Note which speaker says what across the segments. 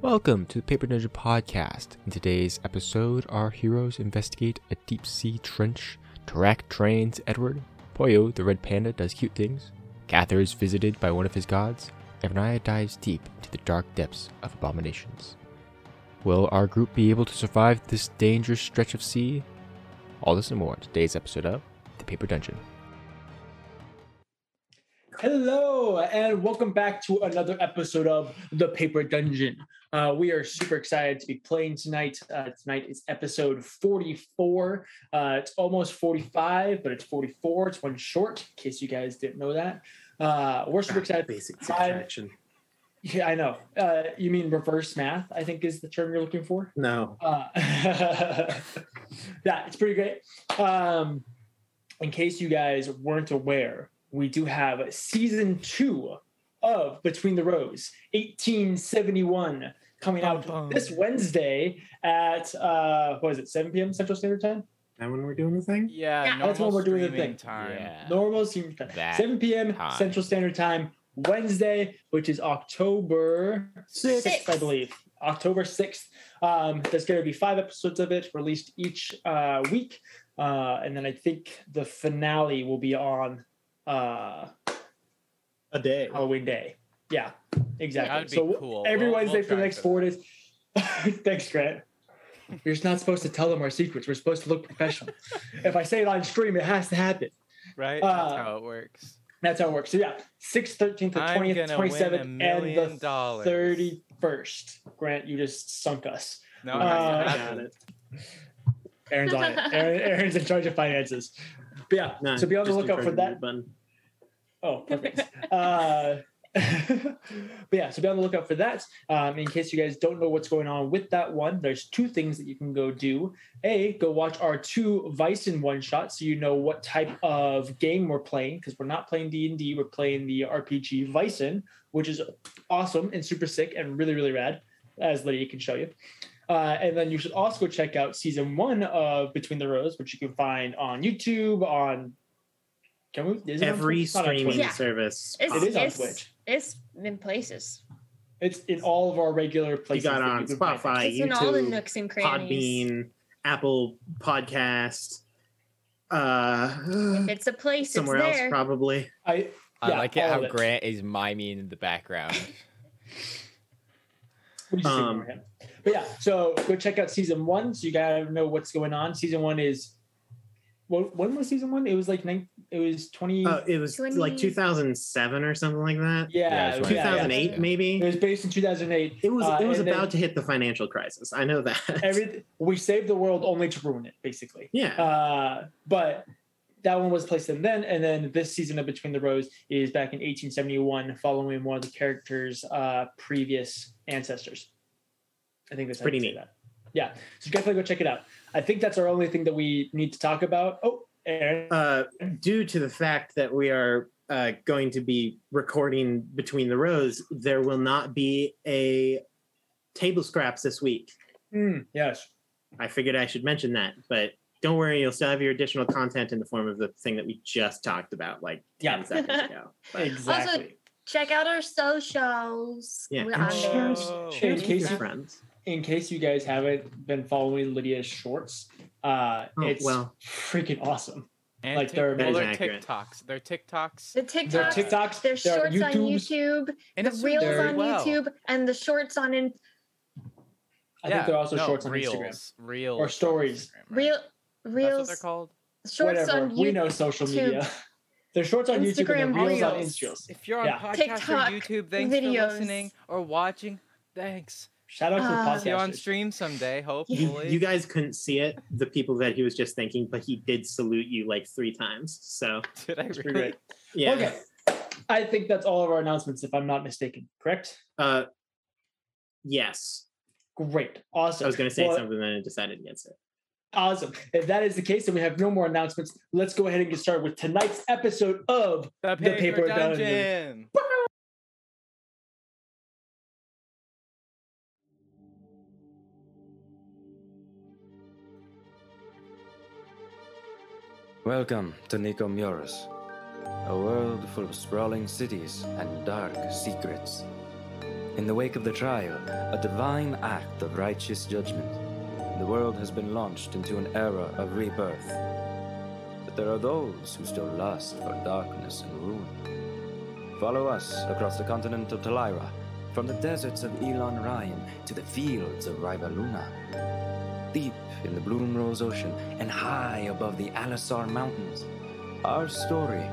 Speaker 1: Welcome to the Paper Ninja Podcast. In today's episode, our heroes investigate a deep sea trench. Tarak trains Edward. Poyo, the red panda, does cute things. Cather is visited by one of his gods. Evaniah dives deep into the dark depths of abominations. Will our group be able to survive this dangerous stretch of sea? All this and more in today's episode of The Paper Dungeon.
Speaker 2: Hello, and welcome back to another episode of The Paper Dungeon. Uh, we are super excited to be playing tonight. Uh, tonight is episode 44. Uh, it's almost 45, but it's 44. It's one short, in case you guys didn't know that. Uh, we're super excited.
Speaker 3: Basic
Speaker 2: subtraction.
Speaker 3: subtraction.
Speaker 2: Yeah, I know. Uh, you mean reverse math, I think is the term you're looking for.
Speaker 3: No.
Speaker 2: Uh, yeah, it's pretty great. Um, in case you guys weren't aware, we do have season two of Between the Rows, 1871, coming out
Speaker 4: Bum, bum.
Speaker 2: this Wednesday at uh, what is it, 7 p.m. Central Standard Time?
Speaker 3: That when we're doing the thing?
Speaker 4: Yeah,
Speaker 2: That's when
Speaker 4: normal
Speaker 2: we're doing the
Speaker 4: streaming
Speaker 2: thing.
Speaker 4: Time.
Speaker 2: Normal Standard Time.
Speaker 1: That
Speaker 2: 7 p.m.
Speaker 1: time.
Speaker 2: Central Standard Time, Wednesday, which is October
Speaker 3: Six.
Speaker 2: 6th, I believe. October 6th. Um, there's going to be five episodes of it released each uh, week. Uh, and then I think the finale will be on uh,
Speaker 3: A day.
Speaker 2: Halloween Day. Yeah, exactly.
Speaker 4: That would be
Speaker 2: so
Speaker 4: cool.
Speaker 2: every
Speaker 4: We'll-
Speaker 2: Wednesday
Speaker 4: we'll
Speaker 2: for the
Speaker 4: try
Speaker 2: next
Speaker 4: for
Speaker 2: four days. Thanks, Grant. You're just not supposed to tell them our secrets. We're supposed to look professional. if I say it on stream, it has to happen.
Speaker 4: Right?
Speaker 2: Uh,
Speaker 4: That's how it works.
Speaker 2: That's how it works. So yeah, 6th, 13th, the
Speaker 4: I'm
Speaker 2: 20th,
Speaker 4: gonna win a
Speaker 2: 27th,
Speaker 4: million
Speaker 2: and the
Speaker 4: dollars.
Speaker 2: 31st. Grant, you just sunk us.
Speaker 4: No,
Speaker 2: Uh,
Speaker 4: it hasn't
Speaker 2: I
Speaker 4: happened.
Speaker 2: Aaron's on it. Aaron, Aaron's in charge of finances. But yeah, so be on the lookout for that. Oh, perfect. uh, but yeah, so be on the lookout for that. Um, in case you guys don't know what's going on with that one, there's two things that you can go do. A, go watch our two Vice in one shot, so you know what type of game we're playing because we're not playing D and D, we're playing the RPG Vice in, which is awesome and super sick and really really rad, as Lydia can show you. Uh, and then you should also go check out season one of Between the Rows, which you can find on YouTube. On can we? Is it on Twitch?
Speaker 3: Every
Speaker 2: It's not on
Speaker 3: streaming
Speaker 2: Twitch.
Speaker 5: Yeah.
Speaker 3: service.
Speaker 5: It's,
Speaker 2: It is on
Speaker 5: it's,
Speaker 2: Twitch.
Speaker 5: It's in places.
Speaker 2: It's in all of our regular
Speaker 3: You
Speaker 2: places.
Speaker 3: got
Speaker 2: that
Speaker 3: on
Speaker 2: you can find us.
Speaker 3: Spotify,
Speaker 5: it's
Speaker 3: YouTube,
Speaker 5: in all the nooks and crannies.
Speaker 3: Podbean, Apple Podcast, uh,
Speaker 5: If it's a place,
Speaker 3: somewhere
Speaker 5: it's
Speaker 3: else
Speaker 5: there.
Speaker 3: probably.
Speaker 2: I
Speaker 6: I
Speaker 2: Yeah,
Speaker 6: like it
Speaker 2: all
Speaker 6: how
Speaker 2: of it.
Speaker 6: Grant is miming in the background.
Speaker 2: we just
Speaker 3: Um,
Speaker 2: ignore him. But yeah, so go check out season one. So you gotta know what's going on. Season one is well, when was season one? It was like nine. It was twenty.
Speaker 3: Oh, it was
Speaker 5: 20
Speaker 3: like 2007 or something like that.
Speaker 2: yeah,
Speaker 6: yeah,
Speaker 2: it
Speaker 6: it's
Speaker 2: was-
Speaker 6: right.
Speaker 2: yeah, yeah.
Speaker 3: 2008
Speaker 6: yeah.
Speaker 2: It
Speaker 3: maybe.
Speaker 2: was based in two thousand eight.
Speaker 3: It was it was about
Speaker 2: to
Speaker 3: to hit the financial crisis. I know that.
Speaker 2: every. We saved the world only to ruin it, basically.
Speaker 3: yeah.
Speaker 2: Uh, but that one was placed in then, and then this season of Between the Rows is back in 1871, following one of the characters' uh, previous ancestors. I think that's how
Speaker 3: Pretty
Speaker 2: you say
Speaker 3: neat.
Speaker 2: That. Yeah, so definitely go check it out. I think that's our only thing that we need to talk about. Oh, Aaron,
Speaker 3: uh, due to the fact that we are uh, going to be recording between the rows, there will not be a table scraps this week.
Speaker 2: Hmm, yes,
Speaker 3: I figured I should mention that, but don't worry, you'll still have your additional content in the form of the thing that we just talked about like 10
Speaker 2: Yeah.
Speaker 3: seconds ago. But
Speaker 2: exactly.
Speaker 5: Check out our socials.
Speaker 3: yeah,
Speaker 5: We're
Speaker 3: and
Speaker 5: on there.
Speaker 3: share,
Speaker 4: there.
Speaker 3: share with
Speaker 2: Casey-
Speaker 3: your friends.
Speaker 2: in case you guys haven't been following Lydia's shorts, uh,
Speaker 3: Oh,
Speaker 2: it's
Speaker 3: well.
Speaker 2: freaking awesome.
Speaker 4: And
Speaker 2: Like,
Speaker 4: tic-
Speaker 2: they're-
Speaker 4: well,
Speaker 3: That
Speaker 4: they're
Speaker 3: is accurate.
Speaker 4: TikToks. They're TikToks.
Speaker 5: The
Speaker 2: There are
Speaker 5: TikToks,
Speaker 2: TikToks,
Speaker 5: there's
Speaker 2: there are
Speaker 5: shorts on
Speaker 2: YouTubes.
Speaker 5: YouTube,
Speaker 4: And
Speaker 5: the
Speaker 4: it's
Speaker 5: reels
Speaker 4: doing
Speaker 5: on
Speaker 4: well.
Speaker 5: YouTube, and the shorts on in
Speaker 2: I think they're also
Speaker 4: no,
Speaker 2: shorts on
Speaker 4: reels,
Speaker 2: Instagram.
Speaker 4: Reels.
Speaker 2: Or
Speaker 4: on
Speaker 2: stories.
Speaker 4: Instagram, right?
Speaker 5: real
Speaker 4: That's what
Speaker 5: reels.
Speaker 4: they're called.
Speaker 5: Shorts
Speaker 2: Whatever.
Speaker 5: on
Speaker 2: we
Speaker 5: YouTube.
Speaker 2: know social
Speaker 5: YouTube,
Speaker 2: media. There's shorts on YouTube and then
Speaker 5: Instagram
Speaker 2: reels on
Speaker 5: Reels.
Speaker 2: Instagram.
Speaker 4: If you're on
Speaker 2: Yeah.
Speaker 4: podcast
Speaker 5: TikTok
Speaker 4: or YouTube, thanks
Speaker 5: videos.
Speaker 4: for listening or watching. Thanks.
Speaker 2: Shout out to
Speaker 5: Uh,
Speaker 2: the
Speaker 4: See you on
Speaker 2: podcasters.
Speaker 4: stream someday,
Speaker 3: You,
Speaker 4: hopefully.
Speaker 3: you guys couldn't see it, the people that he was just thinking, but he did salute you like three times. So,
Speaker 4: Did I
Speaker 2: It's pretty
Speaker 4: really?
Speaker 2: great.
Speaker 3: yeah.
Speaker 2: Okay. I think that's all of our announcements, if I'm not mistaken. Correct?
Speaker 3: Uh, yes.
Speaker 2: Great. Awesome.
Speaker 3: I was going to say
Speaker 2: Well,
Speaker 3: something, then I decided against it.
Speaker 2: Awesome. If that is the case, then we have no more announcements. Let's go ahead and get started with tonight's episode of
Speaker 4: The
Speaker 2: The
Speaker 4: paper,
Speaker 2: Paper Dungeon.
Speaker 4: dungeon.
Speaker 7: Welcome to Nicomuras, a world full of sprawling cities and dark secrets. In the wake of the trial, a divine act of righteous judgment, the world has been launched into an era of rebirth. But there are those who still lust for darkness and ruin. Follow us across the continent of Talyra, from the deserts of Elon Ryan to the fields of Rivaluna. Deep in the Bloom Rose Ocean and high above the Alisar Mountains, our story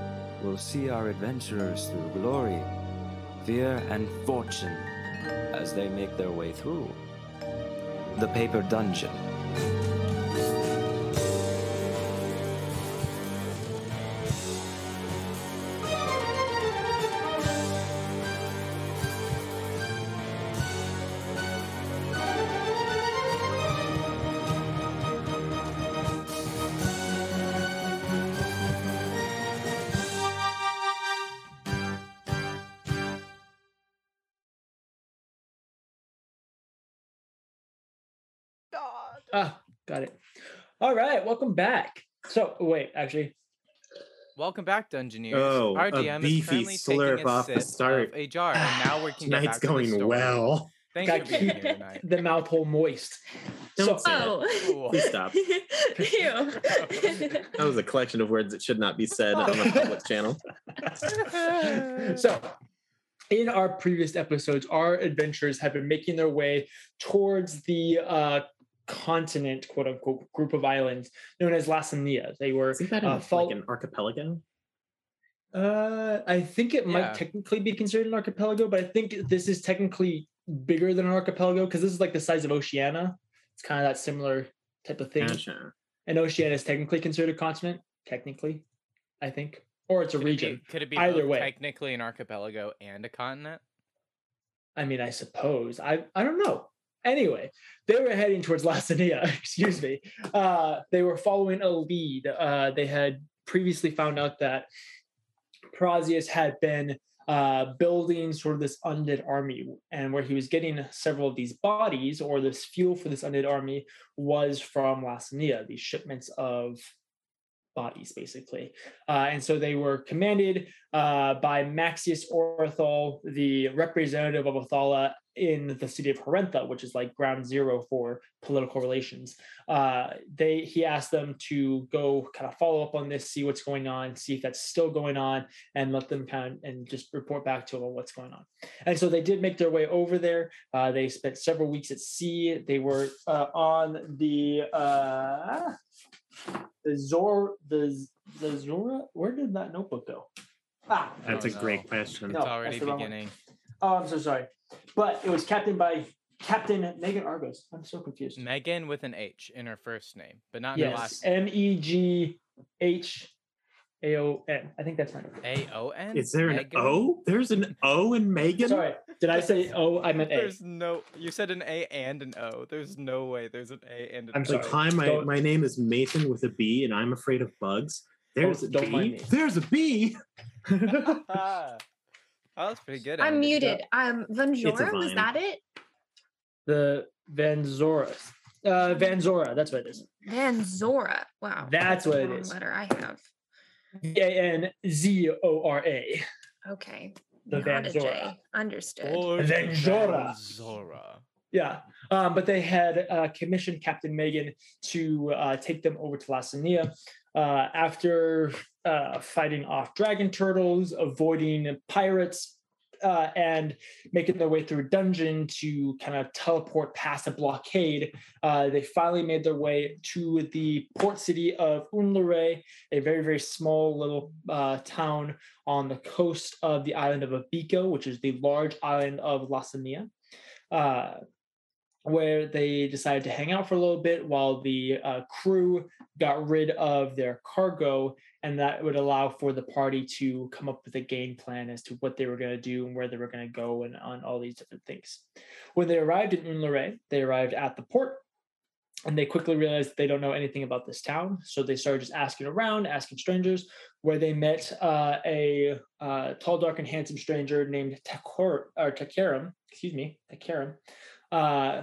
Speaker 7: will see our adventurers through glory, fear, and fortune as they make their way through the paper dungeon.
Speaker 2: Ah, got it. All right, welcome back. So wait, actually,
Speaker 4: Welcome back, Dungeoneers.
Speaker 3: Oh,
Speaker 4: Our
Speaker 3: a
Speaker 4: DM
Speaker 3: beefy
Speaker 4: is currently
Speaker 3: slurp
Speaker 4: taking a
Speaker 3: off the
Speaker 4: sip
Speaker 3: start.
Speaker 4: of a jar, and now we can get
Speaker 3: Tonight's
Speaker 4: back to the
Speaker 3: going
Speaker 4: story.
Speaker 3: well.
Speaker 4: Thank
Speaker 2: Got
Speaker 4: you for being here tonight.
Speaker 2: the mouth hole moist. so
Speaker 3: Don't say it.
Speaker 5: Oh.
Speaker 3: Please stop.
Speaker 5: Ew.
Speaker 3: That was a collection of words that should not be said on a public channel.
Speaker 2: so in our previous episodes our adventurers have been making their way towards the uh continent quote unquote group of islands known as lasania they were
Speaker 3: Isn't that
Speaker 2: Uh,
Speaker 3: in,
Speaker 2: fol-
Speaker 3: like an archipelago?
Speaker 2: uh i think it
Speaker 4: Yeah.
Speaker 2: might technically be considered an archipelago but i think this is technically bigger than an archipelago because this is like the size of oceania it's kind of that similar type of thing
Speaker 3: Gotcha.
Speaker 2: and oceania is technically considered a continent technically i think or it's a
Speaker 4: Could it be-
Speaker 2: region
Speaker 4: could it be
Speaker 2: Either
Speaker 4: both
Speaker 2: way.
Speaker 4: technically an archipelago and a continent?
Speaker 2: I mean, I suppose. I I don't know. Anyway, they were heading towards Lassania. Excuse me. Uh, they were following a lead. Uh, they had previously found out that Prosius had been uh, building sort of this undead army, and where he was getting several of these bodies or this fuel for this undead army was from Lassania, these shipments of bodies, basically. Uh, and so they were commanded uh, by Maxius Orthol, the representative of Othala in the city of Horentha, which is like ground zero for political relations. Uh, they he asked them to go kind of follow up on this, see what's going on, see if that's still going on, and let them kind of and just report back to him what's going on. And so they did make their way over there. Uh, they spent several weeks at sea. They were uh, on the uh, the Zor the the Zora. Where did that notebook go? Ah,
Speaker 4: That's
Speaker 3: That's
Speaker 4: a
Speaker 3: a
Speaker 4: no. great
Speaker 3: great question.
Speaker 2: No,
Speaker 4: it's
Speaker 2: that's
Speaker 4: already
Speaker 2: the wrong one.
Speaker 4: beginning.
Speaker 2: Oh, I'm so sorry. But it was captained by Captain Megan Argos. I'm so confused.
Speaker 4: Megan with an H in her first name, but not in her
Speaker 2: yes,
Speaker 4: last.
Speaker 2: M E G H A O N. I think that's my name.
Speaker 4: A O N.
Speaker 3: Is there an
Speaker 4: Megan?
Speaker 3: O? There's an O in Megan?
Speaker 2: Sorry, did I say O? I meant A.
Speaker 4: There's no. You said an A and an O. There's no way. There's an A and an
Speaker 2: I'm
Speaker 4: O.
Speaker 2: sorry.
Speaker 3: Like, hi, my,
Speaker 2: Don't-
Speaker 3: my name is Mason with a B, and I'm afraid of bugs. There's
Speaker 2: Oh, Don't- don't
Speaker 3: a bee?
Speaker 2: mind me.
Speaker 3: There's a bee.
Speaker 4: Ah. oh, that's pretty good.
Speaker 5: I'm
Speaker 4: Andy.
Speaker 5: muted. Um, Vanjora, was
Speaker 3: vine.
Speaker 5: that it?
Speaker 2: The Vanzora. Uh, Vanzora. That's what it is.
Speaker 5: Vanzora. Wow.
Speaker 2: That's what it
Speaker 5: Wrong
Speaker 2: is.
Speaker 5: Letter I have.
Speaker 2: V A N Z O R A.
Speaker 5: Okay.
Speaker 2: The
Speaker 5: Not a
Speaker 2: Vanzora.
Speaker 5: J. Understood.
Speaker 4: Or
Speaker 2: And then
Speaker 4: the
Speaker 2: Zora.
Speaker 4: Zora.
Speaker 2: Yeah. Um, but they had uh, commissioned Captain Megan to uh, take them over to Lassania. Uh, after uh, fighting off dragon turtles, avoiding pirates, uh, and making their way through a dungeon to kind of teleport past a blockade, uh, they finally made their way to the port city of Unlare, a very, very small little uh, town on the coast of the island of Abico, which is the large island of Lassania. Uh, where they decided to hang out for a little bit while the uh, crew got rid of their cargo. And that would allow for the party to come up with a game plan as to what they were going to do and where they were going to go and on all these different things. When they arrived in Unlare, they arrived at the port and they quickly realized they don't know anything about this town. So they started just asking around, asking strangers, where they met uh, a uh, tall, dark, and handsome stranger named Takor or Takaram, excuse me, Takaram. Uh,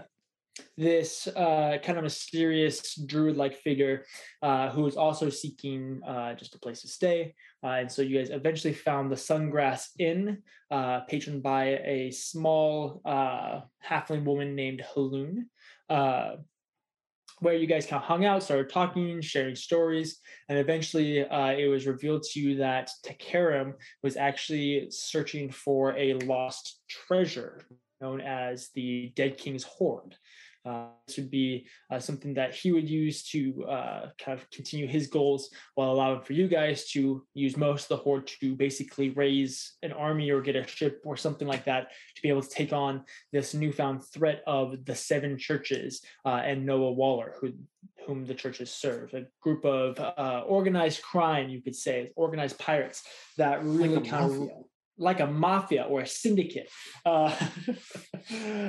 Speaker 2: this uh, kind of mysterious druid-like figure uh, who is also seeking uh, just a place to stay. Uh, and so you guys eventually found the Sungrass Inn, uh, patroned by a small uh, halfling woman named Haloon, uh, where you guys kind of hung out, started talking, sharing stories, and eventually uh, it was revealed to you that Takaram was actually searching for a lost treasure known as the Dead King's Hoard. Uh, this would be uh, something that he would use to uh, kind of continue his goals while allowing for you guys to use most of the hoard to basically raise an army or get a ship or something like that to be able to take on this newfound threat of the seven churches uh, and Noah Waller, who whom the churches serve, a group of uh, organized crime, you could say, organized pirates that really kind of like a mafia or a syndicate. Uh,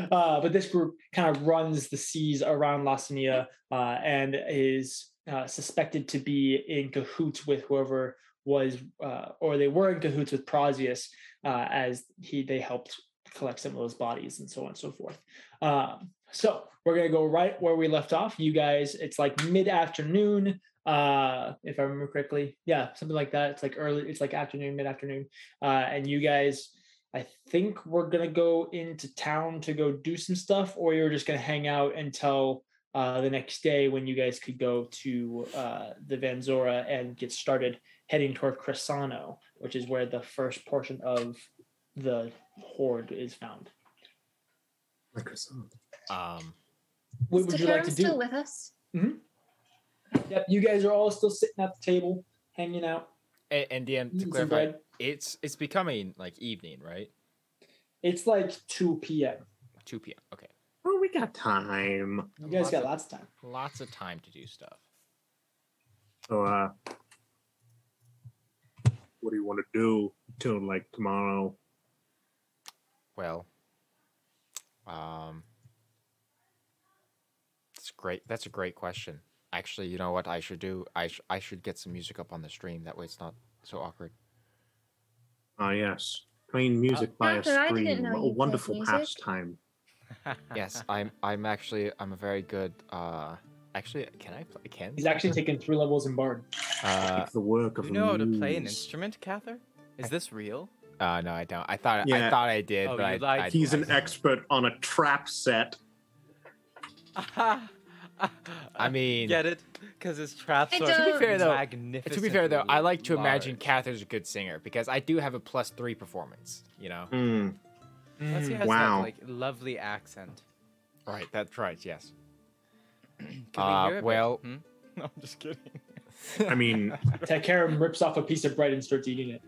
Speaker 2: uh, but this group kind of runs the seas around Lasinia uh, and is uh, suspected to be in cahoots with whoever was, uh, or they were in cahoots with Prosius uh, as he they helped collect some of those bodies and so on and so forth. Um, so we're gonna go right where we left off. You guys, it's like mid afternoon. Uh, if I remember correctly, yeah, something like that. It's like early. It's like afternoon, mid afternoon uh, and you guys i think we're going to go into town to go do some stuff or you're just going to hang out until uh, the next day when you guys could go to uh, the vanzora and get started heading toward cresano which is where the first portion of the horde is found
Speaker 1: Um,
Speaker 2: what
Speaker 5: Is
Speaker 2: would you like
Speaker 5: Takaram
Speaker 2: to
Speaker 5: still
Speaker 2: do
Speaker 5: with us?
Speaker 2: yep, you guys are all still sitting at the table hanging out
Speaker 1: and, and DM to
Speaker 2: eating some
Speaker 1: clarify,
Speaker 2: bread
Speaker 1: it's it's becoming like evening, right?
Speaker 2: it's like 2 p.m
Speaker 1: Two p.m. Okay,
Speaker 3: Oh,
Speaker 8: Well, we got time.
Speaker 2: you guys got lots of time
Speaker 1: lots of time to do stuff.
Speaker 8: So, uh,
Speaker 3: What do you want to do till like tomorrow?
Speaker 1: Well, um, it's great. That's a great question. Actually, you know what I should do? I sh- I should get some music up on the stream. That way, it's not so awkward.
Speaker 3: Ah, yes. Playing music by a
Speaker 5: Doctor, I didn't
Speaker 3: stream.
Speaker 5: know you
Speaker 3: A
Speaker 5: played
Speaker 3: wonderful
Speaker 5: music.
Speaker 3: pastime.
Speaker 1: yes, I'm. I'm actually. I'm a very good. Uh, actually, can I? Play? Can
Speaker 2: he's actually taking three levels in bard
Speaker 1: Uh,
Speaker 3: It's the work
Speaker 4: Do
Speaker 3: of
Speaker 4: you know how to play an
Speaker 3: muse.
Speaker 4: instrument, Cather? Is this real?
Speaker 1: uh, no, I don't. I thought. I
Speaker 3: Yeah.
Speaker 1: thought I did,
Speaker 4: Oh,
Speaker 1: but I,
Speaker 4: you lied.
Speaker 1: I-
Speaker 3: He's
Speaker 1: I
Speaker 3: an
Speaker 1: don't.
Speaker 3: expert on a trap set.
Speaker 1: I
Speaker 4: I
Speaker 1: mean,
Speaker 4: get it because his traps
Speaker 5: I
Speaker 4: are
Speaker 5: don't- To be
Speaker 1: fair, though-
Speaker 4: magnificent.
Speaker 1: to be fair though, I like to imagine Cather's a good singer because I do have a plus three performance. You know.
Speaker 3: Hmm.
Speaker 4: Plus, he
Speaker 2: Mm.
Speaker 4: has
Speaker 3: Wow.
Speaker 4: that like lovely accent.
Speaker 1: Right. That's right. Yes.
Speaker 4: Can
Speaker 1: Uh,
Speaker 4: we hear it?
Speaker 1: well-
Speaker 4: Hmm? no, I'm just kidding.
Speaker 3: I mean,
Speaker 2: Takaram rips off a piece of bread and starts eating it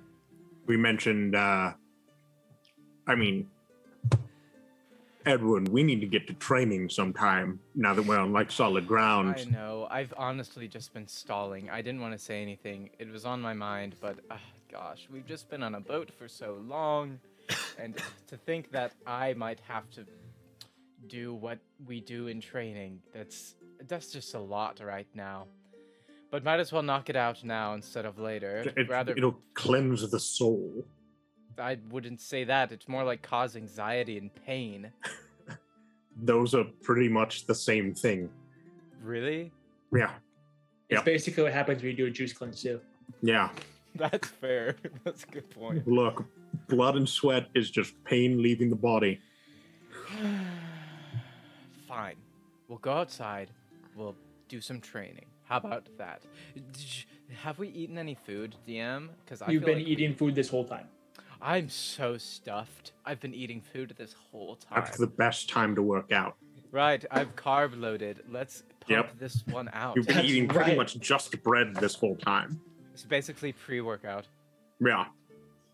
Speaker 3: we mentioned. uh I mean, Edwin, we need to get to training sometime. Now that we're on like solid
Speaker 4: I
Speaker 3: ground.
Speaker 4: know. I've honestly just been stalling. I didn't want to say anything. It was on my mind, but ah, gosh, we've just been on a boat for so long, and to think that I might have to do what we do in training, that's that's just a lot right now. But might as well knock it out now instead of later.
Speaker 3: It,
Speaker 4: Rather,
Speaker 3: It'll cleanse the soul.
Speaker 4: I wouldn't say that. It's more like cause anxiety and pain.
Speaker 3: Those are pretty much the same thing.
Speaker 4: Really?
Speaker 3: Yeah.
Speaker 2: It's
Speaker 3: Yep.
Speaker 2: basically what happens when you do a juice cleanse too.
Speaker 3: Yeah.
Speaker 4: That's fair. That's a good point.
Speaker 3: Look, blood and sweat is just pain leaving the body.
Speaker 4: Fine. We'll go outside. We'll do some training. How about that? Dj- Have we eaten any food, DM? Because
Speaker 2: You've
Speaker 4: feel
Speaker 2: been
Speaker 4: like
Speaker 2: eating food this whole time.
Speaker 4: I'm so stuffed. I've been eating food this whole time.
Speaker 3: That's the best time to work out.
Speaker 4: Right. I've carb loaded. Let's pump
Speaker 3: Yep.
Speaker 4: this one out.
Speaker 3: You've been
Speaker 2: Oh, That's
Speaker 3: eating pretty
Speaker 2: right.
Speaker 3: much just bread this whole time.
Speaker 4: It's basically pre-workout.
Speaker 3: Yeah.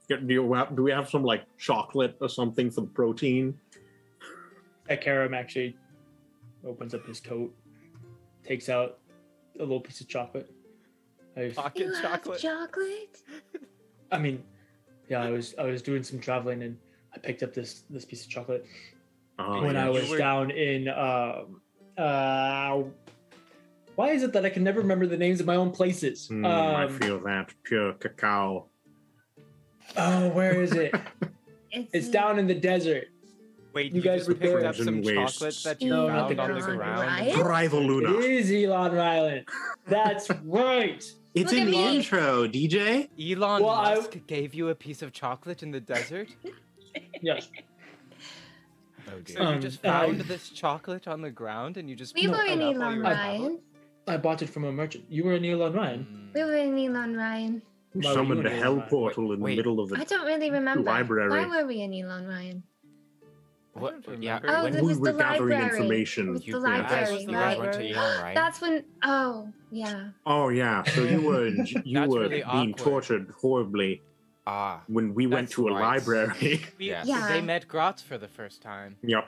Speaker 3: Do, you have, do we have some like chocolate or something for the protein?
Speaker 2: Akaram actually opens up his coat, takes out a little piece of chocolate. I,
Speaker 4: Pocket
Speaker 5: You have
Speaker 4: chocolate.
Speaker 5: chocolate?
Speaker 2: I mean, yeah, I was I was doing some traveling and I picked up this this piece of chocolate
Speaker 3: Oh,
Speaker 2: when
Speaker 3: yeah.
Speaker 2: I was
Speaker 4: were-
Speaker 2: down in um uh why is it that I can never remember the names of my own places?
Speaker 3: Mm, I
Speaker 2: um,
Speaker 3: feel that pure cacao.
Speaker 2: oh, where is it? it's down in the desert.
Speaker 4: Wait,
Speaker 2: You
Speaker 4: you,
Speaker 2: guys
Speaker 4: guys just picked
Speaker 2: repair-
Speaker 4: up some
Speaker 3: Frozen
Speaker 4: chocolate
Speaker 3: wastes.
Speaker 4: that you
Speaker 2: No, not
Speaker 4: found
Speaker 2: the
Speaker 4: on the
Speaker 2: ground.
Speaker 4: ground?
Speaker 5: Right?
Speaker 3: Rival Luna.
Speaker 2: It is Elon Island. That's right.
Speaker 8: It's
Speaker 5: Look
Speaker 8: in
Speaker 5: at
Speaker 8: the
Speaker 5: me.
Speaker 8: intro, DJ.
Speaker 4: Elon
Speaker 2: Well, I-
Speaker 4: Musk gave you a piece of chocolate in the desert?
Speaker 2: Yes.
Speaker 1: Oh
Speaker 4: So
Speaker 1: dear.
Speaker 2: Um,
Speaker 4: you just
Speaker 2: uh,
Speaker 4: found this chocolate on the ground and you just
Speaker 5: We
Speaker 4: picked
Speaker 5: were
Speaker 4: it
Speaker 5: in
Speaker 4: up while
Speaker 5: Elon
Speaker 4: you were out?
Speaker 5: Ryan.
Speaker 2: I bought it from a merchant. You were an Elon Ryan.
Speaker 4: Mm.
Speaker 5: We were in Elon Ryan.
Speaker 3: We
Speaker 1: Mm.
Speaker 2: Why were you
Speaker 3: summoned a
Speaker 2: in
Speaker 3: hell
Speaker 2: Elon?
Speaker 3: portal in the
Speaker 1: Wait.
Speaker 3: middle of
Speaker 5: I
Speaker 3: the.
Speaker 5: don't really remember.
Speaker 3: library.
Speaker 5: Why were we in Elon Ryan?
Speaker 1: What?
Speaker 4: don't
Speaker 1: Yeah.
Speaker 4: remember.
Speaker 5: Oh,
Speaker 1: when
Speaker 5: the-
Speaker 3: we
Speaker 5: was
Speaker 3: were gathering
Speaker 5: library.
Speaker 3: information.
Speaker 5: With
Speaker 1: you,
Speaker 5: the
Speaker 1: you guys,
Speaker 5: library,
Speaker 1: you guys
Speaker 5: right?
Speaker 1: went to Elon, right?
Speaker 5: That's when. Oh, yeah.
Speaker 3: Oh yeah, so you were you
Speaker 4: That's
Speaker 3: were
Speaker 4: really
Speaker 3: being
Speaker 4: awkward.
Speaker 3: tortured horribly
Speaker 1: ah.
Speaker 3: when we went
Speaker 4: That's
Speaker 3: to a
Speaker 1: right.
Speaker 3: library.
Speaker 4: We-
Speaker 1: Yeah.
Speaker 5: Yeah.
Speaker 4: They met Grotz for the first time.
Speaker 3: yep,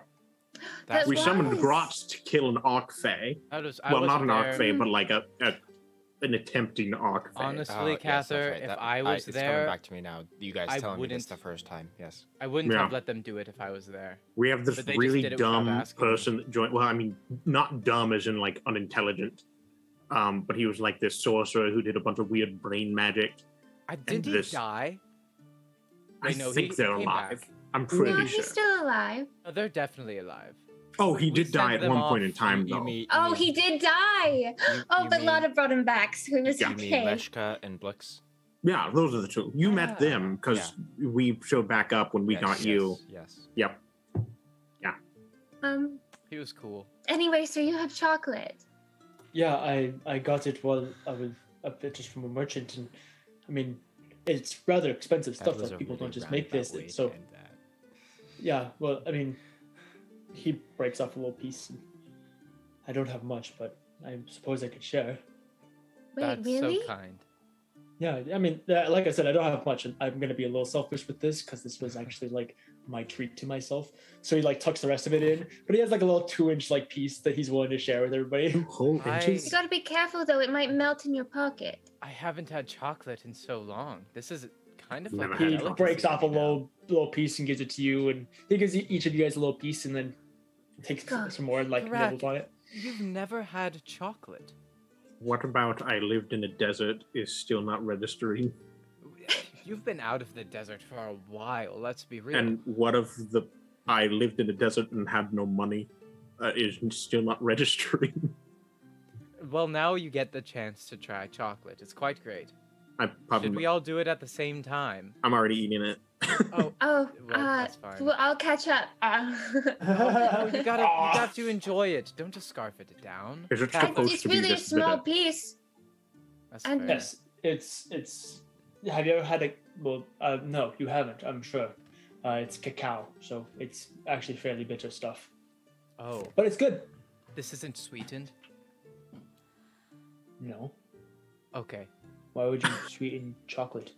Speaker 5: That's
Speaker 3: we
Speaker 5: why-
Speaker 1: Oh,
Speaker 3: summoned Grotz to kill an Arcfey.
Speaker 4: I was, I
Speaker 3: Well, not an
Speaker 4: wasn't there.
Speaker 3: Arcfey, but like a, a an attempting Arcfey.
Speaker 4: Honestly,
Speaker 1: Oh, yes, that's
Speaker 4: Cather,
Speaker 1: right.
Speaker 4: if
Speaker 1: That-
Speaker 4: I was
Speaker 1: it's coming
Speaker 4: there,
Speaker 1: back to me now. You guys
Speaker 4: I
Speaker 1: telling me this
Speaker 4: wouldn't-
Speaker 1: the first time. Yes.
Speaker 4: I wouldn't
Speaker 3: Yeah.
Speaker 4: have let them do it if I was there.
Speaker 3: We have this
Speaker 4: But they just
Speaker 3: really
Speaker 4: did it without
Speaker 3: dumb
Speaker 4: asking.
Speaker 3: person that joined. Well, I mean, not dumb as in like unintelligent, um, but he was like this sorcerer who did a bunch of weird brain magic.
Speaker 4: I did
Speaker 3: this-
Speaker 4: he die?
Speaker 3: I
Speaker 4: Wait, no,
Speaker 3: think
Speaker 4: he-
Speaker 3: they're
Speaker 4: he came
Speaker 3: alive.
Speaker 4: back.
Speaker 3: I'm
Speaker 5: No,
Speaker 3: pretty
Speaker 5: he's
Speaker 3: sure.
Speaker 5: still alive.
Speaker 4: No, Oh, they're definitely alive.
Speaker 3: oh, he
Speaker 4: We
Speaker 3: did
Speaker 4: sent
Speaker 3: die at
Speaker 4: them
Speaker 3: one
Speaker 4: off.
Speaker 3: point in time,
Speaker 1: You
Speaker 3: though.
Speaker 1: mean-
Speaker 5: Oh,
Speaker 1: you-
Speaker 5: he did die.
Speaker 1: you-
Speaker 5: Oh,
Speaker 1: you
Speaker 5: but
Speaker 1: mean-
Speaker 5: Lada brought him back, so he was
Speaker 3: Yeah.
Speaker 1: You mean
Speaker 5: okay.
Speaker 1: Leshka and Blix?
Speaker 3: Yeah, those are the two. You met
Speaker 4: Yeah.
Speaker 3: them because we showed back up when we
Speaker 1: Yes,
Speaker 3: got you.
Speaker 1: Yes. yes.
Speaker 3: Yep.
Speaker 5: Um.
Speaker 4: He was cool.
Speaker 5: Anyway, so you have chocolate.
Speaker 2: Yeah, I, I got it while I was a bit just from a merchant, and I mean, it's rather expensive
Speaker 1: That
Speaker 2: stuff
Speaker 1: was
Speaker 2: that
Speaker 1: a
Speaker 2: people
Speaker 1: really
Speaker 2: don't just make
Speaker 1: roundabout
Speaker 2: this.
Speaker 1: way to
Speaker 2: So
Speaker 1: end that.
Speaker 2: yeah, well, I mean, he breaks off a little piece. And I don't have much, but I suppose I could share.
Speaker 5: Wait,
Speaker 4: That's
Speaker 5: really?
Speaker 4: so kind.
Speaker 2: Yeah, I mean, uh, like I said, I don't have much, and I'm gonna be a little selfish with this because this was actually like my treat to myself. So he like tucks the rest of it in, but he has like a little two-inch like piece that he's willing to share with everybody.
Speaker 3: Two whole
Speaker 4: I-
Speaker 5: You
Speaker 3: inches.
Speaker 5: gotta be careful though; it might melt in your pocket.
Speaker 4: I haven't had chocolate in so long. This is kind of
Speaker 3: Never
Speaker 4: like
Speaker 3: had
Speaker 2: He
Speaker 4: a
Speaker 3: chocolate.
Speaker 2: breaks off a
Speaker 4: delicacy right now.
Speaker 2: little little piece and gives it to you, and he gives e- each of you guys a little piece, and then takes
Speaker 5: God,
Speaker 2: some more and like
Speaker 4: correct.
Speaker 2: nibbles on it.
Speaker 4: You've never had chocolate.
Speaker 3: What about I lived in a desert is still not registering?
Speaker 4: You've been out of the desert for a while. Let's be real.
Speaker 3: And what if the I lived in a desert and had no money uh, is still not registering?
Speaker 4: well, now you get the chance to try chocolate. It's quite great.
Speaker 3: I
Speaker 4: Should we
Speaker 3: probably
Speaker 4: all do it at the same time?
Speaker 3: I'm already eating it.
Speaker 4: Oh,
Speaker 5: Oh,
Speaker 4: Well,
Speaker 5: uh,
Speaker 4: that's fine.
Speaker 5: well, I'll catch up. Uh,
Speaker 4: no, you gotta, you got to enjoy it. Don't just scarf it down.
Speaker 3: Is it
Speaker 4: Cat-
Speaker 3: supposed
Speaker 5: it's
Speaker 3: to be
Speaker 5: really a
Speaker 3: this
Speaker 5: small
Speaker 3: bitter?
Speaker 5: piece.
Speaker 4: That's
Speaker 5: and-
Speaker 4: fair.
Speaker 2: Yes, it's it's. Have you ever had a? Well, uh, no, you haven't. I'm sure. Uh, it's cacao, so it's actually fairly bitter stuff,
Speaker 4: Oh,
Speaker 2: but it's good.
Speaker 4: this isn't sweetened.
Speaker 2: No,
Speaker 4: Okay.
Speaker 2: why would you sweeten chocolate?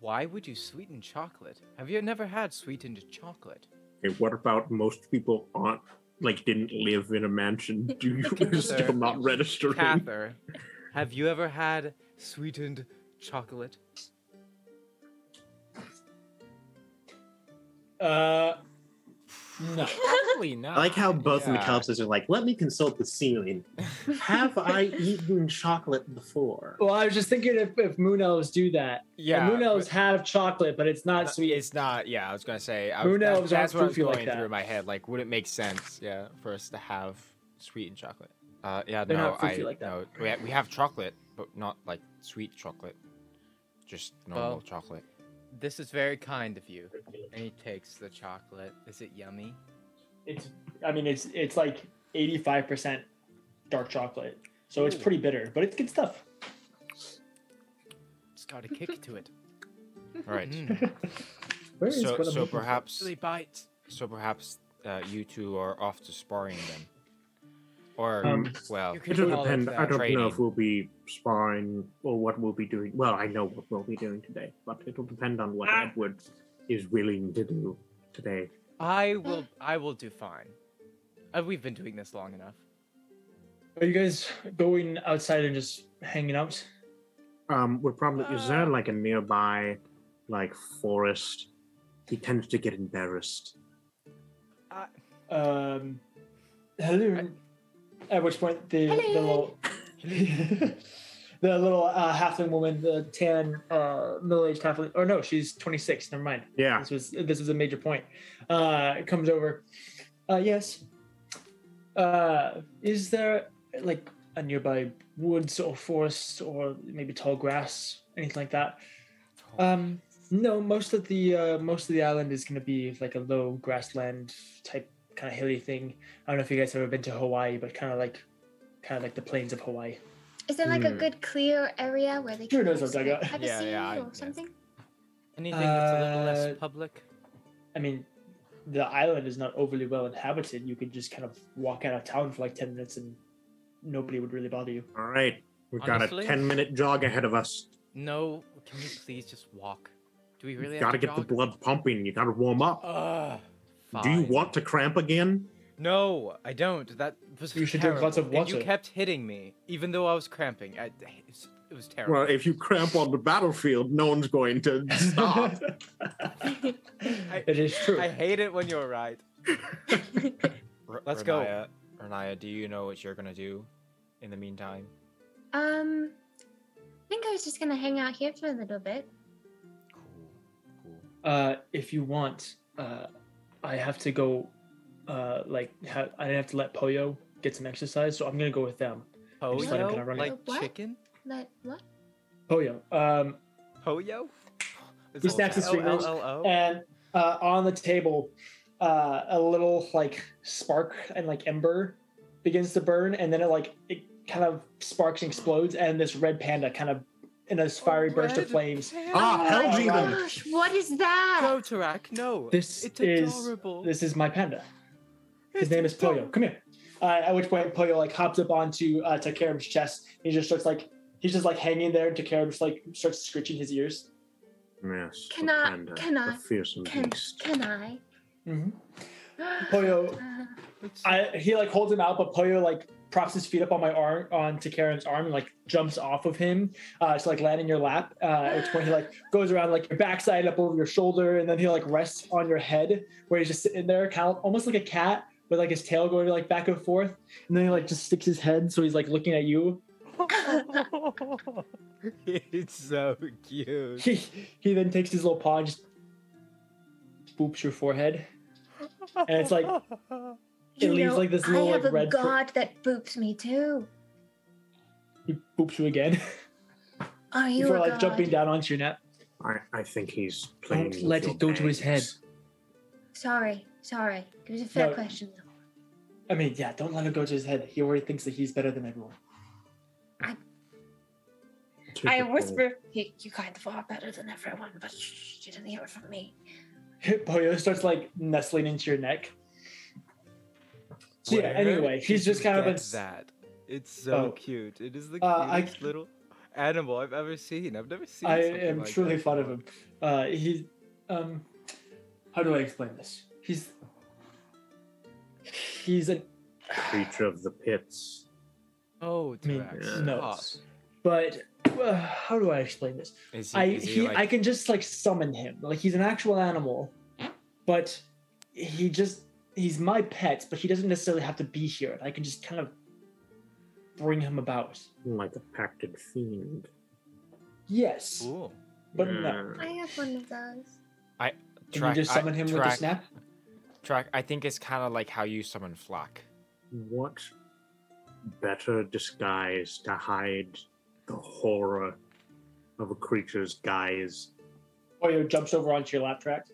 Speaker 4: Why would you sweeten chocolate? Have you never had sweetened chocolate?
Speaker 3: Okay, what about most people aren't like didn't live in a mansion? Do you is still
Speaker 4: Sir.
Speaker 3: not registering?
Speaker 4: Cather, have you ever had sweetened chocolate?
Speaker 2: Uh, no.
Speaker 1: Probably not.
Speaker 8: I like how both
Speaker 1: yeah.
Speaker 8: yeah. McAllisters are like, let me consult the ceiling. Have I eaten chocolate before?
Speaker 2: Well, I was just thinking if, if moon elves do that.
Speaker 1: Yeah.
Speaker 2: moon elves
Speaker 1: but-
Speaker 2: have chocolate, but it's not
Speaker 1: Uh,
Speaker 2: sweet.
Speaker 1: It's not. Yeah, I was gonna say. I
Speaker 2: Who
Speaker 1: was, that-
Speaker 2: knows?
Speaker 1: That's
Speaker 2: I'll
Speaker 1: what was
Speaker 2: proof you like
Speaker 1: going
Speaker 2: that.
Speaker 1: through my head. Like, would it make sense? Yeah, for us to have sweetened chocolate. Uh, yeah,
Speaker 2: They're
Speaker 1: no,
Speaker 2: not
Speaker 1: I
Speaker 2: fruity like that.
Speaker 1: no. We have, we have chocolate, but not like sweet chocolate. Just normal
Speaker 4: Well,
Speaker 1: chocolate.
Speaker 4: This is very kind of you. And he takes the chocolate. Is it yummy?
Speaker 2: It's. I mean, it's it's like eighty five percent dark chocolate, so it's pretty bitter, but it's good stuff.
Speaker 4: It's got a kick to it.
Speaker 1: Right.
Speaker 4: Mm,
Speaker 2: Where is
Speaker 1: so
Speaker 2: what I'm
Speaker 1: so
Speaker 2: looking for?
Speaker 1: perhaps
Speaker 4: really bites.
Speaker 1: so perhaps uh, you two are off to sparring then, or
Speaker 2: Um,
Speaker 1: well,
Speaker 4: You can
Speaker 3: It'll
Speaker 4: call it
Speaker 3: Oh. depend. I
Speaker 4: that.
Speaker 3: don't know
Speaker 1: Trading.
Speaker 3: if we'll be sparring or what we'll be doing. Well, I know what we'll be doing today, but it'll depend on what
Speaker 5: Ah.
Speaker 3: Edward is willing to do today.
Speaker 4: I will. I will do fine. Uh, we've been doing this long enough.
Speaker 2: Are you guys going outside and just hanging out?
Speaker 3: Um, we're probably is there
Speaker 5: Ah.
Speaker 3: like a nearby, like forest? He tends to get embarrassed.
Speaker 2: Um, hello. At which point the, the
Speaker 5: Hello.
Speaker 2: little the little uh, halfling woman, the tan uh, middle-aged halfling, or no, she's 26. Never mind.
Speaker 3: Yeah.
Speaker 2: This was this was a major point. Uh, it comes over. Uh, yes. Uh, is there like a nearby woods or forest or maybe tall grass, anything like that? Um, no, most of the uh, most of the island is going to be like a low grassland type kind of hilly thing. I don't know if you guys have ever been to Hawaii, but kind of like kind of like the plains of Hawaii.
Speaker 5: Is there like a good clear area where they
Speaker 2: Sure
Speaker 5: can
Speaker 2: knows what
Speaker 5: like,
Speaker 2: I got.
Speaker 5: have
Speaker 1: Hmm. Yeah,
Speaker 5: a sea
Speaker 1: yeah, I- yeah.
Speaker 5: or something?
Speaker 4: Anything that's a little
Speaker 2: Uh,
Speaker 4: less public?
Speaker 2: I mean, the island is not overly well inhabited. You could just kind of walk out of town for like ten minutes and nobody would really bother you.
Speaker 3: All right. We've
Speaker 4: Honestly?
Speaker 3: got a 10 minute jog ahead of us.
Speaker 4: No, can we please just walk? Do we really
Speaker 3: You
Speaker 4: have
Speaker 3: gotta
Speaker 4: to
Speaker 3: get the
Speaker 4: jog?
Speaker 3: blood pumping. You gotta warm up.
Speaker 4: Ugh,
Speaker 3: Do you
Speaker 4: fine.
Speaker 3: want to cramp again?
Speaker 4: No, I don't. That was
Speaker 2: You should drink
Speaker 4: terrible.
Speaker 2: lots of
Speaker 4: And you
Speaker 2: water.
Speaker 4: kept hitting me, even though I was cramping. I, it was- it was terrible.
Speaker 3: Well, if you cramp on the battlefield, no one's going to stop.
Speaker 2: it is true.
Speaker 4: I hate it when you're right.
Speaker 1: R-
Speaker 4: Let's go.
Speaker 1: go. Renaya, do you know what you're gonna do in the meantime?
Speaker 5: Um, I think I was just gonna hang out here for a little bit.
Speaker 1: Cool. Cool.
Speaker 2: uh, if you want, uh, I have to go. Uh, like ha- I have to let Poyo get some exercise, so I'm gonna go with them.
Speaker 4: Hoyo?
Speaker 2: just let him kinda run it.
Speaker 4: like
Speaker 5: What?
Speaker 4: chicken?
Speaker 5: Like what?
Speaker 2: Poyo. Um,
Speaker 4: Hoyo? Is
Speaker 2: He
Speaker 4: it
Speaker 2: snaps his fingers.
Speaker 4: L-L-O?
Speaker 2: and uh, on the table, uh, a little like spark and like ember begins to burn, and then it like it kind of sparks and explodes, and this red panda kind of in this fiery burst of
Speaker 4: Oh, red
Speaker 2: flames.
Speaker 3: Ah,
Speaker 5: oh
Speaker 3: hell,
Speaker 5: my
Speaker 3: Demon.
Speaker 5: gosh, what is that?
Speaker 4: Protorak, no.
Speaker 2: This
Speaker 4: it's
Speaker 2: is-
Speaker 4: adorable.
Speaker 2: This is my panda. His
Speaker 4: It's
Speaker 2: name is Poyo.
Speaker 4: adorable.
Speaker 2: Come here. Uh, at which point Poyo like hops up onto uh, Takerim's chest. He just starts like he's just like hanging there, and Takerim just like starts scratching his ears.
Speaker 3: Yes. the
Speaker 5: Can I-
Speaker 3: panda,
Speaker 5: can
Speaker 3: the
Speaker 5: I-
Speaker 3: fearsome
Speaker 5: Can
Speaker 3: beast.
Speaker 5: can I?
Speaker 2: Mm-hmm. Poyo
Speaker 5: Uh,
Speaker 4: It's-
Speaker 2: I, he like holds him out, but Poyo like props his feet up on my arm, on Takaran's arm, and like jumps off of him uh, to like land in your lap. Uh, at which point he like goes around like your backside up over your shoulder, and then he like rests on your head, where he's just sitting there, kind of almost like a cat with like his tail going like back and forth, and then he like just sticks his head, so he's like looking at you.
Speaker 5: Uh,
Speaker 4: it's so cute.
Speaker 2: He he then takes his little paw and just boops your forehead, and it's like
Speaker 5: you
Speaker 2: it leaves
Speaker 5: know,
Speaker 2: like this
Speaker 5: I
Speaker 2: little
Speaker 5: have
Speaker 2: like
Speaker 5: a
Speaker 2: red. fr-
Speaker 5: god that boops me too.
Speaker 2: he boops you again
Speaker 5: Are you
Speaker 2: before
Speaker 5: a
Speaker 2: like
Speaker 5: god?
Speaker 2: jumping down onto your neck.
Speaker 3: I, I think he's playing.
Speaker 2: Don't
Speaker 3: with
Speaker 2: let
Speaker 3: your
Speaker 2: it go to his head.
Speaker 3: bags.
Speaker 5: Sorry, sorry. It was a fair
Speaker 2: No.
Speaker 5: question. though.
Speaker 2: I mean, yeah, don't let it go to his head. He already thinks that he's better than everyone.
Speaker 5: I
Speaker 3: Typical.
Speaker 5: whisper, you, you kind of are better than everyone, but shh, you didn't hear it from me.
Speaker 2: Poyo starts like nestling into your neck. So, yeah,
Speaker 4: Where
Speaker 2: anyway, he's
Speaker 4: did
Speaker 2: just
Speaker 4: you
Speaker 2: kind of
Speaker 4: get
Speaker 2: a s-
Speaker 4: that. It's so
Speaker 2: Oh.
Speaker 4: cute. It is the
Speaker 2: Uh, I-
Speaker 4: cutest little animal I've ever seen. I've never seen.
Speaker 2: I
Speaker 4: something
Speaker 2: am
Speaker 4: like
Speaker 2: truly
Speaker 4: that
Speaker 2: fond of
Speaker 4: before.
Speaker 2: him. Uh, he, um, how do I explain this? He's he's an
Speaker 3: Creature of the pits.
Speaker 4: Oh,
Speaker 2: I mean,
Speaker 4: Tarax.
Speaker 3: Yeah.
Speaker 2: no, it's- but uh, how do I explain this?
Speaker 1: Is he,
Speaker 2: I
Speaker 1: is he,
Speaker 2: he,
Speaker 1: like,
Speaker 2: I can just like summon him. Like he's an actual animal, but he just he's my pet, but he doesn't necessarily have to be here. And I can just kind of bring him about.
Speaker 3: Like a pacted fiend.
Speaker 2: Yes,
Speaker 4: Cool.
Speaker 2: but no.
Speaker 5: I
Speaker 3: Uh,
Speaker 5: have one of those.
Speaker 2: Can
Speaker 1: Track-
Speaker 2: you just
Speaker 1: I-
Speaker 2: summon him with a
Speaker 1: track-
Speaker 2: snap?
Speaker 1: Track, I think it's kind of like how you summon Flock.
Speaker 3: What better disguise to hide the horror of a creature's guise
Speaker 2: Oyo Oh, jumps over onto your lap track,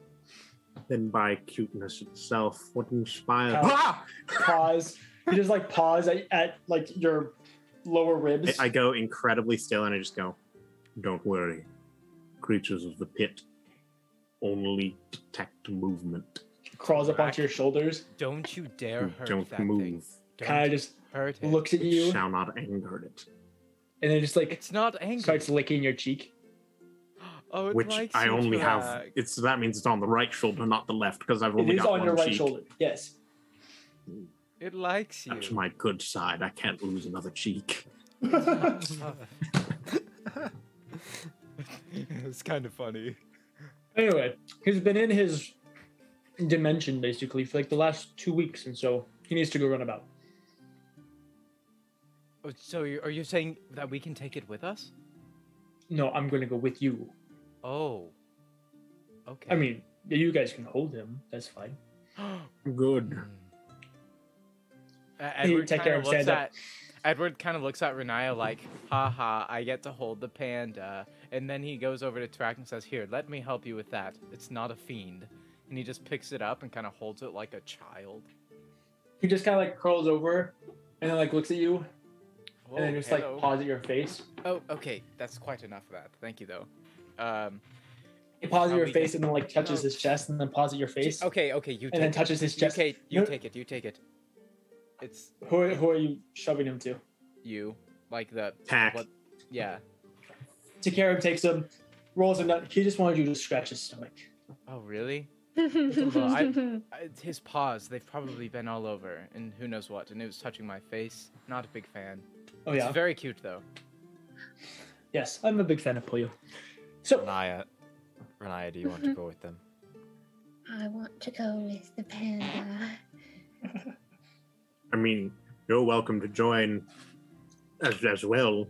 Speaker 3: than by cuteness itself? What inspires?
Speaker 2: How-
Speaker 3: Ah!
Speaker 2: paws. he just like paws at, at like your lower ribs.
Speaker 3: I I go incredibly still and I just go, don't worry. Creatures of the pit only detect movement.
Speaker 2: crawls up onto your shoulders.
Speaker 4: Don't you dare hurt
Speaker 3: don't
Speaker 4: that thing.
Speaker 3: move.
Speaker 4: Don't
Speaker 2: Kind of just
Speaker 4: hurt it.
Speaker 2: looks at you,
Speaker 3: Shall not anger it.
Speaker 2: and then just like
Speaker 4: it's not angry.
Speaker 2: starts licking your cheek.
Speaker 4: oh, it
Speaker 3: Which
Speaker 4: likes
Speaker 3: I
Speaker 4: you,
Speaker 3: only have.
Speaker 4: Tarax.
Speaker 3: It's that means it's on the right shoulder, not the left, because I've
Speaker 2: It
Speaker 3: only
Speaker 2: is
Speaker 3: got
Speaker 2: on
Speaker 3: one
Speaker 2: your right
Speaker 3: cheek.
Speaker 2: shoulder. Yes.
Speaker 4: It likes
Speaker 3: That's
Speaker 4: you.
Speaker 3: my good side. I can't lose another cheek.
Speaker 4: it's kind of funny.
Speaker 2: Anyway, he's been in his dimension basically for like the last two weeks, and so he needs to go run about.
Speaker 4: Oh, So you are you saying that we can take it with us?
Speaker 2: No, I'm going to go with you.
Speaker 4: Oh. Okay.
Speaker 2: I mean, you guys can hold him. That's fine.
Speaker 3: Good.
Speaker 4: Uh, Edward
Speaker 2: take
Speaker 4: kind
Speaker 2: care
Speaker 4: of
Speaker 2: and
Speaker 4: looks
Speaker 2: stand up.
Speaker 4: at Edward kind of looks at Renaya like, haha, I get to hold the panda. And then he goes over to Track and says, Here, let me help you with that. It's not a fiend. And he just picks it up and kind of holds it like a child.
Speaker 2: He just kind of like curls over and then like looks at you
Speaker 4: Whoa,
Speaker 2: and then just
Speaker 4: Oh, hello.
Speaker 2: like paws at your face.
Speaker 4: Oh, okay. That's quite enough of that. Thank you though. Um
Speaker 2: He paws at your
Speaker 4: Probably
Speaker 2: face
Speaker 4: just-
Speaker 2: and then like touches his chest and then paws at your face.
Speaker 4: Okay, okay, you
Speaker 2: And then
Speaker 4: take it.
Speaker 2: touches his
Speaker 4: You,
Speaker 2: chest.
Speaker 4: take, you
Speaker 2: No.
Speaker 4: take it, you take it. It's
Speaker 2: Who are, who are you shoving him to?
Speaker 4: you. Like the
Speaker 3: Pack.
Speaker 4: What? yeah.
Speaker 2: Takeru takes him, rolls him down. He just wanted you to scratch his stomach.
Speaker 4: Oh really?
Speaker 5: I,
Speaker 4: I- his paws they've probably been all over and who knows what and it was touching my face not a big fan
Speaker 2: Oh yeah.
Speaker 4: it's very cute though
Speaker 2: Yes, I'm a big fan of Puyo. So
Speaker 1: Renaya, Renaya, do you want
Speaker 2: Mm-hmm.
Speaker 1: to go with them?
Speaker 5: want to go with the panda.
Speaker 3: I mean, you're welcome to join as, as well.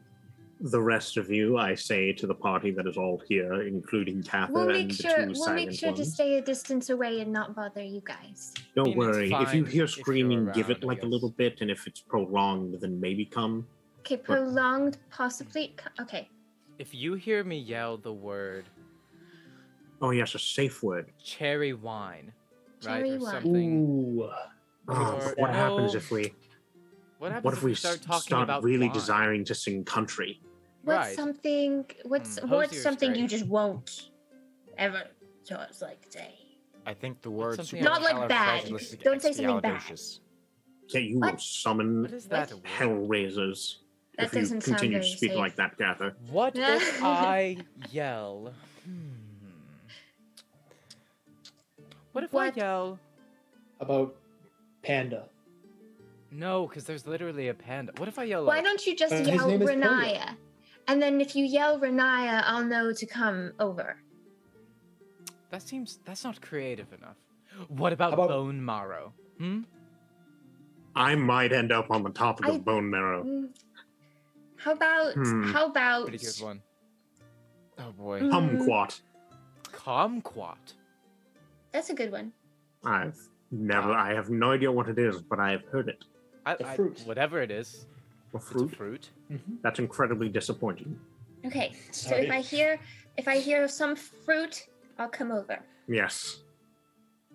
Speaker 3: The rest of you, I say to the party that is all here, including Cather
Speaker 5: We'll
Speaker 3: and
Speaker 5: make
Speaker 3: the
Speaker 5: sure
Speaker 3: two
Speaker 5: we'll
Speaker 3: silent
Speaker 5: make sure to
Speaker 3: ones.
Speaker 5: stay a distance away and not bother you guys.
Speaker 4: I
Speaker 3: Don't
Speaker 4: mean, it's
Speaker 3: worry. If you
Speaker 4: fine
Speaker 3: hear
Speaker 4: if you're
Speaker 3: screaming, give it
Speaker 4: around, I
Speaker 3: like a
Speaker 4: guess.
Speaker 3: little bit, and if it's prolonged, then maybe come.
Speaker 5: Okay, prolonged possibly. Okay,
Speaker 4: if you hear me yell the word
Speaker 3: Oh yes, a safe word.
Speaker 4: cherry wine right
Speaker 5: Cherry
Speaker 4: or
Speaker 5: wine.
Speaker 4: something
Speaker 2: ooh,
Speaker 3: Oh,
Speaker 4: Or-
Speaker 3: but what happens
Speaker 4: no.
Speaker 3: if we?
Speaker 4: what happens
Speaker 3: What if we
Speaker 4: start
Speaker 3: start,
Speaker 4: talking about
Speaker 3: really
Speaker 4: wine?
Speaker 3: desiring to sing country?
Speaker 5: what's
Speaker 4: right
Speaker 5: something? What's
Speaker 4: Hmm,
Speaker 5: what's
Speaker 4: Hosier's
Speaker 5: something you
Speaker 4: great.
Speaker 5: just won't ever to us like say?
Speaker 1: I think the word
Speaker 4: something Not
Speaker 5: like that.
Speaker 1: supercalifragilistic-
Speaker 5: Don't say something bad.
Speaker 1: expialidocious.
Speaker 3: Yeah, you will
Speaker 5: What?
Speaker 4: what
Speaker 3: summon
Speaker 4: is that a word?
Speaker 3: hellraisers
Speaker 5: That
Speaker 3: if you
Speaker 5: doesn't sound
Speaker 3: continue to
Speaker 5: very
Speaker 3: speak
Speaker 5: safe.
Speaker 3: like that, Gather.
Speaker 4: what if i yell hmm. what if
Speaker 5: What?
Speaker 4: i yell
Speaker 2: about Panda.
Speaker 4: no because there's literally a panda what if i yell
Speaker 5: Why
Speaker 4: like,
Speaker 5: don't you just
Speaker 2: Uh, his
Speaker 5: yell
Speaker 2: name is Polio.
Speaker 5: Renaya? And then if you yell Renaya, I'll know to come over.
Speaker 4: That seems that's not creative enough. What about,
Speaker 2: about-
Speaker 4: bone marrow? Hmm?
Speaker 3: I might end up on the top of the
Speaker 5: I-
Speaker 3: bone marrow.
Speaker 5: Mm. How about
Speaker 3: Hmm.
Speaker 5: how about
Speaker 4: Pretty good one.
Speaker 1: Oh boy.
Speaker 5: Mm.
Speaker 3: Kumquat.
Speaker 4: Comquat.
Speaker 5: That's a good one.
Speaker 3: I've never. I have no idea what it is, but I have heard it.
Speaker 4: I,
Speaker 2: The
Speaker 4: I-
Speaker 2: fruit.
Speaker 4: whatever it is,
Speaker 3: A
Speaker 4: it's
Speaker 3: fruit.
Speaker 4: a fruit.
Speaker 2: Mm-hmm.
Speaker 3: That's incredibly disappointing.
Speaker 5: Okay. So
Speaker 2: Sorry.
Speaker 5: if I hear if I hear some fruit, I'll come over.
Speaker 3: Yes.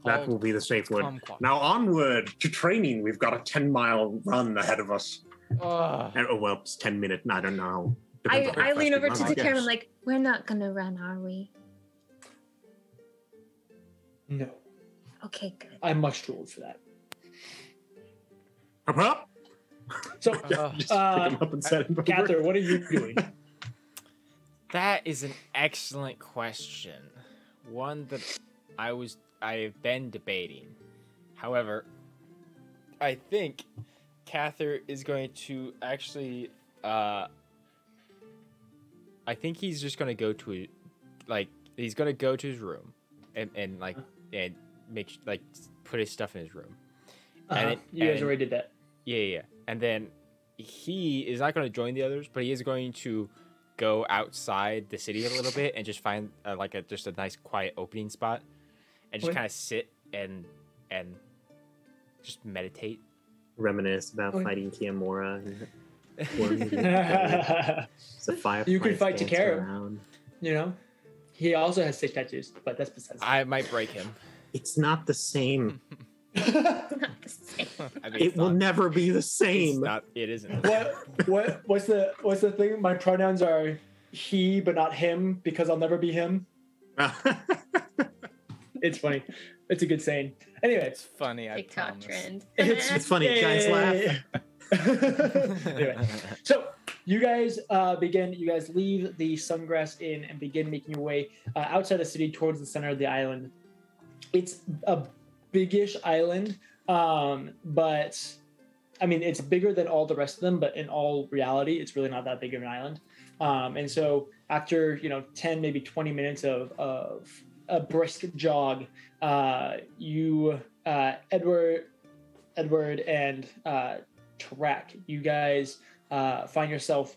Speaker 3: That will be the safe word.
Speaker 4: Kumquat.
Speaker 3: Now onward to training. We've got a ten mile run ahead of us.
Speaker 4: Ugh.
Speaker 3: And- Oh well, it's ten minute. I don't know. Depends
Speaker 5: I,
Speaker 3: on how
Speaker 5: I
Speaker 3: fast
Speaker 5: lean
Speaker 3: we
Speaker 5: over
Speaker 3: run,
Speaker 5: to
Speaker 3: I
Speaker 5: the camera.
Speaker 3: guess.
Speaker 5: I'm like, we're not gonna run, are we?
Speaker 2: No,
Speaker 5: Okay, good.
Speaker 2: I'm much too old for that.
Speaker 3: Hup, hup.
Speaker 2: So,
Speaker 4: Ugh.
Speaker 3: Just
Speaker 2: Uh,
Speaker 3: pick him up and set him over.
Speaker 2: Cather, what are you doing?
Speaker 1: That is an excellent question. One that I was I have been debating. However, I think Cather is going to actually uh I think he's just gonna go to like he's gonna go to his room and, and like and make like put his stuff in his room.
Speaker 2: Uh-huh.
Speaker 1: it-
Speaker 2: You guys
Speaker 1: and-
Speaker 2: already did that.
Speaker 1: Yeah, yeah. yeah. And then he is not going to join the others, but he is going to go outside the city a little bit and just find uh, like a just a nice quiet opening spot and just
Speaker 2: Okay.
Speaker 1: kind of sit and and just meditate.
Speaker 3: Reminisce about
Speaker 2: Okay.
Speaker 3: fighting Kiamura. And
Speaker 2: you
Speaker 3: the fire
Speaker 2: You could
Speaker 3: plants
Speaker 2: fight
Speaker 3: dance
Speaker 2: Takeru.
Speaker 3: around.
Speaker 2: know, he also has six tattoos, but that's besides.
Speaker 1: I might break him.
Speaker 3: It's not the same.
Speaker 5: Not the same.
Speaker 1: I mean,
Speaker 3: It
Speaker 1: it's
Speaker 3: will
Speaker 1: not-
Speaker 3: never be the
Speaker 1: It's
Speaker 3: same.
Speaker 1: not, it isn't.
Speaker 2: what what what's the what's the thing? My pronouns are he, but not him, because I'll never be him. It's funny. It's a good saying. Anyway,
Speaker 4: It's funny, I
Speaker 5: TikTok
Speaker 4: promise.
Speaker 5: trend.
Speaker 2: it's
Speaker 3: It's funny, guys laugh.
Speaker 2: laugh. anyway, so you guys uh, begin. You guys leave the Sungrass Inn and begin making your way uh, outside the city towards the center of the island. It's a biggish island, um, but I mean it's bigger than all the rest of them. But in all reality, it's really not that big of an island. Um, and so after you know ten, maybe twenty minutes of of a brisk jog, uh, you uh, Edward, Edward and uh, track, you guys uh, find yourself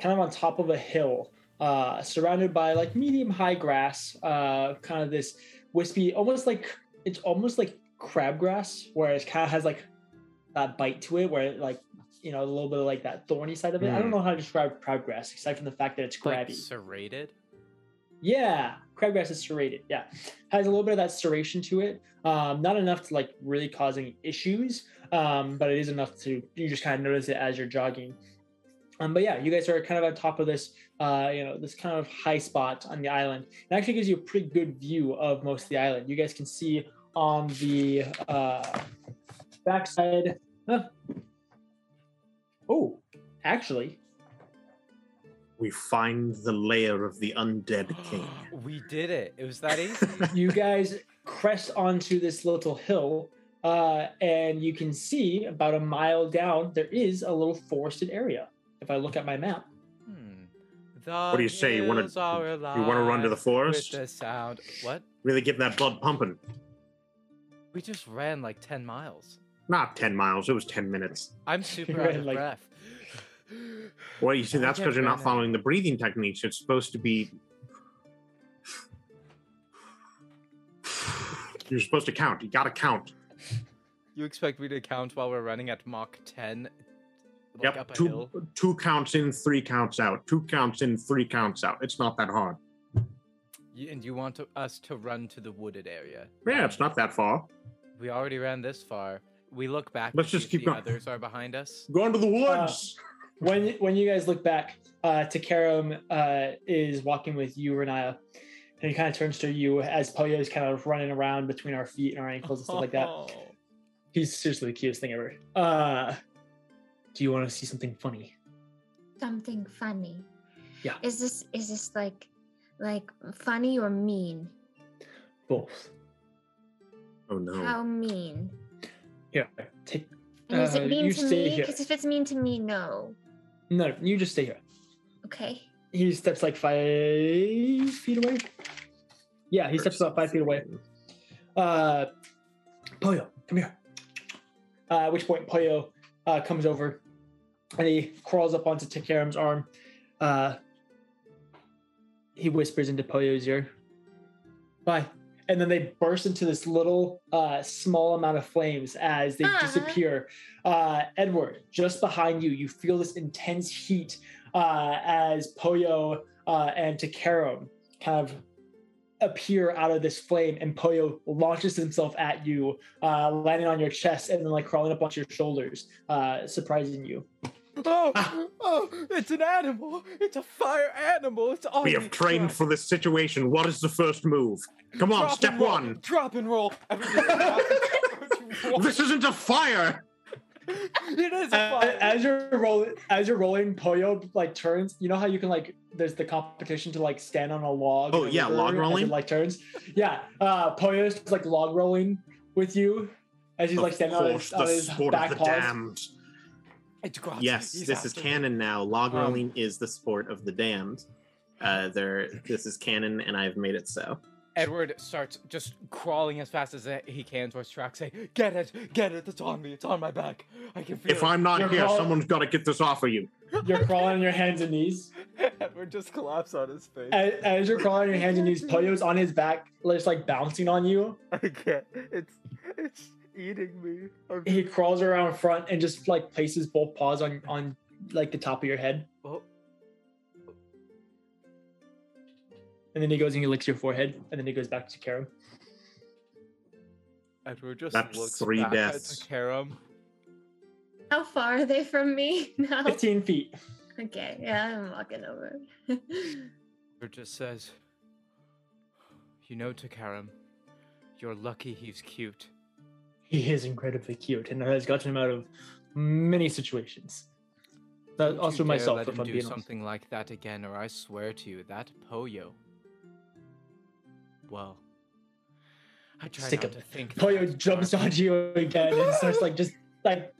Speaker 2: kind of on top of a hill, uh, surrounded by like medium high grass, uh, kind of this wispy, almost like it's almost like crabgrass, where it kind of has like that bite to it, where it, like you know a little bit of like that thorny side of it. I don't know how to describe crabgrass except from the fact that it's
Speaker 4: Like
Speaker 2: crabby.
Speaker 4: serrated.
Speaker 2: Yeah, crabgrass is serrated. Yeah, has a little bit of that serration to it. Um, not enough to like really cause any issues, um, but it is enough to you just kind of notice it as you're jogging. Um, but yeah, you guys are kind of on top of this, uh, you know, this kind of high spot on the island. It actually gives you a pretty good view of most of the island. You guys can see on the uh, backside. Huh. Oh, actually,
Speaker 3: We find the lair of the undead king.
Speaker 4: we did it. It was that easy.
Speaker 2: you guys crest onto this little hill, uh, and you can see about a mile down there is a little forested area. If I look at my map,
Speaker 4: Hmm. The
Speaker 3: do you say? You wanna-
Speaker 4: hills are
Speaker 3: you wanna run to the
Speaker 4: alive
Speaker 3: forest?
Speaker 4: With the sound. What?
Speaker 3: Really getting that blood pumping.
Speaker 4: We just ran like 10 miles.
Speaker 3: Not 10 miles, it was 10 minutes.
Speaker 4: I'm super out
Speaker 2: ran,
Speaker 4: of
Speaker 2: like-
Speaker 4: breath.
Speaker 3: Well, you see,
Speaker 4: I
Speaker 3: that's
Speaker 4: get
Speaker 3: because you're not
Speaker 4: running.
Speaker 3: following the breathing techniques. It's supposed to be. You're supposed to count. You gotta count.
Speaker 4: You expect me to count while we're running at Mach 10? Like
Speaker 3: Yep,
Speaker 4: up a
Speaker 3: two,
Speaker 4: hill?
Speaker 3: two counts in, three counts out. Two counts in, three counts out. It's not that hard.
Speaker 4: You, and you want to, us to run to the wooded area.
Speaker 3: Yeah, it's not that far.
Speaker 4: We already ran this far. We look back. to
Speaker 3: Let's
Speaker 4: see
Speaker 3: just
Speaker 4: if
Speaker 3: keep
Speaker 4: the
Speaker 3: going.
Speaker 4: others are behind us.
Speaker 3: Go into the
Speaker 2: Uh,
Speaker 3: woods.
Speaker 2: when when you guys look back, uh, Takaram uh, is walking with you, Renaya, and he kind of turns to you as Polio is kind of running around between our feet and our ankles and stuff like that.
Speaker 3: Oh.
Speaker 2: He's seriously the cutest thing ever. Uh, do you want to see something funny?
Speaker 5: Something funny.
Speaker 2: Yeah.
Speaker 5: Is this is this like like funny or mean?
Speaker 2: Both.
Speaker 3: oh no.
Speaker 5: How mean?
Speaker 2: Yeah. Take,
Speaker 5: And is
Speaker 2: Uh,
Speaker 5: it mean
Speaker 2: you
Speaker 5: to
Speaker 2: stay
Speaker 5: me?
Speaker 2: here.
Speaker 5: Because if it's mean to me, no.
Speaker 2: no, you just stay here.
Speaker 5: Okay.
Speaker 2: he steps like five feet away. Yeah, he steps about five feet away. Uh, Poyo, come here. Uh, at which point Poyo uh, comes over and he crawls up onto Takaram's arm. Uh, he whispers into Poyo's ear, "Bye." And then they burst into this little uh, small amount of flames as they
Speaker 5: Ah.
Speaker 2: disappear. Uh, Edward, just behind you, you feel this intense heat uh, as Poyo uh, and Takaram kind of appear out of this flame, and Poyo launches himself at you, uh, landing on your chest and then like crawling up onto your shoulders, uh, surprising you.
Speaker 3: Ah.
Speaker 4: Oh, oh, it's an animal. It's a fire animal. It's all
Speaker 3: We have trained for this situation. What is the first move? Come on, step one.
Speaker 4: Drop and roll. Everything drop and roll.
Speaker 3: This isn't a fire.
Speaker 4: it is a
Speaker 2: Uh,
Speaker 4: fire.
Speaker 2: as you're rolling, as you're rolling, Poyo like turns. You know how you can like there's the competition to like stand on a log. in
Speaker 3: Oh,
Speaker 2: a
Speaker 3: yeah,
Speaker 2: river
Speaker 3: log
Speaker 2: as it,
Speaker 3: rolling?
Speaker 2: like turns. Yeah, uh, Poyo's just, like log rolling with you as he's like
Speaker 3: Of
Speaker 2: standing on
Speaker 3: course,
Speaker 2: his, on
Speaker 3: the
Speaker 2: his
Speaker 3: sport
Speaker 2: back
Speaker 3: of the
Speaker 2: paws.
Speaker 3: damned.
Speaker 4: It's Grotz.
Speaker 3: Yes,
Speaker 4: He's
Speaker 3: this is
Speaker 4: after me.
Speaker 3: canon now. Log
Speaker 4: Um,
Speaker 3: rolling is the sport of the damned. Uh, there, this is canon, and I've made it so.
Speaker 4: Edward starts just crawling as fast as he can towards Track, saying, "Get it, get it! It's on me! It's on my back! I can feel
Speaker 3: If
Speaker 4: it."
Speaker 3: I'm not
Speaker 2: You're
Speaker 3: here,
Speaker 2: wrong.
Speaker 3: someone's got to get this off of you.
Speaker 2: You're crawling on your hands and knees.
Speaker 4: Edward just collapsed on his face.
Speaker 2: As, as you're crawling on your hands and knees, Poyo's on his back, just like bouncing on you.
Speaker 4: I can't. It's it's eating me. I'm-
Speaker 2: He crawls around front and just like places both paws on on like the top of your head,
Speaker 4: Oh,
Speaker 2: and then he goes and he licks your forehead, and then he goes back to Karam.
Speaker 4: Edward just
Speaker 3: That's
Speaker 4: looks
Speaker 3: three
Speaker 4: back
Speaker 3: deaths.
Speaker 4: at Karam.
Speaker 5: How far are they from me now?
Speaker 2: Fifteen feet.
Speaker 5: okay. Yeah, I'm walking over.
Speaker 4: Edward just says, "You know, Takaram, you're lucky he's cute.
Speaker 2: He is incredibly cute, and has gotten him out of many situations. That,
Speaker 4: Don't you
Speaker 2: also
Speaker 4: dare
Speaker 2: myself,
Speaker 4: let
Speaker 2: if
Speaker 4: him
Speaker 2: I'm
Speaker 4: do
Speaker 2: being honest.
Speaker 4: something like that again, or I swear to you, that Poyo. Well, I try
Speaker 2: Stick
Speaker 4: not
Speaker 2: him.
Speaker 4: to think. that
Speaker 2: Poyo
Speaker 4: that's
Speaker 2: jumps
Speaker 4: dark.
Speaker 2: on you again and starts like just like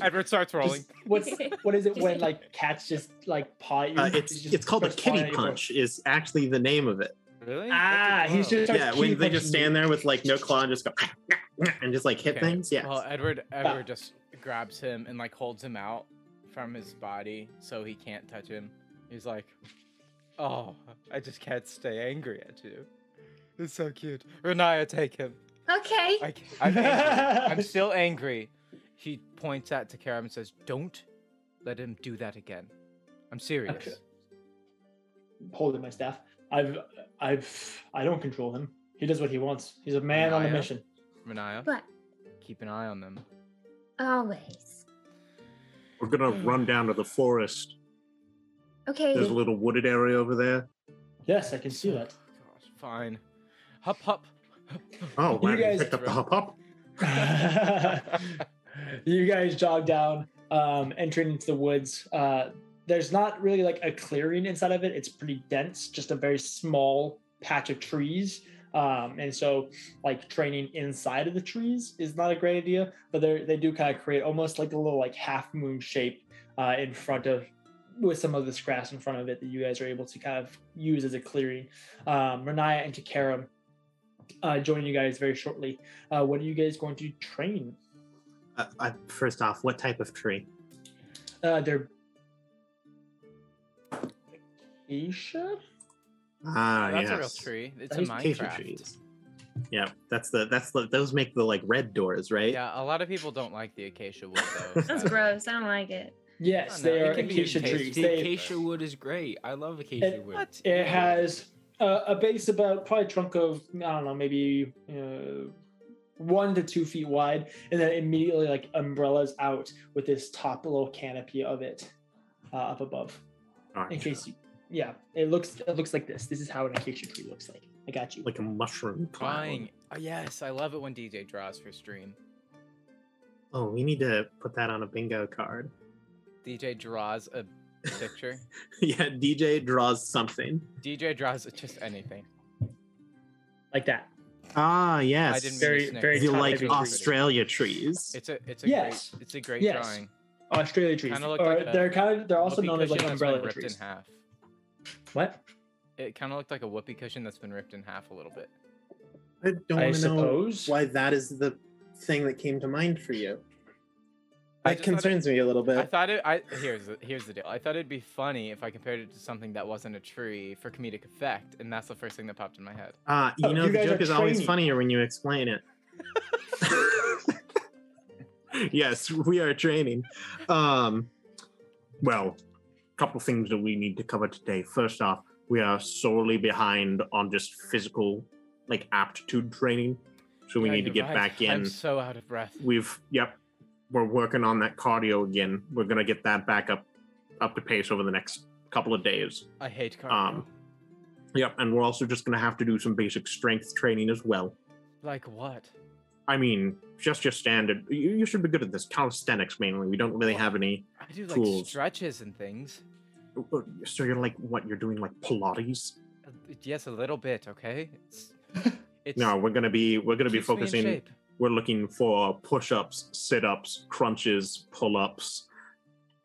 Speaker 4: Edward starts rolling.
Speaker 2: just, what's what is it when like cats just like paw you?
Speaker 3: Uh, it's
Speaker 2: Just
Speaker 3: it's called a
Speaker 2: starts pawing
Speaker 3: kitty
Speaker 2: at your foot.
Speaker 3: punch. Is actually the name of it.
Speaker 4: Really?
Speaker 2: Ah, he's just starts
Speaker 3: Yeah,
Speaker 2: kitty
Speaker 3: when they
Speaker 2: punching
Speaker 3: just
Speaker 2: you.
Speaker 3: stand there with like no claw and just go and just like hit
Speaker 4: Okay.
Speaker 2: uh,
Speaker 3: things. Yeah,
Speaker 2: Ah.
Speaker 4: Well, Edward, Edward just grabs him and like holds him out from his body so he can't touch him. He's like, "Oh, I just can't stay angry at you. It's so cute." Renaya, take him.
Speaker 5: Okay.
Speaker 4: I, am angry. I'm still angry. He points at Takaram and says, "Don't let him do that again. I'm serious."
Speaker 2: Okay. holding my staff. I've I've I don't control him. He does what he wants. He's a man on a
Speaker 4: Naya?
Speaker 2: mission.
Speaker 4: Renaya,
Speaker 5: But
Speaker 4: keep an eye on them.
Speaker 5: always.
Speaker 3: We're gonna run down to the forest.
Speaker 5: Okay.
Speaker 3: There's a little wooded area over there.
Speaker 2: Yes, I can see that.
Speaker 4: Gosh, fine. Hup hup.
Speaker 3: Oh, wow, you
Speaker 2: guys-
Speaker 3: picked up the hop up.
Speaker 2: you guys jog down, um, entering into the woods. Uh, there's not really like a clearing inside of it. It's pretty dense, just a very small patch of trees. Um, and so, like training inside of the trees is not a great idea. But they they do kind of create almost like a little like half moon shape uh, in front of with some of this grass in front of it that you guys are able to kind of use as a clearing. Um, Renaya and Takaram uh, join you guys very shortly. Uh, what are you guys going to train?
Speaker 8: Uh, I, first off, what type of tree?
Speaker 2: Uh, they're Asia?
Speaker 3: Ah,
Speaker 4: That's
Speaker 3: yes.
Speaker 4: a real tree. It's
Speaker 2: Those
Speaker 4: a
Speaker 8: Acacia
Speaker 4: Minecraft.
Speaker 8: trees. Yeah, that's the that's the those make the like red doors, right?
Speaker 4: Yeah, a lot of people don't like the acacia wood though.
Speaker 5: That's
Speaker 4: sadly.
Speaker 5: gross. I don't like it.
Speaker 2: Yes,
Speaker 4: No, no,
Speaker 2: they
Speaker 4: it
Speaker 2: are
Speaker 4: can be
Speaker 2: acacia
Speaker 4: tasty.
Speaker 2: trees.
Speaker 1: The
Speaker 2: They-
Speaker 1: acacia wood is great. I love acacia
Speaker 2: It-
Speaker 1: wood.
Speaker 4: What?
Speaker 2: it has uh, a base about probably a trunk of I don't know maybe uh, one to two feet wide, and then immediately like umbrellas out with this top little canopy of it uh, up above. In
Speaker 3: Gotcha.
Speaker 2: case you, yeah, it looks it looks like this. This is how an acacia tree looks like. I got you.
Speaker 3: Like a mushroom cloud.
Speaker 4: Drawing. Oh, yes, I love it when DJ draws for stream.
Speaker 8: Oh, we need to put that on a bingo card.
Speaker 4: DJ draws a picture.
Speaker 8: yeah, DJ draws something.
Speaker 4: DJ draws just anything.
Speaker 2: like that.
Speaker 8: Ah, yes.
Speaker 4: I didn't mean
Speaker 2: Very-
Speaker 4: to
Speaker 2: very
Speaker 4: snake.
Speaker 8: you
Speaker 2: top
Speaker 8: like
Speaker 2: heavy
Speaker 8: Australia trees.
Speaker 4: It's a it's a
Speaker 2: Yes.
Speaker 4: great it's a great
Speaker 2: Yes.
Speaker 4: drawing.
Speaker 2: Australia trees.
Speaker 4: Kinda look
Speaker 2: or
Speaker 4: like a
Speaker 2: they're kind of they're also
Speaker 4: Whoopee
Speaker 2: known as like
Speaker 4: cushion that's been
Speaker 2: umbrella
Speaker 4: ripped
Speaker 2: trees.
Speaker 4: in half.
Speaker 2: What?
Speaker 4: It kind of looked like a whoopee cushion that's been ripped in half a little bit.
Speaker 8: I don't
Speaker 2: I
Speaker 8: wanna know
Speaker 2: suppose.
Speaker 8: why that is the thing that came to mind for you.
Speaker 4: I
Speaker 8: That
Speaker 4: just thought it-
Speaker 8: concerns me a little
Speaker 4: I
Speaker 8: bit.
Speaker 4: thought it. I here's the, here's the deal. I thought it'd be funny if I compared it to something that wasn't a tree for comedic effect, and that's the first thing that popped in my head.
Speaker 3: Uh,
Speaker 8: Ah, you
Speaker 2: Oh,
Speaker 8: know
Speaker 2: you
Speaker 8: the
Speaker 2: guys
Speaker 8: joke
Speaker 2: are
Speaker 8: is always
Speaker 2: training.
Speaker 8: funnier when you explain it.
Speaker 3: yes, we are training. Um, well, a couple things that we need to cover today. First off, we are sorely behind on just physical, like aptitude training, so we
Speaker 4: Yeah,
Speaker 3: need to
Speaker 4: you're
Speaker 3: get
Speaker 4: right.
Speaker 3: back in.
Speaker 4: I'm so out of breath.
Speaker 3: We've yep, we're working on that cardio again. We're gonna get that back up, up to pace over the next couple of days.
Speaker 4: I hate cardio.
Speaker 3: Um, Yep, and we're also just gonna have to do some basic strength training as well.
Speaker 4: like what?
Speaker 3: I mean, just your standard. You, you should be good at this. Calisthenics mainly. We don't really have any.
Speaker 4: I do like
Speaker 3: Tools.
Speaker 4: stretches and things.
Speaker 3: So you're like what? You're doing like Pilates?
Speaker 4: Uh, Yes, a little bit. Okay. It's, it's
Speaker 3: No, we're gonna be we're gonna be
Speaker 4: keeps me in
Speaker 3: focusing.
Speaker 4: shape.
Speaker 3: We're looking for push-ups, sit-ups, crunches, pull-ups.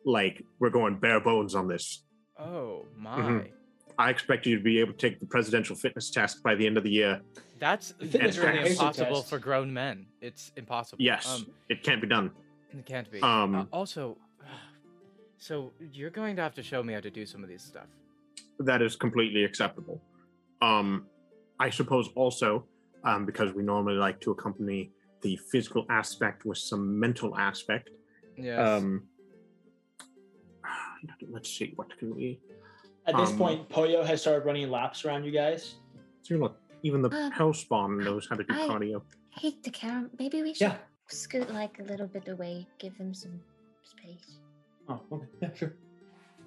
Speaker 3: Like we're going bare bones on this.
Speaker 4: Oh
Speaker 2: mm-hmm.
Speaker 4: my,
Speaker 3: I expect you to be able to take the presidential fitness test by the end of the year.
Speaker 4: that's
Speaker 2: Fitness
Speaker 4: literally
Speaker 3: preparation
Speaker 4: impossible
Speaker 2: test.
Speaker 4: for grown men. It's impossible.
Speaker 3: Yes,
Speaker 4: Um,
Speaker 3: it can't be done.
Speaker 4: it can't be. uh,
Speaker 3: Um,
Speaker 4: also, so you're going to have to show me how to do some of these stuff.
Speaker 3: that is completely acceptable. Um, I suppose also um, because we normally like to accompany the physical aspect with some mental aspect.
Speaker 4: Yes.
Speaker 3: Um, let's see, what can we?
Speaker 2: At this
Speaker 3: Um,
Speaker 2: point, Poyo has started running laps around you guys.
Speaker 3: So look, even the
Speaker 5: Um,
Speaker 3: hellspawn knows how to do
Speaker 5: I-
Speaker 3: cardio.
Speaker 5: Hey, Takaram, maybe we should
Speaker 2: Yeah.
Speaker 5: scoot like a little bit away, give him some space.
Speaker 2: Oh, okay. Yeah, sure.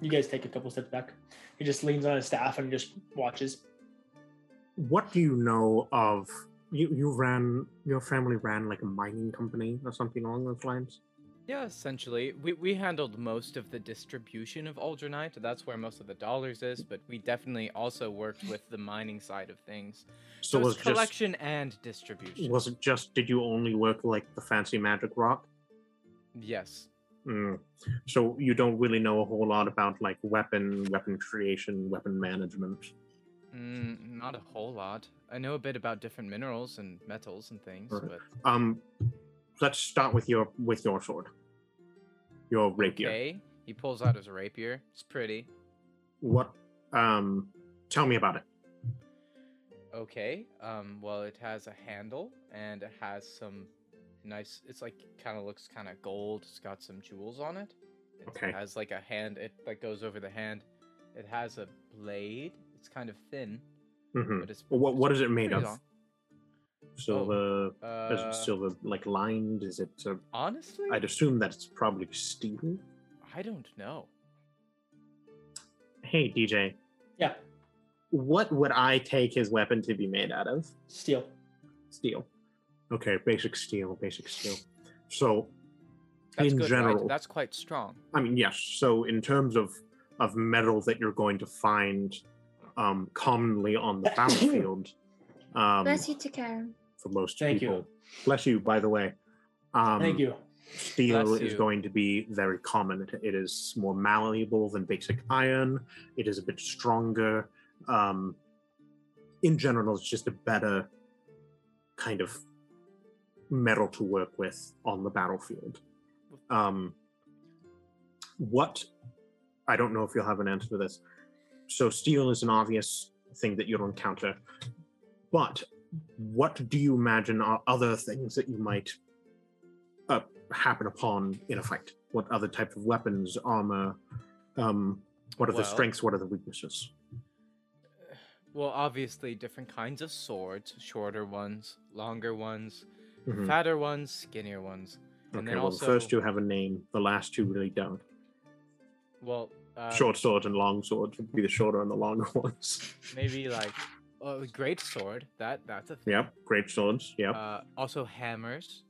Speaker 2: You guys take a couple steps back. He just leans on his staff and just watches.
Speaker 3: What do you know of? You you ran your family ran like a mining company or something along those lines.
Speaker 4: yeah, essentially, we, we handled most of the distribution of Aldrinite. That's where most of the dollars is, but we definitely also worked with the mining side of things.
Speaker 3: So,
Speaker 4: it's
Speaker 3: was just
Speaker 4: collection and distribution.
Speaker 3: was it just? Did you only work like the fancy magic rock?
Speaker 4: Yes.
Speaker 3: Mm. So you don't really know a whole lot about like weapon, weapon creation, weapon management.
Speaker 4: Mm, not a whole lot. I know a bit about different minerals and metals and things,
Speaker 3: Alright.
Speaker 4: but
Speaker 3: Um, let's start with your with your sword. your rapier.
Speaker 4: Okay. He pulls out his rapier. It's pretty.
Speaker 3: What? Um, tell me about it.
Speaker 4: Okay. Um, well, it has a handle and it has some nice. It's like kind of looks kind of gold. It's got some jewels on it. It
Speaker 3: Okay.
Speaker 4: has like a hand. It that goes over the hand. It has a blade. It's kind of thin,
Speaker 3: Mm-hmm.
Speaker 4: but it's
Speaker 3: Well, what- what
Speaker 4: it's
Speaker 3: is it made
Speaker 4: pretty
Speaker 3: of? Oh, Silver,
Speaker 4: long.
Speaker 3: is
Speaker 4: Uh,
Speaker 3: it silver like lined? Is it? Uh,
Speaker 4: honestly, I
Speaker 3: I'd
Speaker 4: d-
Speaker 3: assume that it's probably steel.
Speaker 4: I don't know.
Speaker 3: Hey DJ,
Speaker 2: Yeah,
Speaker 3: what would I take his weapon to be made out of?
Speaker 2: steel.
Speaker 3: Steel. Okay, basic steel, basic steel. So,
Speaker 4: That's
Speaker 3: in
Speaker 4: good, right?
Speaker 3: general,
Speaker 4: That's quite strong.
Speaker 3: I mean, yes. So in terms of of metal that you're going to find um, commonly on the battlefield, um,
Speaker 5: Bless you, Takara.
Speaker 3: for most
Speaker 2: Thank you.
Speaker 3: people. Bless you, by the way. Um,
Speaker 2: Thank you.
Speaker 3: Steel
Speaker 4: Bless
Speaker 3: is
Speaker 4: you.
Speaker 3: going to be very common. It- It is more malleable than basic iron. It is a bit stronger. Um, in general, it's just a better kind of metal to work with on the battlefield. Um, what I don't know if you'll have an answer to this. So, steel is an obvious thing that you'll encounter, but what do you imagine are other things that you might uh, happen upon in a fight? What other types of weapons, armor? Um, what are the
Speaker 4: Well-
Speaker 3: strengths? What are the weaknesses?
Speaker 4: Well, obviously, different kinds of swords: shorter ones, longer ones,
Speaker 3: Mhm.
Speaker 4: fatter ones, skinnier ones. And
Speaker 3: Okay,
Speaker 4: then
Speaker 3: well,
Speaker 4: also,
Speaker 3: the first two have a name. The last two really don't.
Speaker 4: well, uh,
Speaker 3: short swords and long swords would be the shorter and the longer ones.
Speaker 4: maybe like uh, a great sword. That that's a thing.
Speaker 3: Yep, great swords. Yep.
Speaker 4: Uh, also hammers.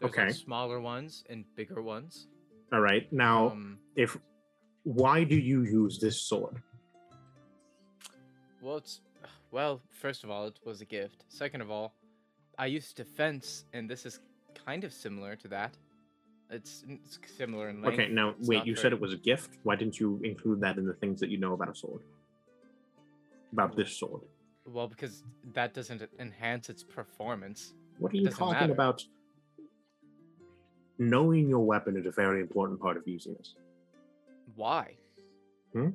Speaker 4: There's
Speaker 3: Okay.
Speaker 4: like smaller ones and bigger ones.
Speaker 3: All right. Now,
Speaker 4: Um,
Speaker 3: if why do you use this sword?
Speaker 4: well, it's well. First of all, it was a gift. Second of all, I used defense, and this is kind of similar to that. It's, it's similar in length.
Speaker 3: okay, now
Speaker 4: it's
Speaker 3: wait.
Speaker 4: not
Speaker 3: You said
Speaker 4: very-
Speaker 3: it was a gift. Why didn't you include that in the things that you know about a sword? About this sword.
Speaker 4: Well, because that doesn't enhance its performance.
Speaker 3: What are
Speaker 4: It
Speaker 3: you
Speaker 4: doesn't
Speaker 3: talking
Speaker 4: matter.
Speaker 3: about? Knowing your weapon is a very important part of using this.
Speaker 4: Why?
Speaker 3: Hmm?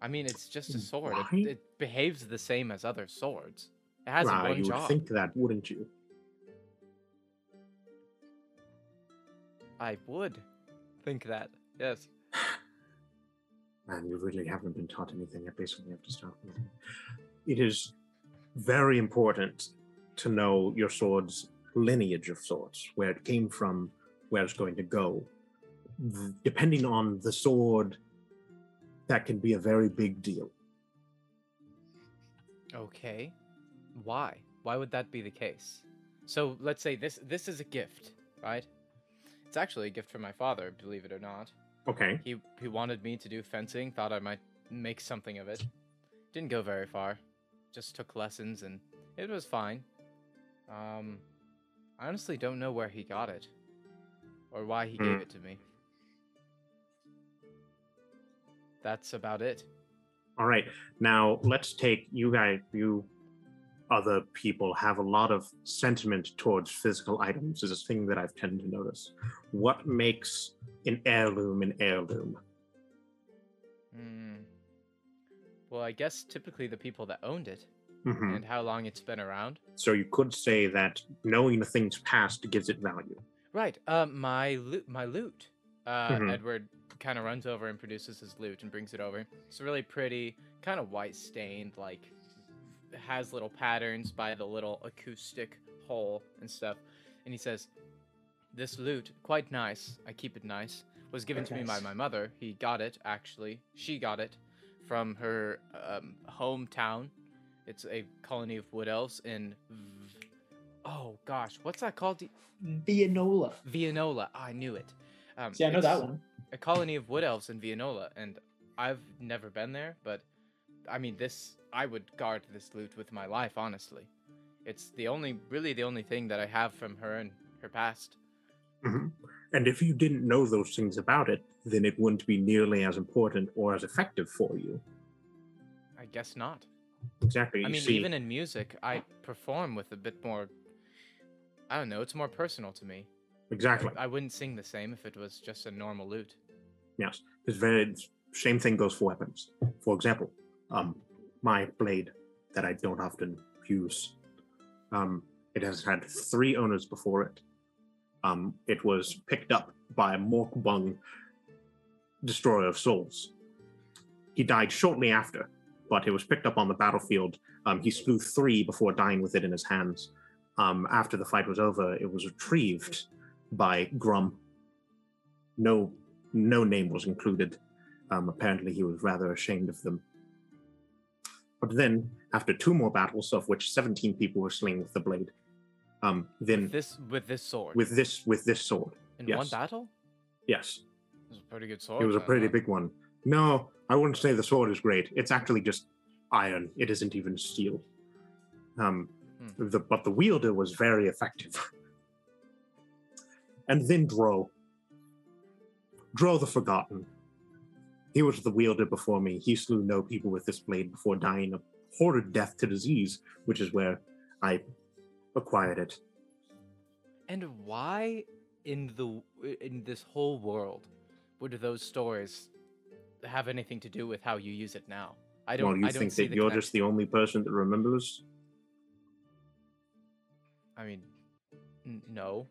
Speaker 4: I mean, it's just a sword.
Speaker 3: Why?
Speaker 4: It, it behaves the same as other swords. It has
Speaker 3: Ah,
Speaker 4: one
Speaker 3: you
Speaker 4: job.
Speaker 3: would think that, wouldn't you?
Speaker 4: I would think that. Yes.
Speaker 3: Man, you really haven't been taught anything. I basically have to start with it. It is very important to know your sword's lineage of sorts, where it came from, where it's going to go. Th- Depending on the sword, that can be a very big deal.
Speaker 4: Okay. Why? Why would that be the case? So let's say this this is a gift, right? It's actually a gift from my father, believe it or not.
Speaker 3: Okay.
Speaker 4: He he wanted me to do fencing, thought I might make something of it. Didn't go very far. Just took lessons and it was fine. Um I honestly don't know where he got it or why he gave
Speaker 3: Hmm.
Speaker 4: it to me. That's about it.
Speaker 3: All right. Now let's take you guys, you other people have a lot of sentiment towards physical items, is a thing that I've tended to notice. What makes an heirloom an heirloom?
Speaker 4: Hmm. Well, I guess typically the people that owned it
Speaker 3: Mhm.
Speaker 4: and how long it's been around.
Speaker 3: So you could say that knowing a thing's past gives it value.
Speaker 4: Right. Uh, my loot. My loot. Uh,
Speaker 3: Mhm.
Speaker 4: Edward kind of runs over and produces his loot and brings it over. It's really pretty, kind of white stained, like has little patterns by the little acoustic hole and stuff. And he says, "This loot, quite nice. I keep it nice. Was given to me by
Speaker 2: Nice.
Speaker 4: my mother. He got it actually. She got it from her um, hometown. It's a colony of wood elves in." V- oh gosh, what's that called?
Speaker 2: Vianola.
Speaker 4: Vianola. Ah, I knew it. Um,
Speaker 2: See, I know that
Speaker 4: it's
Speaker 2: one.
Speaker 4: A colony of wood elves in Vianola, and I've never been there, but I mean, this I would guard this loot with my life, honestly. It's the only, really, the only thing that I have from her and her past.
Speaker 3: And if you didn't know those things about it, then it wouldn't be nearly as important or as effective for you.
Speaker 4: I guess not.
Speaker 3: Exactly.
Speaker 4: I
Speaker 3: you
Speaker 4: mean,
Speaker 3: see,
Speaker 4: even in music, I perform with a bit more. I don't know. It's more personal to me.
Speaker 3: Exactly.
Speaker 4: I wouldn't sing the same if it was just a normal lute.
Speaker 3: Yes. It's very same thing goes for weapons. For example, um, my blade that I don't often use. Um, it has had three owners before it. Um, it was picked up by Morkbung, destroyer of souls. He died shortly after, but it was picked up on the battlefield. Um, he slew three before dying with it in his hands. Um, after the fight was over, it was retrieved by Grum. No, no name was included. Um, apparently, he was rather ashamed of them. But then, after two more battles, of which 17 people were slain with the blade, um,
Speaker 4: With
Speaker 3: then
Speaker 4: this with this sword.
Speaker 3: with this with this sword,
Speaker 4: in one
Speaker 3: yes.
Speaker 4: battle?
Speaker 3: yes,
Speaker 4: It was a pretty good sword.
Speaker 3: it was a
Speaker 4: then,
Speaker 3: pretty
Speaker 4: huh?
Speaker 3: big one. No, I wouldn't say the sword is great. It's actually just iron. It isn't even steel. Um,
Speaker 4: Hmm.
Speaker 3: the, but the wielder was very effective. and then Dro. Dro the Forgotten. He was the wielder before me. He slew no people with this blade before dying a horrid death to disease, which is where I acquired it.
Speaker 4: And why in the in this whole world would those stories have anything to do with how you use it now? I don't.
Speaker 3: well, you
Speaker 4: I don't
Speaker 3: think
Speaker 4: see
Speaker 3: that you're just
Speaker 4: connection.
Speaker 3: the only person that remembers?
Speaker 4: I mean, n- no.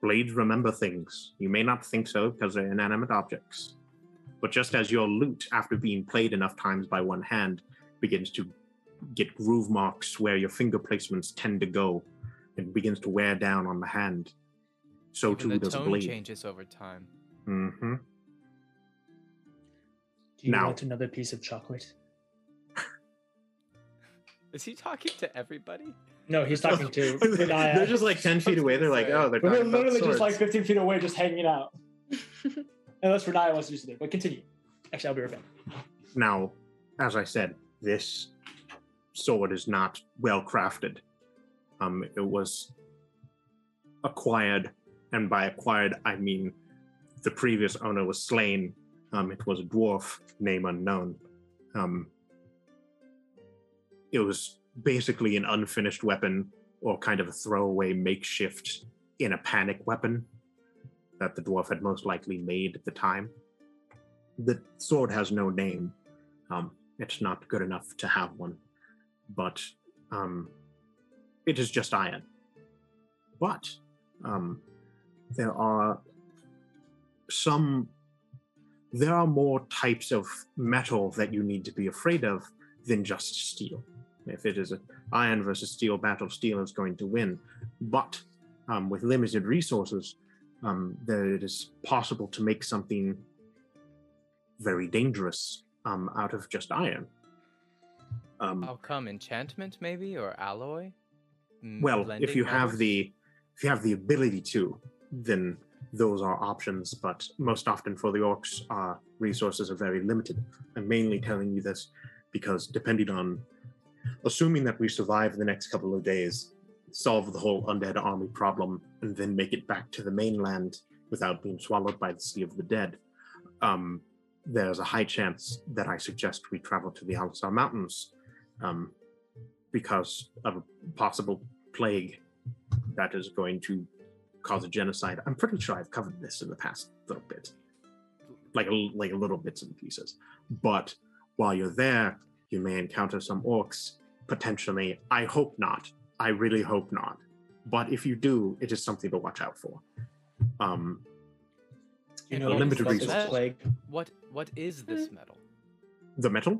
Speaker 3: Blades remember things. You may not think so because they're inanimate objects. But just as your lute, after being played enough times by one hand, begins to get groove marks where your finger placements tend to go and begins to wear down on the hand, so
Speaker 4: Even
Speaker 3: too
Speaker 4: the
Speaker 3: does a
Speaker 4: tone
Speaker 3: blade.
Speaker 4: changes over time.
Speaker 3: hmm
Speaker 2: Do you
Speaker 3: Now.
Speaker 2: want another piece of chocolate?
Speaker 4: Is he talking to everybody?
Speaker 2: No, he's talking to Vinaya.
Speaker 8: they're just like 10 feet away. They're like, oh, they're
Speaker 2: But We're
Speaker 8: talking about
Speaker 2: literally
Speaker 8: swords.
Speaker 2: just like 15 feet away, just hanging out. Unless Renaya wants to do something. But continue. Actually, I'll be right back.
Speaker 3: Now, as I said, this sword is not well crafted. Um, it was acquired, and by acquired, I mean the previous owner was slain. Um, it was a dwarf, name unknown. Um, it was basically an unfinished weapon or kind of a throwaway makeshift in a panic weapon that the dwarf had most likely made at the time the sword has no name. Um, it's not good enough to have one, but um, it is just iron. But um, there are some. There are more types of metal that you need to be afraid of than just steel. If it is an iron versus steel battle, steel is going to win. But um, with limited resources, um, there it is possible to make something very dangerous um, out of just iron. Um,
Speaker 4: How come enchantment maybe or alloy? M-
Speaker 3: well,
Speaker 4: Mm, blending
Speaker 3: if you have
Speaker 4: metals?
Speaker 3: the if you have the ability to, then those are options. But most often for the orcs, uh, resources are very limited. I'm mainly telling you this because depending on, assuming that we survive the next couple of days, solve the whole undead army problem, and then make it back to the mainland without being swallowed by the sea of the dead, um, there's a high chance that I suggest we travel to the Alistar Mountains. Um, because of a possible plague that is going to cause a genocide. I'm pretty sure I've covered this in the past little bit, like a, like a little bits and pieces. But while you're there, you may encounter some orcs potentially. I hope not. I really hope not. But if you do, it is something to watch out for. Um,
Speaker 2: You
Speaker 4: And
Speaker 2: know,
Speaker 4: what
Speaker 3: limited
Speaker 4: is this
Speaker 3: resources.
Speaker 4: metal?
Speaker 2: Plague.
Speaker 4: What what is this metal?
Speaker 3: the metal.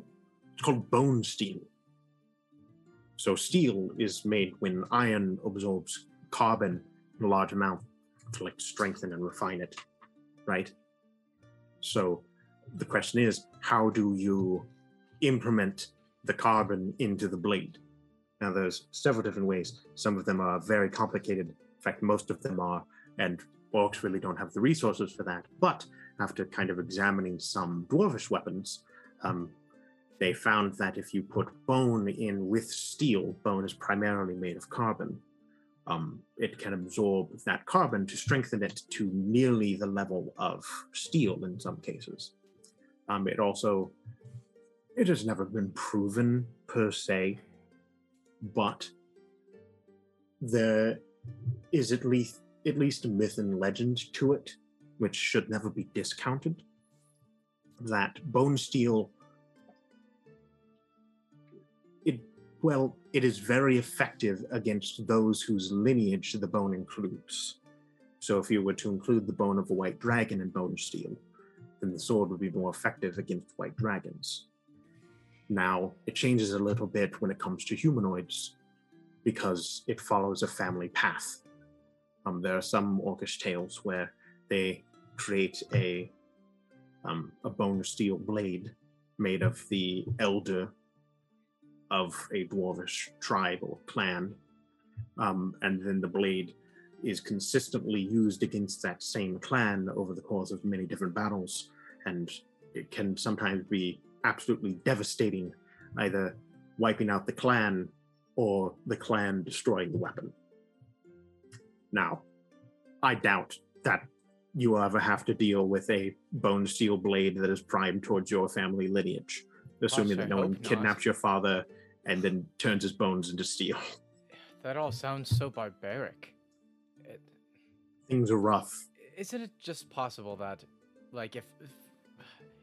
Speaker 3: It's called bone steel. So steel is made when iron absorbs carbon in a large amount to like strengthen and refine it, right? So the question is, how do you implement the carbon into the blade? Now there's several different ways. Some of them are very complicated. In fact, most of them are, and orcs really don't have the resources for that. But after kind of examining some dwarvish weapons, um, they found that if you put bone in with steel, bone is primarily made of carbon. Um, it can absorb that carbon to strengthen it to nearly the level of steel in some cases. Um, it also, it has never been proven per se, but there is at least at least myth and legend to it, which should never be discounted. That bone steel, it well, it is very effective against those whose lineage the bone includes. So, if you were to include the bone of a white dragon in bone steel, then the sword would be more effective against white dragons. Now, it changes a little bit when it comes to humanoids because it follows a family path. Um, there are some orcish tales where they create a um, a bone steel blade made of the elder of a dwarvish tribe or clan, um, and then the blade is consistently used against that same clan over the course of many different battles, and it can sometimes be absolutely devastating, either wiping out the clan or the clan destroying the weapon. Now, I doubt that you will ever have to deal with a bone steel blade that is primed towards your family lineage, assuming
Speaker 4: I
Speaker 3: that no one
Speaker 4: hope not.
Speaker 3: kidnaps your father and then turns his bones into steel.
Speaker 4: That all sounds so barbaric. It,
Speaker 3: Things are rough.
Speaker 4: isn't it just possible that, like, if, if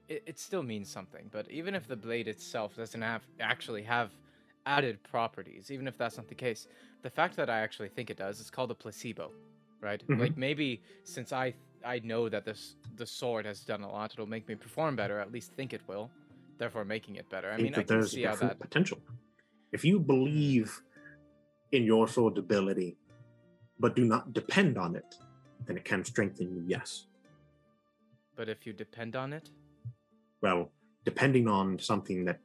Speaker 4: it, it still means something, but even if the blade itself doesn't have actually have added properties, even if that's not the case, the fact that I actually think it does is called a placebo, right?
Speaker 3: Mhm.
Speaker 4: Like maybe since I I know that this the sword has done a lot, it'll make me perform better. At least think it will, therefore making it better. I
Speaker 3: think
Speaker 4: mean, I
Speaker 3: that
Speaker 4: can
Speaker 3: there's
Speaker 4: see how that.
Speaker 3: definite potential. If you believe in your sword ability, but do not depend on it, then it can strengthen you. Yes.
Speaker 4: But if you depend on it,
Speaker 3: Well, depending on something that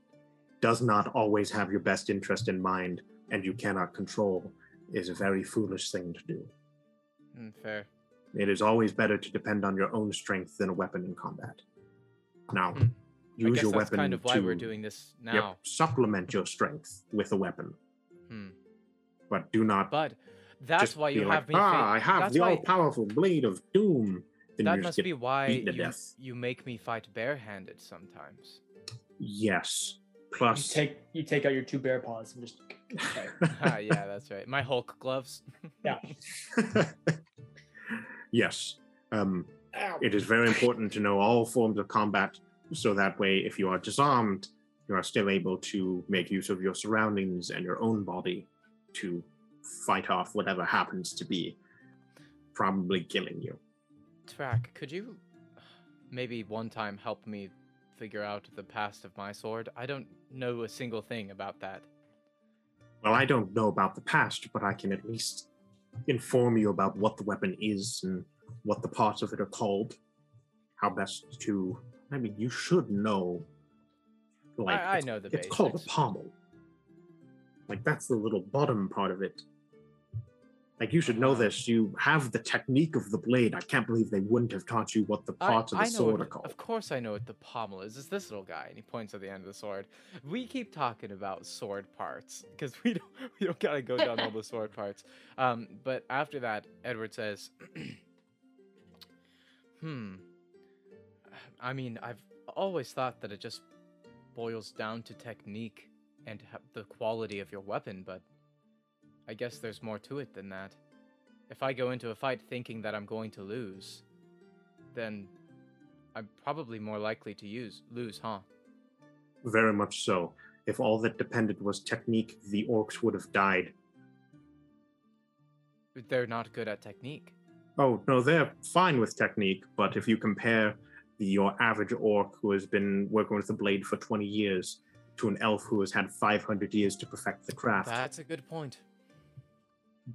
Speaker 3: does not always have your best interest in mind and you cannot control is a very foolish thing to do.
Speaker 4: hmm, fair.
Speaker 3: It is always better to depend on your own strength than a weapon in combat. Now,
Speaker 4: Hmm. I
Speaker 3: use
Speaker 4: guess
Speaker 3: your
Speaker 4: that's
Speaker 3: weapon
Speaker 4: kind of why
Speaker 3: to
Speaker 4: we're doing this
Speaker 3: yep,
Speaker 4: now.
Speaker 3: supplement your strength with a weapon,
Speaker 4: Hmm.
Speaker 3: but do not
Speaker 4: But that's
Speaker 3: just
Speaker 4: why you
Speaker 3: be
Speaker 4: have
Speaker 3: like,
Speaker 4: me. think-
Speaker 3: Ah, I have
Speaker 4: that's
Speaker 3: the
Speaker 4: why-
Speaker 3: all-powerful blade of doom. Then
Speaker 4: that
Speaker 3: you
Speaker 4: must
Speaker 3: just get,
Speaker 4: be why
Speaker 3: beaten to
Speaker 4: you,
Speaker 3: death.
Speaker 4: you make me fight barehanded sometimes.
Speaker 3: yes.
Speaker 2: You
Speaker 3: Plus,
Speaker 2: take you take out your two bear paws and just. Okay.
Speaker 4: Ah, yeah, that's right. My Hulk gloves.
Speaker 3: yes. Um,
Speaker 2: Ow.
Speaker 3: it is very important to know all forms of combat, so that way, if you are disarmed, you are still able to make use of your surroundings and your own body to fight off whatever happens to be probably killing you.
Speaker 4: Track, could you maybe one time help me figure out the past of my sword? I don't know a single thing about that.
Speaker 3: Well, I don't know about the past, but I can at least inform you about what the weapon is and what the parts of it are called. How best to. I mean, you should know. Like,
Speaker 4: I, I
Speaker 3: it's-
Speaker 4: know the
Speaker 3: It's
Speaker 4: basics.
Speaker 3: called a pommel. Like, that's the little bottom part of it. Like, you should know this. You have the technique of the blade. I can't believe they wouldn't have taught you what the
Speaker 4: I-
Speaker 3: parts
Speaker 4: I
Speaker 3: of the
Speaker 4: know
Speaker 3: sword
Speaker 4: what-
Speaker 3: are called.
Speaker 4: Of course, I know what the pommel is. It's this little guy, and he points at the end of the sword. We keep talking about sword parts because we don't we don't gotta go down all the sword parts. Um, but after that, Edward says, "Hmm. I mean, I've always thought that it just boils down to technique and ha- the quality of your weapon, but I guess there's more to it than that. If I go into a fight thinking that I'm going to lose." Then I'm probably more likely to use lose, huh?
Speaker 3: Very much so. If all that depended was technique, the orcs would have died
Speaker 4: They're not good at technique.
Speaker 3: Oh no, they're fine with technique, but if you compare the, your average orc who has been working with the blade for twenty years to an elf who has had five hundred years to perfect the craft,
Speaker 4: That's a good point.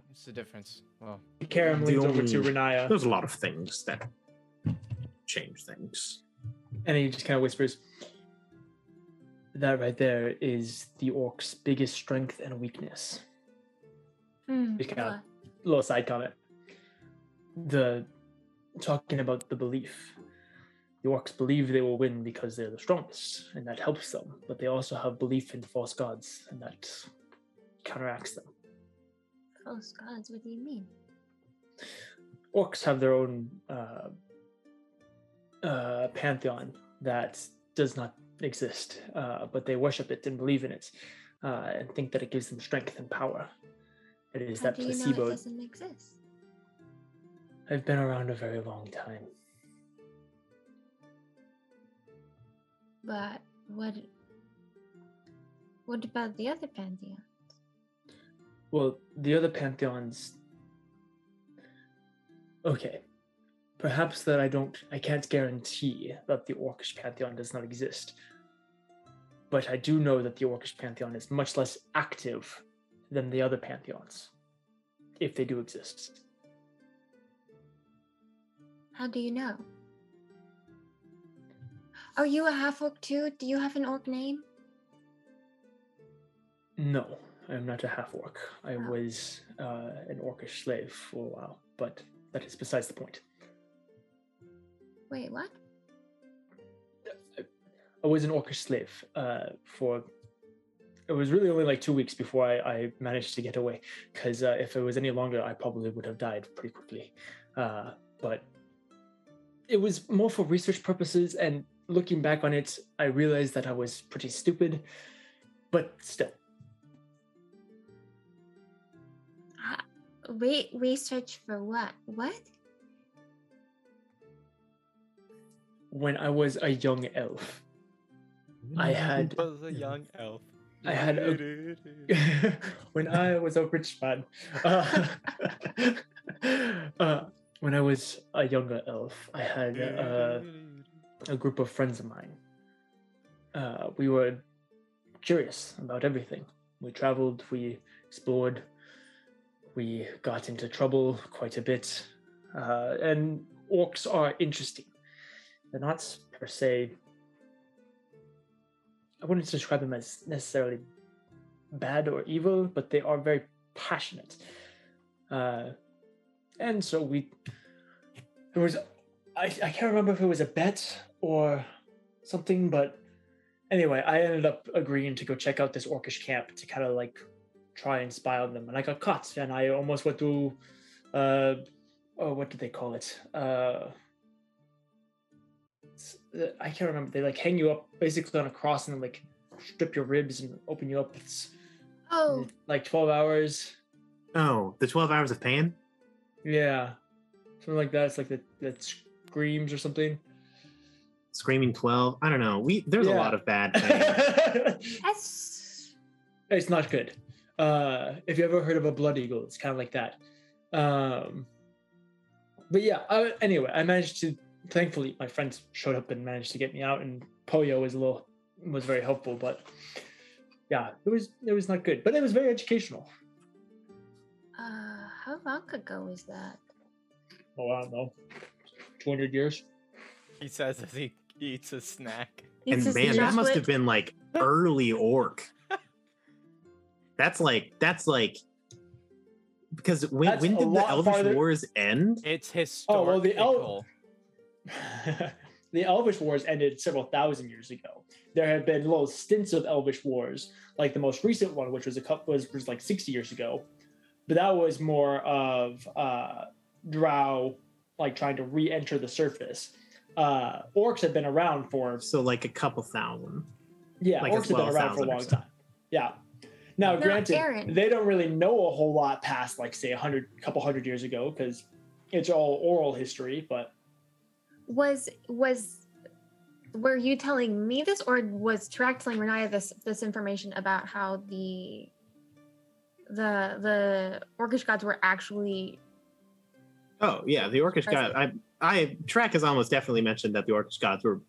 Speaker 4: What's the difference? Well,
Speaker 2: Karen
Speaker 3: The
Speaker 2: leans over to
Speaker 3: only-
Speaker 2: Renaya
Speaker 3: there's a lot of things that change things.
Speaker 2: and he just kind of whispers, "That right there is the orc's biggest strength and weakness."
Speaker 5: Hmm,
Speaker 2: Just
Speaker 5: well,
Speaker 2: kinda- little side comment. The talking about the belief. The orcs believe they will win because they're the strongest, and that helps them. But they also have belief in false gods, and that counteracts them.
Speaker 5: false gods, what do you mean?
Speaker 2: Orcs have their own uh, uh, pantheon that does not exist, uh, but they worship it and believe in it, uh, and think that it gives them strength and power. It is
Speaker 5: How
Speaker 2: that
Speaker 5: do you know
Speaker 2: placebo
Speaker 5: it doesn't exist?
Speaker 2: I've been around a very long time.
Speaker 5: But what? What about the other pantheon?
Speaker 2: Well, the other pantheons. Okay. Perhaps that I don't, I can't guarantee that the Orcish pantheon does not exist. But I do know that the Orcish pantheon is much less active than the other pantheons, if they do exist.
Speaker 5: How do you know? Are you a half orc too? Do you have an orc name?
Speaker 2: No, I am not a half orc. I
Speaker 5: Oh.
Speaker 2: was uh, an orcish slave for a while, but that is besides the point.
Speaker 5: Wait, what?
Speaker 2: I was an orcish slave uh, for. It was really only like two weeks before I, I managed to get away, because uh, if it was any longer, I probably would have died pretty quickly. Uh, but it was more for research purposes, and looking back on it, I realized that I was pretty stupid, but still.
Speaker 5: Re- research for what? What?
Speaker 2: when I was a young elf. I had
Speaker 4: was a young elf.
Speaker 2: I had a- when I was a rich man. Uh, uh, when I was a younger elf, I had uh, a group of friends of mine. Uh, we were curious about everything. We traveled, we explored, we got into trouble quite a bit. Uh, and orcs are interesting. They're not per se. I wouldn't describe them as necessarily bad or evil, but they are very passionate. Uh, and so we. There was I, I can't remember if it was a bet or something, but anyway, I ended up agreeing to go check out this orcish camp to kind of like try and spy on them. And I got caught, and I almost went through, uh, oh, what did they call it? Uh, s- uh, I can't remember. They like hang you up basically on a cross and then like strip your ribs and open you up. It's
Speaker 5: Oh,
Speaker 2: like 12 hours.
Speaker 3: Oh, the 12 hours of pain?
Speaker 2: Yeah. Something like that. It's like the, that screams or something.
Speaker 3: Screaming 12? I don't know. We There's
Speaker 2: Yeah.
Speaker 3: a lot of bad things.
Speaker 5: that's
Speaker 2: it's not good. Uh, if you ever heard of a blood eagle, it's kind of like that. Um, but yeah, I, anyway, I managed to. Thankfully, my friends showed up and managed to get me out. And Poyo was a little was very helpful, but yeah, it was it was not good. But it was very educational.
Speaker 5: uh, how long ago was that?
Speaker 2: Oh, I don't know, two hundred years.
Speaker 4: He says as he eats a snack.
Speaker 3: and
Speaker 5: It's just
Speaker 3: man, that must
Speaker 5: chocolate.
Speaker 3: have been like early orc. That's like, that's like, because when,
Speaker 2: That's
Speaker 3: when
Speaker 2: a
Speaker 3: did the
Speaker 2: lot
Speaker 3: Elvish
Speaker 2: farther-
Speaker 3: Wars end?
Speaker 4: It's historical.
Speaker 2: Oh, well, the elf- the Elvish Wars ended several thousand years ago. There have been little stints of Elvish Wars, like the most recent one, which was a couple was, was like sixty years ago, but that was more of uh, Drow like trying to re-enter the surface. Uh, orcs have been around for
Speaker 3: So, like a couple thousand.
Speaker 2: yeah,
Speaker 3: Like
Speaker 2: orcs have been around for a
Speaker 3: 12,000 or
Speaker 2: long
Speaker 3: something.
Speaker 2: time. Yeah. Now,
Speaker 5: Now,
Speaker 2: granted,
Speaker 5: Aaron.
Speaker 2: they don't really know a whole lot past like say a hundred, couple hundred years ago because it's all oral history, but.
Speaker 5: Was was were you telling me this, or was Tarak telling Renaya this this information about how the the the orcish gods were actually
Speaker 3: Oh yeah, the orcish god.
Speaker 5: Present.
Speaker 3: I I track has almost definitely mentioned that the orcish gods were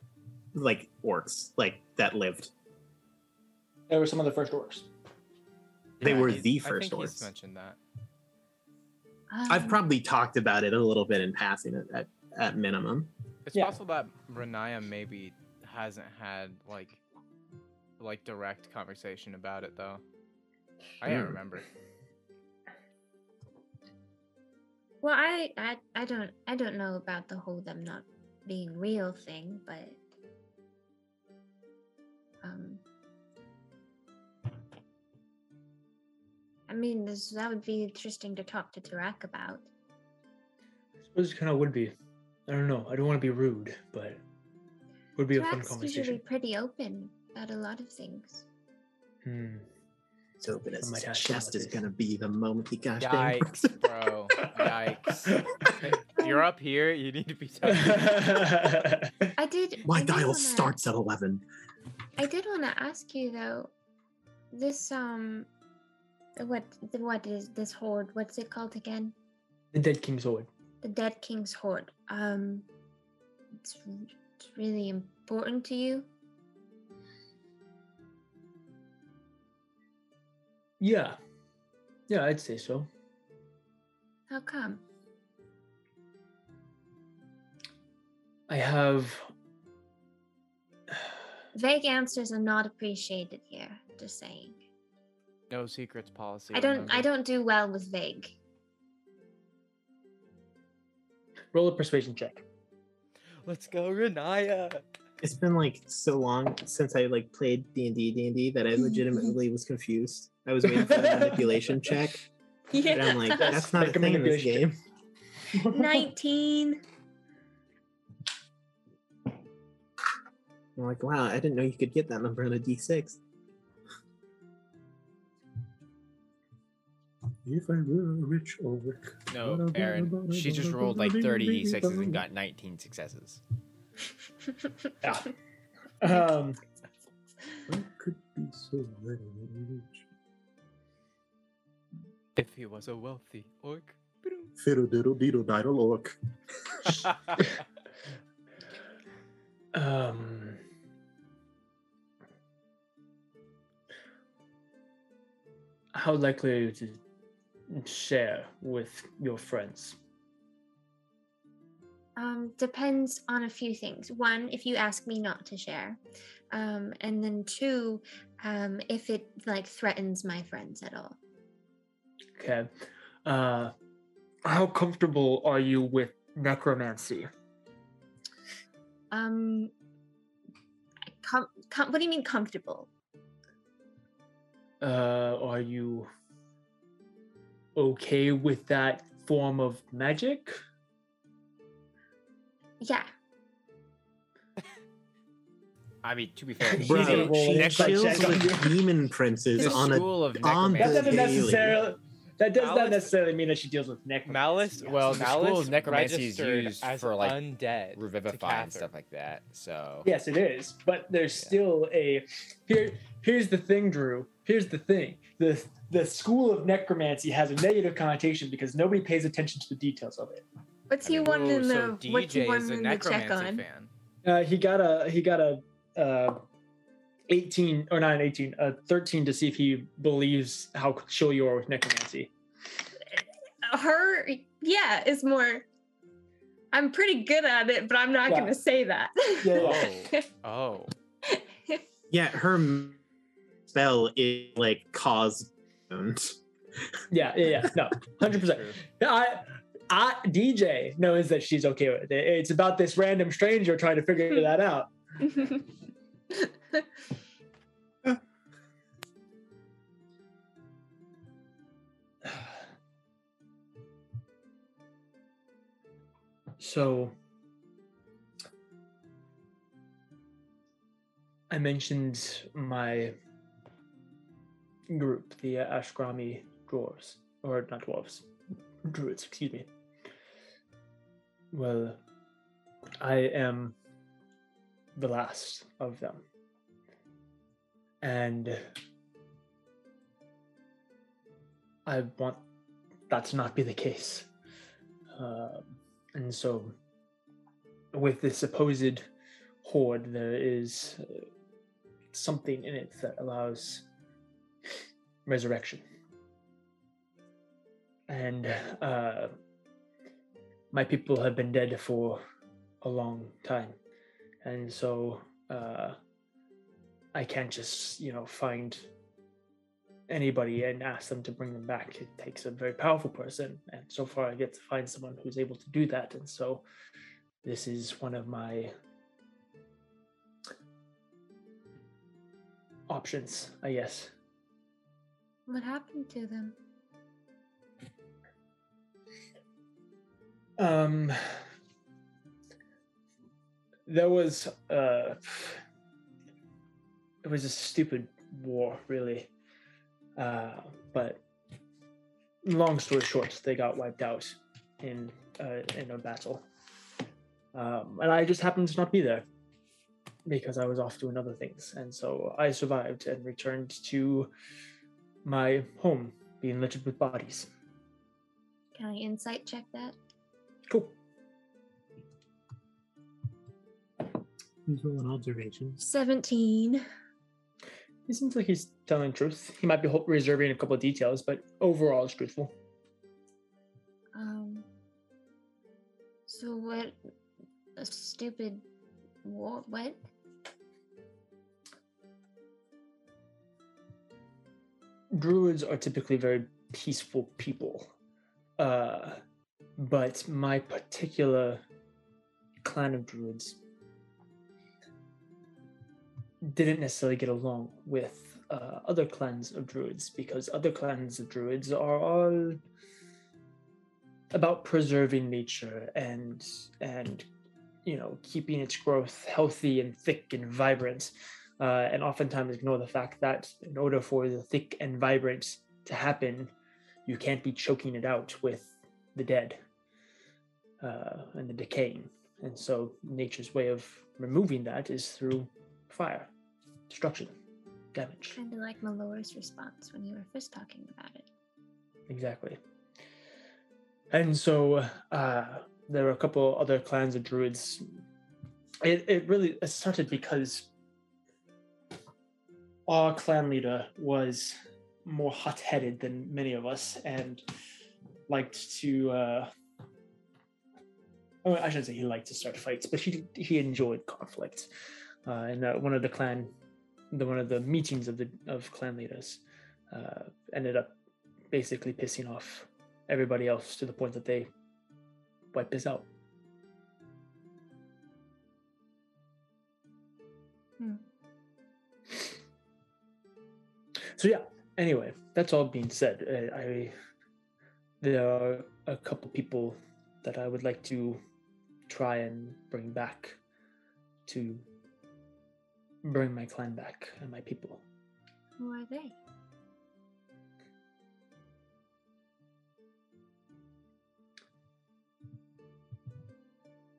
Speaker 3: like orcs, like that lived.
Speaker 2: They were some of the first orcs.
Speaker 3: They were
Speaker 4: he's-
Speaker 3: the
Speaker 4: I
Speaker 3: first
Speaker 4: think he's
Speaker 3: orcs.
Speaker 4: mentioned that.
Speaker 3: I've
Speaker 5: um,
Speaker 3: probably talked about it a little bit in passing at at, at minimum.
Speaker 4: It's
Speaker 2: Yeah.
Speaker 4: possible that Renaya maybe hasn't had like like direct conversation about it though. I can't
Speaker 3: Hmm.
Speaker 4: remember.
Speaker 5: Well, I, I I don't I don't know about the whole them not being real thing, but um I mean this that would be interesting to talk to Tarak about.
Speaker 2: I suppose it kind of would be. I don't know. I don't want to be rude, but would be a fun
Speaker 5: Tarak's usually
Speaker 2: conversation.
Speaker 5: pretty open about a lot of things.
Speaker 2: Hmm.
Speaker 8: It's open as
Speaker 2: Oh my
Speaker 8: his
Speaker 2: gosh,
Speaker 8: chest
Speaker 2: somebody-
Speaker 8: is gonna be the moment he gosh dang breaks
Speaker 4: Yikes, bro. Yikes. You're up here. You need to be touched.
Speaker 2: yeah,
Speaker 5: I did. I
Speaker 8: My
Speaker 5: did
Speaker 8: dial
Speaker 5: wanna-
Speaker 8: starts at eleven.
Speaker 5: I did want to ask you though. This um, what what is this horde? What's it called again?
Speaker 2: the dead king's sword.
Speaker 5: The Dead King's Horde. Um, it's, r- it's really important to you.
Speaker 2: Yeah, yeah, I'd say so.
Speaker 5: How come?
Speaker 2: I have.
Speaker 5: Vague answers are not appreciated here. Just saying.
Speaker 4: No secrets policy.
Speaker 5: I don't. I
Speaker 4: remember?
Speaker 5: don't do well with vague.
Speaker 2: Roll a persuasion check.
Speaker 4: Let's go, Renaya.
Speaker 8: It's been like so long since I like played D and D D and D that I legitimately was confused. I was waiting for the manipulation check, and I'm like, that's not a
Speaker 2: Make a
Speaker 8: thing in this
Speaker 2: manipulation
Speaker 8: game.
Speaker 5: Nineteen.
Speaker 8: I'm like, wow, I didn't know you could get that number on a D6.
Speaker 3: If I were rich or wick.
Speaker 1: No, Aaron. She just rolled like 30 sixes and got 19 successes.
Speaker 2: Yeah. Um,
Speaker 3: I could be so rich.
Speaker 4: If he was a wealthy orc.
Speaker 3: Fiddle diddle diddle diddle orc.
Speaker 2: um, how likely are you to share with your friends?
Speaker 5: Um, depends on a few things. One, if you ask me not to share, um, and then two, um, if it like threatens my friends at all.
Speaker 2: Okay. Uh, how comfortable are you with necromancy?
Speaker 5: Um, com- com- what do you mean comfortable?
Speaker 2: Uh, are you okay with that form of magic?
Speaker 5: Yeah.
Speaker 1: I mean, to be fair, she
Speaker 8: Bro,
Speaker 1: did-
Speaker 2: roll
Speaker 8: she
Speaker 2: insight
Speaker 8: chills
Speaker 2: check on
Speaker 8: with demon princes
Speaker 1: the
Speaker 8: on a
Speaker 1: school of
Speaker 8: on the
Speaker 2: That
Speaker 8: That's
Speaker 2: doesn't
Speaker 8: Daily.
Speaker 2: necessarily. That does not
Speaker 4: Malice-
Speaker 2: necessarily mean that she deals with necromancy.
Speaker 4: Malice.
Speaker 2: yes.
Speaker 1: well,
Speaker 4: Well,
Speaker 1: the school of
Speaker 4: malice.
Speaker 1: necromancy is
Speaker 4: registered
Speaker 1: used
Speaker 4: as
Speaker 1: for, like,
Speaker 4: undead to
Speaker 1: revivify and
Speaker 4: Cather.
Speaker 1: stuff like that. So
Speaker 2: Yes, it is. But there's
Speaker 1: Yeah.
Speaker 2: still a here. Here's the thing, Drew. Here's the thing. The the school of necromancy has a negative connotation because nobody pays attention to the details of it.
Speaker 5: What's
Speaker 1: I
Speaker 5: he
Speaker 1: mean,
Speaker 5: wanting
Speaker 4: Ooh,
Speaker 5: to
Speaker 4: so
Speaker 5: know? What's he
Speaker 4: DJ is a
Speaker 5: wanting to check
Speaker 4: necromancy
Speaker 5: on?
Speaker 4: fan.
Speaker 2: Uh, he got a he got a uh, eighteen or not an eighteen, a thirteen to see if he believes how chill you are with necromancy.
Speaker 5: Her, yeah, is more. I'm pretty good at it, but I'm not
Speaker 2: Yeah.
Speaker 5: gonna say that.
Speaker 2: Yeah,
Speaker 4: Oh.
Speaker 8: yeah. Her m- spell is like cause. wounds.
Speaker 2: Yeah, yeah, yeah. No, hundred percent. I, I DJ knows that she's okay with it. It's about this random stranger trying to figure that out.
Speaker 4: Oh.
Speaker 2: So I mentioned my group, the uh, Ashgrami dwarves, or not dwarves, druids, excuse me. Well, I am the last of them. And I want that to not be the case. Um and so, with this supposed horde, there is uh, something in it that allows resurrection. And uh, my people have been dead for a long time. And so uh, I can't just, you know, find anybody and ask them to bring them back. It takes a very powerful person. And so far, I get to find someone who's able to do that. And so this is one of my options, I guess.
Speaker 5: what happened to them?
Speaker 2: Um, there was uh, it was a stupid war, really. Uh, but long story short, they got wiped out in uh, in a battle, um, and I just happened to not be there because I was off doing other things, and so I survived and returned to my home, being littered with bodies.
Speaker 5: Can I insight check that?
Speaker 2: Cool.
Speaker 8: He's rolling observations.
Speaker 5: 17.
Speaker 2: He seems like he's telling truth. He might be ho- reserving a couple of details, but overall, it's truthful.
Speaker 5: Um, so what? A stupid war? What?
Speaker 2: Druids are typically very peaceful people, uh, but my particular clan of druids didn't necessarily get along with uh, other clans of druids because other clans of druids are all about preserving nature and and you know keeping its growth healthy and thick and vibrant uh, and oftentimes ignore the fact that in order for the thick and vibrant to happen you can't be choking it out with the dead uh, and the decaying and so nature's way of removing that is through fire, destruction, damage.
Speaker 5: Kind of like Malor's response when you were first talking about it.
Speaker 2: Exactly. And so uh, there were a couple other clans of druids. It, it really it started because our clan leader was more hot headed than many of us and liked to. Uh, oh, I shouldn't say he liked to start fights, but he, he enjoyed conflict uh, in uh, one of the clan, the one of the meetings of the of clan leaders, uh, ended up basically pissing off everybody else to the point that they wiped us out.
Speaker 5: Hmm.
Speaker 2: So yeah. Anyway, that's all being said. I, I there are a couple people that I would like to try and bring back to bring my clan back and my people.
Speaker 5: Who are they?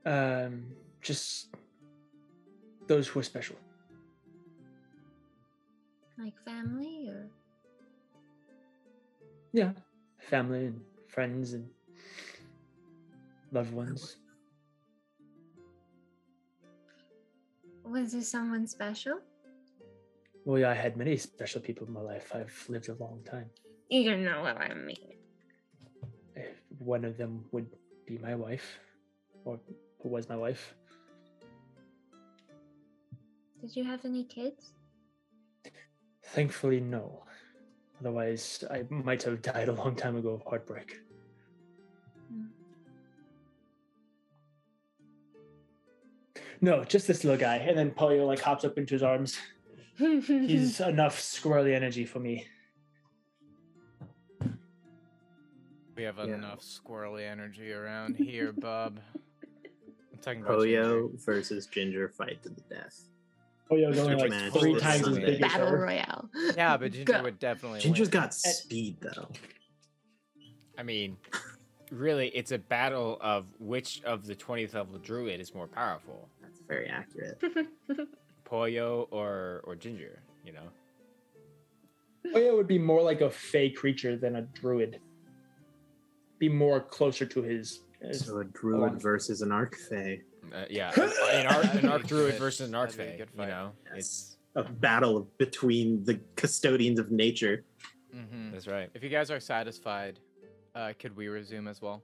Speaker 2: Um, just those who are special.
Speaker 5: Like family or
Speaker 2: Yeah, family and friends and loved ones.
Speaker 5: was there someone special?
Speaker 2: Well, yeah, I had many special people in my life. I've lived a long time.
Speaker 5: You don't know what I mean.
Speaker 2: One of them would be my wife, or who was my wife.
Speaker 5: Did you have any kids?
Speaker 2: Thankfully, no. Otherwise, I might have died a long time ago of heartbreak. No, just this little guy. And then Polio like hops up into his arms.
Speaker 5: Mm-hmm.
Speaker 2: He's enough squirrely energy for me.
Speaker 4: We have enough squirrely energy around here, bub. I'm talking about
Speaker 8: Polio versus Ginger fight to the death.
Speaker 2: Polio's only
Speaker 8: Switch
Speaker 2: like
Speaker 8: match.
Speaker 2: three
Speaker 8: Full
Speaker 2: times as
Speaker 8: summit.
Speaker 2: big as
Speaker 5: Battle
Speaker 2: her.
Speaker 5: Royale.
Speaker 4: Ginger. Yeah, but Ginger
Speaker 5: Go.
Speaker 4: would definitely
Speaker 8: Ginger's
Speaker 4: win.
Speaker 8: got speed though.
Speaker 1: I mean, really, it's a battle of which of the 20th level druid is more powerful,
Speaker 8: That's very accurate.
Speaker 1: Pollo or or Ginger. You know,
Speaker 2: Polio would be more like a fey creature than a druid. Be more closer to his. his-
Speaker 8: So a druid versus an archfey.
Speaker 1: uh, yeah, an, arc, an arc druid versus an
Speaker 4: That'd be a
Speaker 1: archfey.
Speaker 4: good
Speaker 1: You
Speaker 4: fight.
Speaker 1: know,
Speaker 8: Yes. A battle between the custodians of nature.
Speaker 1: it's
Speaker 4: Mhm.
Speaker 1: that's right.
Speaker 4: If you guys are satisfied, uh, could we resume as well?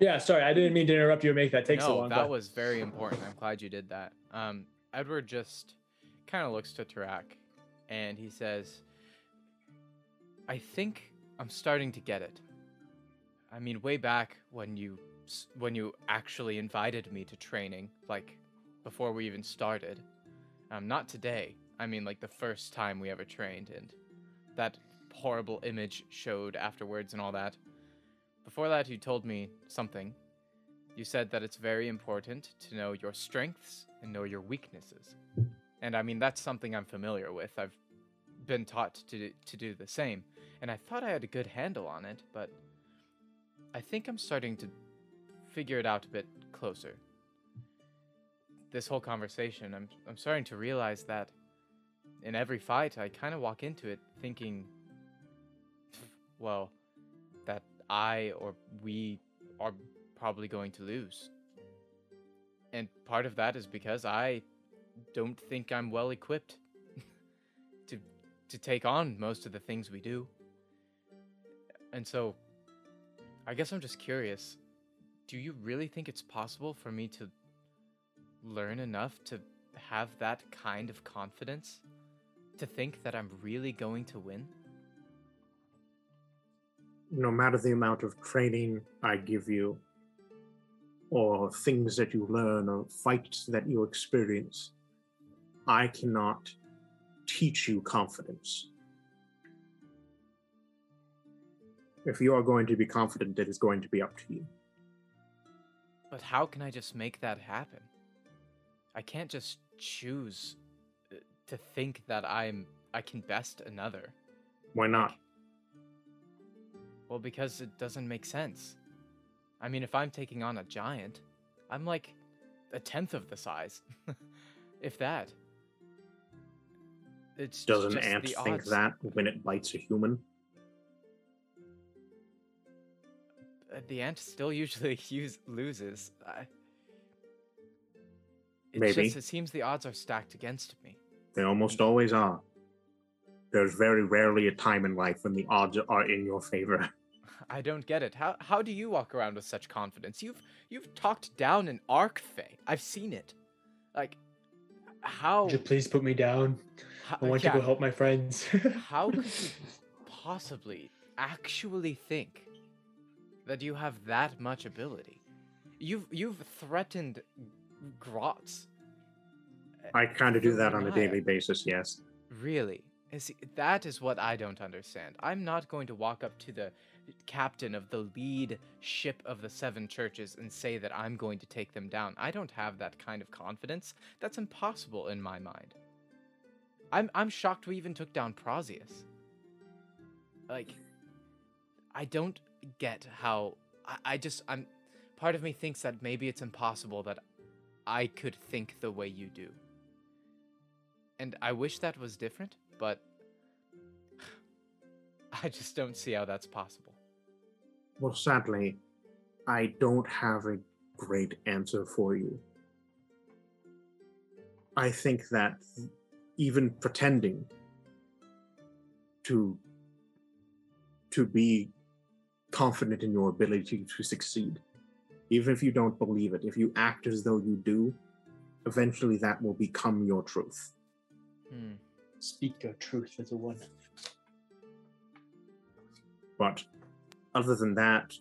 Speaker 2: Yeah, sorry, I didn't mean to interrupt you and make that take
Speaker 4: no,
Speaker 2: so long.
Speaker 4: that
Speaker 2: but-
Speaker 4: was very important. I'm glad you did that. Um, Edward just kind of looks to Tarak, and he says, "I think I'm starting to get it. I mean, way back when you s- when you actually invited me to training, like before we even started. Um, not today. I mean, like the first time we ever trained, and that horrible image showed afterwards and all that. Before that, you told me something." You said that it's very important to know your strengths and know your weaknesses. And I mean, that's something I'm familiar with. I've been taught to, to do the same. and I thought I had a good handle on it, but I think I'm starting to figure it out a bit closer. This whole conversation, I'm I'm starting to realize that in every fight I kind of walk into it thinking well that I or we are probably going to lose. And part of that is because I don't think I'm well equipped to to take on most of the things we do. And so I guess I'm just curious. Do you really think it's possible for me to learn enough to have that kind of confidence to think that I'm really going to win?
Speaker 3: No matter the amount of training I give you, or things that you learn, or fights that you experience, I cannot teach you confidence. If you are going to be confident, it is going to be up to you.
Speaker 4: But how can I just make that happen? I can't just choose uh, to think that I'm I can best another.
Speaker 3: Why not?
Speaker 4: Well, because it doesn't make sense. I mean, if I'm taking on a giant, I'm like a tenth of the size, if that. It's
Speaker 3: Does an
Speaker 4: just
Speaker 3: ant
Speaker 4: the
Speaker 3: think
Speaker 4: odds.
Speaker 3: that when it bites a human?
Speaker 4: Uh, The ant still usually use, loses. I... It's
Speaker 3: Maybe.
Speaker 4: just it seems the odds are stacked against me.
Speaker 3: They
Speaker 4: Mm-hmm.
Speaker 3: almost always are. There's very rarely a time in life when the odds are in your favor.
Speaker 4: I don't get it. How how do you walk around with such confidence? You've you've talked down an arc fey. I've seen it. Like how
Speaker 2: Would you please put me down?
Speaker 4: how,
Speaker 2: I want
Speaker 4: yeah,
Speaker 2: to go help my friends.
Speaker 4: how could you possibly actually think that you have that much ability? You've you've threatened Grotz.
Speaker 3: I kind of do that on a
Speaker 4: Denial.
Speaker 3: daily basis, yes.
Speaker 4: Really? Is that is what I don't understand. I'm not going to walk up to the captain of the lead ship of the seven churches and say that I'm going to take them down. I don't have that kind of confidence. That's impossible in my mind. I'm I'm shocked we even took down Prozius. Like I don't get how I, I just I'm part of me thinks that maybe it's impossible that I could think the way you do. And I wish that was different, but I just don't see how that's possible.
Speaker 3: Well, sadly, I don't have a great answer for you. I think that even pretending to to be confident in your ability to succeed, even if you don't believe it, if you act as though you do, eventually that will become your truth.
Speaker 4: Hmm.
Speaker 2: Speak your truth as a one.
Speaker 3: But other than that,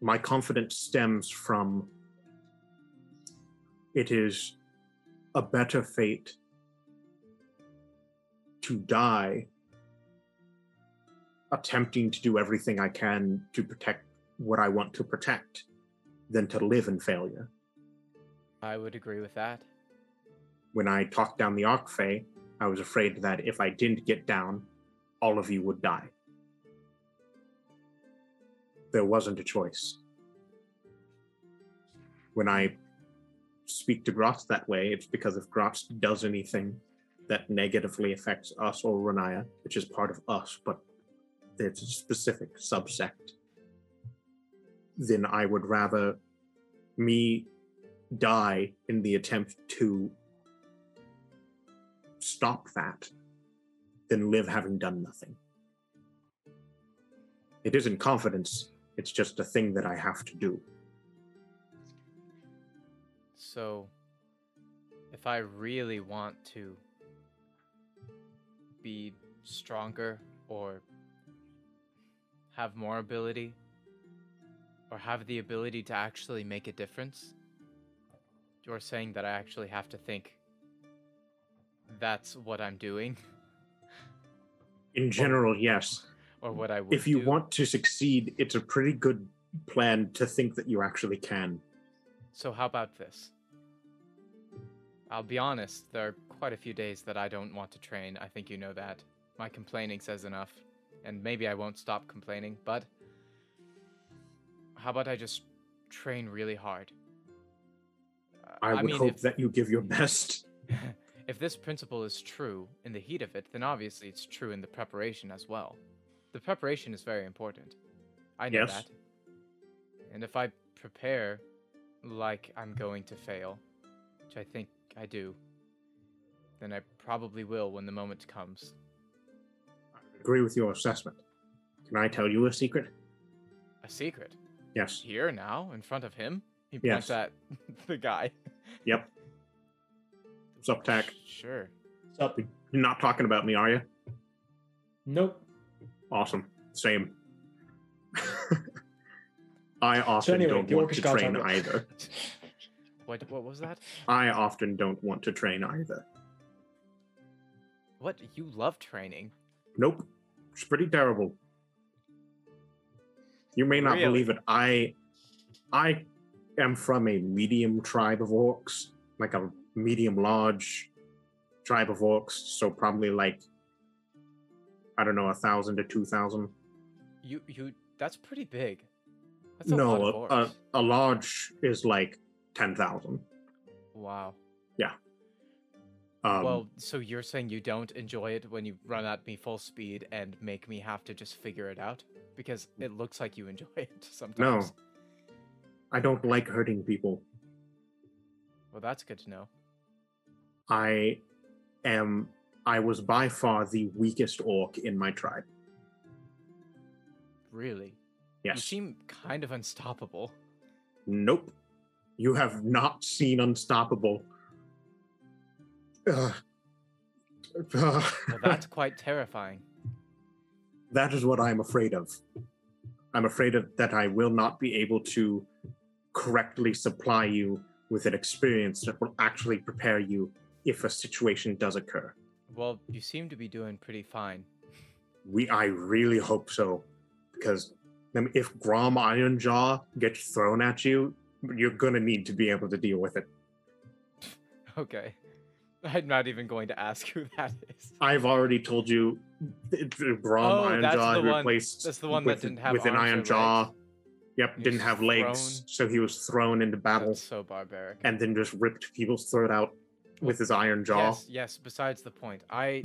Speaker 3: my confidence stems from it is a better fate to die attempting to do everything I can to protect what I want to protect than to live in failure.
Speaker 4: I would agree with that.
Speaker 3: When I talked down the Arkfey, I was afraid that if I didn't get down, all of you would die. There wasn't a choice. When I speak to Grotz that way, it's because if Grotz does anything that negatively affects us or Renaya, which is part of us, but it's a specific subsect, then I would rather me die in the attempt to stop that than live having done nothing. It isn't confidence, it's just a thing that I have to do.
Speaker 4: So, if I really want to be stronger or have more ability or have the ability to actually make a difference, you're saying that I actually have to think that's what I'm doing
Speaker 3: In general, yes.
Speaker 4: or what I would
Speaker 3: If you
Speaker 4: do?
Speaker 3: want to succeed, it's a pretty good plan to think that you actually can.
Speaker 4: So, how about this? I'll be honest, there are quite a few days that I don't want to train. I think you know that. My complaining says enough. and maybe I won't stop complaining, but how about I just train really hard? Uh,
Speaker 3: I would hope
Speaker 4: if,
Speaker 3: that you give your best.
Speaker 4: if this principle is true in the heat of it, then obviously it's true in the preparation as well. The preparation is very important. I know
Speaker 3: Yes.
Speaker 4: that. And if I prepare like I'm going to fail, which I think I do, then I probably will when the moment comes.
Speaker 3: Agree with your assessment. Can I tell you a secret?
Speaker 4: A secret.
Speaker 3: Yes.
Speaker 4: Here now, in front of him? He
Speaker 3: Yes.
Speaker 4: points at the guy.
Speaker 3: Yep. Sup, Tack?
Speaker 4: Sure.
Speaker 2: Sup?
Speaker 3: You're not talking about me, are you?
Speaker 2: Nope.
Speaker 3: Awesome. Same. I often
Speaker 2: anyway,
Speaker 3: don't
Speaker 2: the
Speaker 3: want
Speaker 2: orcish
Speaker 3: to
Speaker 2: gods
Speaker 3: train
Speaker 2: are-
Speaker 3: either.
Speaker 4: What what was that?
Speaker 3: I often don't want to train either.
Speaker 4: What you love training.
Speaker 3: Nope. It's pretty terrible. You may not
Speaker 4: Really?
Speaker 3: believe it. I I am from a medium tribe of orcs, like a medium large tribe of orcs, so probably like I don't know, a thousand to two thousand.
Speaker 4: You you that's pretty big. That's a lot of
Speaker 3: No, uh,
Speaker 4: orcs.
Speaker 3: a, a, a large is like ten thousand.
Speaker 4: wow.
Speaker 3: Um,
Speaker 4: well, so you're saying you don't enjoy it when you run at me full speed and make me have to just figure it out? Because it looks like you enjoy it
Speaker 3: no,
Speaker 4: sometimes.
Speaker 3: I don't like hurting people.
Speaker 4: Well, that's good to know.
Speaker 3: I am. I was by far the weakest orc in my tribe.
Speaker 4: Really. You
Speaker 3: Yes.
Speaker 4: seem kind of unstoppable.
Speaker 3: Nope. You have not seen Unstoppable. Ugh. Ugh.
Speaker 4: Well, that's quite terrifying.
Speaker 3: that is what I'm afraid of. I'm afraid of that I will not be able to correctly supply you with an experience that will actually prepare you if a situation does occur.
Speaker 4: Well, you seem to be doing pretty fine.
Speaker 3: We, I really hope so, because I mean, if Grom Ironjaw gets thrown at you, you're gonna need to be able to deal with it.
Speaker 4: Okay. I'm not even going to ask who that is.
Speaker 3: I've already told you, it- it- Grom
Speaker 4: Oh,
Speaker 3: Iron
Speaker 4: that's
Speaker 3: Jaw
Speaker 4: the
Speaker 3: who
Speaker 4: one-
Speaker 3: replaced
Speaker 4: that's the one that
Speaker 3: with,
Speaker 4: didn't have
Speaker 3: with an
Speaker 4: arms or
Speaker 3: Iron Jaw.
Speaker 4: legs.
Speaker 3: Yep,
Speaker 4: He was
Speaker 3: didn't have legs,
Speaker 4: thrown.
Speaker 3: so he was thrown into battle
Speaker 4: That's so barbaric.
Speaker 3: and then just ripped people's throat out with his Iron Jaw.
Speaker 4: Yes, yes, besides the point. I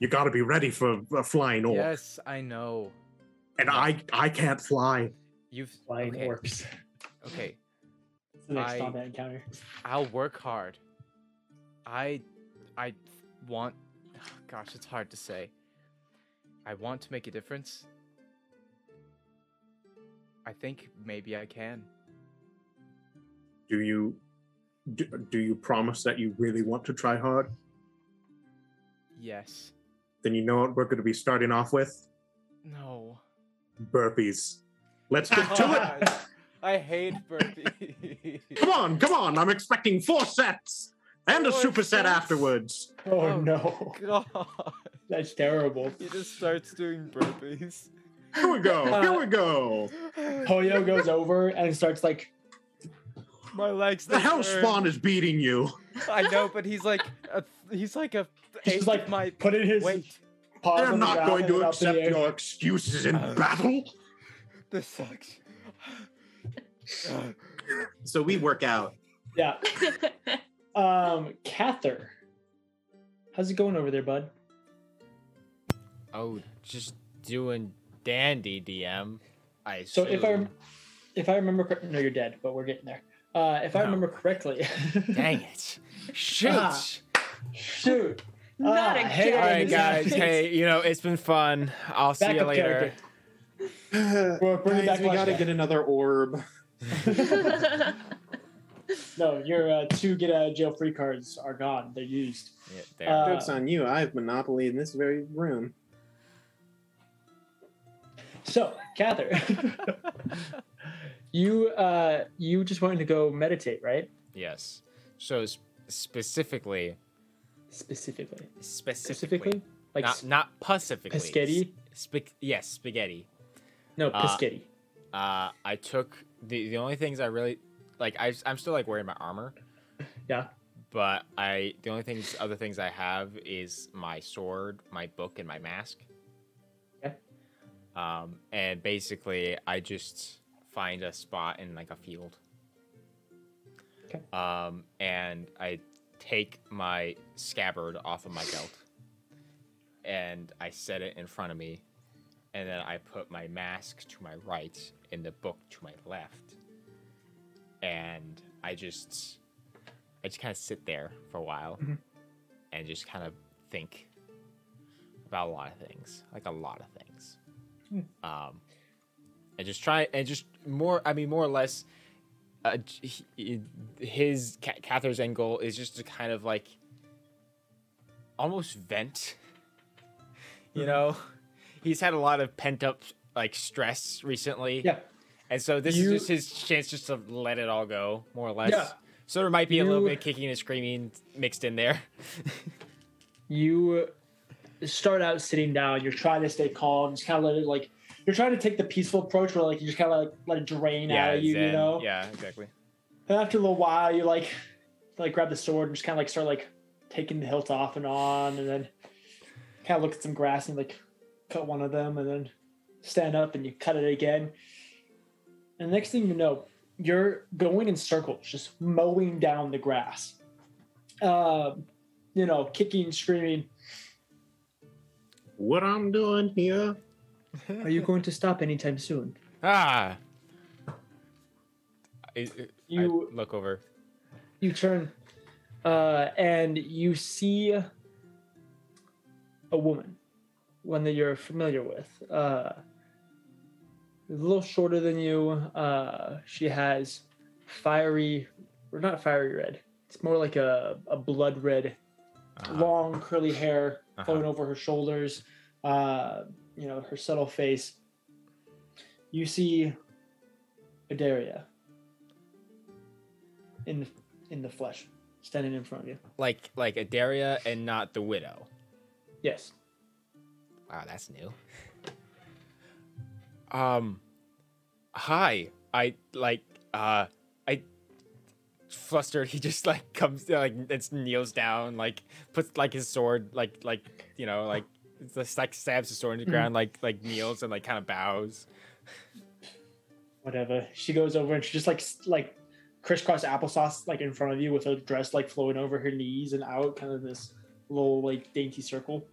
Speaker 3: You got to be ready for a flying orc,
Speaker 4: Yes, I know.
Speaker 3: and I I can't fly.
Speaker 4: You've
Speaker 2: Flying
Speaker 4: okay,
Speaker 2: orcs.
Speaker 4: Okay.
Speaker 2: It's the next
Speaker 4: I-
Speaker 2: combat encounter.
Speaker 4: I'll work hard. I I want gosh, it's hard to say. I want to make a difference. I think maybe I can.
Speaker 3: Do you do, do you promise that you really want to try hard?
Speaker 4: Yes.
Speaker 3: Then you know what we're going to be starting off with
Speaker 4: No.
Speaker 3: burpees. Let's get to it.
Speaker 4: Gosh, I hate burpees.
Speaker 3: Come on, come on! I'm expecting four sets and a
Speaker 4: Four
Speaker 3: superset
Speaker 4: sets?
Speaker 3: afterwards.
Speaker 2: Oh,
Speaker 4: Oh,
Speaker 2: no,
Speaker 4: God.
Speaker 2: that's terrible.
Speaker 4: He just starts doing burpees.
Speaker 3: Here we go. Here we go.
Speaker 4: Oh,
Speaker 2: Poyo goes over and starts like
Speaker 4: My legs.
Speaker 3: The
Speaker 4: they
Speaker 3: hell
Speaker 4: burn.
Speaker 3: spawn is beating you.
Speaker 4: I know, but he's like, a, he's like a.
Speaker 2: He's
Speaker 4: eighth of
Speaker 2: like
Speaker 4: my
Speaker 2: putting his
Speaker 4: weight.
Speaker 2: paws
Speaker 3: They're
Speaker 2: on the
Speaker 3: not
Speaker 2: ground and
Speaker 3: going to
Speaker 2: up in the
Speaker 3: accept
Speaker 2: air.
Speaker 3: your excuses in
Speaker 4: Uh,
Speaker 3: battle.
Speaker 4: This sucks.
Speaker 8: So we work out.
Speaker 2: Yeah. Um, Cather, how's it going over there, bud?
Speaker 1: Oh, just doing dandy DM. I
Speaker 2: So if I
Speaker 1: assume.
Speaker 2: if I remember, cor- no, you're dead, but we're getting there. Uh, if I
Speaker 1: No.
Speaker 2: remember correctly,
Speaker 1: Dang it! Shoot!
Speaker 2: Ah. shoot,
Speaker 5: Not
Speaker 2: Ah,
Speaker 5: again.
Speaker 2: hey,
Speaker 1: All right,
Speaker 2: This
Speaker 1: guys.
Speaker 2: happens.
Speaker 1: Hey, you know it's been fun. I'll see you
Speaker 2: backup
Speaker 1: later.
Speaker 2: character. Bro, bring it back.
Speaker 8: we gotta
Speaker 2: flashback.
Speaker 8: get another orb.
Speaker 2: No, your uh, two get out of jail free cards are gone. They're used.
Speaker 1: Yeah, there.
Speaker 2: Uh,
Speaker 8: Jokes on you. I have monopoly in this very room.
Speaker 2: So, Cather, you uh, you just wanted to go meditate, right?
Speaker 1: yes. So s- specifically,
Speaker 2: Specifically,
Speaker 1: specifically,
Speaker 2: specifically, like
Speaker 1: not not pacifically.
Speaker 2: Pischetti?
Speaker 1: S- sp- yes, spaghetti.
Speaker 2: no
Speaker 1: uh,
Speaker 2: Piscetti.
Speaker 1: Uh, I took the the only things I really like. I I'm still like wearing my armor.
Speaker 2: Yeah.
Speaker 1: But I the only things other things I have is my sword, my book, and my mask. Um, and basically, I just find a spot in like a field.
Speaker 2: Okay.
Speaker 1: Um, and I take my scabbard off of my belt and I set it in front of me. And then I put my mask to my right and the book to my left. And I just, I just kind of sit there for a while and just kind of think about a lot of things, like a lot of things.
Speaker 2: Hmm.
Speaker 1: Um, and just try and just more. I mean, more or less, uh, j- he- his Ca- Cather's end goal is just to kind of like almost vent. You
Speaker 2: Hmm.
Speaker 1: know, he's had a lot of pent up like stress recently.
Speaker 2: Yeah.
Speaker 1: And so this
Speaker 2: You-
Speaker 1: is just his chance just to let it all go, more or less.
Speaker 2: Yeah.
Speaker 1: So there might be a little
Speaker 2: You-
Speaker 1: bit of kicking and screaming mixed in there.
Speaker 2: you start out sitting down you're trying to stay calm just kind of let it like you're trying to take the peaceful approach where like you just kind of like let it drain out of you you
Speaker 1: Zen.
Speaker 2: know
Speaker 1: Yeah, exactly.
Speaker 2: and after a little while you like like grab the sword and just kind of like start like taking the hilt off and on and then kind of look at some grass and like cut one of them and then stand up and you cut it again and next thing you know you're going in circles just mowing down the grass um, you know kicking screaming
Speaker 3: What I'm doing here?
Speaker 2: Are you going to stop anytime soon?
Speaker 1: Ah. I,
Speaker 2: You-
Speaker 1: you look over.
Speaker 2: You turn, uh, and you see a woman, one that you're familiar with. Uh, a little shorter than you. Uh, she has fiery, or not fiery red. It's more like a, a blood red
Speaker 1: Uh,
Speaker 2: long curly hair
Speaker 1: Uh-huh.
Speaker 2: flowing over her shoulders uh you know her subtle face you see Adaria in the, in the flesh standing in front of you
Speaker 1: like like Adaria and not the widow.
Speaker 2: yes
Speaker 1: Wow, that's new. Um hi. I like uh I flustered he just like comes like it's kneels down like puts like his sword like like you know like it's just like stabs his sword in the ground like like kneels and like kind of bows
Speaker 2: whatever she goes over and she just like s- like crisscross applesauce like in front of you with her dress like flowing over her knees and out kind of this little like dainty circle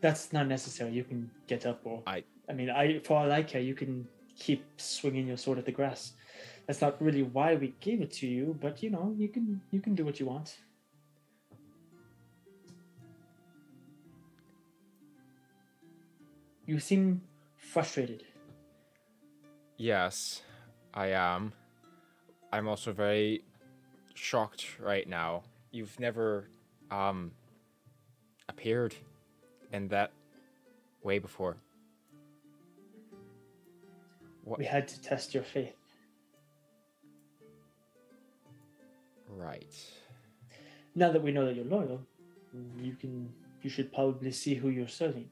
Speaker 2: that's not necessary you can get up or
Speaker 1: I-
Speaker 2: i mean i for all i care you can keep swinging your sword at the grass that's not really why we gave it to you but you know you can you can do what you want you seem frustrated
Speaker 1: Yes, I am. I'm also very shocked right now. You've never um appeared in that way before.
Speaker 2: we had to test your faith
Speaker 1: Right.
Speaker 2: now that we know that you're loyal, you can you should probably see who you're serving.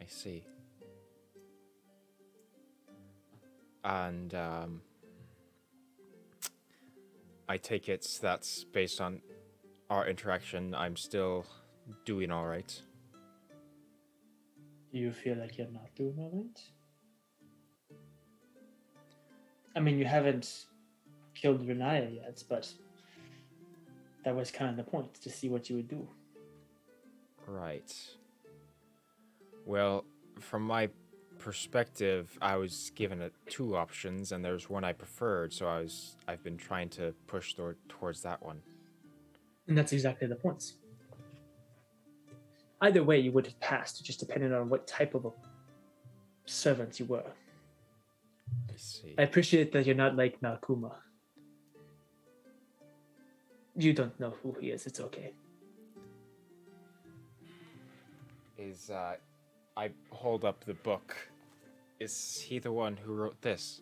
Speaker 1: I see. And um I take it that's based on our interaction I'm still doing all right.
Speaker 2: Do you feel like you're not doing all right? I mean, you haven't killed Renaya yet, but that was kind of the point to see what you would do.
Speaker 1: Right. Well, from my perspective, I was given a, two options, and there's one I preferred, so I was I've been trying to push th- towards that one.
Speaker 2: And that's exactly the points. Either way, you would have passed, just depending on what type of a servant you were.
Speaker 1: I see.
Speaker 2: I appreciate that you're not like Nakuma. You don't know who he is, it's okay.
Speaker 1: Is uh, I hold up the book. Is he the one who wrote this?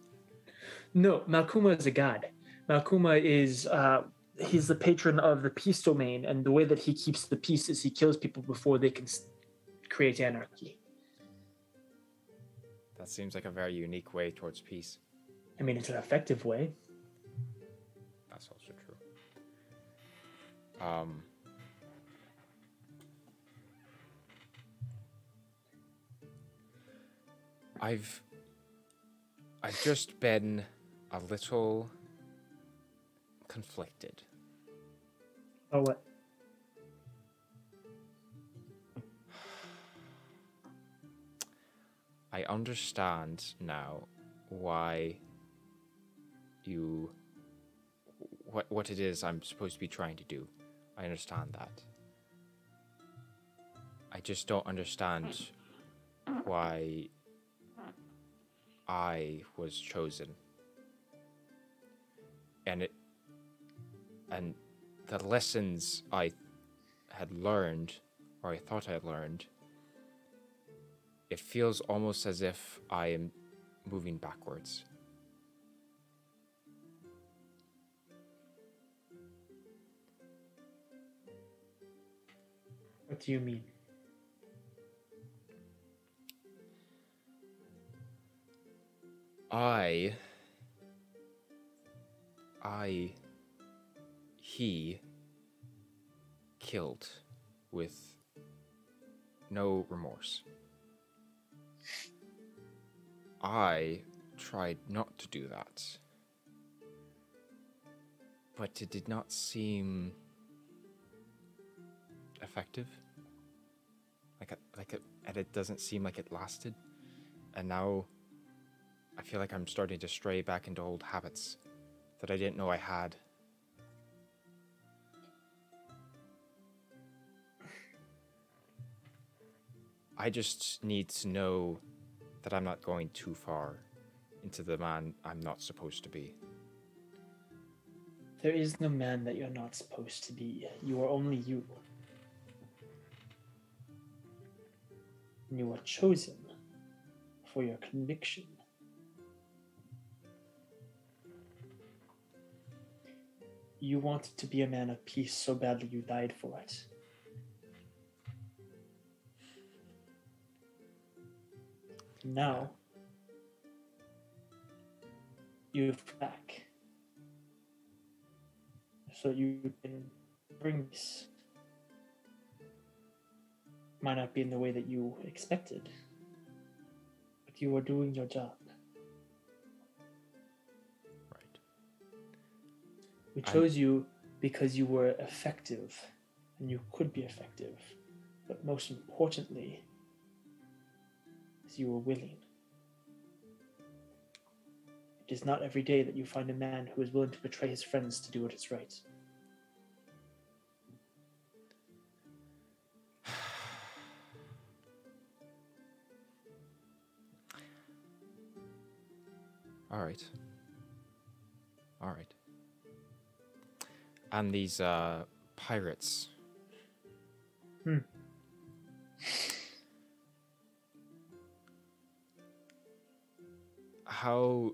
Speaker 2: No, Malkuma is a god. Malkuma is uh, he's the patron of the peace domain, and the way that he keeps the peace is he kills people before they can s- create anarchy.
Speaker 1: That seems like a very unique way towards peace.
Speaker 2: I mean, it's an effective way.
Speaker 1: That's also true. Um, I've I've just been a little conflicted.
Speaker 2: Oh, what?
Speaker 1: I understand now why you what what it is I'm supposed to be trying to do. I understand that. I just don't understand why I was chosen. And it and the lessons I had learned or I thought I had learned it feels almost as if I am moving backwards.
Speaker 2: What do you mean?
Speaker 1: I. I. He. killed with no remorse. I tried not to do that. But it did not seem effective. Like it, like it, and it doesn't seem like it lasted. And now I feel like I'm starting to stray back into old habits that I didn't know I had. I just need to know that I'm not going too far into the man I'm not supposed to be.
Speaker 2: There is no man that you're not supposed to be. You are only you. And you are chosen for your conviction. You wanted to be a man of peace so badly you died for it. Now, you've back. So you can bring this. Might not be in the way that you expected, but you are doing your job.
Speaker 1: Right.
Speaker 2: We
Speaker 1: I'm-
Speaker 2: chose you because you were effective and you could be effective. But most importantly, is you were willing. It is not every day that you find a man who is willing to betray his friends to do what is right.
Speaker 1: All right. All right. And these uh, pirates.
Speaker 2: Hmm.
Speaker 1: How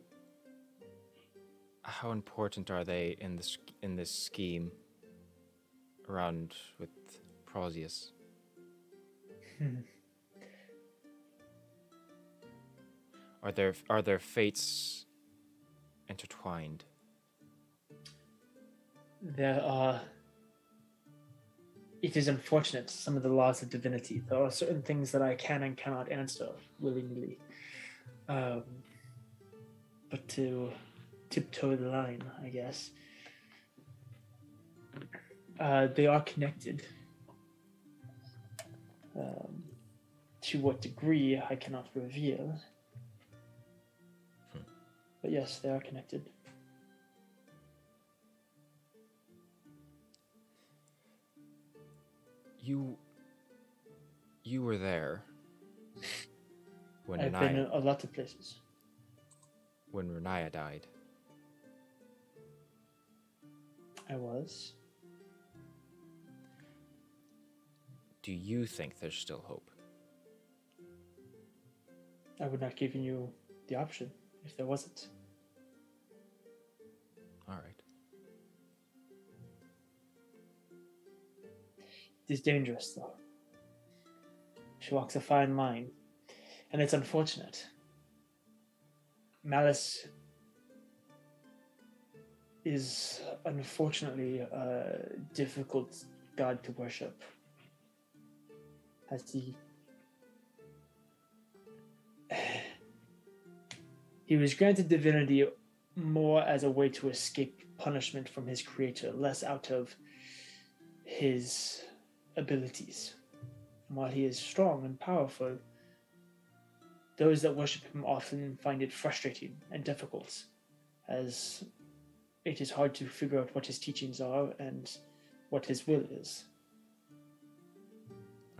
Speaker 1: how important are they in this in this scheme around with Prosius? Are their are their fates intertwined?
Speaker 2: There are. It is unfortunate, some of the laws of divinity. There are certain things that I can and cannot answer willingly. Um, but to tiptoe the line, I guess. Uh, they are connected. Um, to what degree, I cannot reveal. But yes, they are connected.
Speaker 1: You you were there when
Speaker 2: I've been uh,
Speaker 1: Renaya,
Speaker 2: a lot of places.
Speaker 1: when Renaya died.
Speaker 2: I was.
Speaker 1: Do you think there's still hope?
Speaker 2: I would not give you the option if there wasn't.
Speaker 1: All right.
Speaker 2: It is dangerous, though. She walks a fine line, and it's unfortunate. Malice is unfortunately a difficult god to worship, as he He was granted divinity more as a way to escape punishment from his creator, less out of his abilities. And while he is strong and powerful, those that worship him often find it frustrating and difficult, as it is hard to figure out what his teachings are and what his will is.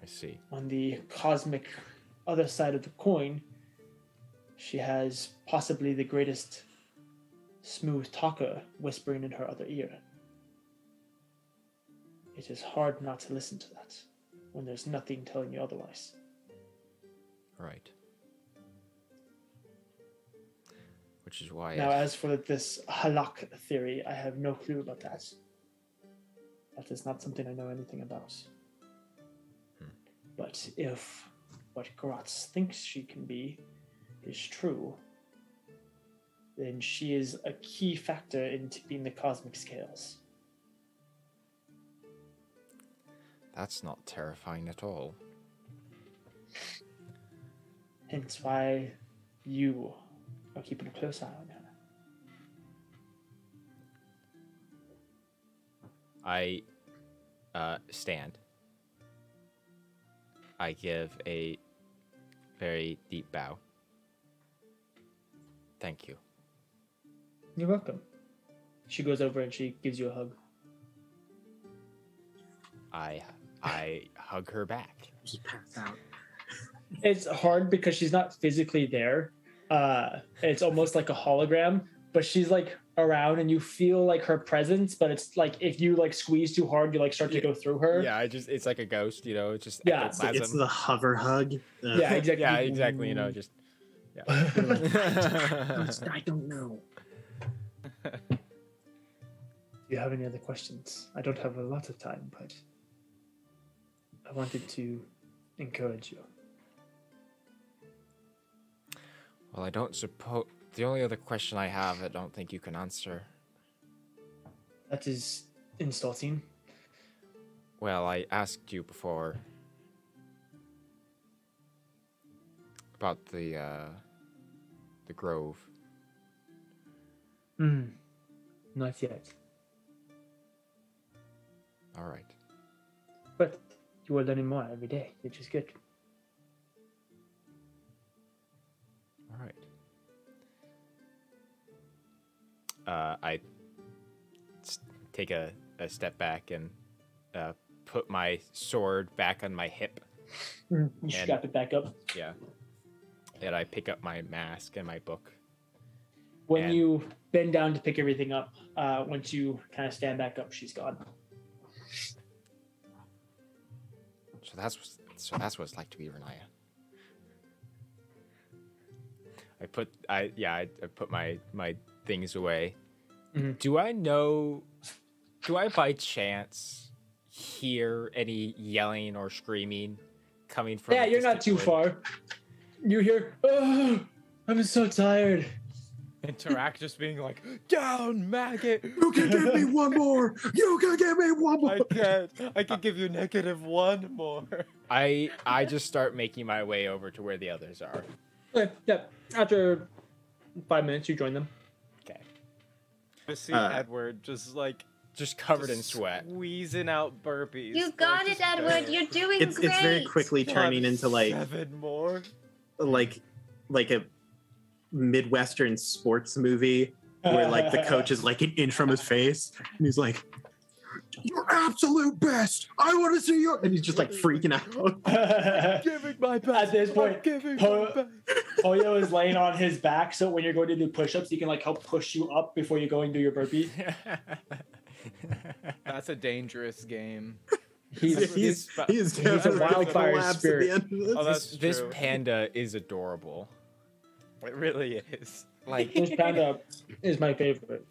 Speaker 9: I see.
Speaker 2: On the cosmic other side of the coin, she has possibly the greatest smooth talker whispering in her other ear. It is hard not to listen to that when there's nothing telling you otherwise.
Speaker 9: Right. Which is why.
Speaker 2: Now,
Speaker 9: I-
Speaker 2: as for this halak theory, I have no clue about that. That is not something I know anything about. But if what Gratz thinks she can be is true, then she is a key factor in tipping the cosmic scales.
Speaker 9: that's not terrifying at all.
Speaker 2: Hence why you are keeping a close eye on her.
Speaker 1: I uh, stand. I give a very deep bow. Thank you.
Speaker 2: You're welcome. She goes over and she gives you a hug.
Speaker 1: I I hug her back.
Speaker 8: Just pass out.
Speaker 2: It's hard because she's not physically there. Uh, it's almost like a hologram, but she's like around and you feel like her presence, but it's like if you like squeeze too hard, you like start to
Speaker 1: Yeah.
Speaker 2: go through her.
Speaker 1: Yeah, I just it's like a ghost, you know. It's just
Speaker 2: Yeah, it's-
Speaker 8: It's,
Speaker 1: ectoplasm.
Speaker 8: the hover hug. Uh,
Speaker 2: Yeah, exactly.
Speaker 1: yeah, exactly. You know, just yeah.
Speaker 8: I don't know.
Speaker 2: Do you have any other questions? I don't have a lot of time, but I wanted to encourage you.
Speaker 1: well, I don't suppose the only other question I have, I don't think you can answer.
Speaker 2: That is insulting.
Speaker 1: Well, I asked you before about the uh, the grove.
Speaker 2: Hmm. Not yet.
Speaker 1: All right.
Speaker 2: But you are learning more every day, which is good.
Speaker 1: All right. Uh, I s- take a, a step back and uh, put my sword back on my hip.
Speaker 2: Mm. You
Speaker 1: And-
Speaker 2: strap it back up.
Speaker 1: Yeah. And I pick up my mask and my book.
Speaker 2: When
Speaker 1: and-
Speaker 2: you bend down to pick everything up, uh, once you kind of stand back up, she's gone.
Speaker 1: So that's what- so that's what it's like to be Renaya. I put I yeah I, I put my my things away.
Speaker 4: Mm-hmm.
Speaker 2: Mhm.
Speaker 1: Do I know? Do I by chance hear any yelling or screaming coming from?
Speaker 2: yeah,
Speaker 1: the
Speaker 2: you're not too
Speaker 1: distant
Speaker 2: far. You hear, oh, I'm so tired.
Speaker 4: Interact just being like, down, maggot!
Speaker 3: You can give me one more. You can give me one more.
Speaker 4: I can't. I could give you negative one more.
Speaker 1: wood? I I just start making my way over to where the others are.
Speaker 2: Okay, yep. Uh, After five minutes, you join them.
Speaker 4: I see
Speaker 3: Uh,
Speaker 4: Edward just like
Speaker 1: Just covered in
Speaker 4: just
Speaker 1: sweat.
Speaker 4: squeezing out burpees.
Speaker 5: You
Speaker 4: like,
Speaker 5: got it,
Speaker 4: just
Speaker 5: Edward.
Speaker 4: barely.
Speaker 5: You're doing
Speaker 8: It's
Speaker 5: great.
Speaker 8: it's very quickly
Speaker 4: God,
Speaker 8: turning into like
Speaker 4: seven more.
Speaker 8: like like a midwestern sports movie where like the coach is like an inch from his face and he's like
Speaker 3: Your absolute best. I want to see your.
Speaker 8: and he's just like freaking out.
Speaker 2: Poyo
Speaker 4: Giving my best.
Speaker 2: this
Speaker 4: I'm
Speaker 2: point,
Speaker 4: giving
Speaker 2: Poe-
Speaker 4: my best.
Speaker 2: is laying on his back, so when you're going to do push-ups, he can like help push you up before you go and do your burpee.
Speaker 4: That's a dangerous game.
Speaker 2: He's,
Speaker 8: he's
Speaker 4: but-
Speaker 8: he is definitely
Speaker 4: a wildfire
Speaker 8: collapse at the
Speaker 2: spirit.
Speaker 8: end of this.
Speaker 4: Oh, that's
Speaker 1: This, this
Speaker 4: true.
Speaker 1: panda is adorable.
Speaker 4: It really is.
Speaker 1: Like
Speaker 2: this panda is my favorite.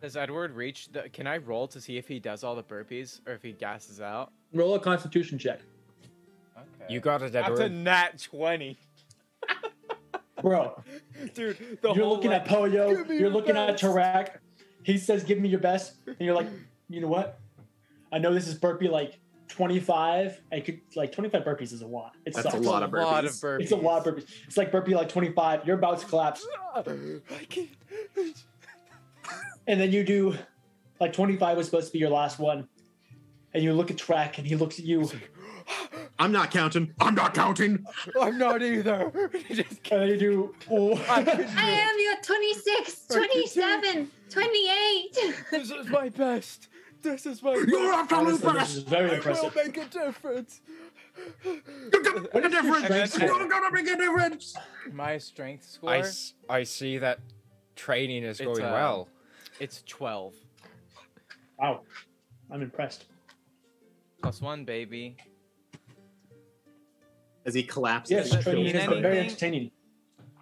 Speaker 4: Does Edward reach? The, can I roll to see if he does all the burpees or if he gasses out?
Speaker 2: Roll a constitution check.
Speaker 4: Okay.
Speaker 1: you got it,
Speaker 4: That's
Speaker 1: Edward.
Speaker 4: a nat twenty,
Speaker 2: Bro,
Speaker 4: dude. The
Speaker 2: you're
Speaker 4: whole
Speaker 2: looking
Speaker 4: like,
Speaker 2: at Poyo,
Speaker 4: "Give me
Speaker 2: you're
Speaker 4: your
Speaker 2: looking
Speaker 4: best."
Speaker 2: at Tarak. He says, "Give me your best," and you're like, "You know what? I know this is burpee like 25 and could like 25 burpees is a lot. It
Speaker 3: That's
Speaker 2: sucks.
Speaker 3: a lot of burpees.
Speaker 4: lot of burpees.
Speaker 2: It's a lot of burpees. It's like burpee like 25. You're about to collapse.
Speaker 4: I can't.
Speaker 2: and then you do like 25 was supposed to be your last one and you look at track and he looks at you
Speaker 3: I'm not counting. I'm not counting.
Speaker 4: I'm not either. Just
Speaker 2: and then you do oh.
Speaker 5: I am your 26, 27, 28.
Speaker 4: This is my best. This is my
Speaker 3: You're absolute
Speaker 2: Honestly, this is
Speaker 3: best.
Speaker 2: very impressive
Speaker 4: make a difference.
Speaker 3: You're gonna make a difference.
Speaker 2: strength
Speaker 3: You're gonna make a difference.
Speaker 4: My strength score
Speaker 1: I, s- I see that training is
Speaker 4: It's,
Speaker 1: going
Speaker 4: uh,
Speaker 1: well.
Speaker 4: it's 12
Speaker 2: wow i'm impressed
Speaker 4: plus 1 baby.
Speaker 8: as he collapses.
Speaker 2: yes
Speaker 4: that
Speaker 2: training
Speaker 4: mean
Speaker 2: has been very
Speaker 4: anything?
Speaker 2: entertaining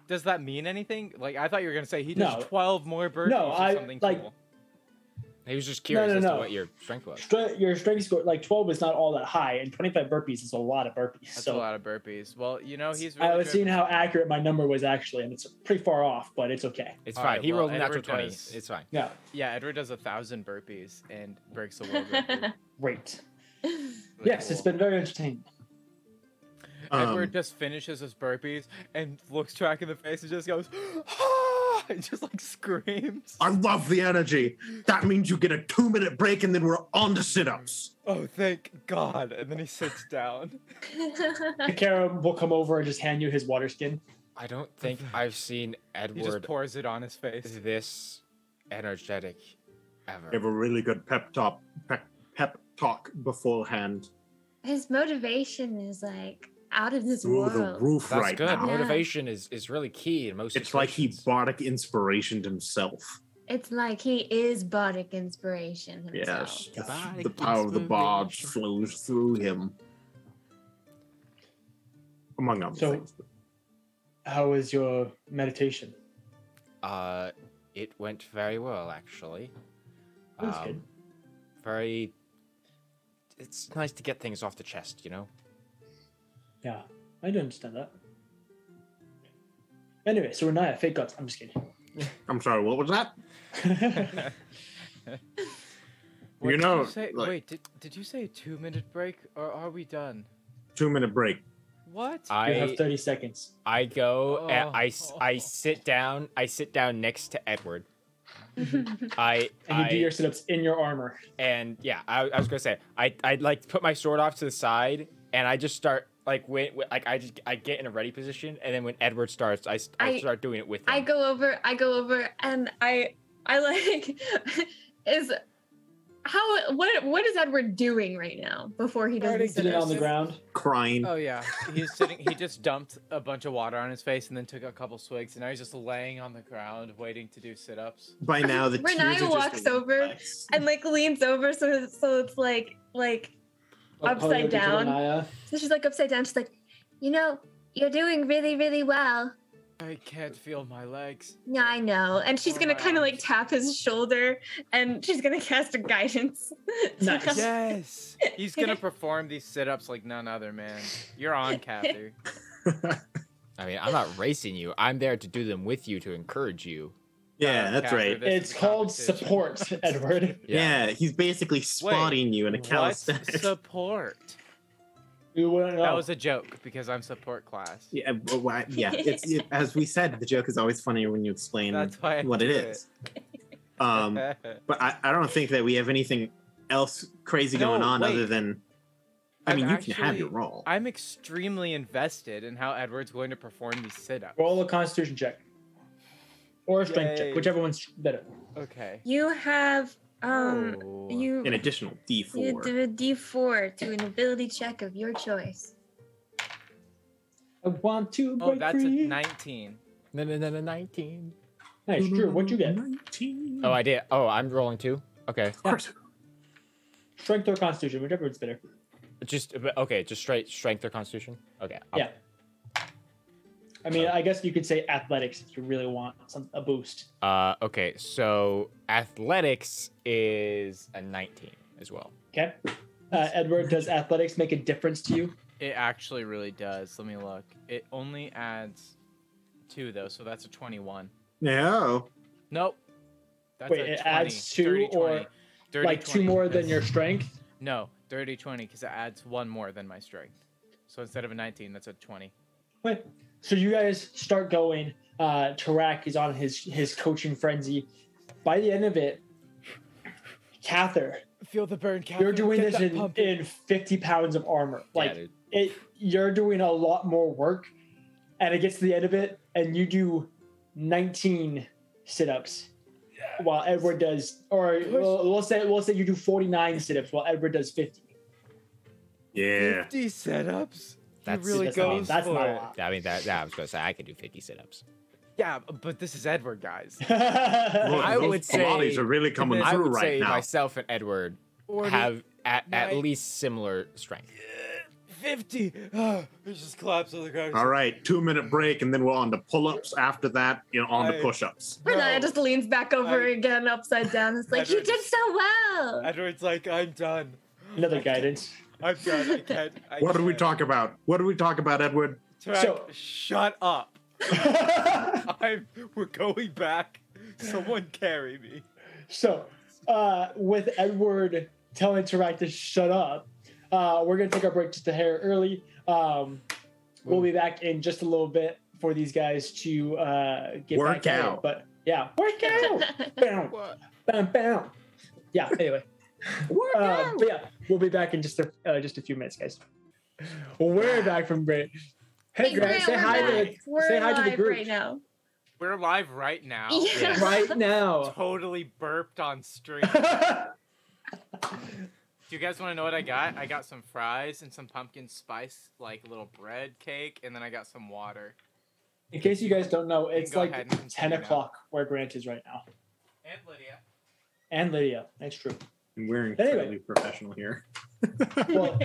Speaker 4: Does that mean anything? Like I thought you were going to say he does
Speaker 2: No.
Speaker 4: 12 more burpees
Speaker 2: No,
Speaker 4: or
Speaker 2: I-
Speaker 4: something
Speaker 2: like-
Speaker 4: cool.
Speaker 1: He was just curious
Speaker 2: no,
Speaker 1: as
Speaker 2: no.
Speaker 1: to what your strength was.
Speaker 2: Stre- your strength score like 12 is not all that high and 25 burpees is a lot of burpees
Speaker 4: That's a
Speaker 2: so
Speaker 4: lot of burpees. Well, you know he's really
Speaker 2: i was
Speaker 4: driven.
Speaker 2: seeing how accurate my number was actually and it's pretty far off but it's okay
Speaker 1: It's
Speaker 4: All
Speaker 1: fine.
Speaker 4: right,
Speaker 1: he
Speaker 4: well,
Speaker 1: rolled a natural
Speaker 4: Edward
Speaker 1: twenty.
Speaker 4: does-
Speaker 1: It's fine.
Speaker 2: yeah
Speaker 4: Yeah, Edward does a thousand burpees and breaks the world record.
Speaker 2: great
Speaker 4: Really
Speaker 2: yes it's
Speaker 4: cool.
Speaker 2: been very entertaining
Speaker 4: Edward
Speaker 3: Um,
Speaker 4: just finishes his burpees and looks Track in the face and just goes, ah! and just like screams.
Speaker 3: I love the energy. That means you get a two minute break and then we're on to sit ups.
Speaker 4: Oh, thank God! And then he sits down.
Speaker 2: Karam will come over and just hand you his water skin
Speaker 1: I don't think I've seen
Speaker 4: He just
Speaker 1: Edward
Speaker 4: pours it on his face.
Speaker 1: this energetic ever.
Speaker 3: Have a really good pep talk, pep, pep talk beforehand.
Speaker 5: His motivation is like out of this
Speaker 3: Through the
Speaker 5: world.
Speaker 3: roof
Speaker 1: That's
Speaker 3: right
Speaker 1: good.
Speaker 3: now.
Speaker 5: Yeah.
Speaker 1: Motivation is, is really key in most
Speaker 3: It's like he
Speaker 1: situations.
Speaker 3: bardic inspiration himself.
Speaker 5: It's like he is bardic inspiration himself.
Speaker 3: Yes, the power of the bard flows through him, among other
Speaker 2: So-
Speaker 3: things.
Speaker 2: how is your meditation
Speaker 1: Uh, it went very well, actually. Um,
Speaker 2: That's good.
Speaker 1: Very. It's nice to get things off the chest, you know?
Speaker 2: Yeah, I do understand that. Anyway, so Renaya, fake gods. I'm just
Speaker 3: I'm sorry, what was that?
Speaker 2: kidding.
Speaker 4: What
Speaker 3: You
Speaker 4: did
Speaker 3: know,
Speaker 4: say-
Speaker 3: like-
Speaker 4: wait, did, did you say a two minute break or are we done?
Speaker 3: Two minute break.
Speaker 4: What?
Speaker 1: I,
Speaker 2: you have 30 seconds.
Speaker 1: I go, and I, s- I
Speaker 4: Oh.
Speaker 1: sit down, I sit down next to Edward. I,
Speaker 2: And you
Speaker 1: I
Speaker 2: do your sit ups in your armor.
Speaker 1: and yeah, I, I was gonna say I I'd like to put my sword off to the side and I just start like when, when- like I just I get in a ready position and then when Edward starts I, s- I
Speaker 5: I-
Speaker 1: start doing it with him.
Speaker 5: I go over, I go over, and I, I like, is how what what is Edward doing right now before he does
Speaker 4: Already
Speaker 5: the
Speaker 2: Sitting
Speaker 5: sit-ups?
Speaker 2: on the ground.
Speaker 3: Crying.
Speaker 4: Oh yeah, he's sitting. He just dumped a bunch of water on his face and then took a couple swigs, and now he's just laying on the ground waiting to do sit-ups.
Speaker 3: By now, the
Speaker 5: Renai
Speaker 3: tears are just
Speaker 5: walks
Speaker 3: getting
Speaker 5: over
Speaker 3: less.
Speaker 5: and like leans over so it's- so it's like like
Speaker 2: Like,
Speaker 5: Upside
Speaker 2: Polio did to
Speaker 5: down.
Speaker 2: Renaya.
Speaker 5: so she's like upside down. She's like, you know, you're doing really really well.
Speaker 4: I can't feel my legs.
Speaker 5: Yeah, I know. And she's
Speaker 4: Or
Speaker 5: gonna
Speaker 4: my
Speaker 5: kind of like
Speaker 4: arms.
Speaker 5: tap his shoulder and she's gonna cast a guidance.
Speaker 2: Nice.
Speaker 4: Yes, he's gonna perform these sit-ups like none other, man. You're on, Cather.
Speaker 1: I mean I'm not racing you. I'm there to do them with you to encourage you.
Speaker 3: Yeah, that's
Speaker 4: Catherine,
Speaker 3: right.
Speaker 4: this
Speaker 2: It's
Speaker 4: is a
Speaker 2: called
Speaker 4: competition.
Speaker 2: support, Edward.
Speaker 3: Yeah. he's basically spotting you in a
Speaker 4: What's
Speaker 3: calisthenics.
Speaker 4: support?
Speaker 2: You wouldn't know.
Speaker 4: That was a joke because I'm support class.
Speaker 3: yeah, but why- yeah. It's it, as we said, the joke is always funnier when you explain
Speaker 4: That's why I
Speaker 3: what it
Speaker 4: do
Speaker 3: is. Um, but I, I don't think that we have anything else crazy
Speaker 4: No,
Speaker 3: going on
Speaker 4: wait.
Speaker 3: other than. I
Speaker 4: I'm
Speaker 3: mean, you can have
Speaker 4: actually-
Speaker 3: your role.
Speaker 4: I'm extremely invested in how Edward's going to perform these sit-ups.
Speaker 2: Roll a constitution check. Or a strength
Speaker 4: Yay.
Speaker 2: check, whichever one's better.
Speaker 4: Okay.
Speaker 5: you have um
Speaker 4: Oh.
Speaker 5: you
Speaker 3: An additional D4.
Speaker 5: you do a D four to an ability check of your choice.
Speaker 2: I want to break
Speaker 4: Oh, that's a
Speaker 2: free.
Speaker 4: 19.
Speaker 1: No no no no nineteen.
Speaker 2: nice. Drew, what'd you get?
Speaker 3: 19.
Speaker 1: Oh I did oh I'm rolling too? Okay.
Speaker 3: Of course.
Speaker 2: Strength or constitution, whichever one's better.
Speaker 1: Just but- okay, just straight strength or constitution? Okay. I'll-
Speaker 2: Yeah. I mean, I guess you could say athletics if you really want some, a boost.
Speaker 1: Uh okay, so athletics is a nineteen as well.
Speaker 2: Okay. Uh, Edward, does athletics make a difference to you?
Speaker 4: It actually really does. Let me look. It only adds two though, so that's a 21.
Speaker 3: No.
Speaker 4: Nope. That's
Speaker 2: Wait,
Speaker 4: a
Speaker 2: it
Speaker 4: 20.
Speaker 2: adds two
Speaker 4: Dirty
Speaker 2: or
Speaker 4: 20. Dirty
Speaker 2: like two
Speaker 4: 20.
Speaker 2: more than
Speaker 4: That's-
Speaker 2: your strength?
Speaker 4: No, Dirty 20, because it adds one more than my strength. So instead of a 19, that's a 20.
Speaker 2: Wait. So you guys start going. Uh, Tarak is on his his coaching frenzy. By the end of it, Cather,
Speaker 4: Feel the burn,
Speaker 2: you're doing this in, in 50 pounds of armor. Like
Speaker 1: dude.
Speaker 2: it, you're doing a lot more work, and it gets to the end of it, and you do 19 sit-ups, while Edward does, or we'll, we'll say we'll say you do 49 sit-ups while Edward does 50.
Speaker 3: Yeah.
Speaker 4: 50 setups?
Speaker 1: That's-
Speaker 4: he really
Speaker 2: That's, not,
Speaker 4: goes
Speaker 2: that's
Speaker 4: for
Speaker 2: not a
Speaker 4: it.
Speaker 2: lot.
Speaker 1: I mean, that, that I was gonna say I could do 50 sit-ups.
Speaker 4: Yeah, but this is Edward, guys.
Speaker 3: Look,
Speaker 1: I
Speaker 3: those
Speaker 1: would say-
Speaker 3: Pilates are really coming
Speaker 1: I
Speaker 3: through
Speaker 1: would say
Speaker 3: right now.
Speaker 1: myself and Edward
Speaker 4: 40,
Speaker 1: have at, at
Speaker 4: nine-
Speaker 1: least similar strength.
Speaker 4: 50. Oh, it just collapsed on the ground.
Speaker 3: All right, two minute break, and then we're on the pull ups. After that, you know, on the
Speaker 4: I-
Speaker 3: push ups.
Speaker 5: Renaya
Speaker 4: No.
Speaker 5: just leans back over
Speaker 4: I-
Speaker 5: again, upside down. It's like,
Speaker 4: I
Speaker 5: you
Speaker 4: don't-
Speaker 5: did so well.
Speaker 4: Edward's like, I'm done.
Speaker 2: Another guidance.
Speaker 4: I'm done. I can't. I
Speaker 3: What did we
Speaker 4: can't."
Speaker 3: talk about? What did we talk about, Edward?
Speaker 4: Tarak,
Speaker 2: So-
Speaker 4: shut up. I'm, we're going back. Someone carry me.
Speaker 2: So, uh, with Edward telling Tarak to shut up, uh, we're going to take our break just a hair early. Um, we'll be back in just a little bit for these guys to uh, get
Speaker 3: Work
Speaker 2: back at it,
Speaker 3: out.
Speaker 2: But yeah, work out. bam, bam, bam. Yeah. Anyway,
Speaker 5: Work
Speaker 2: uh, but yeah, we'll be back in just a uh, just a few minutes, guys. We're back from break. Hey, guys, say
Speaker 5: we're
Speaker 2: hi
Speaker 5: back.
Speaker 2: to
Speaker 5: We're
Speaker 2: say hi to the
Speaker 5: alive
Speaker 2: group.
Speaker 5: right now.
Speaker 4: We're live right now.
Speaker 5: Yeah.
Speaker 2: right now.
Speaker 4: Totally burped on stream. Do you guys want to know what I got? I got some fries and some pumpkin spice, like little bread cake, and then I got some water.
Speaker 2: in case you guys don't know,
Speaker 4: You can
Speaker 2: it's
Speaker 4: go
Speaker 2: like
Speaker 4: ahead and
Speaker 2: ten
Speaker 4: continue now.
Speaker 2: o'clock where Grant is right now.
Speaker 4: And Lydia.
Speaker 2: and Lydia. That's true.
Speaker 3: We're
Speaker 2: incredibly
Speaker 3: professional here.
Speaker 2: Well,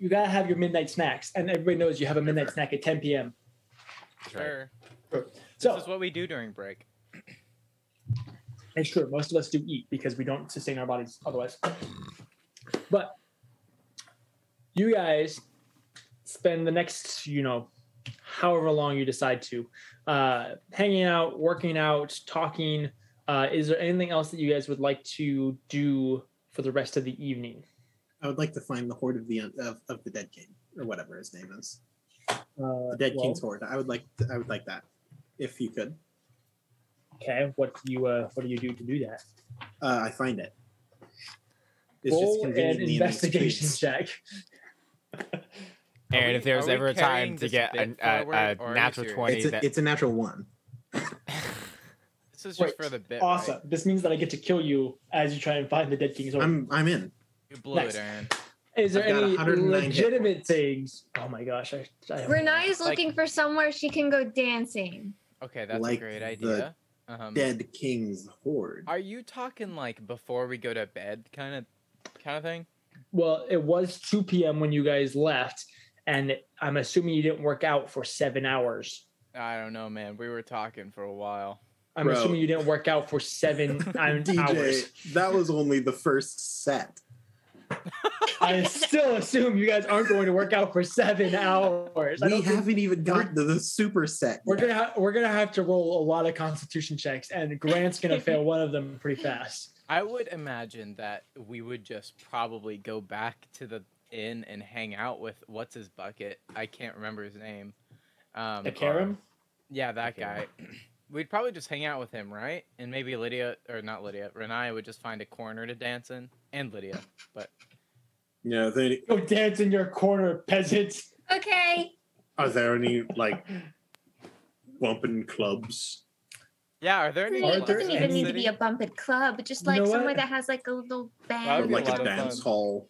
Speaker 2: you gotta have your midnight snacks, and everybody knows you have a midnight snack at 10 p.m.
Speaker 4: Sure. this
Speaker 2: So
Speaker 4: is what we do during break.
Speaker 2: it's true. Most of us do eat because we don't sustain our bodies otherwise. But you guys spend the next, you know, however long you decide to, uh, hanging out, working out, talking. Uh, is there anything else that you guys would like to do for the rest of the evening?
Speaker 8: I would like to find the horde of the of, of the dead king or whatever his name is.
Speaker 2: Uh,
Speaker 8: The dead
Speaker 2: well,
Speaker 8: king's horde. I would like I would like that if you could.
Speaker 2: Okay, what do you uh, what do you do to do that?
Speaker 8: Uh, I find it.
Speaker 2: Roll an
Speaker 8: conveniently in these
Speaker 2: investigation
Speaker 8: streets.
Speaker 2: check.
Speaker 4: Are
Speaker 1: Aaron,
Speaker 4: we-
Speaker 1: if there was
Speaker 4: are we
Speaker 1: ever a
Speaker 4: carrying
Speaker 1: time to
Speaker 4: this
Speaker 1: get
Speaker 4: bit
Speaker 1: a, a,
Speaker 4: forward, or
Speaker 1: a
Speaker 4: are we
Speaker 1: natural
Speaker 4: serious?
Speaker 1: 20
Speaker 8: It's a,
Speaker 1: that
Speaker 8: it's a natural one.
Speaker 4: This is just
Speaker 2: Wait,
Speaker 4: for the bit. right?
Speaker 2: Awesome. This means that I get to kill you as you try and find the dead king's order.
Speaker 8: I'm I'm in.
Speaker 4: You blew
Speaker 2: Nice.
Speaker 4: it, Aaron.
Speaker 2: Is there
Speaker 8: I've got
Speaker 2: any
Speaker 8: 109 hit
Speaker 2: legitimate things? Oh my gosh, I, I
Speaker 5: Renai is
Speaker 4: Like-
Speaker 5: looking for somewhere she can go dancing.
Speaker 4: Okay, that's
Speaker 8: Like
Speaker 4: a great
Speaker 8: the
Speaker 4: idea. Um,
Speaker 8: Dead king's horde.
Speaker 4: Are you talking like before we go to bed, kind of, kind of thing?
Speaker 2: Well, it was 2 p.m. when you guys left, and I'm assuming you didn't work out for seven hours.
Speaker 4: I don't know, man. We were talking for a while.
Speaker 2: I'm
Speaker 8: Bro.
Speaker 2: assuming you didn't work out for seven I'm- hours.
Speaker 8: DJ, that was only the first set.
Speaker 2: I still assume you guys aren't going to work out for seven hours. I
Speaker 8: We
Speaker 2: don't think-
Speaker 8: haven't even gotten to the super set.
Speaker 2: We're
Speaker 8: yet.
Speaker 2: gonna ha- we're gonna have to roll a lot of Constitution checks, and Grant's gonna fail one of them pretty fast.
Speaker 4: I would imagine that we would just probably go back to the inn and hang out with what's his bucket. I can't remember his name. Um,
Speaker 2: The Karam?
Speaker 4: Yeah, that
Speaker 1: Okay.
Speaker 4: guy. We'd probably just hang out with him, right? And maybe Lydia, or not Lydia, Renaya would just find a corner to dance in, and Lydia.
Speaker 3: Yeah. They,
Speaker 2: Go dance in your corner, peasants.
Speaker 5: Okay.
Speaker 3: are there any like bumping clubs?
Speaker 4: Yeah, are there any?
Speaker 2: Are
Speaker 5: It
Speaker 4: clubs
Speaker 5: doesn't
Speaker 4: in
Speaker 5: even
Speaker 4: the
Speaker 5: need to
Speaker 4: city?
Speaker 5: be a bumped club, just
Speaker 2: You
Speaker 5: like
Speaker 2: know what?
Speaker 5: somewhere that has like a little
Speaker 4: That
Speaker 5: band.
Speaker 4: would be
Speaker 3: Like
Speaker 4: a
Speaker 3: a,
Speaker 4: lot of
Speaker 3: dance
Speaker 4: fun.
Speaker 3: hall?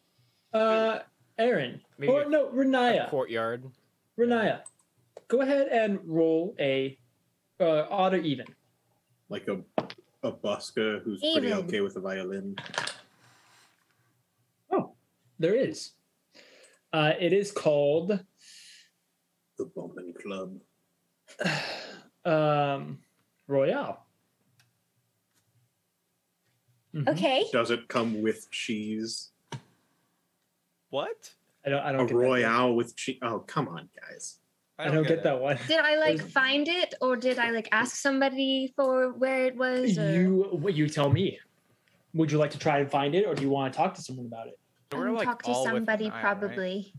Speaker 2: Uh, Aaron.
Speaker 1: Maybe
Speaker 2: or
Speaker 1: a-
Speaker 2: no,
Speaker 1: a
Speaker 2: Renaya.
Speaker 1: courtyard.
Speaker 2: Renaya, go ahead and roll a uh, odd or even.
Speaker 3: Like a a busker who's pretty
Speaker 5: Even.
Speaker 3: okay with a violin.
Speaker 2: Oh, there is. Uh, it is called.
Speaker 3: The bumping club.
Speaker 2: Um, Royale. Mhm.
Speaker 5: Okay.
Speaker 3: Does it come with cheese?
Speaker 4: What?
Speaker 2: I don't. I don't.
Speaker 3: A
Speaker 2: get that.
Speaker 3: royale with cheese? Oh, come on, guys.
Speaker 2: I don't, get, that one.
Speaker 5: Did I like find it or did I like ask somebody for where it was? Or...
Speaker 2: You. What you tell me? Would you like to try and find it, or do you want to talk to someone about it?
Speaker 4: Do We're
Speaker 5: um,
Speaker 4: like
Speaker 5: talk to
Speaker 4: all within
Speaker 5: somebody
Speaker 4: an aisle, right?
Speaker 5: probably.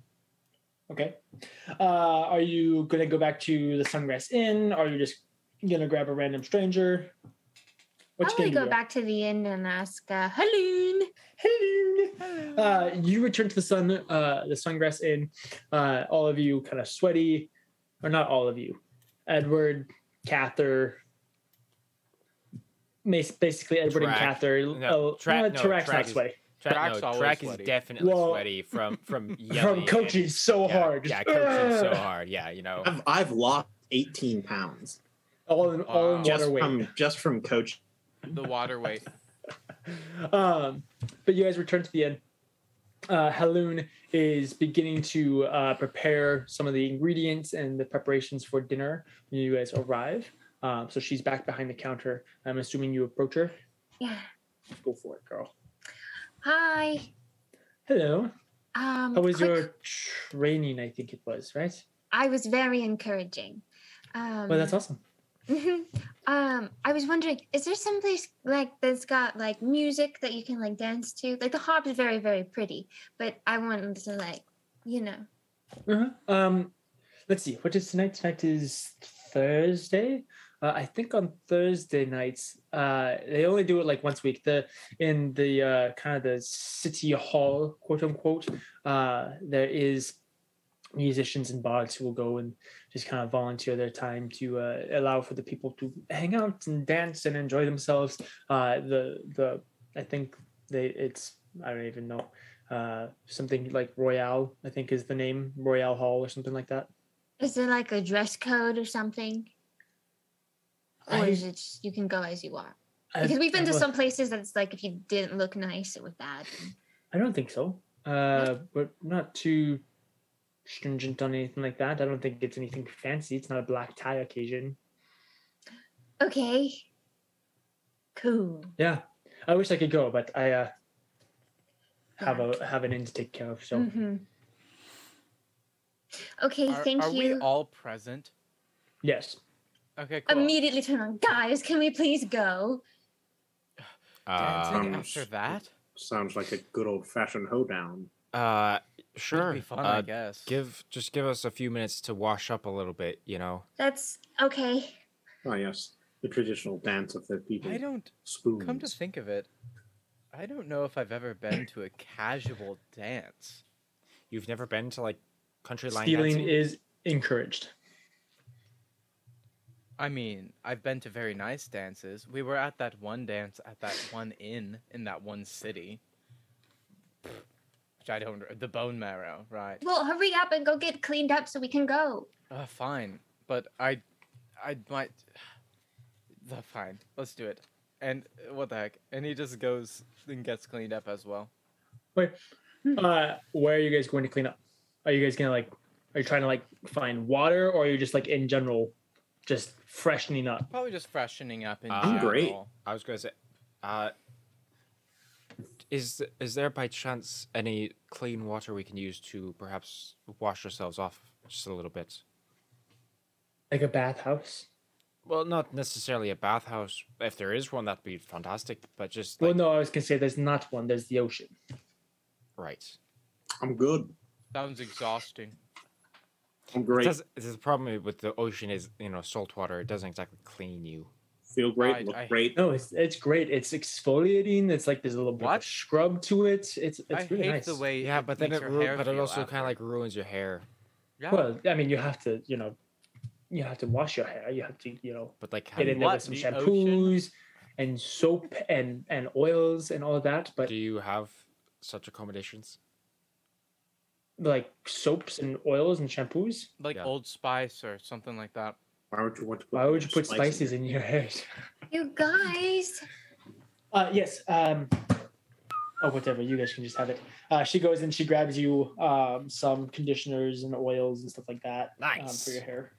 Speaker 2: Okay. Uh, are you going to go back to the Sungrass Inn? Are you just going to grab a random stranger? What you
Speaker 5: probably
Speaker 2: gonna
Speaker 5: go
Speaker 2: do?
Speaker 5: back to the inn and ask, uh, Helene.
Speaker 2: Hello. Uh, you return to the sun, uh, the Sungrass Inn. Uh, all of you kind of sweaty, or not all of you. Edward, Cather, mas- basically Edward and
Speaker 1: Drac.
Speaker 2: Cather.
Speaker 1: No,
Speaker 2: uh,
Speaker 1: Tra-
Speaker 2: uh,
Speaker 1: no,
Speaker 2: Tarak's
Speaker 1: Trac
Speaker 2: not
Speaker 1: is
Speaker 2: sweaty.
Speaker 1: Track,
Speaker 4: Track's
Speaker 1: no,
Speaker 4: always
Speaker 1: track is
Speaker 4: sweaty.
Speaker 1: definitely
Speaker 2: Well,
Speaker 1: sweaty from from yelling
Speaker 2: From
Speaker 1: and-
Speaker 2: coaching so
Speaker 1: yeah,
Speaker 2: hard.
Speaker 1: Yeah,
Speaker 2: just,
Speaker 1: coaching so
Speaker 2: "Ugh!"
Speaker 1: hard. Yeah, you know.
Speaker 8: I've, I've lost 18 pounds
Speaker 2: All in,
Speaker 1: Uh,
Speaker 2: all in
Speaker 4: Wow.
Speaker 8: just
Speaker 2: Oh. water weight.
Speaker 8: from just from coach.
Speaker 4: The waterway.
Speaker 2: um, but you guys return to the end. Uh, Haloon is beginning to uh, prepare some of the ingredients and the preparations for dinner when you guys arrive. Um, so she's back behind the counter. I'm assuming you approach her.
Speaker 5: Yeah.
Speaker 2: Go for it, girl.
Speaker 5: Hi.
Speaker 2: Hello.
Speaker 5: Um,
Speaker 2: How was
Speaker 5: quick-
Speaker 2: your training? I think it was right.
Speaker 5: I was very encouraging. Um,
Speaker 2: Well, that's awesome.
Speaker 5: Mhm. um, I was wondering, is there someplace like that's got like music that you can like dance to? Like the harp is very, very pretty, but I wanted to like, you know,
Speaker 2: Uh-huh. Um, let's see. What is tonight? Tonight is Thursday. Uh, I think on Thursday nights, uh, they only do it like once a week. The in the uh, kind of the city hall, quote unquote. Uh, there is musicians and bards who will go and just kind of volunteer their time to uh, allow for the people to hang out and dance and enjoy themselves. Uh, the the I think they it's I don't even know uh, something like Royale, I think is the name, Royale Hall or something like that.
Speaker 5: is there like a dress code or something? Or
Speaker 2: I-
Speaker 5: is it just, you can go as you are?
Speaker 2: I-
Speaker 5: Because we've been to
Speaker 2: well,
Speaker 5: some places that's like if you didn't look nice, it was bad.
Speaker 2: I don't think so. Uh, but not too stringent on anything like that. I don't think it's anything fancy. It's not a black tie occasion.
Speaker 5: Okay. Cool.
Speaker 2: Yeah, I wish I could go, but I uh, have a have an inn to take care of. So
Speaker 5: Mhm. Okay,
Speaker 4: Are,
Speaker 5: thank
Speaker 4: are
Speaker 5: you.
Speaker 4: we all present?
Speaker 2: yes,
Speaker 4: Okay, cool.
Speaker 5: Immediately turn on, guys. Can we please go?
Speaker 1: Uh,
Speaker 4: Dancing
Speaker 3: Um,
Speaker 4: after that?
Speaker 3: Sounds like a good old fashioned hoedown.
Speaker 1: uh,
Speaker 4: It'd
Speaker 1: sure.
Speaker 4: be fun, I
Speaker 1: uh,
Speaker 4: guess.
Speaker 1: give just give us a few minutes to wash up a little bit. You know.
Speaker 5: That's okay.
Speaker 3: Oh yes, the traditional dance of the people.
Speaker 4: I don't
Speaker 3: spoons.
Speaker 4: come to think of it. I don't know if I've ever been to a casual dance.
Speaker 1: You've never been to like country line
Speaker 2: stealing
Speaker 1: dancing?
Speaker 2: is encouraged.
Speaker 4: I mean, I've been to very nice dances. We were at that one dance at that one inn in that one city. Which I don't the bone marrow, right.
Speaker 5: Well, hurry up and go get cleaned up so we can go.
Speaker 4: Uh, fine, but I, I might. The fine, let's do it. And uh, what the heck? And he just goes and gets cleaned up as well.
Speaker 5: Hmm.
Speaker 2: Uh, where are you guys going to clean up? Are you guys gonna like? Are you trying to like find water, or are you just like in general, just freshening up?
Speaker 4: Probably just freshening up. In
Speaker 1: I'm
Speaker 3: great.
Speaker 4: general.
Speaker 1: I was gonna say, uh, is is there by chance any clean water we can use to perhaps wash ourselves off just a little bit?
Speaker 2: like a bathhouse.
Speaker 1: Well, not necessarily a bathhouse. If there is one, that'd be fantastic. But just
Speaker 2: well,
Speaker 1: like,
Speaker 2: no, I was gonna say there's not one. There's the ocean.
Speaker 1: right.
Speaker 3: I'm good.
Speaker 4: Sounds exhausting.
Speaker 3: I'm great.
Speaker 1: Does, the problem with the ocean is you know salt water. It doesn't exactly clean you.
Speaker 3: Feel great.
Speaker 4: I-
Speaker 3: look
Speaker 4: I-
Speaker 3: great.
Speaker 2: No, it's it's great. It's exfoliating. It's like there's a little bit of
Speaker 4: What?
Speaker 2: scrub to it. It's it's
Speaker 4: I
Speaker 2: really
Speaker 4: hate
Speaker 2: nice.
Speaker 4: the way.
Speaker 1: Yeah, but then
Speaker 4: makes
Speaker 1: it ru-
Speaker 4: your hair
Speaker 1: but it
Speaker 4: feel
Speaker 1: also
Speaker 4: after.
Speaker 1: kind of like ruins your hair.
Speaker 4: Yeah.
Speaker 2: well, I mean, you have to, you know, you have to wash your hair. You have to, you know,
Speaker 1: But like, how
Speaker 2: get
Speaker 1: do
Speaker 2: in
Speaker 1: you,
Speaker 2: there
Speaker 4: What?
Speaker 2: with some
Speaker 4: The
Speaker 2: shampoos and soap and and oils and all of that. But
Speaker 1: do you have such accommodations?
Speaker 2: like soaps and oils and shampoos.
Speaker 4: like
Speaker 1: Yeah.
Speaker 4: Old Spice or something like that.
Speaker 3: Why would you want to put,
Speaker 2: Why would you put
Speaker 3: spice
Speaker 2: spices
Speaker 3: in?
Speaker 2: in your hair?
Speaker 5: You guys.
Speaker 2: Uh, yes. Um, oh, whatever. You guys can just have it. Uh, she goes and she grabs you um, some conditioners and oils and stuff like that um,
Speaker 1: Nice.
Speaker 2: for your hair.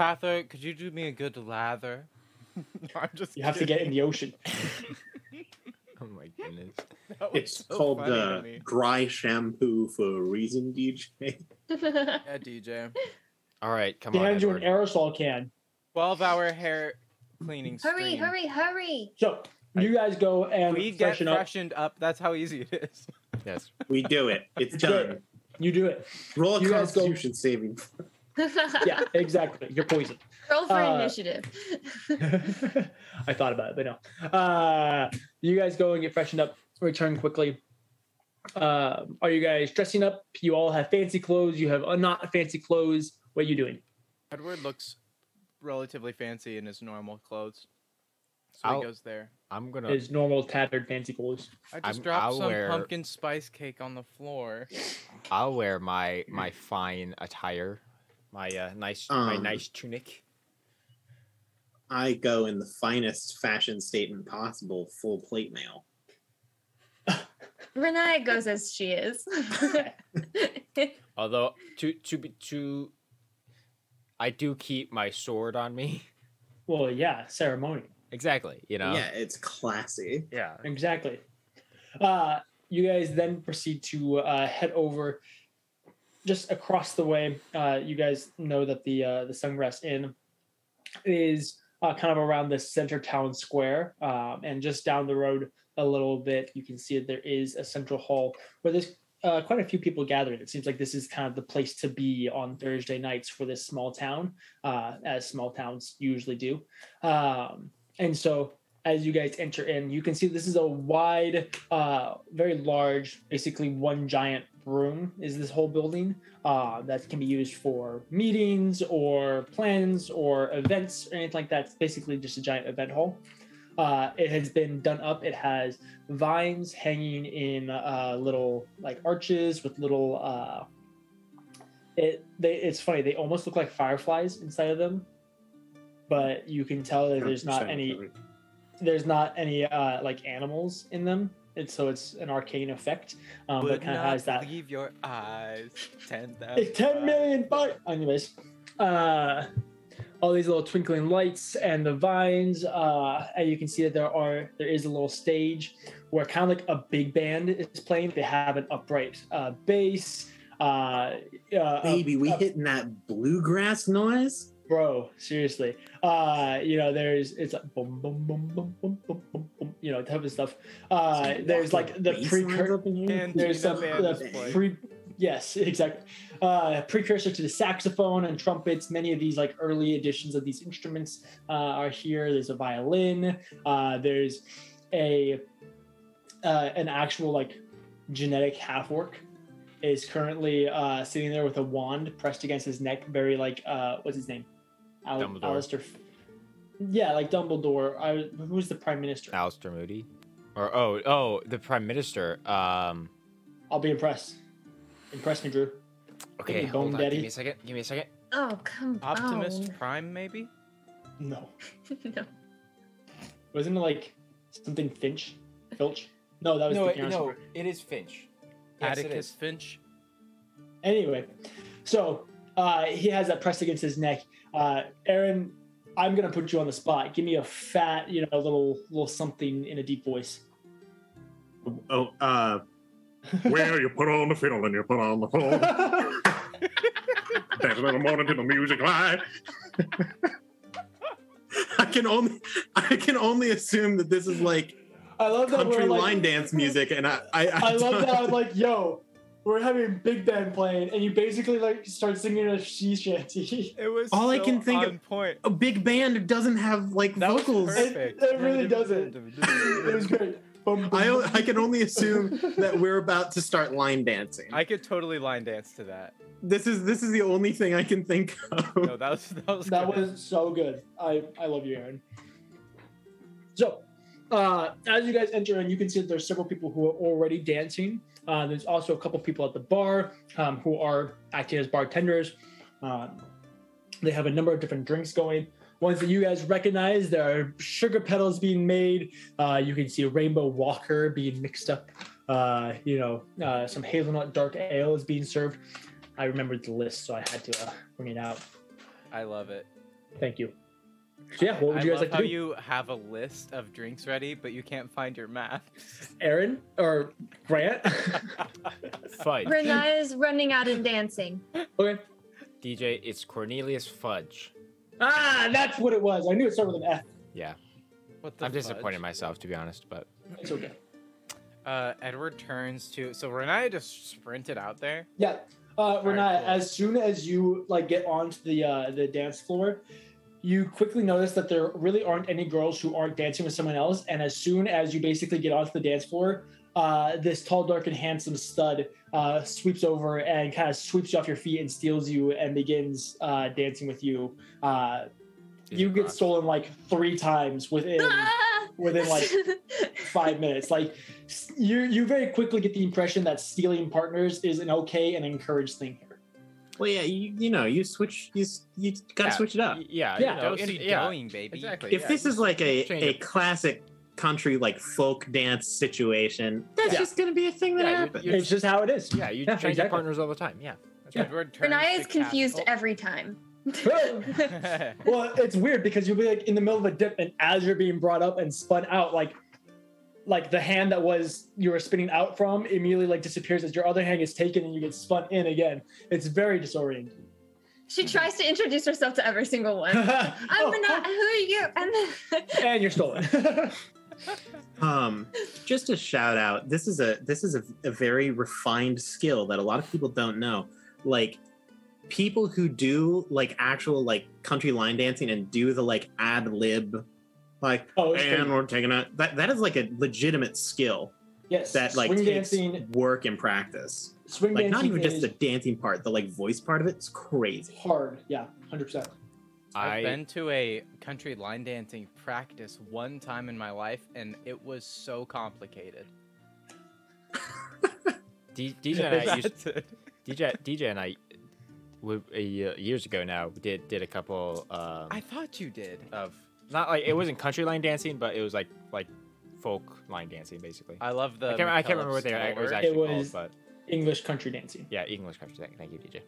Speaker 4: Pather, could you do me a good lather? I'm just.
Speaker 2: You have to get in the ocean.
Speaker 1: Oh my goodness!
Speaker 4: kidding. That was
Speaker 3: It's
Speaker 4: so
Speaker 3: called
Speaker 4: funny to
Speaker 3: uh,
Speaker 4: me.
Speaker 3: dry shampoo for a reason, DJ.
Speaker 4: Yeah, DJ.
Speaker 1: All right, come
Speaker 2: They
Speaker 1: on,
Speaker 2: hand you an
Speaker 1: Edward.
Speaker 2: aerosol can.
Speaker 4: Twelve-hour hair cleaning.
Speaker 5: hurry,
Speaker 4: stream.
Speaker 5: hurry, hurry.
Speaker 2: So you guys go and
Speaker 4: We get
Speaker 2: freshen up.
Speaker 4: freshened up. That's how easy it is.
Speaker 9: Yes.
Speaker 8: We do it. It's
Speaker 2: do it.
Speaker 8: done.
Speaker 2: You do it.
Speaker 8: Roll a
Speaker 2: You guys go-
Speaker 8: constitution saving.
Speaker 2: Yeah, exactly. You're poisoned.
Speaker 5: Roll for
Speaker 2: Uh,
Speaker 5: initiative.
Speaker 2: I thought about it, but no. Uh, you guys go and get freshened up. Return quickly. Um, are you guys dressing up? You all have fancy clothes. You have uh, not fancy clothes. What are you doing?
Speaker 4: Edward looks relatively fancy in his normal clothes, so
Speaker 1: I'll-
Speaker 4: he goes there.
Speaker 1: I'm gonna.
Speaker 2: Is normal tattered fancy clothes.
Speaker 4: I just
Speaker 1: I'm-
Speaker 4: dropped
Speaker 1: I'll
Speaker 4: some
Speaker 1: wear-
Speaker 4: pumpkin spice cake on the floor.
Speaker 1: I'll wear my my fine attire, my uh, nice my
Speaker 8: Um,
Speaker 1: nice tunic.
Speaker 8: I go in the finest fashion statement possible, full plate mail.
Speaker 5: Renee goes as she is.
Speaker 1: Although to to be to, I do keep my sword on me.
Speaker 2: Well, yeah, ceremony.
Speaker 1: Exactly. You know.
Speaker 8: Yeah, it's classy.
Speaker 1: Yeah.
Speaker 2: Exactly. Uh, you guys then proceed to uh, head over just across the way. Uh, you guys know that the uh, the Sungrass Inn is uh, kind of around the center town square, um, and just down the road a little bit, you can see that there is a central hall where there's uh, quite a few people gathered. It seems like this is kind of the place to be on Thursday nights for this small town, uh, as small towns usually do. Um, and so as you guys enter in, you can see this is a wide, uh, very large, basically one giant room is this whole building uh, that can be used for meetings or plans or events or anything like that. It's basically just a giant event hall. Uh, it has been done up. It has vines hanging in uh, little like arches with little. Uh, it they it's funny. They almost look like fireflies inside of them, but you can tell that there's not any there's not any uh, like animals in them, and so it's an arcane effect. Um, but kind of has that
Speaker 4: leave your eyes. Ten thousand.
Speaker 2: it's 10 million but anyways uh all these little twinkling lights and the vines uh and you can see that there are there is a little stage where kind of like a big band is playing they have an upright uh bass uh, uh
Speaker 8: Baby, we
Speaker 2: uh,
Speaker 8: hitting that bluegrass noise.
Speaker 2: bro seriously uh you know there's it's like boom boom boom boom boom boom boom, boom you know type of stuff uh
Speaker 8: Some
Speaker 2: there's like
Speaker 8: walking
Speaker 2: the
Speaker 8: bass lines
Speaker 2: precursor
Speaker 8: up in here.
Speaker 4: And
Speaker 2: there's
Speaker 4: Tina
Speaker 2: some
Speaker 4: Band
Speaker 2: the
Speaker 4: is playing.
Speaker 2: pre- yes exactly uh, precursor to the saxophone and trumpets many of these like early editions of these instruments uh, are here there's a violin uh, there's a uh, an actual like genetic half orc is currently uh, sitting there with a wand pressed against his neck very like uh, what's his name Al-
Speaker 1: Dumbledore.
Speaker 2: Alistair F- yeah like Dumbledore I, who was the prime minister
Speaker 1: Alistair Moody, or oh oh the prime minister. Um.
Speaker 2: I'll be impressed impress me Drew
Speaker 1: Okay.
Speaker 2: me
Speaker 1: Hold
Speaker 2: Bone
Speaker 1: on.
Speaker 2: Daddy.
Speaker 1: Give me a second. Give me a second.
Speaker 5: oh, come
Speaker 4: Optimus
Speaker 5: on.
Speaker 4: Prime, maybe.
Speaker 2: no
Speaker 5: no.
Speaker 2: Wasn't it like something Finch? Filch? No, that was the Beyond Super-
Speaker 1: It is Finch.
Speaker 4: Atticus Finch.
Speaker 2: Anyway, so uh, he has that pressed against his neck. Uh, Aaron, I'm gonna put you on the spot. Give me a fat, you know, little little something in a deep voice.
Speaker 3: Oh, uh, well, you put on the fiddle and you put on the phone. Dancing in the morning to the music line.
Speaker 8: I can only I can only assume that this is like
Speaker 2: I love that
Speaker 8: country
Speaker 2: we're like,
Speaker 8: line dance music, and I I, I
Speaker 2: I love
Speaker 8: don't-
Speaker 2: that I'm like, yo, we're having big band playing, and you basically like start singing a she shanty.
Speaker 4: It was
Speaker 8: All I can think
Speaker 4: on
Speaker 8: of-
Speaker 4: point.
Speaker 8: A big band doesn't have like
Speaker 4: That was
Speaker 8: vocals.
Speaker 4: perfect.
Speaker 2: It- it really doesn't. it was great. Bum, bum,
Speaker 8: I
Speaker 2: bum.
Speaker 8: I can only assume that we're about to start line dancing.
Speaker 4: I could totally line dance to that.
Speaker 8: this is this is the only thing I can think of.
Speaker 4: No, that was that was.
Speaker 2: that
Speaker 4: good.
Speaker 2: was so good. I, I love you, Aaron. So, uh, as you guys enter in, you can see that there's several people who are already dancing. Uh, there's also a couple people at the bar um, who are acting as bartenders. Um, they have a number of different drinks going. Ones that you guys recognize, there are sugar petals being made. Uh, you can see a rainbow walker being mixed up. Uh, you know, uh, some hazelnut dark ale is being served. I remembered the list, so I had to uh, bring it out.
Speaker 4: I love it.
Speaker 2: Thank you. So yeah, what would
Speaker 4: I
Speaker 2: you
Speaker 4: love
Speaker 2: guys like
Speaker 4: how
Speaker 2: to do?
Speaker 4: you have a list of drinks ready, but you can't find your map.
Speaker 2: Aaron or Grant?
Speaker 1: Fudge.
Speaker 5: Renee is running out and dancing.
Speaker 2: okay.
Speaker 1: DJ, it's Cornelius Fudge.
Speaker 2: Ah, that's what it was. I knew it started with an F.
Speaker 1: Yeah,
Speaker 4: What the
Speaker 1: I'm disappointed in
Speaker 4: fudge?
Speaker 1: myself to be honest, but
Speaker 2: It's okay.
Speaker 4: uh, Edward turns to so Renaya just sprinted out there.
Speaker 2: Yeah. Uh,
Speaker 4: Very
Speaker 2: Renata,
Speaker 4: cool.
Speaker 2: as soon as you like get onto the uh, the dance floor, you quickly notice that there really aren't any girls who aren't dancing with someone else. And as soon as you basically get onto the dance floor, uh, this tall, dark, and handsome stud uh, sweeps over and kind of sweeps you off your feet and steals you and begins uh, dancing with you. Uh, you get stolen like three times within
Speaker 5: Ah!
Speaker 2: within like five minutes. Like s- you, you very quickly get the impression that stealing partners is an okay and encouraged thing here.
Speaker 3: Well, yeah, you, you know, you switch, you s- you gotta
Speaker 1: Yeah.
Speaker 3: switch it up.
Speaker 1: Y- Uh, Yeah,
Speaker 2: Yeah,
Speaker 1: you know,
Speaker 4: Go
Speaker 1: it-
Speaker 4: see
Speaker 1: yeah,
Speaker 4: going, baby.
Speaker 1: Exactly.
Speaker 3: If
Speaker 1: yeah.
Speaker 3: this is like a
Speaker 1: Change
Speaker 3: a
Speaker 1: it.
Speaker 3: classic country like folk dance situation, that's
Speaker 2: Yeah.
Speaker 3: just gonna be a thing that
Speaker 1: Yeah, you-
Speaker 3: happens.
Speaker 1: you-
Speaker 2: It's just how it is.
Speaker 1: yeah, you
Speaker 2: Yeah,
Speaker 1: change your
Speaker 2: exactly.
Speaker 1: partners all the time. Yeah, that's right.
Speaker 4: Edward turns
Speaker 5: Renaya
Speaker 4: to
Speaker 5: is confused
Speaker 4: Castle.
Speaker 5: every time.
Speaker 2: Well, it's weird because you'll be like in the middle of a dip, and as you're being brought up and spun out, like like the hand that was you were spinning out from immediately like disappears as your other hand is taken and you get spun in again. It's very disorienting.
Speaker 5: She tries to introduce herself to every single one. I'm
Speaker 2: Oh,
Speaker 5: Renaya. Who are you? And
Speaker 2: and you're stolen.
Speaker 3: um just a shout out this is a this is a, a very refined skill that a lot of people don't know like people who do like actual like country line dancing and do the like ad lib like
Speaker 2: oh, it's
Speaker 3: and
Speaker 2: crazy.
Speaker 3: we're taking a that, that is like a legitimate skill
Speaker 2: yes,
Speaker 3: that like
Speaker 2: swing
Speaker 3: takes
Speaker 2: dancing,
Speaker 3: work and practice
Speaker 2: swing dancing
Speaker 3: like not even just
Speaker 2: is
Speaker 3: the dancing part the like voice part of it's crazy
Speaker 2: hard. Yeah, hundred percent.
Speaker 4: I've
Speaker 1: I
Speaker 4: been to a country line dancing practice one time in my life, and it was so complicated.
Speaker 1: D- DJ and I used
Speaker 4: That's it.
Speaker 1: DJ DJ and I we, a year- years ago now we did did a couple um,
Speaker 4: I thought you did.
Speaker 1: of not like it wasn't country line dancing, but it was like like folk line dancing basically.
Speaker 4: I love the.
Speaker 1: I can't, I can't remember what they
Speaker 4: McKellop's
Speaker 1: it was
Speaker 4: Tower.
Speaker 1: actually
Speaker 2: was-
Speaker 1: called,
Speaker 2: English country dancing.
Speaker 1: but yeah, English country. Thank- Thank you, DJ.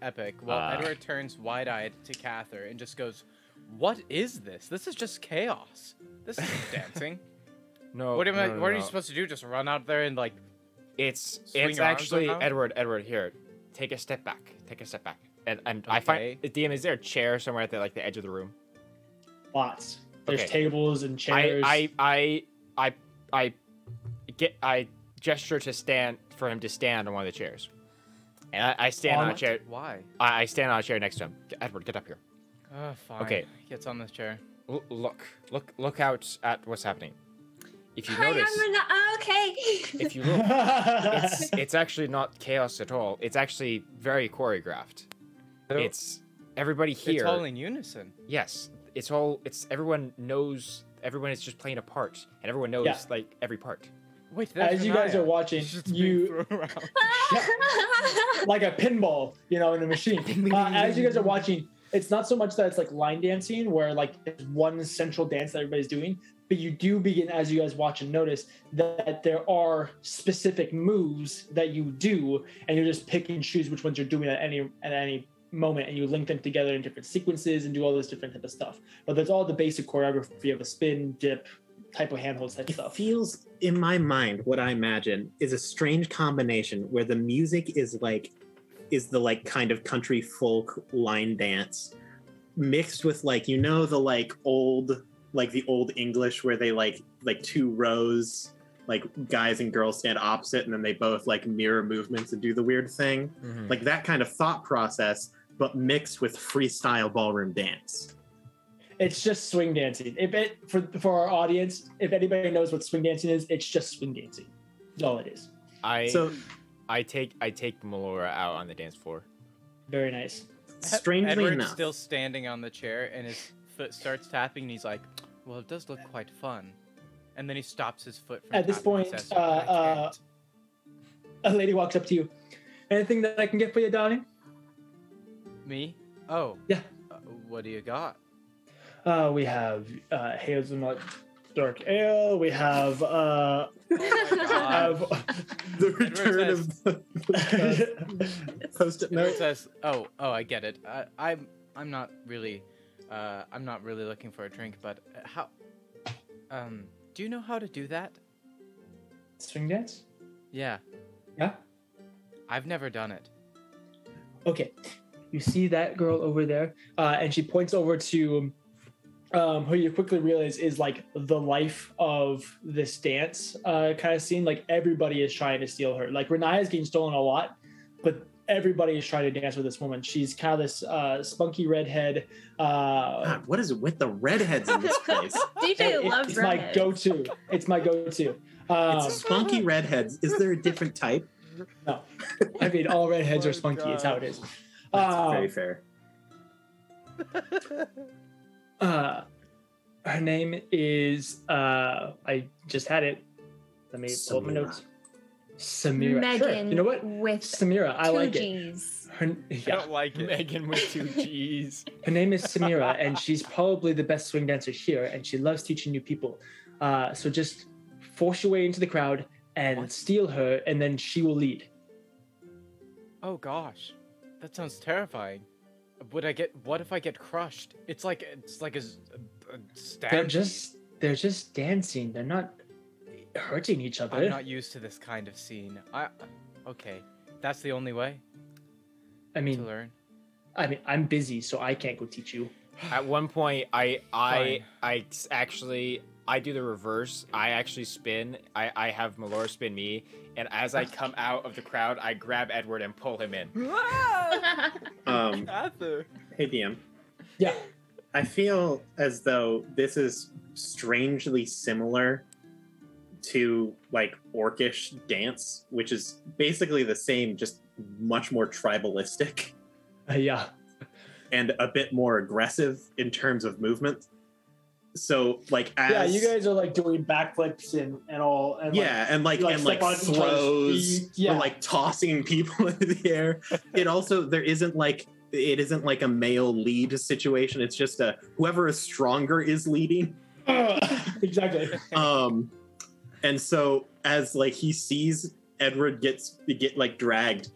Speaker 4: epic. Well,
Speaker 1: Ah.
Speaker 4: Edward turns wide eyed to Cather and just goes, What is this? This is just chaos. This is dancing.
Speaker 1: No,
Speaker 4: what am I,
Speaker 1: Oh, no, no,
Speaker 4: what are
Speaker 1: no.
Speaker 4: you supposed to do? Just run out there and like
Speaker 1: It's
Speaker 4: swing
Speaker 1: it's
Speaker 4: your arms
Speaker 1: actually
Speaker 4: around?
Speaker 1: Edward. Edward, here, take a step back. Take a step back. And and I find
Speaker 4: Okay.
Speaker 1: DM is there a chair somewhere at the, like the edge of the room?
Speaker 2: Lots. There's
Speaker 1: Okay.
Speaker 2: tables and chairs.
Speaker 1: I, I I I I get I gesture to stand for him to stand on one of the chairs, and I, I stand on a
Speaker 2: On-
Speaker 1: chair.
Speaker 4: why?
Speaker 1: I, I stand on a chair next to him. Edward, get up here.
Speaker 4: Oh, fine.
Speaker 1: Okay.
Speaker 4: Gets on this chair.
Speaker 1: L- look, look, look out at what's happening. If you
Speaker 5: Hi, I'm
Speaker 1: notice,
Speaker 5: Renaya. Oh, okay.
Speaker 1: if you look, it's it's actually not chaos at all. It's actually very choreographed. It's everybody here.
Speaker 4: It's all in unison.
Speaker 1: yes, it's all. It's everyone knows. Everyone is just playing a part, and everyone knows
Speaker 2: Yeah.
Speaker 1: like every part.
Speaker 4: Wait, there's
Speaker 2: as you guys
Speaker 4: Renaya.
Speaker 2: are watching,
Speaker 4: She's being
Speaker 2: you
Speaker 4: thrown around.
Speaker 2: like a pinball, you know, in a machine. Uh, as you guys are watching, it's not so much that it's like line dancing where like there's one central dance that everybody's doing, but you do begin as you guys watch and notice that there are specific moves that you do, and you're just pick and choose which ones you're doing at any at any moment, and you link them together in different sequences and do all this different type of stuff. But there's all the basic choreography of a spin, dip, type of handhold type
Speaker 3: It
Speaker 2: stuff.
Speaker 3: feels in my mind what I imagine is a strange combination where the music is like is the like kind of country folk line dance mixed with like you know the like old like the old English where they like like two rows like guys and girls stand opposite and then they both like mirror movements and do the weird thing
Speaker 4: Hmm.
Speaker 3: like that kind of thought process but mixed with freestyle ballroom dance
Speaker 2: It's just swing dancing. If it for for our audience, if anybody knows what swing dancing is, it's just swing dancing. That's all it is.
Speaker 1: I
Speaker 3: so
Speaker 1: I take I take Melora out on the dance floor.
Speaker 2: Very nice.
Speaker 3: strangely
Speaker 4: Edward's
Speaker 3: enough
Speaker 4: still standing on the chair, and his foot starts tapping, and he's like, "Well, it does look quite fun." And then he stops his foot. From
Speaker 2: At this
Speaker 4: tapping and
Speaker 2: point,
Speaker 4: says, "But I
Speaker 2: uh, uh,
Speaker 4: can't."
Speaker 2: A lady walks up to you. Anything that I can get for you, darling?
Speaker 4: me? Oh,
Speaker 2: Yeah.
Speaker 4: Uh, what do you got?
Speaker 2: Uh, we have uh, hazelnut dark ale. We have uh,
Speaker 4: Oh
Speaker 2: have
Speaker 3: Ah.
Speaker 4: Edward
Speaker 3: the return
Speaker 4: says-
Speaker 3: of the post-it
Speaker 4: And it
Speaker 3: note
Speaker 4: says, "Oh, oh, I get it. I, I'm, I'm not really, uh, I'm not really looking for a drink, but uh, how? Um, do you know how to do that?
Speaker 2: swing dance.
Speaker 4: Yeah,
Speaker 2: Yeah.
Speaker 4: I've never done it.
Speaker 2: Okay. You see that girl over there, uh, and she points over to um, who you quickly realize is like the life of this dance uh, kind of scene. Like everybody is trying to steal her. Like Renaya is getting stolen a lot, but everybody is trying to dance with this woman. She's kind of this uh, spunky redhead. Uh,
Speaker 3: God, what is it with the redheads in this place?
Speaker 5: DJ
Speaker 2: it-
Speaker 5: loves
Speaker 2: it's my
Speaker 5: redheads.
Speaker 2: go-to. It's my go-to. Um,
Speaker 3: It's spunky redheads. Is there a different type?
Speaker 2: I mean, all redheads are spunky. It's how it is.
Speaker 3: That's
Speaker 2: Um,
Speaker 3: very fair.
Speaker 2: uh, her name is uh, I just had it. Let me pull up my
Speaker 3: Samira.
Speaker 2: notes. Samira.
Speaker 5: Megan
Speaker 2: Sure. You know what?
Speaker 5: with
Speaker 2: Samira. I
Speaker 5: two
Speaker 2: like it.
Speaker 5: G's.
Speaker 2: Her,
Speaker 4: I
Speaker 2: yeah.
Speaker 4: don't like it.
Speaker 10: Megan with two G's.
Speaker 2: her name is Samira, and she's probably the best swing dancer here, and she loves teaching new people. Uh, so just force your way into the crowd and steal her, and then she will lead.
Speaker 4: Oh gosh, that sounds terrifying. Would I get? What if I get crushed? It's like it's like a, s- a- a
Speaker 2: They're
Speaker 4: stampede.
Speaker 2: just they're just dancing. They're not hurting each other.
Speaker 4: I'm not used to this kind of scene. I okay, that's the only way
Speaker 2: I
Speaker 4: to
Speaker 2: mean,
Speaker 4: learn.
Speaker 2: I mean, I'm busy, so I can't go teach you.
Speaker 10: At one point, I I
Speaker 4: Fine.
Speaker 10: I s- actually I do the reverse. I actually spin. I I have Melora spin me, and as I come out of the crowd, I grab Edward and pull him in.
Speaker 3: Um,
Speaker 4: Arthur.
Speaker 3: hey, DM.
Speaker 2: Yeah.
Speaker 3: I feel as though this is strangely similar to like orcish dance, which is basically the same, just much more tribalistic
Speaker 2: yeah.
Speaker 3: and a bit more aggressive in terms of movement. So like as
Speaker 2: Yeah, you guys are like doing backflips and, and all. And, like,
Speaker 3: yeah, and like,
Speaker 2: you, like,
Speaker 3: and like
Speaker 2: step on each other's
Speaker 3: throws,
Speaker 2: feet. Yeah.
Speaker 3: or like tossing people into the air. It also there isn't like it isn't like a male lead situation. It's just a whoever is stronger is leading.
Speaker 2: exactly.
Speaker 3: um and so as like he sees edward gets get like dragged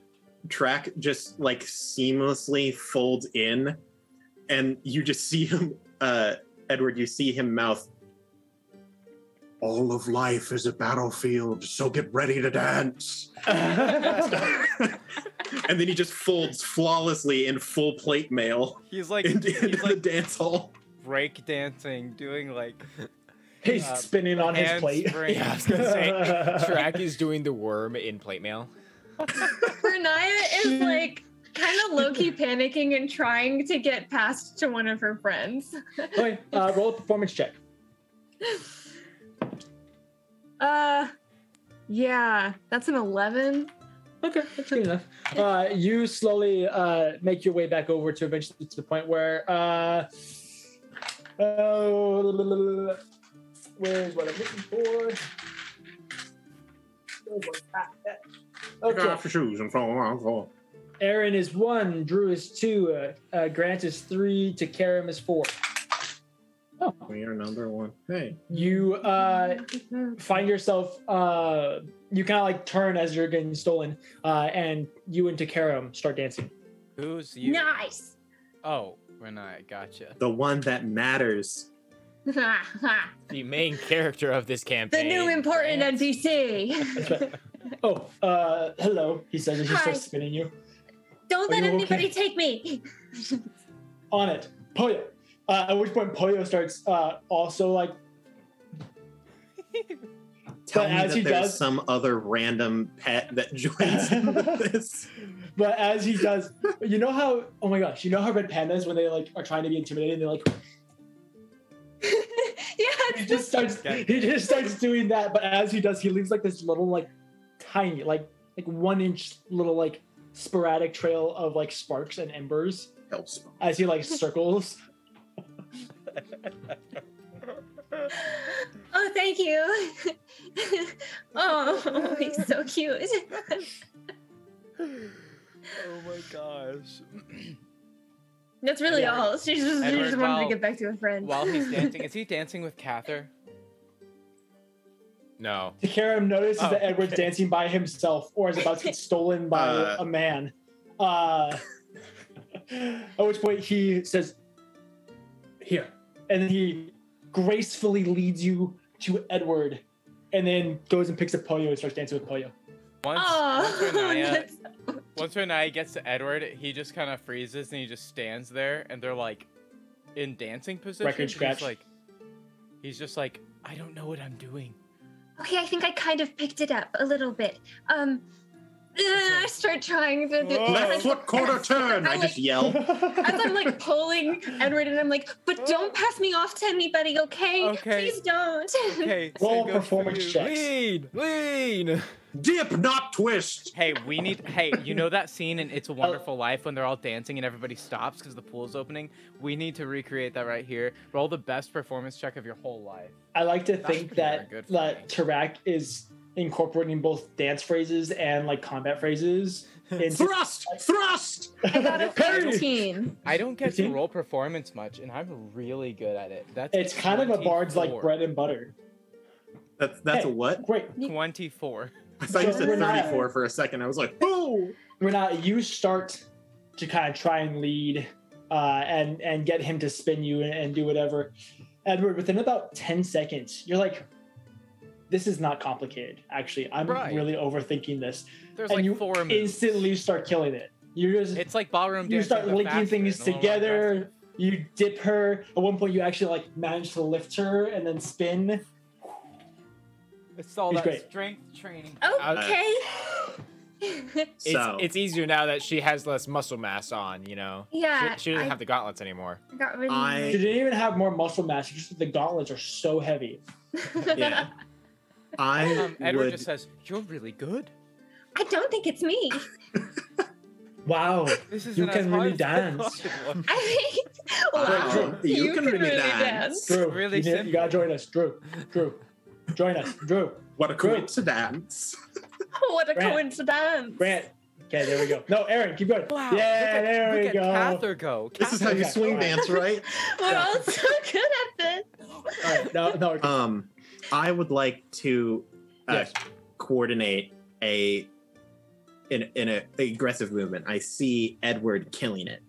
Speaker 3: track just like seamlessly folds in and you just see him uh edward you see him mouth
Speaker 11: All of life is a battlefield, so get ready to dance.
Speaker 3: and then he just folds flawlessly in full plate mail
Speaker 4: He's like
Speaker 3: into, into
Speaker 4: he's
Speaker 3: the
Speaker 4: like
Speaker 3: dance hall
Speaker 4: break dancing, doing like
Speaker 2: He's
Speaker 4: Uh,
Speaker 2: spinning on his
Speaker 4: hand
Speaker 2: plate.
Speaker 4: springs.
Speaker 10: Yeah, I was gonna say. Track is doing the worm in plate mail.
Speaker 5: Renaya is like kind of low key panicking and trying to get past to one of her friends.
Speaker 2: okay, uh, roll a performance check.
Speaker 5: Uh, yeah, that's an 11.
Speaker 2: Okay, that's good enough. Uh, you slowly uh, make your way back over to eventually to the point where. Uh, oh, where's what I'm looking for?
Speaker 11: Take
Speaker 2: Okay.
Speaker 11: off your shoes and fall around. fall.
Speaker 2: Aaron is one, Drew is two, uh, uh, Grant is three, Takaram is four.
Speaker 3: we are number one hey
Speaker 2: You uh, find yourself uh you kind of like turn as you're getting stolen uh and you and Takaram start dancing
Speaker 4: who's you?
Speaker 5: Nice.
Speaker 4: Oh, Renai, gotcha.
Speaker 3: the one that matters
Speaker 5: the
Speaker 10: The main character of this campaign.
Speaker 5: new important
Speaker 4: Oh
Speaker 5: NPC.
Speaker 2: oh uh hello he says as he
Speaker 5: Hi.
Speaker 2: starts spinning you
Speaker 5: Don't
Speaker 2: Are
Speaker 5: let
Speaker 2: you
Speaker 5: anybody
Speaker 2: okay?
Speaker 5: take me.
Speaker 2: on it Poyo uh, at which point Poyo starts uh also like
Speaker 3: tell
Speaker 2: But
Speaker 3: me
Speaker 2: as
Speaker 3: that
Speaker 2: he
Speaker 3: there's
Speaker 2: does-
Speaker 3: some other random pet that joins in with this
Speaker 2: but as he does you know how oh my gosh you know how red pandas when they like are trying to be intimidated they're like
Speaker 5: yeah,
Speaker 2: he
Speaker 5: it's
Speaker 2: just
Speaker 5: just
Speaker 2: starts he just starts doing that but as he does he leaves like this little like tiny like like one inch little like sporadic trail of like sparks and embers
Speaker 3: helps
Speaker 2: as he like circles
Speaker 5: Oh, thank you. oh, he's so cute.
Speaker 4: Oh my gosh.
Speaker 5: That's really
Speaker 4: Yeah.
Speaker 5: all. She just, she
Speaker 4: Edward,
Speaker 5: just wanted
Speaker 4: while-
Speaker 5: to get back to her friend.
Speaker 4: While he's dancing, is he dancing with Cather?
Speaker 10: No.
Speaker 2: Takaram notices
Speaker 4: Oh,
Speaker 2: that Edward's dancing by himself or is about to get stolen by
Speaker 3: Uh.
Speaker 2: a man uh at which point he says here and then he gracefully leads you to Edward and then goes and picks up Poyo and starts dancing with Poyo
Speaker 4: Once, once
Speaker 5: oh,
Speaker 4: Renai
Speaker 5: that's-
Speaker 4: Once Renai gets to Edward, he just kind of freezes and he just stands there, and they're like, in dancing position.
Speaker 2: Record
Speaker 4: he's
Speaker 2: scratch.
Speaker 4: Like he's just like I don't know what I'm doing.
Speaker 5: Okay, I think I kind of picked it up a little bit. Um, I start trying to. Do,
Speaker 3: Left foot quarter turn. I just yell.
Speaker 5: As I'm like pulling Edward, and I'm like, but don't pass me off to anybody, okay?
Speaker 4: Okay.
Speaker 5: Please don't.
Speaker 4: Okay,
Speaker 2: Roll
Speaker 4: same goes for
Speaker 2: performance
Speaker 4: you.
Speaker 2: checks.
Speaker 1: Lean, lean.
Speaker 3: Dip, not twist. Uh,
Speaker 4: Hey, we need. Hey, you know that scene in It's a Wonderful Life when they're all dancing and everybody stops because the pool's opening? We need to recreate that right here. Roll the best performance check of your whole life.
Speaker 2: I like to
Speaker 4: That's
Speaker 2: think
Speaker 4: pretty
Speaker 2: that
Speaker 4: darn good for me.
Speaker 2: that Tarak is incorporating both dance phrases and like combat phrases into
Speaker 3: Thrust, thrust.
Speaker 5: I got a
Speaker 2: Parry.
Speaker 5: 13.
Speaker 4: I don't get to
Speaker 2: Fifteen?
Speaker 4: roll performance much, and I'm really good at it. That's
Speaker 2: It's kind of a bard's like
Speaker 4: 24.
Speaker 2: bread and butter.
Speaker 3: That's that's a
Speaker 2: Hey.
Speaker 3: what?
Speaker 2: Great.
Speaker 4: Twenty-four.
Speaker 3: I thought you said
Speaker 2: We're not-
Speaker 3: 34 for a second. I was like, oh.
Speaker 2: Renat, uh, you start to kind of try and lead uh, and and get him to spin you and, and do whatever. Edward, within about ten seconds, you're like, "This is not complicated. Actually, I'm
Speaker 4: Right.
Speaker 2: really overthinking this."
Speaker 4: There's
Speaker 2: and
Speaker 4: like
Speaker 2: you
Speaker 4: four moves.
Speaker 2: instantly start killing it. You just
Speaker 4: It's like ballroom
Speaker 2: you
Speaker 4: dancing.
Speaker 2: start
Speaker 4: but
Speaker 2: linking
Speaker 4: faster
Speaker 2: things
Speaker 4: and a little more
Speaker 2: together.
Speaker 4: aggressive.
Speaker 2: You dip her. At one point, you actually like manage to lift her and then spin.
Speaker 1: It's all
Speaker 2: He's
Speaker 1: that.
Speaker 2: great.
Speaker 4: Strength training.
Speaker 5: Okay.
Speaker 1: It's,
Speaker 3: So
Speaker 1: it's easier now that she has less muscle mass on. You know.
Speaker 5: yeah.
Speaker 1: She, she doesn't
Speaker 5: Uh, I
Speaker 1: have the gauntlets anymore.
Speaker 5: got rid of
Speaker 3: I-
Speaker 2: She didn't even have more muscle mass. Just the gauntlets are so heavy.
Speaker 3: yeah. I
Speaker 4: Um, Edward
Speaker 3: would.
Speaker 4: just says, "You're really good.
Speaker 5: I don't think it's me.
Speaker 2: Wow.
Speaker 4: This is
Speaker 2: You can really dance.
Speaker 5: I think.
Speaker 3: Wow. You can really dance.
Speaker 2: Drew,
Speaker 4: Really
Speaker 2: you, need- you
Speaker 4: simple.
Speaker 2: gotta join us, Drew. Drew, join us, Drew.
Speaker 3: What a
Speaker 2: Great.
Speaker 3: coincidence.
Speaker 5: What a
Speaker 2: Grant.
Speaker 5: coincidence.
Speaker 2: Grant. Okay, there we go. No, Aaron, keep going.
Speaker 4: Wow. look
Speaker 2: yeah,
Speaker 4: at,
Speaker 2: there
Speaker 4: look
Speaker 2: we
Speaker 4: at
Speaker 2: go.
Speaker 4: Cather go.
Speaker 3: This is how
Speaker 4: Cather
Speaker 3: you
Speaker 2: Okay.
Speaker 3: swing dance, right?
Speaker 5: We're all so good at this.
Speaker 2: All right, no, no. we're-
Speaker 3: Um, I would like to uh,
Speaker 2: Yes.
Speaker 3: coordinate a in in a aggressive movement. I see Edward killing it.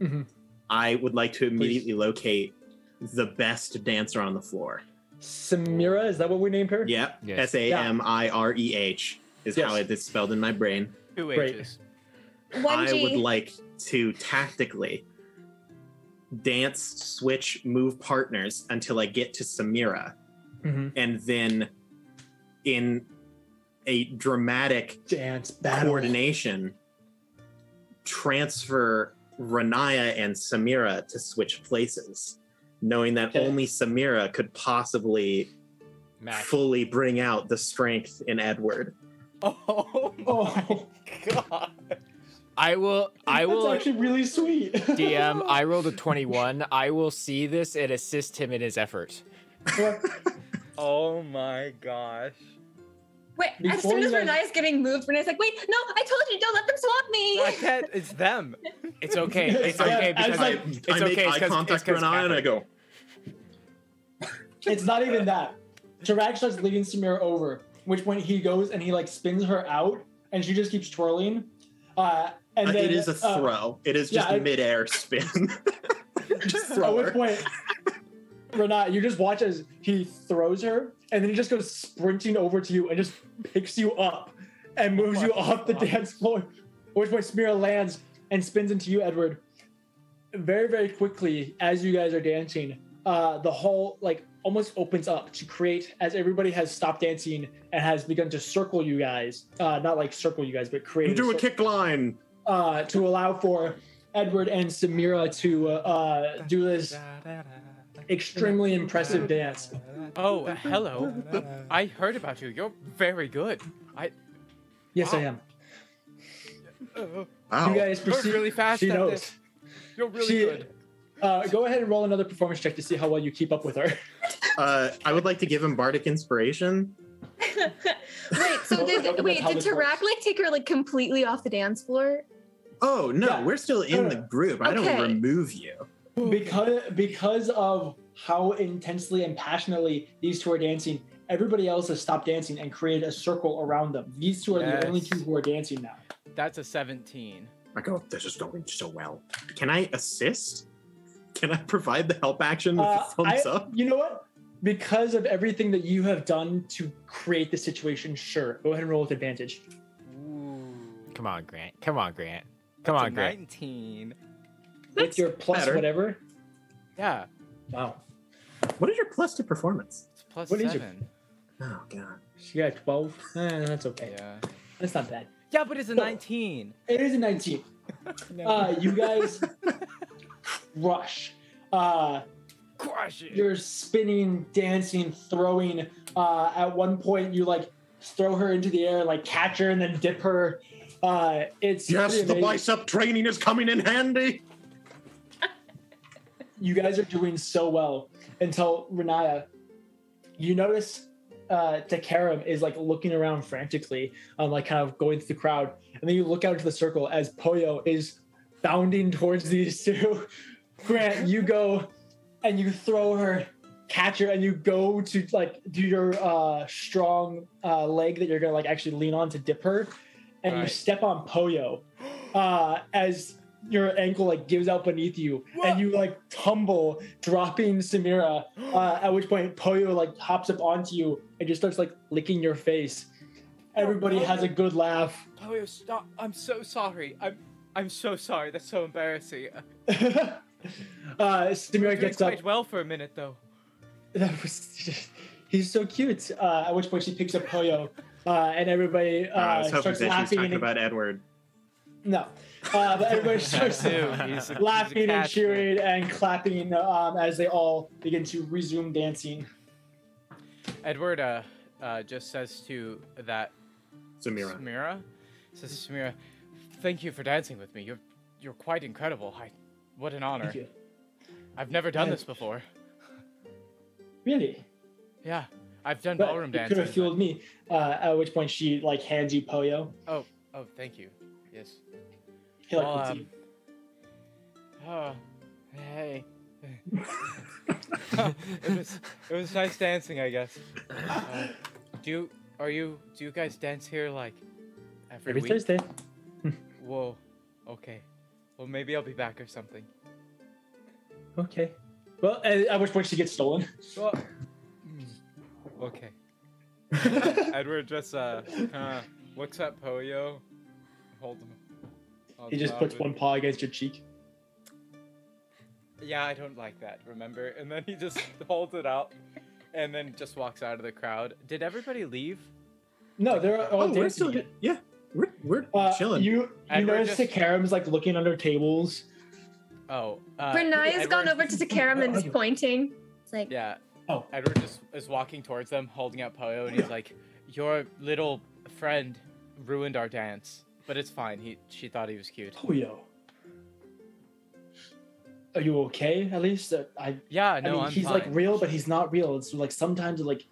Speaker 2: Mhm.
Speaker 3: I would like to immediately locate the best dancer on the floor.
Speaker 2: Samira, is that what we named her?
Speaker 3: Yep.
Speaker 1: Yes.
Speaker 3: S A M I R E H is how
Speaker 2: Yes.
Speaker 3: it's spelled in my brain.
Speaker 4: Two
Speaker 2: Great.
Speaker 4: H's.
Speaker 5: One
Speaker 3: I would
Speaker 5: G.
Speaker 3: like to tactically dance, switch, move partners until I get to Samira.
Speaker 2: Mhm.
Speaker 3: and then in a dramatic
Speaker 2: Dance battle.
Speaker 3: coordination transfer Renaya and Samira to switch places knowing that
Speaker 2: Okay.
Speaker 3: only Samira could possibly
Speaker 1: Max.
Speaker 3: fully bring out the strength in Edward
Speaker 4: Oh my
Speaker 2: Oh,
Speaker 4: god.
Speaker 1: I will. I
Speaker 2: that's
Speaker 1: will.
Speaker 2: actually really sweet.
Speaker 1: DM. I rolled a twenty-one. I will see this and assist him in his effort.
Speaker 4: Oh my gosh.
Speaker 5: Wait, as
Speaker 2: Before
Speaker 5: soon
Speaker 2: you
Speaker 5: as
Speaker 2: guys-
Speaker 5: Renaya's getting moved, Renaya's like, wait, no, I told you, don't let them swap me.
Speaker 4: I can't. It's them.
Speaker 1: It's okay. It's
Speaker 3: Yeah,
Speaker 1: okay
Speaker 2: I
Speaker 1: because
Speaker 2: was
Speaker 1: I,
Speaker 2: like-
Speaker 1: it's okay. It's 'cause- it's 'cause Catherine.
Speaker 3: go
Speaker 2: it's not even that. Tarak starts leading Samira over, which point he goes and he like spins her out, and she just keeps twirling. Uh, and
Speaker 3: Uh,
Speaker 2: then
Speaker 3: it is a
Speaker 2: uh,
Speaker 3: throw it is just
Speaker 2: yeah, I-
Speaker 3: midair spin just
Speaker 2: At
Speaker 3: throw
Speaker 2: which
Speaker 3: her.
Speaker 2: point, Renat, you just watch as he throws her, and then he just goes sprinting over to you and just picks you up and moves you off the dance floor. At which point, Smira lands and spins into you, Edward. Very, very quickly, as you guys are dancing, uh, the hall like almost opens up to create as everybody has stopped dancing and has begun to circle you guys. Uh, not like circle you guys, but create.
Speaker 3: do a
Speaker 2: cir-
Speaker 3: kick line
Speaker 2: uh, to allow for Edward and Samira to uh, do this extremely impressive dance.
Speaker 4: Oh, hello. I heard about you. You're very good. I.
Speaker 2: Yes, I am.
Speaker 4: Uh,
Speaker 3: wow
Speaker 2: You guys
Speaker 4: you're
Speaker 2: proceed.
Speaker 4: really fast
Speaker 2: she
Speaker 4: at
Speaker 2: knows.
Speaker 4: this. You're really
Speaker 2: She-
Speaker 4: good.
Speaker 2: Uh, go ahead and roll another performance check to see how well you keep up with her.
Speaker 3: uh, I would like to give him bardic inspiration
Speaker 5: wait, so
Speaker 2: Well,
Speaker 5: did
Speaker 2: that's
Speaker 5: wait,
Speaker 2: how
Speaker 5: did
Speaker 2: this
Speaker 5: Tarak
Speaker 2: works.
Speaker 5: like take her like completely off the dance floor?
Speaker 3: Oh no,
Speaker 2: Yeah. Uh,
Speaker 3: we're still in the group. I
Speaker 5: Okay.
Speaker 3: don't remove you.
Speaker 2: because because of how intensely and passionately these two are dancing, everybody else has stopped dancing and created a circle around them. These two are
Speaker 4: Yes.
Speaker 2: the only two who are dancing now.
Speaker 4: That's a 17.
Speaker 3: I go, this is going so well. Can I assist? Can I provide the help action with
Speaker 2: Uh,
Speaker 3: the thumbs
Speaker 2: I-
Speaker 3: up?
Speaker 2: You know what? Because of everything that you have done to create the situation, sure. Go ahead and roll with advantage.
Speaker 4: Ooh.
Speaker 1: Come on, Grant. Come on, Grant. Come on, Grant.
Speaker 4: 19.
Speaker 2: With your plus
Speaker 3: better.
Speaker 2: whatever.
Speaker 4: Yeah,
Speaker 2: Wow.
Speaker 8: What is your plus to performance?
Speaker 4: it's plus
Speaker 2: What is your-
Speaker 4: seven.
Speaker 8: Oh god.
Speaker 2: She got 12. Eh, that's okay.
Speaker 4: Yeah.
Speaker 2: That's not bad.
Speaker 4: Yeah, but
Speaker 2: Oh.
Speaker 4: it's a nineteen.
Speaker 2: It is a 19. Uh, you guys rush. Uh,
Speaker 4: Crush it.
Speaker 2: you're spinning, dancing, throwing. Uh, at one point, you like throw her into the air, like catch her, and then dip her. Uh, it's
Speaker 3: Yes,
Speaker 2: pretty
Speaker 3: the
Speaker 2: amazing.
Speaker 3: bicep training is coming in handy.
Speaker 2: You guys are doing so well until Renaya. You notice uh, Takaram is like looking around frantically, um, like kind of going through the crowd, and then you look out into the circle as Poyo is bounding towards these two. Grant, you go and you throw her, catch her, and you go to like do your uh, strong uh, leg that you're gonna like actually lean on to dip her, and you
Speaker 4: Right.
Speaker 2: step on Poyo uh, as your ankle like gives out beneath you, and you like tumble, dropping Samira. Uh, at which point Poyo like hops up onto you and just starts like licking your face. Everybody has a good laugh.
Speaker 4: Poyo, stop! I'm so sorry. I'm I'm so sorry. That's so embarrassing. Uh,
Speaker 2: uh, Samira
Speaker 4: doing
Speaker 2: gets up.
Speaker 4: quite well for a minute though.
Speaker 2: That was he's so cute. Uh, at which point she picks up Poyo, uh, and everybody uh,
Speaker 8: I was hoping
Speaker 2: starts
Speaker 8: that she was
Speaker 2: laughing.
Speaker 8: talking
Speaker 2: And,
Speaker 8: about Edward.
Speaker 2: no, uh, but everybody starts
Speaker 4: Dude, he's a- he's a
Speaker 2: laughing and
Speaker 4: catch, man.
Speaker 2: cheering and clapping um, as they all begin to resume dancing.
Speaker 4: Edward uh, uh, just says to that
Speaker 8: Samira.
Speaker 4: Samira, says to Samira, "Thank you for dancing with me. You're you're quite incredible. I, what an honor.
Speaker 2: Thank you.
Speaker 4: I've never done
Speaker 2: Yeah.
Speaker 4: this before.
Speaker 2: Really?
Speaker 4: Yeah, I've done
Speaker 2: But
Speaker 4: ballroom
Speaker 2: you could
Speaker 4: dancing.
Speaker 2: have fueled me. Uh, at which point she like hands you Poyo.
Speaker 4: but- Oh, oh, thank you. Yes.
Speaker 2: He, like,
Speaker 4: Well,
Speaker 2: looks at
Speaker 4: um,
Speaker 2: you.
Speaker 4: Oh, hey. it was it was nice dancing, I guess. Uh, do you are you do you guys dance here like every,
Speaker 2: Every
Speaker 4: week?
Speaker 2: Thursday.
Speaker 4: Whoa. Okay. Well, maybe I'll be back or something.
Speaker 2: Okay. Well, at, at which point she gets stolen.
Speaker 4: Well, okay. Edward just uh kinda looks at Poyo, holds him.
Speaker 2: he
Speaker 4: holds him
Speaker 2: just
Speaker 4: up
Speaker 2: puts
Speaker 4: and-
Speaker 2: one paw against your cheek.
Speaker 4: Yeah, I don't like that, remember? And then he just holds it out and then just walks out of the crowd. Did everybody leave?
Speaker 2: No, they're all
Speaker 8: Oh,
Speaker 2: dancing.
Speaker 8: we're still
Speaker 2: again.
Speaker 8: yeah. We're we're
Speaker 2: Uh,
Speaker 8: chilling.
Speaker 2: You you
Speaker 4: Edward
Speaker 2: notice the
Speaker 4: just-
Speaker 2: Karam's like looking under tables.
Speaker 4: Oh, uh,
Speaker 5: Renaya's gone
Speaker 4: Edward-
Speaker 5: over to Takaram and is pointing. It's like,
Speaker 4: Yeah.
Speaker 2: Oh.
Speaker 4: Edward just is walking towards them, holding out Poyo, and he's like, "Your little friend ruined our dance, but it's fine. He she thought he was cute.
Speaker 2: Poyo. Are you okay? At least uh, I.
Speaker 4: Yeah,
Speaker 2: I
Speaker 4: no,
Speaker 2: mean,
Speaker 4: am
Speaker 2: he's
Speaker 4: fine.
Speaker 2: like real, but he's not real. It's like sometimes like,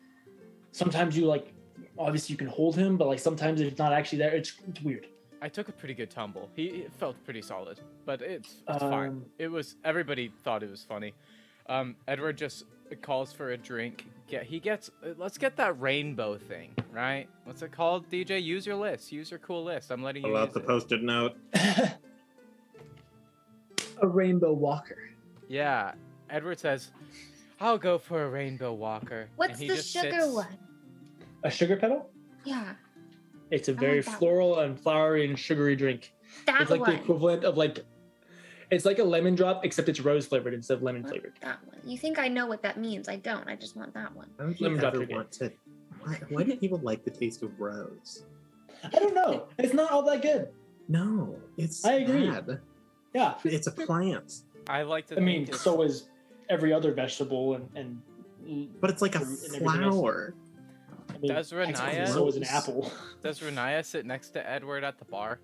Speaker 2: sometimes you like, obviously you can hold him, but like sometimes it's not actually there. It's, it's weird.
Speaker 4: I took a pretty good tumble. He it felt pretty solid, but it's it's fine.
Speaker 2: Um,
Speaker 4: It was everybody thought it was funny. Um, Edward just calls for a drink. Get he gets. uh, Let's get that rainbow thing, right? What's it called, DJ? Use your list. Use your cool list. I'm letting you.
Speaker 8: Pull out
Speaker 4: use
Speaker 8: the
Speaker 4: it.
Speaker 8: post-it note.
Speaker 2: A rainbow walker.
Speaker 4: Yeah. Edward says, I'll go for a rainbow walker. And
Speaker 5: what's
Speaker 4: he
Speaker 5: the
Speaker 4: just
Speaker 5: sugar
Speaker 4: sits-
Speaker 5: one?
Speaker 2: A sugar petal?
Speaker 5: Yeah,
Speaker 2: It's a
Speaker 5: like
Speaker 2: very
Speaker 5: that.
Speaker 2: floral and flowery and sugary drink.
Speaker 5: that
Speaker 2: it's like
Speaker 5: one.
Speaker 2: the equivalent of like it's like a lemon drop, except it's rose flavored instead of lemon
Speaker 5: I want
Speaker 2: flavored.
Speaker 5: That one. You think I know what that means? I don't. I just want that one.
Speaker 8: Why would
Speaker 2: Lemon
Speaker 8: you
Speaker 2: drop
Speaker 8: ever
Speaker 2: your
Speaker 8: want to? Why, why do people like the taste of rose?
Speaker 2: I don't know. It's not all that good.
Speaker 8: No, it's
Speaker 2: I agree.
Speaker 8: bad.
Speaker 2: Yeah.
Speaker 8: It's a plant,
Speaker 4: I like to
Speaker 2: I mean,
Speaker 4: think it's-
Speaker 2: so is every other vegetable and and
Speaker 8: but it's like a
Speaker 2: And everything else.
Speaker 8: flower.
Speaker 2: I mean,
Speaker 4: Does Renaya-
Speaker 2: technically so is an apple.
Speaker 4: does Renaya sit next to Edward at the bar?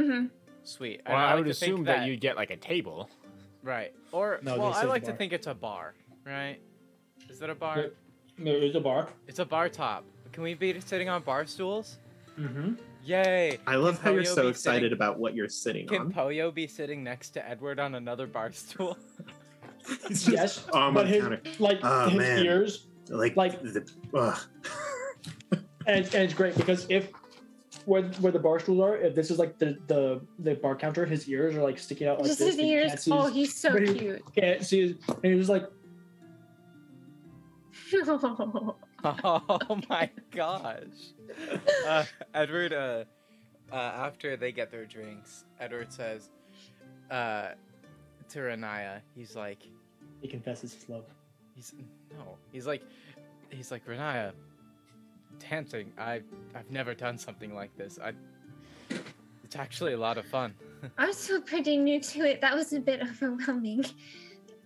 Speaker 5: hmm
Speaker 4: Sweet. And
Speaker 1: Well, I
Speaker 4: like
Speaker 1: would
Speaker 4: to think
Speaker 1: assume that, you'd get like a table.
Speaker 4: Right. Or,
Speaker 2: No,
Speaker 4: well,
Speaker 2: they
Speaker 4: I
Speaker 2: said
Speaker 4: like to
Speaker 2: bar.
Speaker 4: think it's a bar, right? Is that a bar?
Speaker 2: Yep. There is a bar.
Speaker 4: It's a bar top. Can we be sitting on bar stools?
Speaker 2: Mm-hmm.
Speaker 4: Yay!
Speaker 8: I love how you're
Speaker 4: Poyo
Speaker 8: so
Speaker 4: be
Speaker 8: excited
Speaker 4: sitting-
Speaker 8: about what you're sitting
Speaker 4: Can
Speaker 8: on.
Speaker 4: Poyo be sitting next to Edward on another bar stool?
Speaker 3: It's just
Speaker 2: Yes.
Speaker 3: on my
Speaker 2: but his
Speaker 3: counter.
Speaker 2: like
Speaker 3: Oh,
Speaker 2: his
Speaker 3: man.
Speaker 2: ears
Speaker 3: Like,
Speaker 2: like-
Speaker 3: the, ugh.
Speaker 2: and it's, and it's great because if where where the bar stools are, if this is like the the the bar counter, his ears are like sticking out. Like
Speaker 5: Just
Speaker 2: this,
Speaker 5: his
Speaker 2: and you can't
Speaker 5: ears.
Speaker 2: see
Speaker 5: Oh,
Speaker 2: his-
Speaker 5: he's so
Speaker 2: but he-
Speaker 5: cute.
Speaker 2: can't see his, and he was like,
Speaker 4: oh my gosh. Uh, Edward, uh, uh, after they get their drinks, Edward says uh, to Renaya, he's like,
Speaker 2: He confesses his love.
Speaker 4: He's no. He's like, he's like Renaya. Dancing. I I've never done something like this. I. It's actually a lot of fun.
Speaker 5: I'm still pretty new to it. That was a bit overwhelming.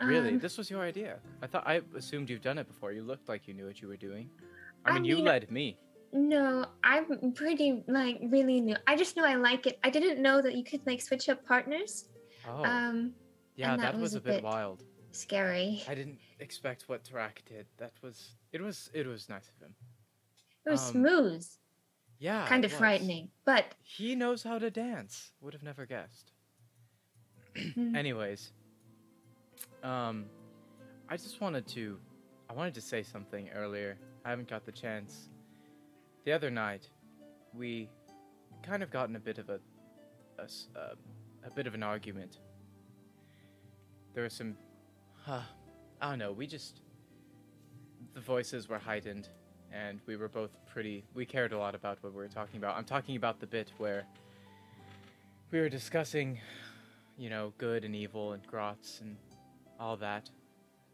Speaker 4: Really,
Speaker 5: Um,
Speaker 4: this was your idea. I thought I assumed you've done it before. You looked like you knew what you were doing. I
Speaker 5: I
Speaker 4: mean, you
Speaker 5: mean-
Speaker 4: led me.
Speaker 5: No, I'm pretty like really new. I just know I like it. I didn't know that you could like switch up partners.
Speaker 4: Oh,
Speaker 5: Um,
Speaker 4: yeah,
Speaker 5: and
Speaker 4: that, was, a bit, wild.
Speaker 5: scary.
Speaker 4: I didn't expect what Tarak did. That was it was it was nice of him.
Speaker 5: It was
Speaker 4: um,
Speaker 5: smooth,
Speaker 4: Yeah,
Speaker 5: kind
Speaker 4: it
Speaker 5: of
Speaker 4: was.
Speaker 5: frightening, but
Speaker 4: He knows how to dance. Would have never guessed. Anyways, um, I just wanted to, I wanted to say something earlier. I haven't got the chance. The other night, we kind of got in a bit of a, a, s- uh, a bit of an argument. There was some, huh, I don't know. We just, the voices were heightened, and we were both pretty. We cared a lot about what we were talking about. I'm talking about the bit where we were discussing you know, good and evil and grots and all that.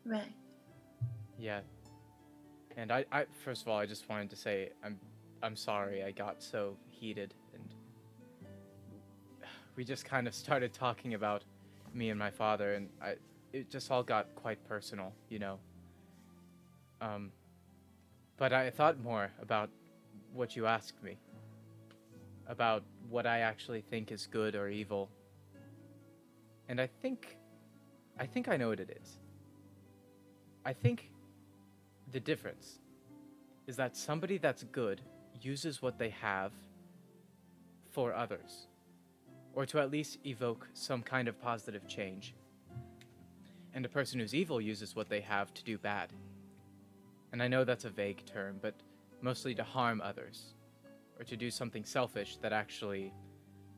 Speaker 5: right.
Speaker 4: Yeah. And I, I first of all, I just wanted to say I'm I'm sorry I got so heated and we just kind of started talking about me and my father and I it just all got quite personal, you know. Um but I thought more about what you asked me about what I actually think is good or evil. And I think I think I know what it is. I think the difference is that somebody that's good uses what they have for others, or to at least evoke some kind of positive change. And a person who's evil uses what they have to do bad. And I know that's a vague term, but mostly to harm others, or to do something selfish that actually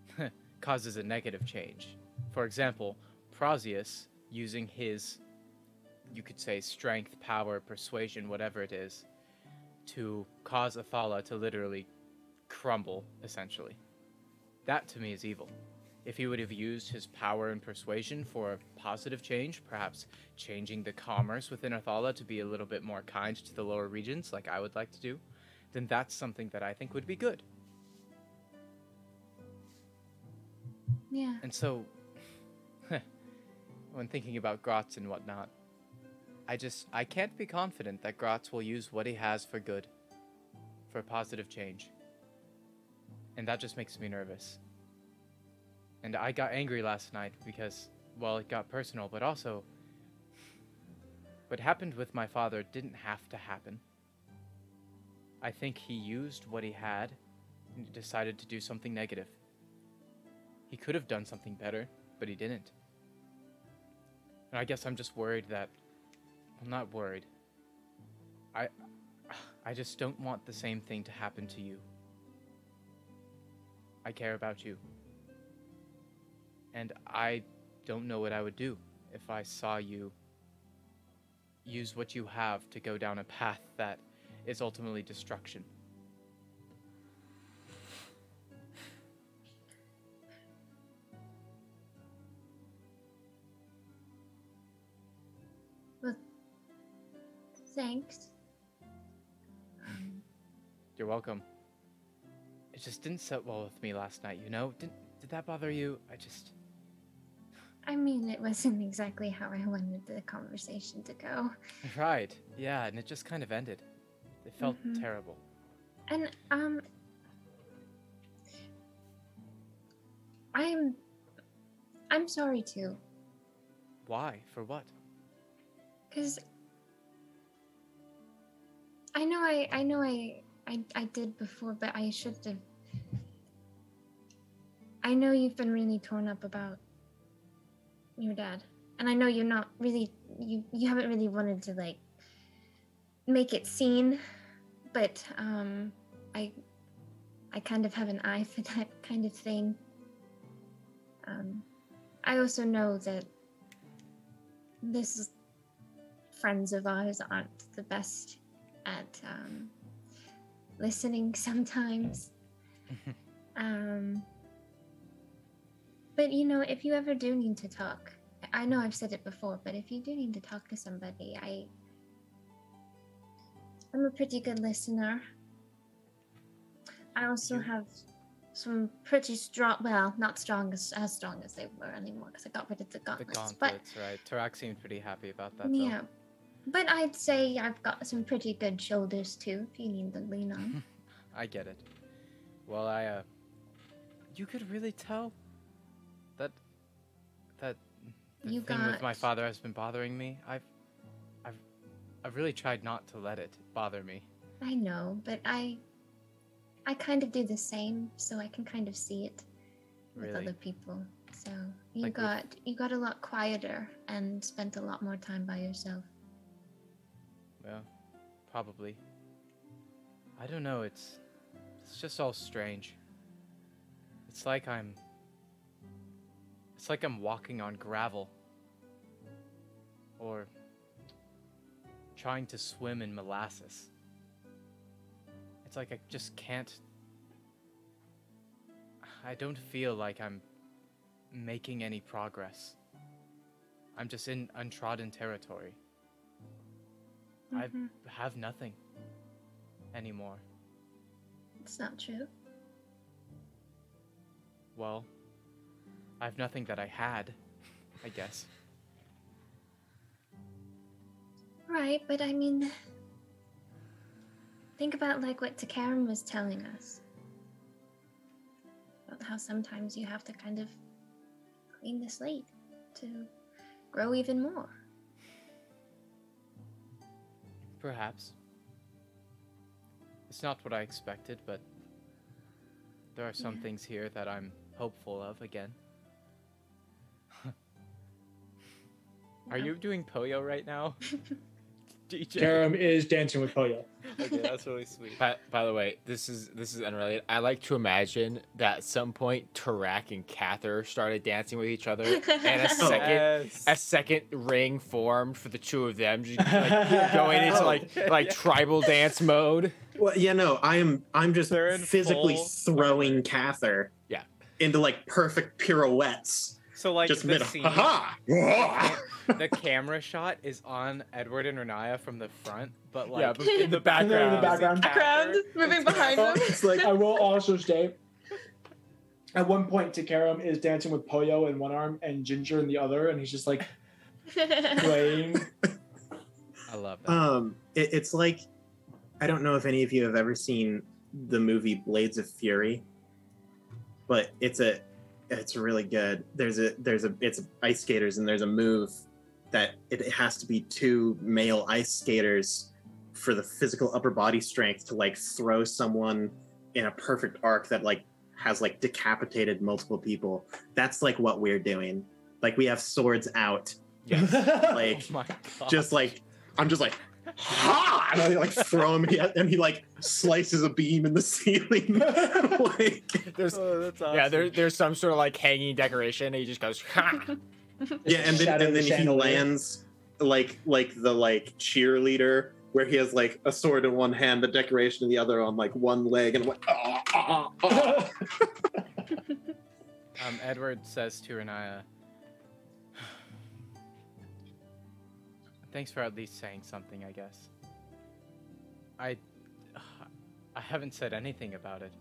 Speaker 4: causes a negative change. For example, Prosius using his you could say strength, power, persuasion, whatever it is, to cause Athala to literally crumble, essentially. That to me is evil. If he would have used his power and persuasion for a positive change, perhaps changing the commerce within Athala to be a little bit more kind to the lower regions, like I would like to do, then that's something that I think would be good.
Speaker 5: Yeah.
Speaker 4: And so, when thinking about Grotz and whatnot, I just I can't be confident that Grotz will use what he has for good, for positive change. And that just makes me nervous. And I got angry last night because, well, it got personal, but also, what happened with my father didn't have to happen. I think he used what he had and decided to do something negative. He could have done something better, but he didn't. And I guess I'm just worried that I'm not worried. I I just don't want the same thing to happen to you. I care about you. And I don't know what I would do if I saw you use what you have to go down a path that is ultimately destruction.
Speaker 5: Thanks.
Speaker 4: You're welcome. It just didn't sit well with me last night, you know? Didn't, did that bother you? I just.
Speaker 5: I mean, it wasn't exactly how I wanted the conversation to go.
Speaker 4: Right. Yeah, and it just kind of ended. It felt
Speaker 5: Mhm.
Speaker 4: terrible.
Speaker 5: And um I'm I'm sorry too,
Speaker 4: Why? For what?
Speaker 5: because I know I I know I, I I did before, but I should have I know you've been really torn up about your dad. And I know you're not really you you haven't really wanted to like make it seen, but um I I kind of have an eye for that kind of thing. Um I also know that this friends of ours aren't the best at um, listening sometimes. um, but you know, if you ever do need to talk, I know I've said it before, but if you do need to talk to somebody, I I'm a pretty good listener. I also have some pretty strong, well, not strong as, as strong as they were anymore because I got rid of the
Speaker 4: The
Speaker 5: gauntlets. but
Speaker 4: gauntlets, right? Tarak seemed pretty happy about that. Though.
Speaker 5: Uh, yeah, but I'd say I've got some pretty good shoulders too if you need to lean on.
Speaker 4: I get it. Well, I, uh. You could really tell that. That. The
Speaker 5: You
Speaker 4: thing with my
Speaker 5: got-
Speaker 4: father has been bothering me. I've. I've. I've really tried not to let it bother me.
Speaker 5: I know, but I I kind of do the same, so I can kind of see it with
Speaker 4: Really.
Speaker 5: other people. So you
Speaker 4: Like with-
Speaker 5: got you got a lot quieter and spent a lot more time by yourself.
Speaker 4: Well, probably. I don't know. It's it's just all strange. It's like I'm it's like I'm walking on gravel or trying to swim in molasses. It's like I just can't I don't feel like I'm making any progress. I'm just in untrodden territory. I
Speaker 5: Mhm.
Speaker 4: have nothing anymore.
Speaker 5: It's not true.
Speaker 4: Well, I have nothing that I had, I guess.
Speaker 5: Right, but I mean, think about like what Takaram was telling us about how sometimes you have to kind of clean the slate to grow even more.
Speaker 4: Perhaps. It's not what I expected, but there are some
Speaker 5: Yeah.
Speaker 4: things here that I'm hopeful of again. Are
Speaker 5: Yeah.
Speaker 4: you doing Poyo right now? DJ.
Speaker 2: Karam is dancing with Poyo.
Speaker 4: Okay, that's really sweet.
Speaker 10: By, by the way, this is this is unrelated. I like to imagine that at some point Tarak and Cather started dancing with each other, and a second a second ring formed for the two of them, just like going
Speaker 11: Oh,
Speaker 10: into like like tribal dance mode.
Speaker 3: Well, yeah, no, I am. I'm just
Speaker 4: They're in
Speaker 3: physically
Speaker 4: full-
Speaker 3: throwing Cather.
Speaker 10: Yeah.
Speaker 3: Into like perfect pirouettes,
Speaker 4: So like
Speaker 3: just
Speaker 4: the
Speaker 3: mid.
Speaker 4: scene,
Speaker 3: Ha ha!
Speaker 4: the camera shot is on Edward and Renaya from the front, but like
Speaker 10: yeah, but in the
Speaker 2: And they're in the
Speaker 10: background.
Speaker 2: background.
Speaker 4: Cather-
Speaker 12: Background moving behind
Speaker 2: Oh,
Speaker 12: him.
Speaker 2: it's like I will also say, at one point, Takaram is dancing with Poyo in one arm and Ginger in the other, and he's just like playing.
Speaker 4: I love that.
Speaker 3: Um, it, it's like I don't know if any of you have ever seen the movie Blades of Fury, but it's a it's really good. There's a there's a it's ice skaters and there's a move that it, it has to be two male ice skaters for the physical upper body strength to like throw someone in a perfect arc that like has like decapitated multiple people. That's like what we're doing. Like we have swords out, like
Speaker 4: oh my god.
Speaker 3: just like I'm just like ha and I like throw him and he, and he like slices a beam in the ceiling. like
Speaker 10: There's
Speaker 4: Oh, that's awesome.
Speaker 10: yeah, there, there's some sort of like hanging decoration, and he just goes. Ha!
Speaker 3: yeah, and then
Speaker 2: Shadow
Speaker 3: and
Speaker 2: the
Speaker 3: then he
Speaker 2: chandelier.
Speaker 3: lands like like the like cheerleader where he has like a sword in one hand, the decoration in the other on like one leg and I'm like ah, ah, ah.
Speaker 4: Um, Edward says to Renaya, "Thanks for at least saying something, I guess. I, I haven't said anything about it.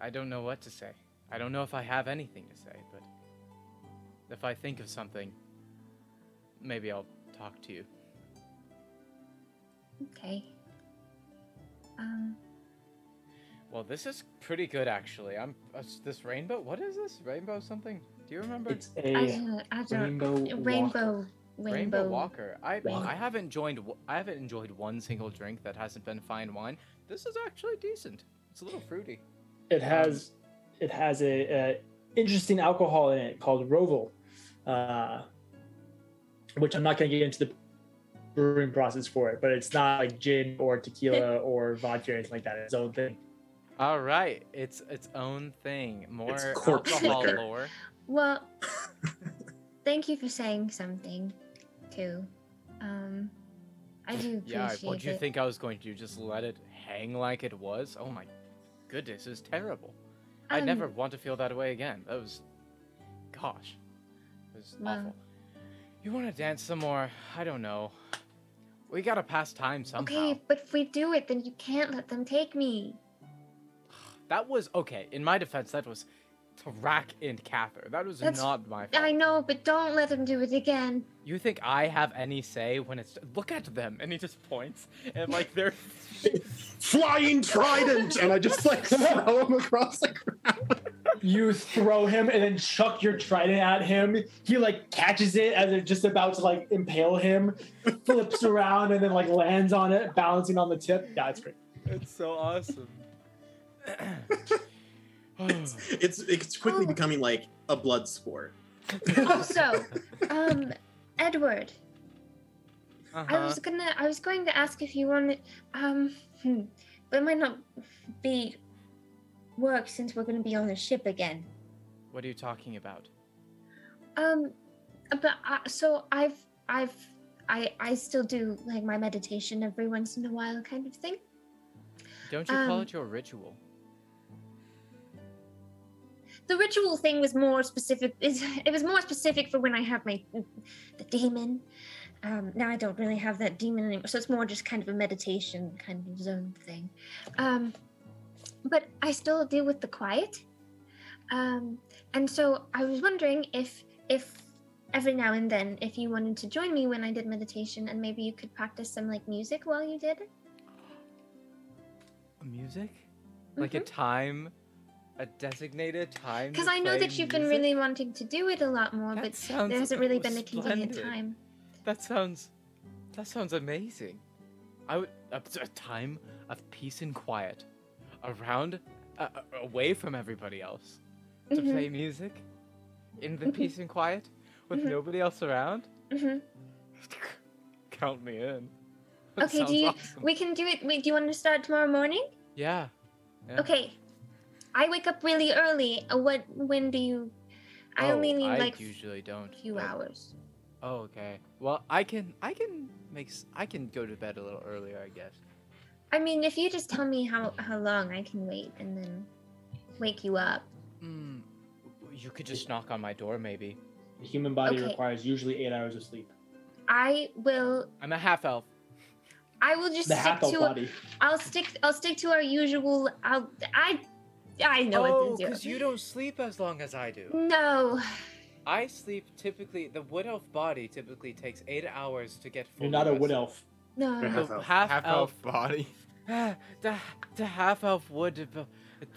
Speaker 4: I don't know what to say. I don't know if I have anything to say, but if I think of something, maybe I'll talk to you.
Speaker 5: okay. Um,
Speaker 4: Well, this is pretty good, actually. I'm uh, this rainbow. What is this rainbow something? Do you remember?
Speaker 2: it's
Speaker 5: I
Speaker 2: a
Speaker 5: don't. I don't.
Speaker 2: rainbow.
Speaker 5: Rainbow.
Speaker 2: walker.
Speaker 5: Rainbow.
Speaker 4: Rainbow, Walker. I
Speaker 2: Walker.
Speaker 4: I haven't joined. w- I haven't enjoyed one single drink that hasn't been fine wine. This is actually decent. It's a little fruity.
Speaker 2: It
Speaker 5: Um,
Speaker 2: has it has a, a interesting alcohol in it called Roval, uh, which I'm not going to get into the brewing process for it, but it's not like gin or tequila or vodka or anything like that. It's its own thing.
Speaker 4: All right, it's its own thing. More
Speaker 3: It's corpse
Speaker 4: alcohol
Speaker 3: liquor.
Speaker 4: lore.
Speaker 5: Well, thank you for saying something, too. Um, I do appreciate
Speaker 4: Yeah. What do you
Speaker 5: it.
Speaker 4: think I was going to do? Just let it hang like it was? Oh my goodness, it's terrible. I
Speaker 5: Um,
Speaker 4: never want to feel that way again. That was, gosh, it is
Speaker 5: Wow.
Speaker 4: awful. You want to dance some more? I don't know. We gotta pass time somehow.
Speaker 5: Okay, but if we do it, then you can't let them take me.
Speaker 4: That was okay. In my defense, that was Tarak and Cather. That was
Speaker 5: That's-
Speaker 4: not my fault.
Speaker 5: I know, but don't let them do it again.
Speaker 4: You think I have any say when it's look at them? And he just points and like they're
Speaker 3: Flying trident, and I just like throw him across the ground.
Speaker 2: You throw him and then chuck your trident at him. He like catches it as they're just about to like impale him, flips around and then like lands on it, balancing on the tip. Yeah, it's great.
Speaker 4: It's so awesome.
Speaker 8: It's it's quickly becoming like a blood sport.
Speaker 5: Also, um, Edward, I
Speaker 4: Uh-huh.
Speaker 5: was gonna, I was going to ask if you wanted, um, hmm, but it might not be work since we're gonna be on the ship again.
Speaker 4: What are you talking about?
Speaker 5: Um, but I, so I've, I've, I, I still do like my meditation every once in a while, kind of thing.
Speaker 4: Don't you call
Speaker 5: Um,
Speaker 4: it your ritual?
Speaker 5: The ritual thing was more specific. is- It was more specific for when I have my the demon. Um, now I don't really have that demon anymore, so it's more just kind of a meditation kind of zone thing. Um, but I still deal with the quiet, um, and so I was wondering if if every now and then if you wanted to join me when I did meditation, and maybe you could practice some like music while you did it.
Speaker 4: Music? Like a time, a designated time.
Speaker 5: Because
Speaker 4: to
Speaker 5: mm-hmm. I know
Speaker 4: play
Speaker 5: that you've been
Speaker 4: music?
Speaker 5: really wanting to do it a lot more,
Speaker 4: That
Speaker 5: but
Speaker 4: sounds
Speaker 5: there hasn't really been a convenient
Speaker 4: splendid.
Speaker 5: time.
Speaker 4: That sounds. That sounds amazing. I would. A, a time of peace and quiet. Around. Uh, away from everybody else. To
Speaker 5: Mhm.
Speaker 4: play music. In
Speaker 5: Mm-hmm.
Speaker 4: the peace and quiet. With
Speaker 5: Mhm.
Speaker 4: nobody else around.
Speaker 5: hmm
Speaker 4: Count me in. That
Speaker 5: Okay,
Speaker 4: sounds
Speaker 5: do you
Speaker 4: awesome.
Speaker 5: we can do it wait, do you want to start tomorrow morning?
Speaker 4: Yeah. Yeah.
Speaker 5: Okay. I wake up really early. Uh, What when do you I
Speaker 4: Oh,
Speaker 5: only need
Speaker 4: I
Speaker 5: like a
Speaker 4: usually don't.
Speaker 5: few
Speaker 4: but-
Speaker 5: hours.
Speaker 4: Oh, okay. Well, I can. I can make. s- I can go to bed a little earlier, I guess.
Speaker 5: I mean if you just tell me how, how long I can wait and then wake you up.
Speaker 4: Hmm. You could just knock on my door, maybe.
Speaker 2: The human body
Speaker 5: Okay.
Speaker 2: requires usually eight hours of sleep.
Speaker 5: I will
Speaker 4: I'm a half elf.
Speaker 5: I will just
Speaker 2: The
Speaker 5: stick
Speaker 2: half elf
Speaker 5: to
Speaker 2: body.
Speaker 5: I'll stick I'll stick to our usual I'll I I know
Speaker 4: oh,
Speaker 5: what to do. Mm.
Speaker 4: you don't sleep as long as I do.
Speaker 5: No.
Speaker 4: I sleep typically. The wood elf body typically takes eight hours to get full.
Speaker 2: You're not a
Speaker 4: rest.
Speaker 2: wood elf.
Speaker 5: No.
Speaker 4: The
Speaker 3: Half-elf.
Speaker 4: half,
Speaker 1: Half
Speaker 4: elf.
Speaker 1: elf body.
Speaker 4: the the half elf wood b-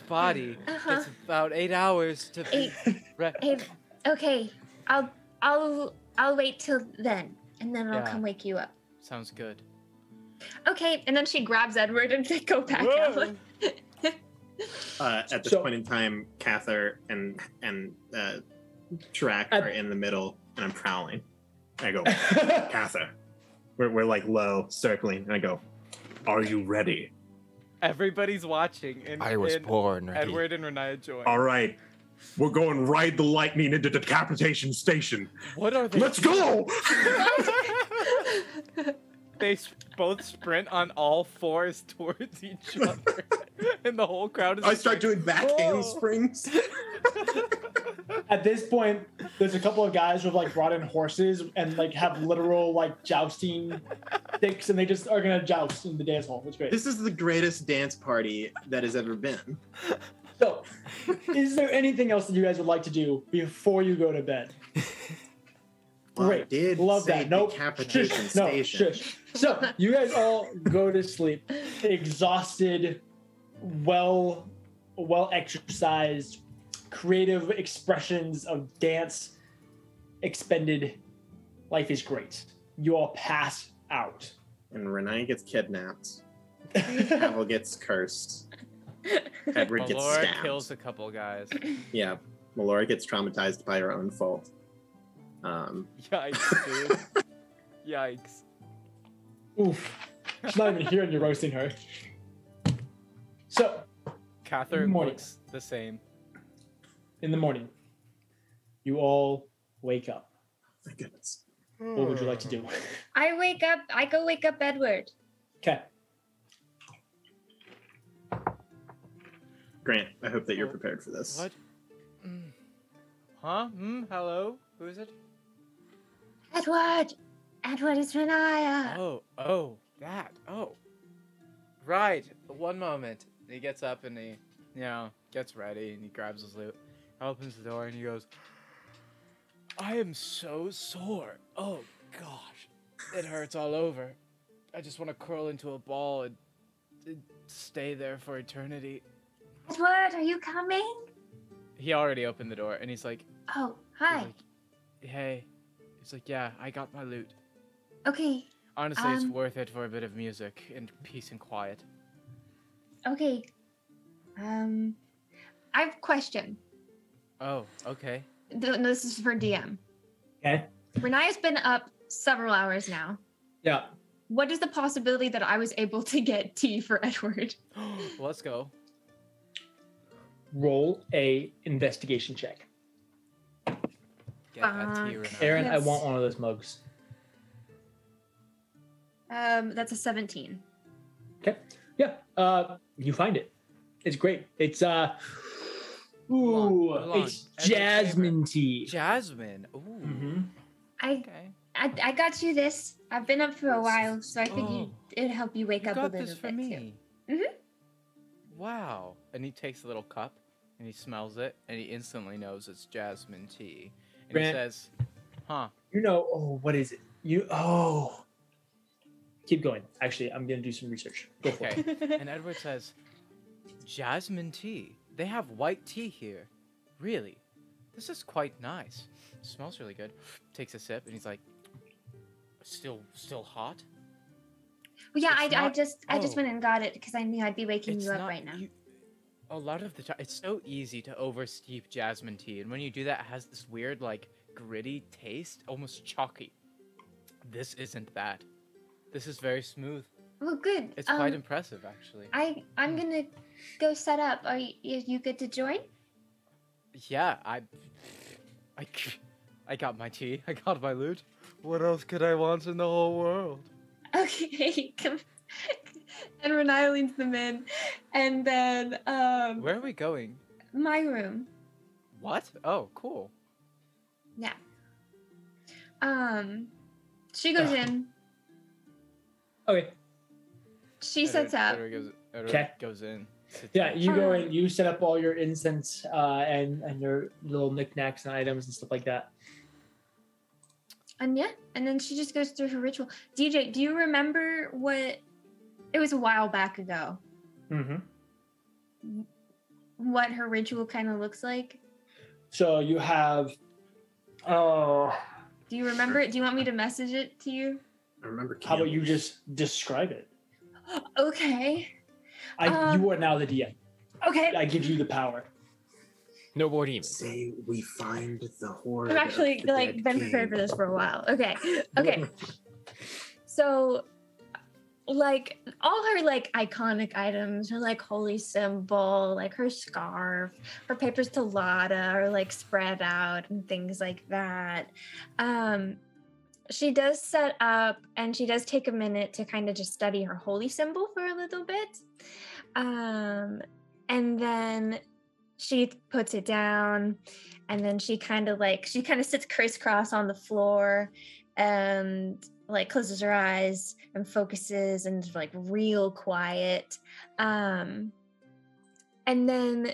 Speaker 4: body
Speaker 5: Uh-huh.
Speaker 4: takes about eight hours to
Speaker 5: Eight
Speaker 4: re-
Speaker 5: eight okay. I'll I'll I'll wait till then and then I'll
Speaker 4: Yeah.
Speaker 5: come wake you up.
Speaker 4: Sounds good.
Speaker 5: Okay, and then she grabs Edward and they go back out.
Speaker 8: Uh, at this
Speaker 2: So-
Speaker 8: point in time, Cather and and uh, Track
Speaker 2: At-
Speaker 8: are in the middle, and I'm prowling. And I go, Cather. We're, we're like low, circling, and I go, Are you ready?
Speaker 4: Everybody's watching. And,
Speaker 9: I was
Speaker 4: and
Speaker 9: born ready.
Speaker 4: Edward and Renaya join.
Speaker 10: Uh,
Speaker 3: All right, we're going ride the lightning into decapitation station.
Speaker 4: What are they?
Speaker 3: Let's go!
Speaker 4: they s- both sprint on all fours towards each other, and the whole crowd is.
Speaker 8: I start doing back
Speaker 4: Whoa.
Speaker 8: handsprings.
Speaker 2: At this point, there's a couple of guys who have like brought in horses and like have literal like jousting sticks, and they just are gonna joust in the dance hall. That's great.
Speaker 8: This is the greatest dance party that has ever been.
Speaker 2: So, is there anything else that you guys would like to do before you go to bed? Great.
Speaker 8: I did
Speaker 2: Love
Speaker 8: say
Speaker 2: that. Nope.
Speaker 8: decapitation
Speaker 2: Shush. No,
Speaker 8: station.
Speaker 2: shush. So you guys all go to sleep, exhausted, well, well exercised, creative expressions of dance expended. Life is great. You all pass out.
Speaker 8: And Renee gets kidnapped. Pavel gets cursed. Edward gets
Speaker 4: Malora
Speaker 8: stabbed.
Speaker 4: kills a couple guys.
Speaker 8: Yeah, Melora gets traumatized by her own fault. Um,
Speaker 4: Yikes, dude. Yikes.
Speaker 2: Oof. She's not even here and you're roasting her. So,
Speaker 4: Catherine
Speaker 2: Morning.
Speaker 4: looks the same.
Speaker 2: in the morning, you all wake up.
Speaker 8: my goodness.
Speaker 2: What would you like to do?
Speaker 8: Hmm.
Speaker 5: I wake up. I go wake up Edward.
Speaker 2: Okay.
Speaker 8: Grant, I
Speaker 5: Oh.
Speaker 4: Hmm.
Speaker 8: hope that you're prepared for this.
Speaker 4: What? Mm. Huh? Hmm? Hello? Who is it?
Speaker 5: Edward! Edward, it's Renaya!
Speaker 4: Oh, oh, that. Oh. Right. One moment. He gets up and he, you know, gets ready and he grabs his loot, opens the door and he goes, I am so sore. Oh, gosh. It hurts all over. I just want to curl into a ball and, and stay there for eternity.
Speaker 5: Edward, are you coming?
Speaker 4: He already opened the door and he's like,
Speaker 5: Oh, hi.
Speaker 4: he's like, Hey. He's like, Yeah, I got my loot.
Speaker 5: Okay,
Speaker 4: Honestly, it's
Speaker 5: Um,
Speaker 4: worth it for a bit of music and peace and quiet.
Speaker 5: okay. Um, I have a question.
Speaker 4: Oh, okay.
Speaker 5: Th- No, this is for DM.
Speaker 2: Okay.
Speaker 5: Renaya's been up several hours now.
Speaker 2: Yeah.
Speaker 5: What is the possibility that I was able to get tea for Edward?
Speaker 4: Let's go.
Speaker 2: Roll a investigation check.
Speaker 4: Get
Speaker 5: Uh,
Speaker 4: that tea,
Speaker 5: Fuck.
Speaker 4: Renata.
Speaker 2: Aaron, I
Speaker 5: Yes.
Speaker 2: want one of those mugs.
Speaker 5: Um, that's a 17.
Speaker 2: Yeah. Uh, you find it. It's great. It's uh, ooh,
Speaker 4: Oolong.
Speaker 2: it's
Speaker 4: Every flavor.
Speaker 2: jasmine tea.
Speaker 4: Jasmine. Ooh.
Speaker 2: Mhm.
Speaker 5: I,
Speaker 4: Okay.
Speaker 5: I I got you this. I've been up for a while, so I think you,
Speaker 4: Oh.
Speaker 5: it'll help you wake
Speaker 4: You
Speaker 5: up a
Speaker 4: got
Speaker 5: little
Speaker 4: this for
Speaker 5: bit.
Speaker 4: me.
Speaker 5: too. Mhm.
Speaker 4: Wow. And he takes a little cup and he smells it and he instantly knows it's jasmine tea. And he
Speaker 2: Grant.
Speaker 4: says, huh.
Speaker 2: You know, oh, what is it? You oh. Keep going. Actually, I'm gonna do some research. Go for
Speaker 4: Okay.
Speaker 2: it.
Speaker 4: and Edward says, Jasmine tea. They have white tea here. Really? This is quite nice. Smells really good. Takes a sip and he's like, still, still hot.
Speaker 5: Well, yeah, I,
Speaker 4: It's
Speaker 5: I
Speaker 4: not-
Speaker 5: just I just
Speaker 4: oh.
Speaker 5: went and got it because I knew I'd be waking
Speaker 4: It's
Speaker 5: you up
Speaker 4: not-
Speaker 5: right now.
Speaker 4: you- a lot of the time, it's so easy to oversteep jasmine tea, and when you do that, it has this weird, like, gritty taste, almost chalky. This isn't that. This is very smooth.
Speaker 5: well, good.
Speaker 4: It's
Speaker 5: um,
Speaker 4: quite Hmm. impressive, actually.
Speaker 5: I I'm gonna go set up. Are you, you good to join?
Speaker 4: Yeah, I, I, c- I got my tea. I got my loot. What else could I want in the whole world?
Speaker 5: Okay, come. And Renai leads them in, and then um,
Speaker 4: Where are we going?
Speaker 5: my room.
Speaker 4: What? Oh, cool.
Speaker 5: Um, she goes in.
Speaker 2: okay.
Speaker 5: She sets up.
Speaker 4: Edward goes, Edward
Speaker 2: Okay.
Speaker 4: goes in. sits
Speaker 2: Yeah,
Speaker 4: down.
Speaker 2: you go in. You set up all your incense uh, and and your little knickknacks and items and stuff like that.
Speaker 5: And yeah, and then she just goes through her ritual. DJ, do you remember what? It was a while back ago.
Speaker 2: Mm-hmm.
Speaker 5: What her ritual kind of looks like.
Speaker 2: So you have, oh,
Speaker 5: Do you remember it? Do you want me to message it to you?
Speaker 3: I remember.
Speaker 2: how about
Speaker 3: candles.
Speaker 2: you just describe it?
Speaker 5: Okay.
Speaker 2: I
Speaker 5: Um,
Speaker 2: you are now the DM.
Speaker 5: Okay.
Speaker 2: I give you the power.
Speaker 1: No more demons.
Speaker 8: Say we find the horde.
Speaker 5: I've actually
Speaker 8: of the
Speaker 5: like
Speaker 8: dead
Speaker 5: been prepared for
Speaker 8: king.
Speaker 5: this for a while. Okay. Okay. so like all her like iconic items, her like holy symbol, like her scarf, her papers to Lada are like spread out and things like that. Um she does set up and she does take a minute to kind of just study her holy symbol for a little bit. Um and then she puts it down and then she kind of like she kind of sits crisscross on the floor and like closes her eyes and focuses and is, like real quiet um and then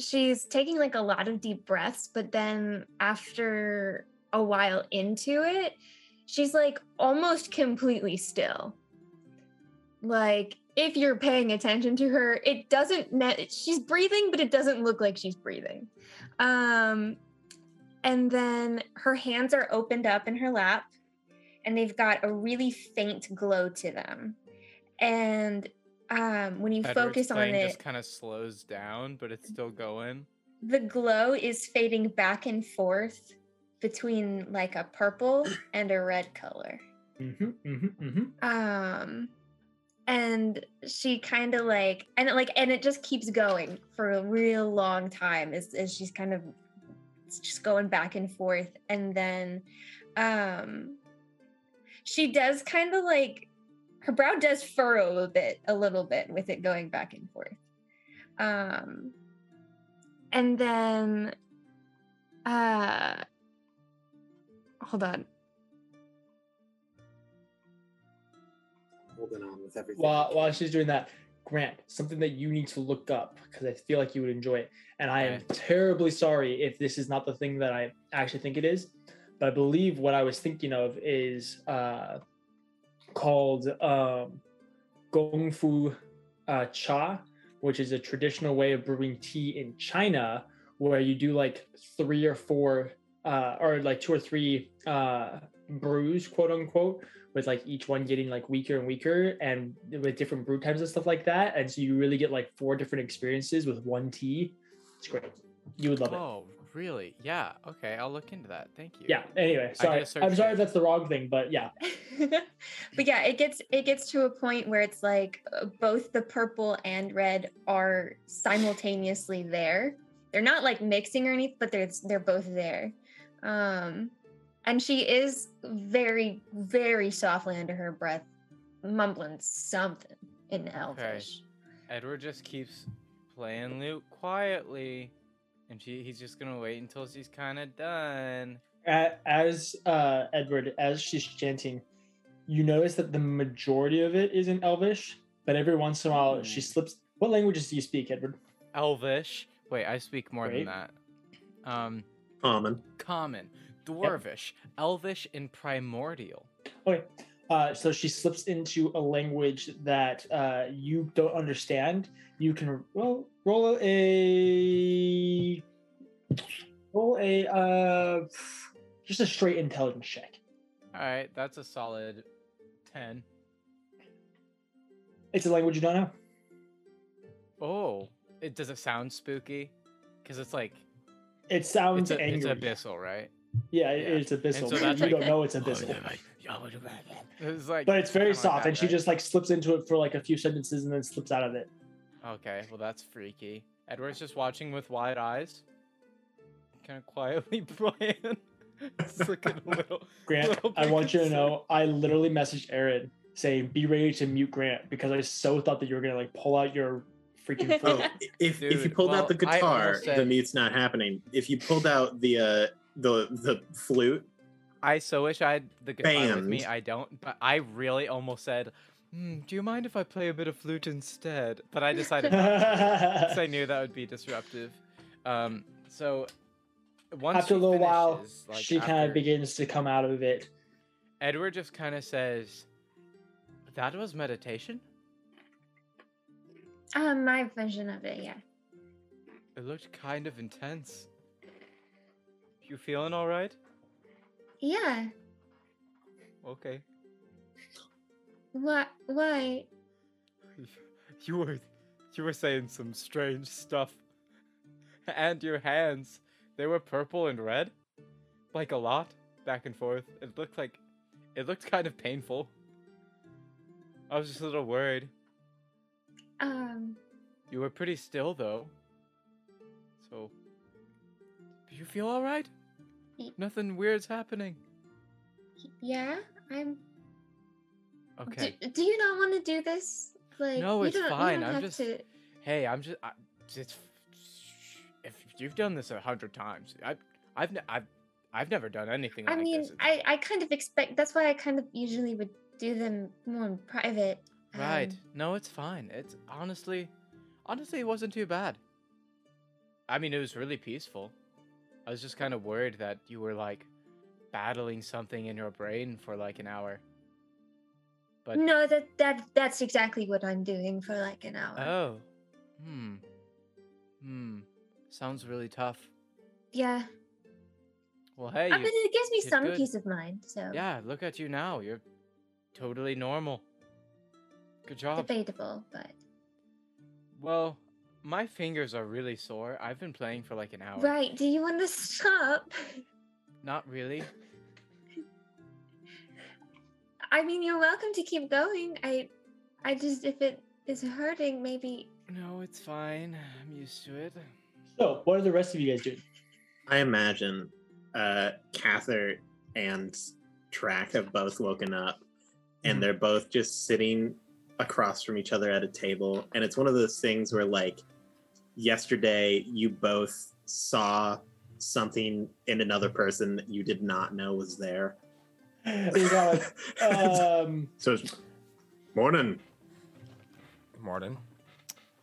Speaker 5: she's taking like a lot of deep breaths but then after a while into it she's like almost completely still like if you're paying attention to her it doesn't ne- she's breathing but it doesn't look like she's breathing um, and then her hands are opened up in her lap, and they've got a really faint glow to them. And um, when you
Speaker 4: Edward's
Speaker 5: focus on
Speaker 4: playing
Speaker 5: it,
Speaker 4: Just kind of slows down, but it's still going.
Speaker 5: the glow is fading back and forth between like a purple and a red color.
Speaker 2: Mm-hmm, mm-hmm, mm-hmm.
Speaker 5: um and she kind of like and it like and it just keeps going for a real long time as, as she's kind of it's just going back and forth and then um she does kind of like her brow does furrow a bit a little bit with it going back and forth um and then uh hold on
Speaker 8: going on with everything.
Speaker 2: while while she's doing that, Grant, something that you need to look up because I feel like you would enjoy it. And I am terribly sorry if this is not the thing that I actually think it is, but I believe what I was thinking of is uh, called um, Gong Fu uh, Cha, which is a traditional way of brewing tea in China, where you do like three or four, uh, or like two or three uh, brews, quote unquote, with like each one getting like weaker and weaker and with different brew times and stuff like that. And so you really get like four different experiences with one tea. It's great. You would love it.
Speaker 4: Oh, really? Yeah. Okay, I'll look into that. Thank you.
Speaker 2: Yeah. Anyway, sorry.
Speaker 4: gotta search
Speaker 2: I'm sorry
Speaker 4: it.
Speaker 2: if that's the wrong thing, but yeah.
Speaker 5: but yeah, it gets it gets to a point where it's like uh, both the purple and red are simultaneously there. They're not like mixing or anything, but they're they're both there. Um, and she is very very softly under her breath mumbling something in Elvish.
Speaker 4: Edward just keeps playing Luke quietly, and she, he's just gonna wait until she's kind of done.
Speaker 2: A- As uh, Edward, as she's chanting, you notice that the majority of it is in Elvish, but every once in a while
Speaker 4: Hmm.
Speaker 2: she slips. What languages do you speak, Edward?
Speaker 4: Elvish. Wait, I speak more
Speaker 2: Great.
Speaker 4: than that. Um,
Speaker 3: Common.
Speaker 4: common, dwarvish, elvish, and primordial.
Speaker 2: Okay. Uh, so she slips into a language that uh, you don't understand. You can well roll a roll a uh, just a straight intelligence check.
Speaker 4: All right, that's a solid ten.
Speaker 2: It's a language you don't know.
Speaker 4: Oh, it does it sound spooky? Because it's like
Speaker 2: It sounds
Speaker 4: it's, a, it's
Speaker 2: angry.
Speaker 4: abyssal, right?
Speaker 2: yeah,
Speaker 4: yeah.
Speaker 2: it, it's abyssal.
Speaker 4: so
Speaker 2: You-
Speaker 4: that's
Speaker 2: you
Speaker 4: like- oh,
Speaker 2: don't know it's abyssal.
Speaker 4: It's like,
Speaker 2: but it's very
Speaker 4: kinda like
Speaker 2: soft
Speaker 4: that,
Speaker 2: and she
Speaker 4: right?
Speaker 2: just like slips into it for like a few sentences and then slips out of it
Speaker 4: Okay, well that's freaky. Edward's just watching with wide eyes, kind of quietly playing. Just looking a little.
Speaker 2: grant
Speaker 4: little
Speaker 2: i
Speaker 4: bit
Speaker 2: want you to
Speaker 4: concerned.
Speaker 2: know i literally messaged aaron saying be ready to mute grant because i so thought that you were gonna like pull out your freaking
Speaker 3: Oh,
Speaker 2: flute.
Speaker 3: if if you
Speaker 4: Dude,
Speaker 3: pulled out the
Speaker 4: well, I
Speaker 3: guitar,
Speaker 4: almost said-
Speaker 3: the mute's not happening. If you pulled out the uh, the the flute,
Speaker 4: I so wish I had the guitar with me.
Speaker 3: Band.
Speaker 4: I don't, but I really almost said, "Hmm, "Do you mind if I play a bit of flute instead?" But I decided because I knew that would be disruptive. Um, so once
Speaker 2: after a
Speaker 4: she
Speaker 2: little while
Speaker 4: finishes, like,
Speaker 2: she kind
Speaker 4: after-
Speaker 2: of begins to come out of it
Speaker 4: Edward just kind of says, "That was meditation.
Speaker 5: Um, my version of it, yeah.
Speaker 4: It looked kind of intense. You feeling all right?
Speaker 5: Yeah.
Speaker 4: Okay.
Speaker 5: What why?
Speaker 4: You were, you were saying some strange stuff, and your hands, they were purple and red, like a lot, back and forth. It looked like, it looked kind of painful. I was just a little worried.
Speaker 5: Um
Speaker 4: You were pretty still though. So, do you feel all right?
Speaker 5: Ye-
Speaker 4: Nothing weird's happening.
Speaker 5: y- yeah, I'm
Speaker 4: Okay.
Speaker 5: do, do you not want to do this? Like
Speaker 4: No,
Speaker 5: you
Speaker 4: it's
Speaker 5: don't, you
Speaker 4: fine,
Speaker 5: don't
Speaker 4: I'm
Speaker 5: have
Speaker 4: just-
Speaker 5: to
Speaker 4: Hey, I'm just. I, just if you've done this a hundred times, I, I've, ne- I've, I've never done anything
Speaker 5: I
Speaker 4: like
Speaker 5: mean,
Speaker 4: this. It's-
Speaker 5: I, I kind of expect that's why I kind of usually would do them more in private.
Speaker 4: right?
Speaker 5: um,
Speaker 4: No, it's fine. It's honestly, honestly, it wasn't too bad. I mean, it was really peaceful. I was just kind of worried that you were like battling something in your brain for like an hour. But
Speaker 5: no, that that that's exactly what I'm doing for like an hour.
Speaker 4: oh, hmm, hmm, sounds really tough.
Speaker 5: yeah,
Speaker 4: Well, hey,
Speaker 5: I
Speaker 4: you-
Speaker 5: mean, it gives me
Speaker 4: did
Speaker 5: some
Speaker 4: good.
Speaker 5: peace of mind. So
Speaker 4: Yeah, look at you now. You're totally normal. Good job.
Speaker 5: debatable, but
Speaker 4: Well, my fingers are really sore. I've been playing for like an hour.
Speaker 5: right. Do you want to stop?
Speaker 4: Not really.
Speaker 5: I mean, you're welcome to keep going. I, I just if it is hurting, maybe.
Speaker 4: No, it's fine. I'm used to it.
Speaker 2: so what are the rest of you guys doing
Speaker 3: I imagine uh, Cather and Track have both woken up, and they're both just sitting across from each other at a table. And it's one of those things where, like, yesterday you both saw something in another person that you did not know was there.
Speaker 2: It's all like, um
Speaker 3: so it's Morning.
Speaker 1: Morning.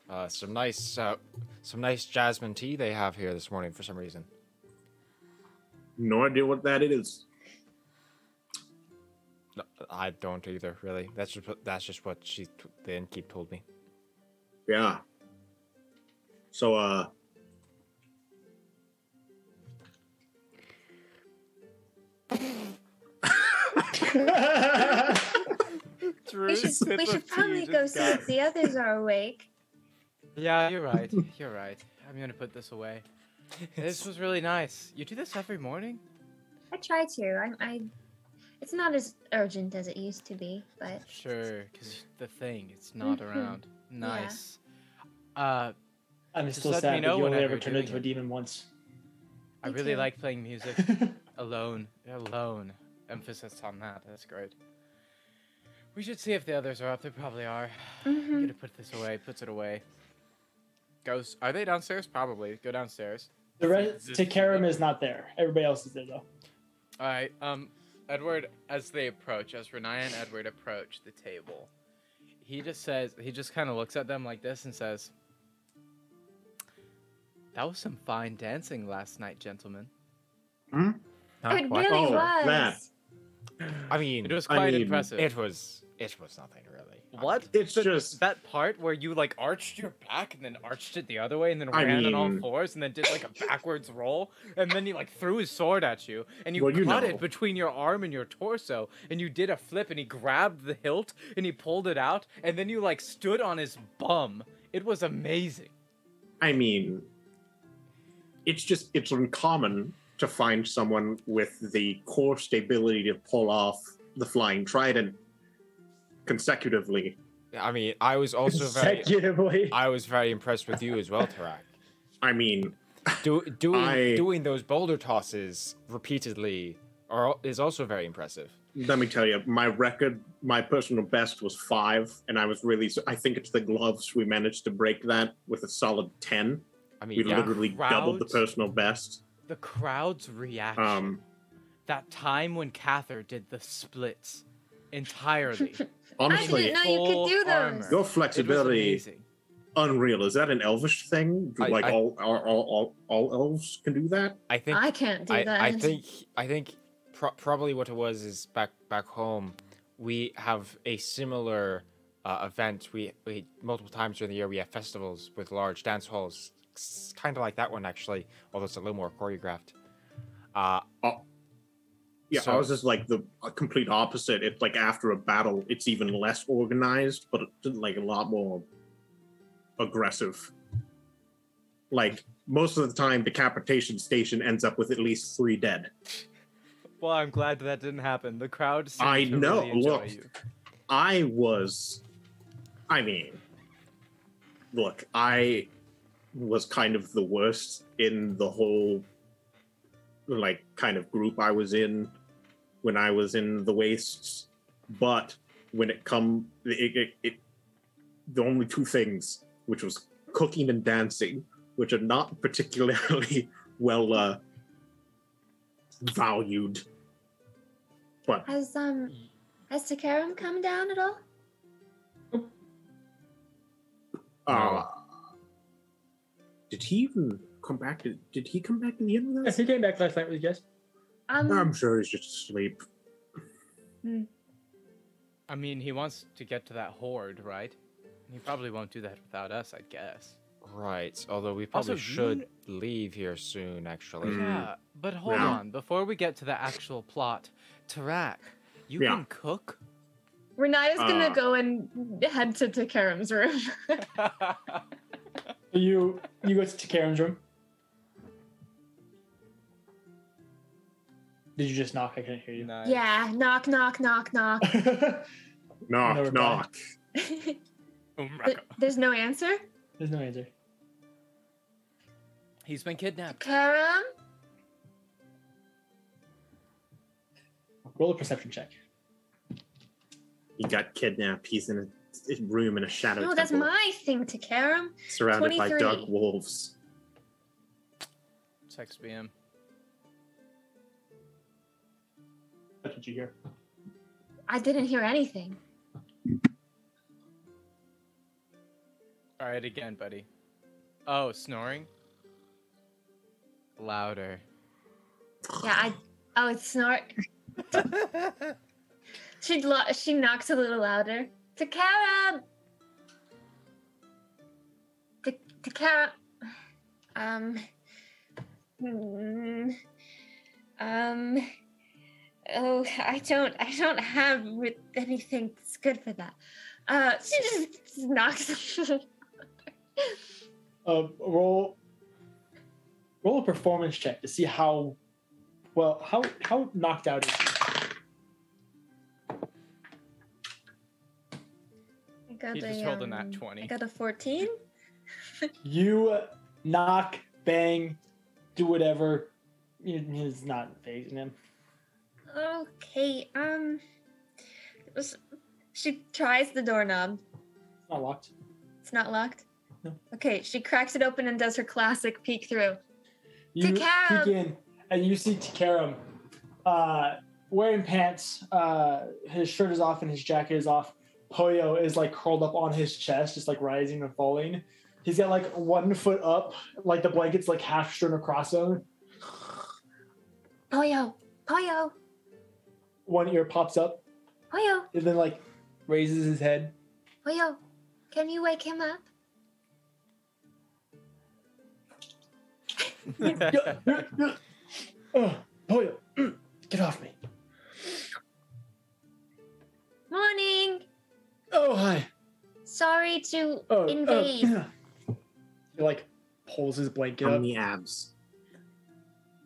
Speaker 1: Uh, some nice, uh, some nice jasmine tea they have here this morning for some reason.
Speaker 3: No idea what that is.
Speaker 1: No, I don't either, really. That's just what- that's just what she, t- the innkeep, told me.
Speaker 3: Yeah. So, uh,
Speaker 5: We should, we should probably go see if the others are awake.
Speaker 4: Yeah, you're right. You're right. I'm gonna put this away. This was really nice. You do this every morning?
Speaker 5: I try to. I, I, it's not as urgent as it used to be, but
Speaker 4: Sure, because the thing, it's not
Speaker 5: Mhm.
Speaker 4: around. Nice. Uh,
Speaker 2: I'm
Speaker 4: Just
Speaker 2: still
Speaker 4: let me
Speaker 2: sad
Speaker 4: know
Speaker 2: that you only
Speaker 4: whenever
Speaker 2: ever
Speaker 4: you're
Speaker 2: turned into
Speaker 4: doing
Speaker 2: a demon once.
Speaker 4: I
Speaker 5: Me
Speaker 4: really
Speaker 5: too.
Speaker 4: like playing music alone. Alone. Emphasis on that. That's great. We should see if the others are up. They probably are. I'm
Speaker 5: Mhm.
Speaker 4: gonna put this away. Puts it away. Goes. Are they downstairs? Probably. Go downstairs.
Speaker 2: the rest, Takaram is not there. Everybody else is there though.
Speaker 4: All right. Um, Edward, as they approach, as Renaya and Edward approach the table, he just says, he just kind of looks at them like this and says, "That was some fine dancing last night, gentlemen.
Speaker 1: Huh?
Speaker 5: it
Speaker 1: What?
Speaker 5: really
Speaker 3: Oh,
Speaker 5: was.
Speaker 3: that.
Speaker 1: I mean,
Speaker 4: It was
Speaker 3: I
Speaker 4: quite
Speaker 3: mean,
Speaker 4: impressive."
Speaker 1: it was, it was nothing really. I mean,
Speaker 3: it's just
Speaker 4: that part where you like arched your back and then arched it the other way and then
Speaker 3: I
Speaker 4: ran on all
Speaker 3: mean-
Speaker 4: fours and then did like a backwards roll and then he like threw his sword at you and you
Speaker 3: Well, you
Speaker 4: caught
Speaker 3: know.
Speaker 4: it between your arm and your torso and you did a flip and he grabbed the hilt and he pulled it out and then you like stood on his bum. It was amazing.
Speaker 3: I mean, it's just it's uncommon to find someone with the core stability to pull off the flying trident consecutively.
Speaker 1: I mean, I was also very,
Speaker 2: Consecutively.
Speaker 1: I was very impressed with you as well, Tarak.
Speaker 3: I mean,
Speaker 1: Do, doing
Speaker 3: I-
Speaker 1: doing those boulder tosses repeatedly are is also very impressive.
Speaker 3: let me tell you, my record, my personal best was five, and I was really. I think it's the gloves we managed to break that with a solid ten.
Speaker 1: I mean,
Speaker 3: We
Speaker 1: yeah,
Speaker 3: literally doubled the
Speaker 4: crowds.
Speaker 3: personal best.
Speaker 4: The crowd's reaction.
Speaker 3: Um,
Speaker 4: that time when Cather did the splits entirely.
Speaker 5: I
Speaker 3: honestly,
Speaker 5: didn't know you could
Speaker 4: full
Speaker 5: do
Speaker 4: armor.
Speaker 5: those.
Speaker 3: your
Speaker 4: it was
Speaker 3: flexibility
Speaker 4: amazing.
Speaker 3: unreal. Is that an elvish thing? Do,
Speaker 1: I-
Speaker 3: like
Speaker 1: I-
Speaker 3: all, all, all, all, all elves can do that?
Speaker 1: I think
Speaker 5: I can't do
Speaker 1: I,
Speaker 5: that.
Speaker 1: I think I think pro- probably what it was is back back home, we have a similar uh, event. We, we multiple times during the year we have festivals with large dance halls, kind of like that one actually, although it's a little more choreographed. Uh,
Speaker 3: Yeah,
Speaker 1: So-
Speaker 3: ours is like the uh, complete opposite. It's like after a battle, it's even less organized, but it's like a lot more aggressive. Like most of the time, decapitation station ends up with at least three dead.
Speaker 4: Well, I'm glad that didn't happen. The crowd. Seemed
Speaker 3: I
Speaker 4: to
Speaker 3: know,
Speaker 4: Really enjoy
Speaker 3: look.
Speaker 4: You.
Speaker 3: I was, I mean, look, I was kind of the worst in the whole, like, kind of group I was in when I was in the wastes. But when it come, it, it, it the only two things, which was cooking and dancing, which are not particularly well uh, valued. But
Speaker 5: Has um, has Takaram come down at all?
Speaker 3: Uh, did he even come back to? Did he come back to the end with
Speaker 2: Yes,
Speaker 3: us?
Speaker 2: he came back last night with you guys.
Speaker 5: Um,
Speaker 3: I'm sure he's just asleep.
Speaker 4: I mean, he wants to get to that horde, right? He probably won't do that without us, I guess.
Speaker 1: right. Although we probably
Speaker 4: you-
Speaker 1: should leave here soon. Actually,
Speaker 2: Hmm.
Speaker 3: Mm.
Speaker 4: Yeah, but hold
Speaker 3: Yeah.
Speaker 4: on. Before we get to the actual plot, Tarak, you
Speaker 3: Yeah.
Speaker 4: can cook.
Speaker 5: Renaya's gonna
Speaker 3: Uh.
Speaker 5: go and head to Takaram's room.
Speaker 2: You you go to Takaram's room. Did you just knock? I couldn't hear you.
Speaker 4: Nice.
Speaker 5: yeah, knock, knock, knock, knock.
Speaker 3: Knock,
Speaker 2: Never
Speaker 3: knock.
Speaker 5: Th- There's no answer.
Speaker 2: There's no answer.
Speaker 4: He's been kidnapped.
Speaker 5: Takaram,
Speaker 2: Roll a perception check.
Speaker 3: He got kidnapped. He's in a, a room in a shadow temple,
Speaker 5: oh, that's my thing, Takaram.
Speaker 3: surrounded by
Speaker 5: 23.
Speaker 3: dark wolves.
Speaker 4: Text BM.
Speaker 2: That's what you hear.
Speaker 5: I didn't hear anything.
Speaker 4: All right, again, buddy. Oh, snoring. Louder.
Speaker 5: Yeah, I. Oh, it's snort. she lo- she knocks a little louder. Takara. Ta- Takara. Um. mm, Um. Oh, I don't. I don't have with anything that's good for that. Uh, she just knocks.
Speaker 2: Uh, roll roll a performance check to see how well how how knocked out is he?
Speaker 5: I got
Speaker 4: He just
Speaker 5: a,
Speaker 4: rolled a nat
Speaker 5: um,
Speaker 4: 20.
Speaker 5: I got a 14.
Speaker 2: You knock, bang, do whatever. It- It's not phasing him.
Speaker 5: Okay, um. s- She tries the doorknob.
Speaker 2: It's not locked.
Speaker 5: It's not locked?
Speaker 2: No.
Speaker 5: Okay, she cracks it open and does her classic peek through.
Speaker 2: You
Speaker 5: Takaram.
Speaker 2: peek in and you see Takaram uh, wearing pants. Uh, his shirt is off and his jacket is off. Poyo is like curled up on his chest, just like rising and falling. He's got like one foot up, like the blanket's like half strewn across him.
Speaker 5: Poyo, Poyo,
Speaker 2: One ear pops up
Speaker 5: Poyo,
Speaker 2: and then like raises his head.
Speaker 5: Poyo. Can you wake him up?
Speaker 2: Yeah, yeah, yeah. Ugh, Poyo, mm, get off me.
Speaker 5: Morning!
Speaker 2: Oh, hi.
Speaker 5: Sorry to
Speaker 2: Oh,
Speaker 5: invade.
Speaker 2: oh. he like pulls his blanket
Speaker 8: on
Speaker 2: up.
Speaker 8: the abs.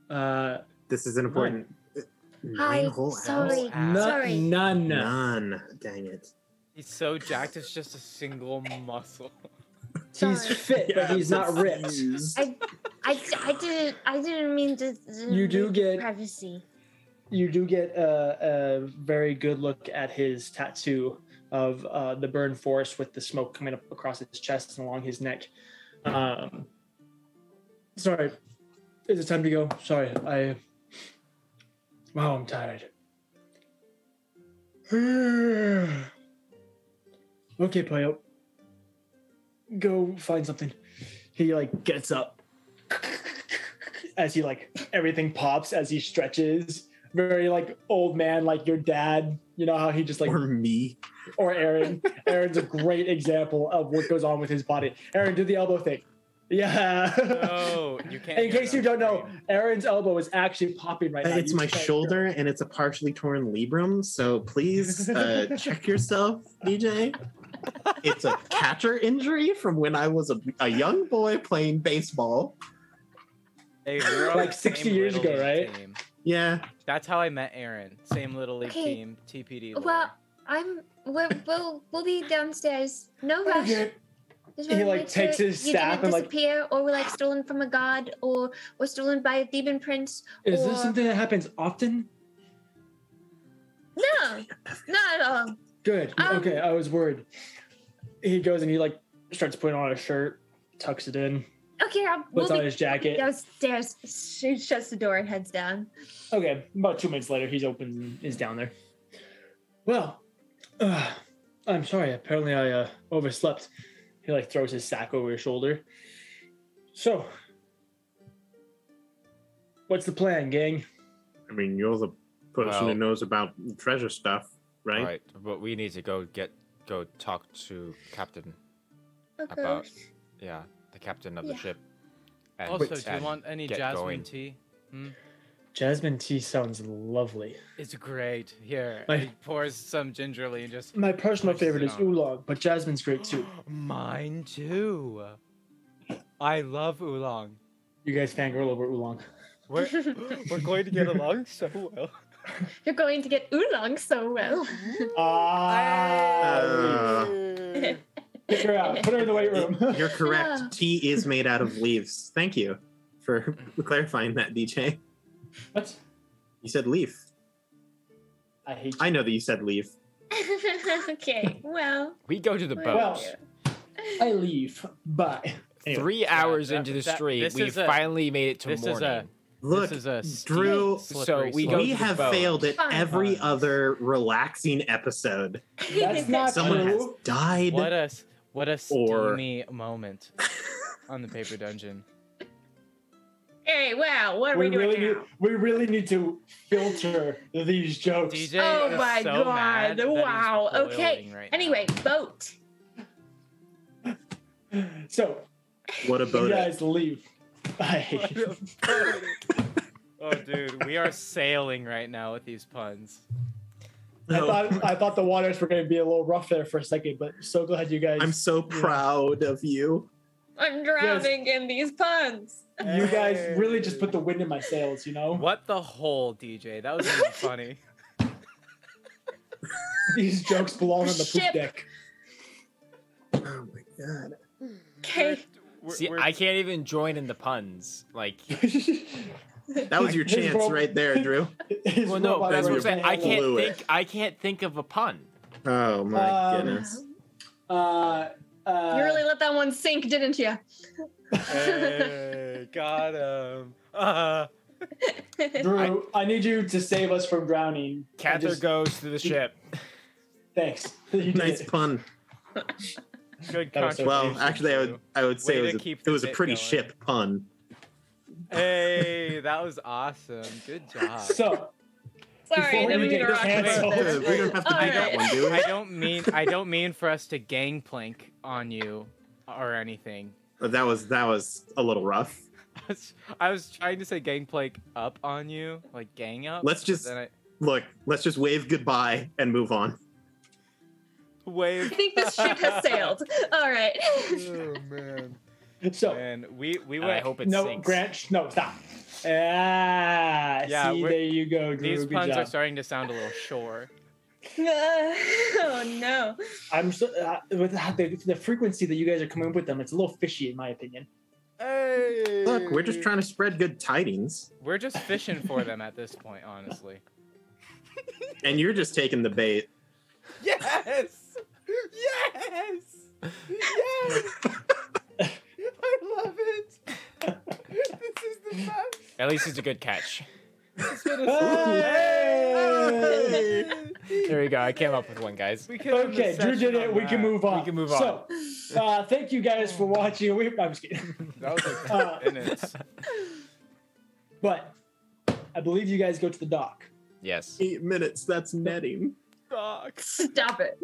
Speaker 2: Uh,
Speaker 8: This is an important.
Speaker 3: uh,
Speaker 5: Hi,
Speaker 8: Nine whole abs?
Speaker 5: sorry.
Speaker 4: abs.
Speaker 2: no-
Speaker 5: Sorry.
Speaker 2: none.
Speaker 8: None. Dang it.
Speaker 4: He's so jacked, it's just a single muscle.
Speaker 2: He's
Speaker 5: Sorry.
Speaker 2: fit, but he's not ripped.
Speaker 5: I, I didn't I didn't mean to.
Speaker 2: You do get-
Speaker 5: privacy.
Speaker 2: You do get a, a very good look at his tattoo of uh, the burned forest with the smoke coming up across his chest and along his neck. Um, sorry, is it time to go? Sorry, I. Wow, I'm tired. okay, Poyo. Go find something. He like gets up. As he like everything pops as he stretches. Very like old man, like your dad. You know how he just like
Speaker 8: Or me.
Speaker 2: or Aaron. Aaron's a great example of what goes on with his body. Aaron, do the elbow thing. Yeah.
Speaker 4: No, you can't.
Speaker 2: In
Speaker 4: hear
Speaker 2: case
Speaker 4: it
Speaker 2: you
Speaker 4: on
Speaker 2: don't know,
Speaker 4: screen.
Speaker 2: Aaron's elbow is actually popping right
Speaker 8: Uh,
Speaker 2: now.
Speaker 8: it's
Speaker 2: You
Speaker 8: my
Speaker 2: can't
Speaker 8: shoulder and it's a partially torn labrum. So please uh, check yourself, DJ. It's a catcher injury from when I was a, a young boy playing baseball.
Speaker 4: They were on
Speaker 2: Like
Speaker 4: the same
Speaker 2: 60 years
Speaker 4: Little
Speaker 2: ago,
Speaker 4: League
Speaker 2: right?
Speaker 4: team.
Speaker 8: Yeah.
Speaker 4: That's how I met Aaron. Same little league
Speaker 5: Okay.
Speaker 4: team, TPD. lore.
Speaker 5: Well, I'm. We'll, we'll we'll be downstairs. No
Speaker 2: hear it.
Speaker 5: rush.
Speaker 2: Okay.
Speaker 5: Just
Speaker 2: He,
Speaker 5: wanna
Speaker 2: like,
Speaker 5: make sure
Speaker 2: takes his
Speaker 5: you
Speaker 2: staff
Speaker 5: didn't
Speaker 2: and, like-
Speaker 5: disappear, or were like stolen from a god, or were stolen by a demon prince.
Speaker 2: Is
Speaker 5: or-
Speaker 2: this something that happens often?
Speaker 5: No, not at all.
Speaker 2: Good.
Speaker 5: Um,
Speaker 2: okay, I was worried. He goes and he like starts putting on a shirt, tucks it in,
Speaker 5: Okay, I'll, we'll
Speaker 2: puts on
Speaker 5: be
Speaker 2: his jacket.
Speaker 5: downstairs. She shuts the door and heads down.
Speaker 2: Okay, about two minutes later, he's open and is down there. Well, uh, I'm sorry. Apparently, I uh, overslept. He like throws his sack over his shoulder. So, what's the plan, gang?
Speaker 3: I mean, you're the person
Speaker 1: Well-
Speaker 3: who knows about treasure stuff, right?
Speaker 1: All right, but we need to go get go talk to Captain.
Speaker 5: Okay.
Speaker 1: About- Yeah, the captain of the
Speaker 5: Yeah.
Speaker 1: ship. And-
Speaker 4: also, do you
Speaker 1: and
Speaker 4: want any
Speaker 1: get
Speaker 4: jasmine
Speaker 1: going.
Speaker 4: tea?
Speaker 2: Jasmine tea sounds lovely.
Speaker 4: It's great. Here,
Speaker 2: Like-
Speaker 4: he pours some gingerly and just.
Speaker 2: My personal favorite is
Speaker 4: Sit on it.
Speaker 2: oolong, but Jasmine's great too.
Speaker 4: Mine too. I love oolong.
Speaker 2: You guys fangirl over oolong.
Speaker 4: We're, we're going to get along so well.
Speaker 5: You're going to get oolong so well.
Speaker 2: Ah,
Speaker 8: Uh,
Speaker 1: Mm.
Speaker 2: kick her out. Put her in the weight room.
Speaker 8: it- you're correct.
Speaker 5: Yeah.
Speaker 8: Tea is made out of leaves. Thank you for clarifying that, DJ.
Speaker 2: what?
Speaker 8: You said leaf.
Speaker 2: I hate you.
Speaker 8: I know that you said leaf.
Speaker 5: okay, well.
Speaker 1: We go to the boat.
Speaker 2: Well, I leave. Bye. Anyway.
Speaker 1: Three hours
Speaker 4: that-
Speaker 1: into the
Speaker 4: that-
Speaker 1: stream,
Speaker 4: this
Speaker 1: we
Speaker 4: is a-
Speaker 1: finally made it to
Speaker 4: this
Speaker 1: morning.
Speaker 4: is a
Speaker 8: Look,
Speaker 4: this is a steep,
Speaker 8: Drew,
Speaker 4: slippery
Speaker 1: So we
Speaker 4: slope.
Speaker 1: go
Speaker 8: we
Speaker 1: to the
Speaker 8: have
Speaker 1: boat.
Speaker 8: failed at
Speaker 5: Fine.
Speaker 8: every
Speaker 4: Fine.
Speaker 8: other relaxing episode.
Speaker 2: That's not
Speaker 8: Someone
Speaker 2: true.
Speaker 8: has died.
Speaker 4: What a s- What a
Speaker 3: Or-
Speaker 4: steamy moment on the paper dungeon.
Speaker 13: Hey, wow, what are we,
Speaker 2: We
Speaker 13: doing
Speaker 2: really need
Speaker 13: now?
Speaker 2: we really need to filter these jokes.
Speaker 4: DJ
Speaker 13: Oh
Speaker 4: is
Speaker 13: my
Speaker 4: so
Speaker 13: God,
Speaker 4: mad that he's
Speaker 13: wow, okay.
Speaker 4: boiling right now.
Speaker 13: Anyway, boat.
Speaker 2: So
Speaker 8: What
Speaker 2: you
Speaker 8: about it?
Speaker 2: guys leave. Bye.
Speaker 4: oh, dude, we are sailing right now with these puns.
Speaker 2: I
Speaker 8: No.
Speaker 2: thought I thought the waters were going to be a little rough there for a second, but so glad you guys
Speaker 8: I'm so proud of you.
Speaker 13: I'm drowning in these puns.
Speaker 2: you guys really just put the wind in my sails. You know
Speaker 4: What the hole, DJ? That was really funny.
Speaker 2: these jokes belong on the poop
Speaker 13: Ship.
Speaker 2: deck.
Speaker 8: Oh my god.
Speaker 13: Okay.
Speaker 4: We're-
Speaker 1: See,
Speaker 4: we're-
Speaker 1: I can't even join in the puns. Like,
Speaker 8: That was your
Speaker 2: His
Speaker 8: chance
Speaker 2: role-
Speaker 8: right there, Drew.
Speaker 2: His
Speaker 1: well, no,
Speaker 2: robot
Speaker 1: that's what I'm
Speaker 2: arms
Speaker 1: saying.
Speaker 2: can
Speaker 1: I
Speaker 2: handle
Speaker 1: can't
Speaker 8: blew it.
Speaker 1: think. I can't think of a pun.
Speaker 8: Oh my
Speaker 2: Um,
Speaker 8: goodness.
Speaker 2: Uh, uh,
Speaker 5: you really let that one sink, didn't you?
Speaker 4: Hey, got him. Uh,
Speaker 2: Drew, I, need you to save us from drowning. I
Speaker 1: Cather
Speaker 2: just-
Speaker 1: goes to the ship.
Speaker 2: Thanks. You did
Speaker 8: Nice
Speaker 2: it.
Speaker 8: pun.
Speaker 4: good
Speaker 2: That was so
Speaker 4: contribution.
Speaker 8: Well, actually, I would I would say
Speaker 4: Way
Speaker 8: it
Speaker 4: to
Speaker 8: was a,
Speaker 4: keep
Speaker 8: it
Speaker 4: the
Speaker 8: was a
Speaker 4: bit
Speaker 8: pretty
Speaker 4: going.
Speaker 8: ship pun.
Speaker 4: Hey, that was awesome. Good job.
Speaker 2: So
Speaker 13: Sorry, I
Speaker 2: Before
Speaker 13: didn't
Speaker 2: we
Speaker 13: mean to
Speaker 2: get
Speaker 13: rock your
Speaker 2: canceled-
Speaker 13: boat.
Speaker 8: We don't have to
Speaker 13: All
Speaker 8: do that
Speaker 13: right.
Speaker 8: one, do
Speaker 4: I
Speaker 8: we?
Speaker 4: don't mean I don't mean for us to gangplank on you or anything.
Speaker 8: But that was that was a little rough.
Speaker 4: I was, I was trying to say gangplank up on you, like gang up.
Speaker 8: Let's
Speaker 4: but
Speaker 8: just-
Speaker 4: then I,
Speaker 8: Look, let's just wave goodbye and move on.
Speaker 4: wave.
Speaker 5: I think this ship has sailed. All right.
Speaker 4: Oh man.
Speaker 2: so
Speaker 4: Man, we we
Speaker 1: And I
Speaker 4: went.
Speaker 1: hope it
Speaker 2: no
Speaker 1: sinks.
Speaker 2: Grant. sh- No stop. Ah,
Speaker 4: Yeah,
Speaker 2: see
Speaker 4: we're-
Speaker 2: there you go, Drew.
Speaker 4: These
Speaker 2: Good
Speaker 4: puns
Speaker 2: job.
Speaker 4: are starting to sound a little shore.
Speaker 13: oh no.
Speaker 2: I'm so, uh, with how the, the frequency that you guys are coming up with them. It's a little fishy, in my opinion.
Speaker 4: Hey.
Speaker 8: Look, we're just trying to spread good tidings,
Speaker 4: We're just fishing for them at this point, honestly.
Speaker 8: and you're just taking the bait.
Speaker 4: Yes. Yes. Yes. I love it. This is the best.
Speaker 1: At least it's a good catch.
Speaker 2: Hey!
Speaker 1: There you go. I came up with one, guys.
Speaker 4: We
Speaker 2: Okay, Drew did it. We can move on.
Speaker 1: We can move on.
Speaker 2: So, uh, thank you guys for watching. We, I'm just kidding.
Speaker 4: That was like
Speaker 2: Uh,
Speaker 4: minutes.
Speaker 2: But I believe you guys go to the dock.
Speaker 1: Yes.
Speaker 8: Eight minutes. That's netting.
Speaker 5: Stop it.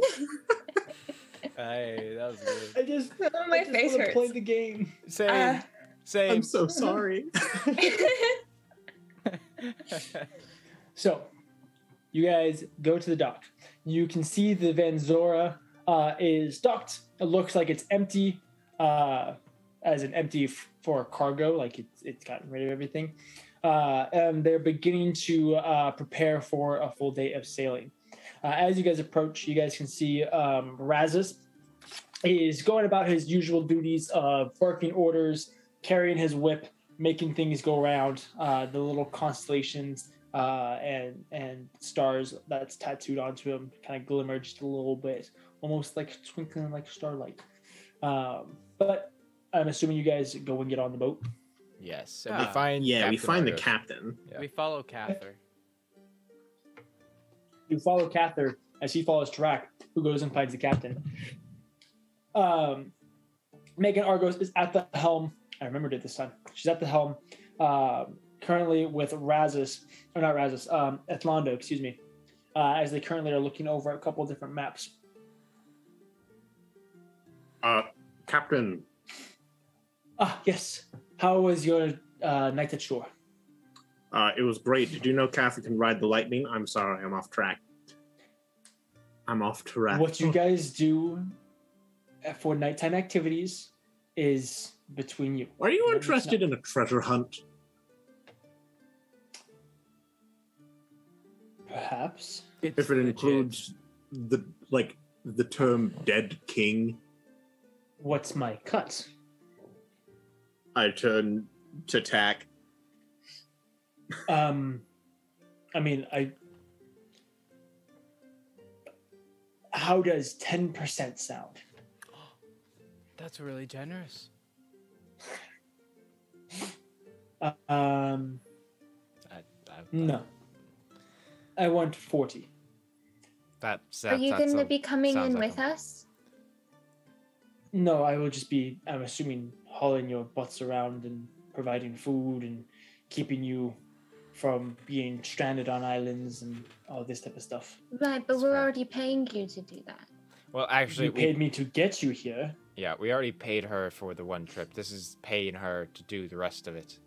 Speaker 4: Hey, that was good.
Speaker 2: I just,
Speaker 13: my
Speaker 2: I just
Speaker 13: face
Speaker 2: wanna play
Speaker 13: hurts.
Speaker 2: the game.
Speaker 1: Same.
Speaker 13: Uh,
Speaker 1: same.
Speaker 8: I'm
Speaker 5: Uh-huh.
Speaker 8: so sorry.
Speaker 2: So, you guys go to the dock. You can see the Van Zora uh, is docked. It looks like it's empty, uh, as an empty f- for cargo. Like it's it's gotten rid of everything, uh, and they're beginning to uh, prepare for a full day of sailing. Uh, as you guys approach, you guys can see um, Razis is going about his usual duties of barking orders, carrying his whip, making things go round. Uh, the little constellations uh, and and stars that's tattooed onto him kind of glimmer just a little bit, almost like twinkling like starlight. Um, but I'm assuming you guys go and get on the boat.
Speaker 1: Yes. And we
Speaker 4: Ah,
Speaker 1: find.
Speaker 8: Yeah, we
Speaker 1: Captain
Speaker 8: find the
Speaker 1: Argos.
Speaker 8: captain.
Speaker 1: Yeah.
Speaker 4: We follow Cather.
Speaker 2: You follow Cather as he follows Tarak, who goes and finds the captain. Um, Megan Argos is at the helm. I remembered it this time. She's at the helm, um, currently with Razis, or not Razis, um, Ethlando, excuse me, uh, as they currently are looking over a couple of different maps.
Speaker 3: Uh, Captain,
Speaker 2: Ah, yes. How was your uh, night at shore?
Speaker 3: uh, it was great. Did you know Cather can ride the lightning? I'm sorry, I'm off track. I'm off track.
Speaker 2: What you guys do uh, for nighttime activities is between you.
Speaker 3: Are you
Speaker 2: Let me
Speaker 3: interested in a treasure hunt?
Speaker 2: Perhaps.
Speaker 3: if it includes the like the term dead king
Speaker 2: What's my cut?
Speaker 8: I turn to tack.
Speaker 2: Um, I mean, I. How does ten percent sound?
Speaker 4: That's really generous.
Speaker 2: Um,
Speaker 1: I, I,
Speaker 2: no. I want forty.
Speaker 1: That's,
Speaker 5: Are you
Speaker 1: that's
Speaker 5: going to
Speaker 1: a-
Speaker 5: be coming
Speaker 1: sounds
Speaker 5: in
Speaker 1: like
Speaker 5: with
Speaker 1: a-
Speaker 5: us?
Speaker 2: No, I will just be, I'm assuming, hauling your butts around and providing food and keeping you from being stranded on islands and all this type of stuff.
Speaker 5: Right, but
Speaker 1: That's
Speaker 5: we're
Speaker 1: fair.
Speaker 5: already paying you to do that.
Speaker 1: Well, actually,
Speaker 2: You
Speaker 1: we-
Speaker 2: paid me to get you here.
Speaker 1: yeah, we already paid her for the one trip. This is paying her to do the rest of it.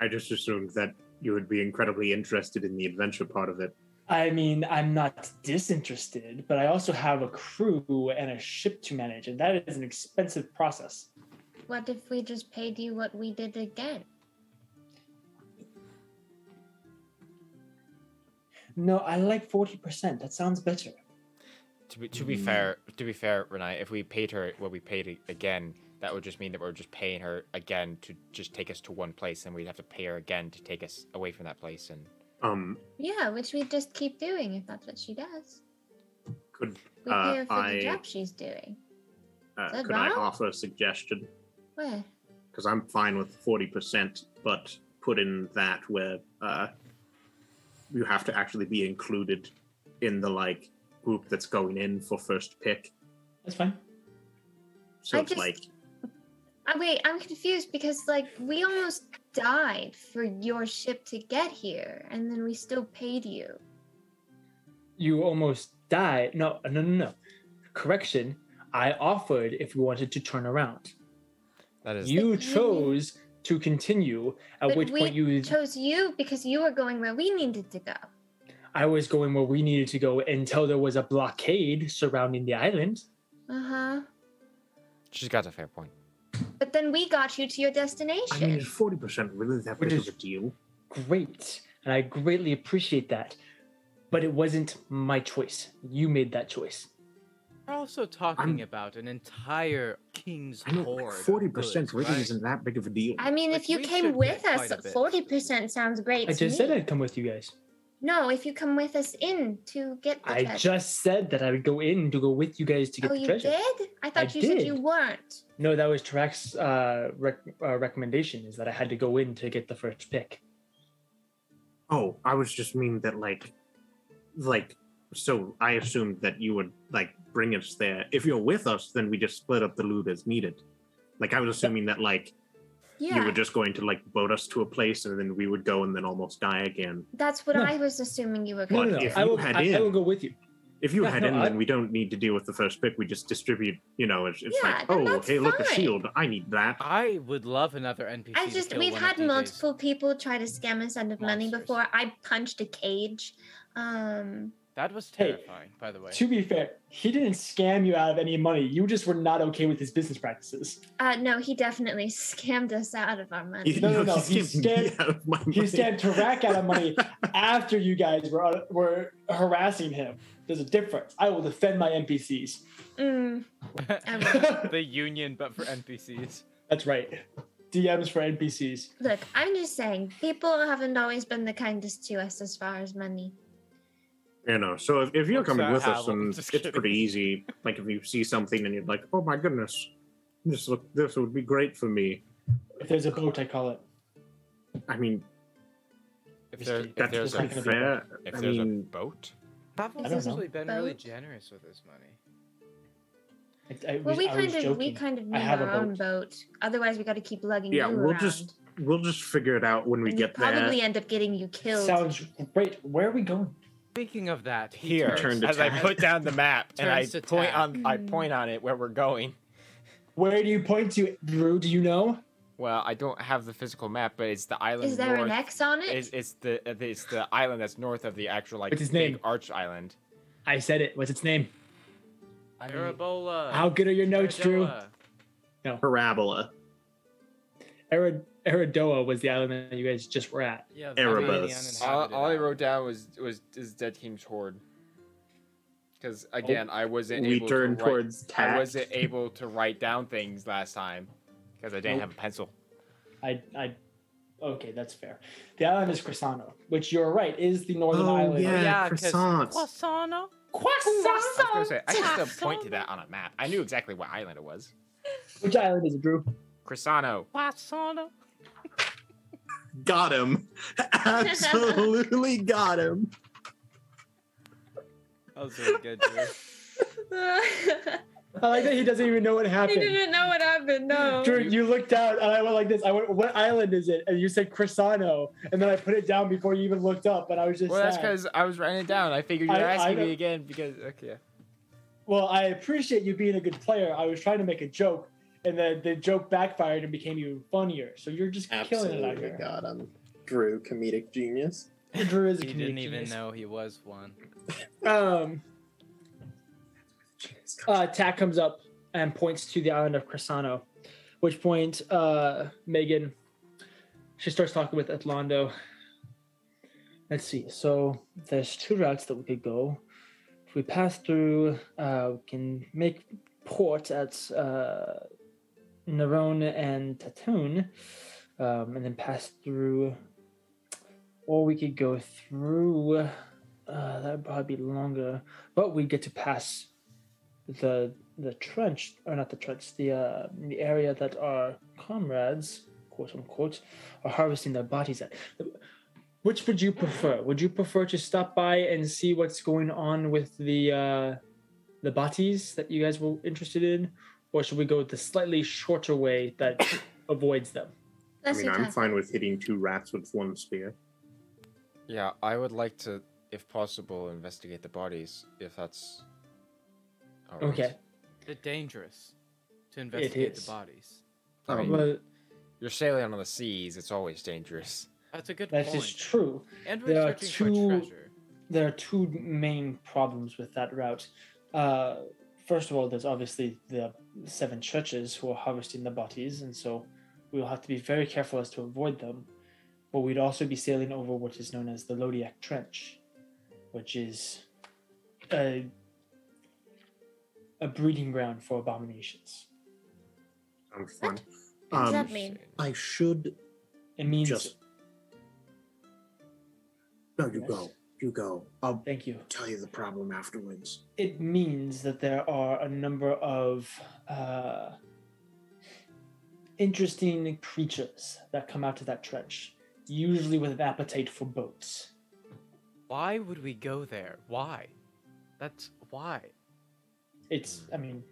Speaker 3: I just assumed that you would be incredibly interested in the adventure part of it.
Speaker 2: I mean, I'm not disinterested, but I also have a crew and a ship to manage, and that is an expensive process.
Speaker 5: What if we just paid you what we did again?
Speaker 2: No, I like 40%. That sounds better.
Speaker 1: To be, to be fair, to be fair, Renai, if we paid her what we paid a- again, that would just mean that we're just paying her again to just take us to one place, and we'd have to pay her again to take us away from that place. And
Speaker 3: Um,
Speaker 5: Yeah, which we just keep doing if that's what she does.
Speaker 3: could
Speaker 5: We
Speaker 3: Uh,
Speaker 5: pay her for
Speaker 3: I-
Speaker 5: the job she's doing. Is
Speaker 3: uh,
Speaker 5: that
Speaker 3: could I
Speaker 5: wrong?
Speaker 3: offer a suggestion?
Speaker 5: Where?
Speaker 3: Because I'm fine with forty percent, but put in that where uh, you have to actually be included in the like group that's going in for first pick.
Speaker 2: That's fine.
Speaker 3: So
Speaker 5: I
Speaker 3: it's
Speaker 5: just-
Speaker 3: like
Speaker 5: I, Uh, wait, I'm confused because, like, we almost died for your ship to get here, and then we still paid you.
Speaker 2: You almost died. No, no, no, no. Correction. I offered if you wanted to turn around.
Speaker 1: that is
Speaker 2: You
Speaker 5: But you-
Speaker 2: chose to continue, at
Speaker 5: but
Speaker 2: which
Speaker 5: we
Speaker 2: point you
Speaker 5: chose you because you were going where we needed to go.
Speaker 2: I was going where we needed to go until there was a blockade surrounding the island.
Speaker 5: Uh huh.
Speaker 1: she's got a fair point.
Speaker 5: But then we got you to your
Speaker 3: I mean,
Speaker 5: destination.
Speaker 3: forty percent really that
Speaker 2: Which
Speaker 3: big
Speaker 2: is-
Speaker 3: of a deal?
Speaker 2: Great. And I greatly appreciate that. But it wasn't my choice. You made that choice.
Speaker 4: We're also talking
Speaker 3: I'm-
Speaker 4: about an entire king's
Speaker 3: I know
Speaker 4: horde. of
Speaker 3: forty percent
Speaker 4: goods,
Speaker 3: really
Speaker 4: right?
Speaker 3: isn't that big of a deal.
Speaker 5: I mean,
Speaker 4: Like,
Speaker 5: if you
Speaker 4: we
Speaker 5: came
Speaker 4: should
Speaker 5: with
Speaker 4: get
Speaker 5: us,
Speaker 4: quite a bit.
Speaker 5: 40% sounds great.
Speaker 2: I
Speaker 5: to
Speaker 2: just
Speaker 5: me.
Speaker 2: said I'd come with you guys.
Speaker 5: No, if you come with us in to get the
Speaker 2: I
Speaker 5: treasure.
Speaker 2: just said that I would go in to go with you guys to get
Speaker 5: oh,
Speaker 2: the
Speaker 5: you
Speaker 2: treasure.
Speaker 5: did? I thought you said you
Speaker 2: did.
Speaker 5: weren't.
Speaker 2: No, that was Tarak's uh, rec- uh, recommendation is that I had to go in to get the first pick.
Speaker 3: Oh, I was just mean that like, like. So I assumed that you would like bring us there. If you're with us, then we just split up the loot as needed. Like I was assuming that like you
Speaker 5: Yeah,
Speaker 3: were just going to like boat us to a place and then we would go and then almost die again.
Speaker 5: that's what
Speaker 2: No.
Speaker 5: I was assuming you were
Speaker 2: No,
Speaker 5: going
Speaker 3: But
Speaker 2: no, no.
Speaker 3: if
Speaker 2: I
Speaker 3: you
Speaker 2: will,
Speaker 3: had
Speaker 2: I, I will
Speaker 3: in-
Speaker 2: go with you.
Speaker 3: If you
Speaker 2: Yeah,
Speaker 3: head
Speaker 2: no,
Speaker 3: in,
Speaker 2: I-
Speaker 3: then we don't need to deal with the first pick. We just distribute. You know, it's, it's
Speaker 5: Yeah,
Speaker 3: like,
Speaker 5: then
Speaker 3: oh,
Speaker 5: that's
Speaker 3: hey, look, a
Speaker 5: fine.
Speaker 3: shield. I need that.
Speaker 4: I would love another NPC.
Speaker 5: I
Speaker 4: to
Speaker 5: just
Speaker 4: kill
Speaker 5: we've
Speaker 4: one of
Speaker 5: had
Speaker 4: these days.
Speaker 5: multiple people try to scam us out of money
Speaker 4: Monsters.
Speaker 5: before. I punched a cage. Um
Speaker 4: That was
Speaker 2: Hey,
Speaker 4: terrifying, by the way.
Speaker 2: To be fair, he didn't scam you out of any money. You just were not okay with his business practices.
Speaker 5: uh no, he definitely scammed us out of our money.
Speaker 2: No, no, no, he
Speaker 3: skipped me
Speaker 2: scared-
Speaker 3: out of my
Speaker 2: He
Speaker 3: mind.
Speaker 2: scammed Tarak out of money after you guys were uh, were harassing him. There's a difference. I will defend my NPCs.
Speaker 5: Mm, I will.
Speaker 4: the union, but for NPCs.
Speaker 2: That's right. DMs for NPCs.
Speaker 5: Look, I'm just saying, people haven't always been the kindest to us as far as money.
Speaker 3: You know, so if, if you're
Speaker 4: What's
Speaker 3: coming
Speaker 4: that
Speaker 3: with
Speaker 4: owl?
Speaker 3: us, then
Speaker 4: Just
Speaker 3: it's
Speaker 4: kidding.
Speaker 3: pretty easy. Like if you see something and you're like, "Oh my goodness, this look this would be great for me."
Speaker 2: If there's a boat, I call it.
Speaker 3: I mean,
Speaker 1: If, there, if
Speaker 3: that's
Speaker 1: there's
Speaker 2: not
Speaker 1: a
Speaker 3: pretty
Speaker 2: gonna be
Speaker 3: fair.
Speaker 1: if
Speaker 3: I
Speaker 1: there's a
Speaker 3: mean,
Speaker 1: boat,
Speaker 4: Pavel's
Speaker 2: don't know.
Speaker 4: actually been really
Speaker 5: Boat?
Speaker 4: generous with his money.
Speaker 2: I, I,
Speaker 5: Well,
Speaker 2: was,
Speaker 5: we
Speaker 2: I
Speaker 5: kind
Speaker 2: was
Speaker 5: of we
Speaker 2: joking.
Speaker 5: kind of
Speaker 2: I
Speaker 5: need
Speaker 2: have a
Speaker 5: our own boat. Otherwise, we got to keep lugging
Speaker 3: Yeah,
Speaker 5: you
Speaker 3: we'll
Speaker 5: around.
Speaker 3: just- we'll just figure it out when we
Speaker 5: and
Speaker 3: get
Speaker 5: you probably
Speaker 3: there.
Speaker 5: end up getting you killed.
Speaker 2: Sounds great. Where are we going?
Speaker 4: Speaking of that, he
Speaker 1: here
Speaker 3: Turn to
Speaker 1: as I
Speaker 3: tab.
Speaker 1: put down the map and I
Speaker 4: Turns to
Speaker 1: point
Speaker 4: tab.
Speaker 1: on I point on it eh, where we're going.
Speaker 2: Where do you point to, Drew? Do you know?
Speaker 1: Well, I don't have the physical map, but it's the island.
Speaker 5: Is there
Speaker 1: north.
Speaker 5: an X on it?
Speaker 1: It's, it's the it's the island that's north of the actual like
Speaker 2: What's his
Speaker 1: big
Speaker 2: name?
Speaker 1: arch island.
Speaker 2: I said it. What's its name?
Speaker 1: I mean, Uh,
Speaker 4: Parabola.
Speaker 2: How good are your notes, Drew?
Speaker 4: Parabola.
Speaker 3: Parabola.
Speaker 2: Erod- Erodoa was the island that you guys just were at.
Speaker 4: Yeah,
Speaker 3: Erebus.
Speaker 4: literally
Speaker 1: all,
Speaker 4: uninhabited
Speaker 1: Uh, all I
Speaker 4: island.
Speaker 1: wrote down was was is Dead King's horde. Because again, I wasn't
Speaker 3: We
Speaker 1: able
Speaker 3: turn
Speaker 1: to write,
Speaker 3: towards
Speaker 1: I
Speaker 3: tact.
Speaker 1: wasn't able to write down things last time because I didn't
Speaker 2: Nope.
Speaker 1: have a pencil.
Speaker 2: I, I, okay, that's fair. The island is Crisano, which you're right is the northern
Speaker 3: Oh,
Speaker 2: island.
Speaker 3: yeah.
Speaker 4: Yeah, 'cause-
Speaker 3: croissants.
Speaker 4: Croissant?
Speaker 1: I
Speaker 5: Oh,
Speaker 1: was gonna say I
Speaker 5: Croissant.
Speaker 1: could still point to that on a map. I knew exactly what island it was.
Speaker 2: Which island is it, Drew?
Speaker 1: Crisano.
Speaker 4: Croissant?
Speaker 3: Got him. Absolutely got him.
Speaker 4: That was really good, Drew.
Speaker 2: I like that he doesn't even know what
Speaker 13: He
Speaker 2: happened.
Speaker 13: didn't know what happened. No.
Speaker 2: Drew, you looked out and I went like this. I went, "What island is it?" And you said Crisano, and then I put it down before you even looked up. And I was just
Speaker 1: Well, that's
Speaker 2: sad.
Speaker 1: because I was writing it down. I figured you were
Speaker 2: I- I
Speaker 1: asking
Speaker 2: know-
Speaker 1: me again because okay.
Speaker 2: Well, I appreciate you being a good player. I was trying to make a joke, and the, the joke backfired and became even funnier. So you're just killing it out
Speaker 8: Absolutely
Speaker 2: here.
Speaker 8: got him. Drew, comedic genius.
Speaker 2: Drew is a
Speaker 4: He didn't
Speaker 2: comedic
Speaker 4: even
Speaker 2: genius.
Speaker 4: know he was one.
Speaker 2: Um, uh, Tack comes up and points to the island of Crisano, which point uh, Megan she starts talking with Atlando. Let's see. So there's two routes that we could go. If we pass through, uh, we can make port at uh, Nerone and Tatun, um, and then pass through. Or we could go through. Uh, that would probably be longer, but we get to pass the the trench, or not the trench, the uh, the area that our comrades, quote unquote, are harvesting their bodies at. Which would you prefer? Would you prefer to stop by and see what's going on with the uh, the bodies that you guys were interested in, or should we go the slightly shorter way that avoids them?
Speaker 3: I
Speaker 5: Let's
Speaker 3: mean,
Speaker 5: do
Speaker 3: I'm
Speaker 5: that.
Speaker 3: fine with hitting two rats with one spear.
Speaker 9: Yeah, I would like to, if possible, investigate the bodies, if that's. all right.
Speaker 2: Okay.
Speaker 4: They're dangerous to investigate
Speaker 2: is.
Speaker 4: the bodies.
Speaker 9: I mean,
Speaker 2: Well,
Speaker 9: you're sailing on the seas, it's always dangerous.
Speaker 4: That's a good
Speaker 2: that
Speaker 4: point.
Speaker 2: is true.
Speaker 4: And we're
Speaker 2: There are two-
Speaker 4: searching for treasure.
Speaker 2: there are two main problems with that route. Uh, first of all, there's obviously the seven churches who are harvesting the bodies, and so we'll have to be very careful as to avoid them. But we'd also be sailing over what is known as the Lodiac Trench, which is a, a breeding ground for abominations.
Speaker 3: Sounds fun.
Speaker 5: What does
Speaker 3: Um,
Speaker 5: that mean?
Speaker 3: I should.
Speaker 2: It means.
Speaker 3: Just- No, you
Speaker 2: Yes.
Speaker 3: go. You go. I'll
Speaker 2: Thank you.
Speaker 3: tell you the problem afterwards.
Speaker 2: it means that there are a number of uh, interesting creatures that come out of that trench, usually with an appetite for boats.
Speaker 4: Why would we go there? Why? That's why.
Speaker 2: It's, I mean,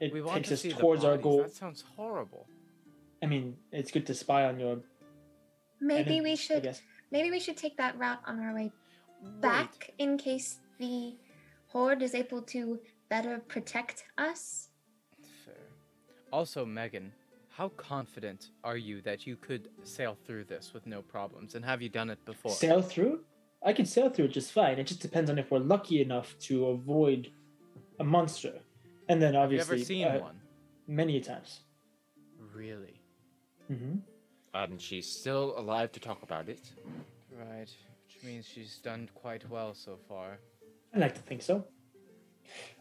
Speaker 2: it
Speaker 4: we want
Speaker 2: takes
Speaker 4: to
Speaker 2: us
Speaker 4: see the
Speaker 2: towards our
Speaker 4: bodies.
Speaker 2: goal.
Speaker 4: That sounds horrible.
Speaker 2: I mean, it's good to spy on your.
Speaker 5: Maybe
Speaker 2: enemy,
Speaker 5: we
Speaker 2: I
Speaker 5: should
Speaker 2: guess.
Speaker 5: maybe we should take that route on our way
Speaker 4: Wait,
Speaker 5: back in case the horde is able to better protect us.
Speaker 4: fair. Also, Megan, how confident are you that you could sail through this with no problems? And have you done it before?
Speaker 2: Sail through? I can sail through it just fine. It just depends on if we're lucky enough to avoid a monster. And then
Speaker 4: have you ever
Speaker 2: obviously,
Speaker 4: seen
Speaker 2: uh,
Speaker 4: one?
Speaker 2: many times.
Speaker 4: Really?
Speaker 2: hmm
Speaker 9: And she's still alive to talk about it.
Speaker 4: Right. Which means she's done quite well so far.
Speaker 2: I like to think so.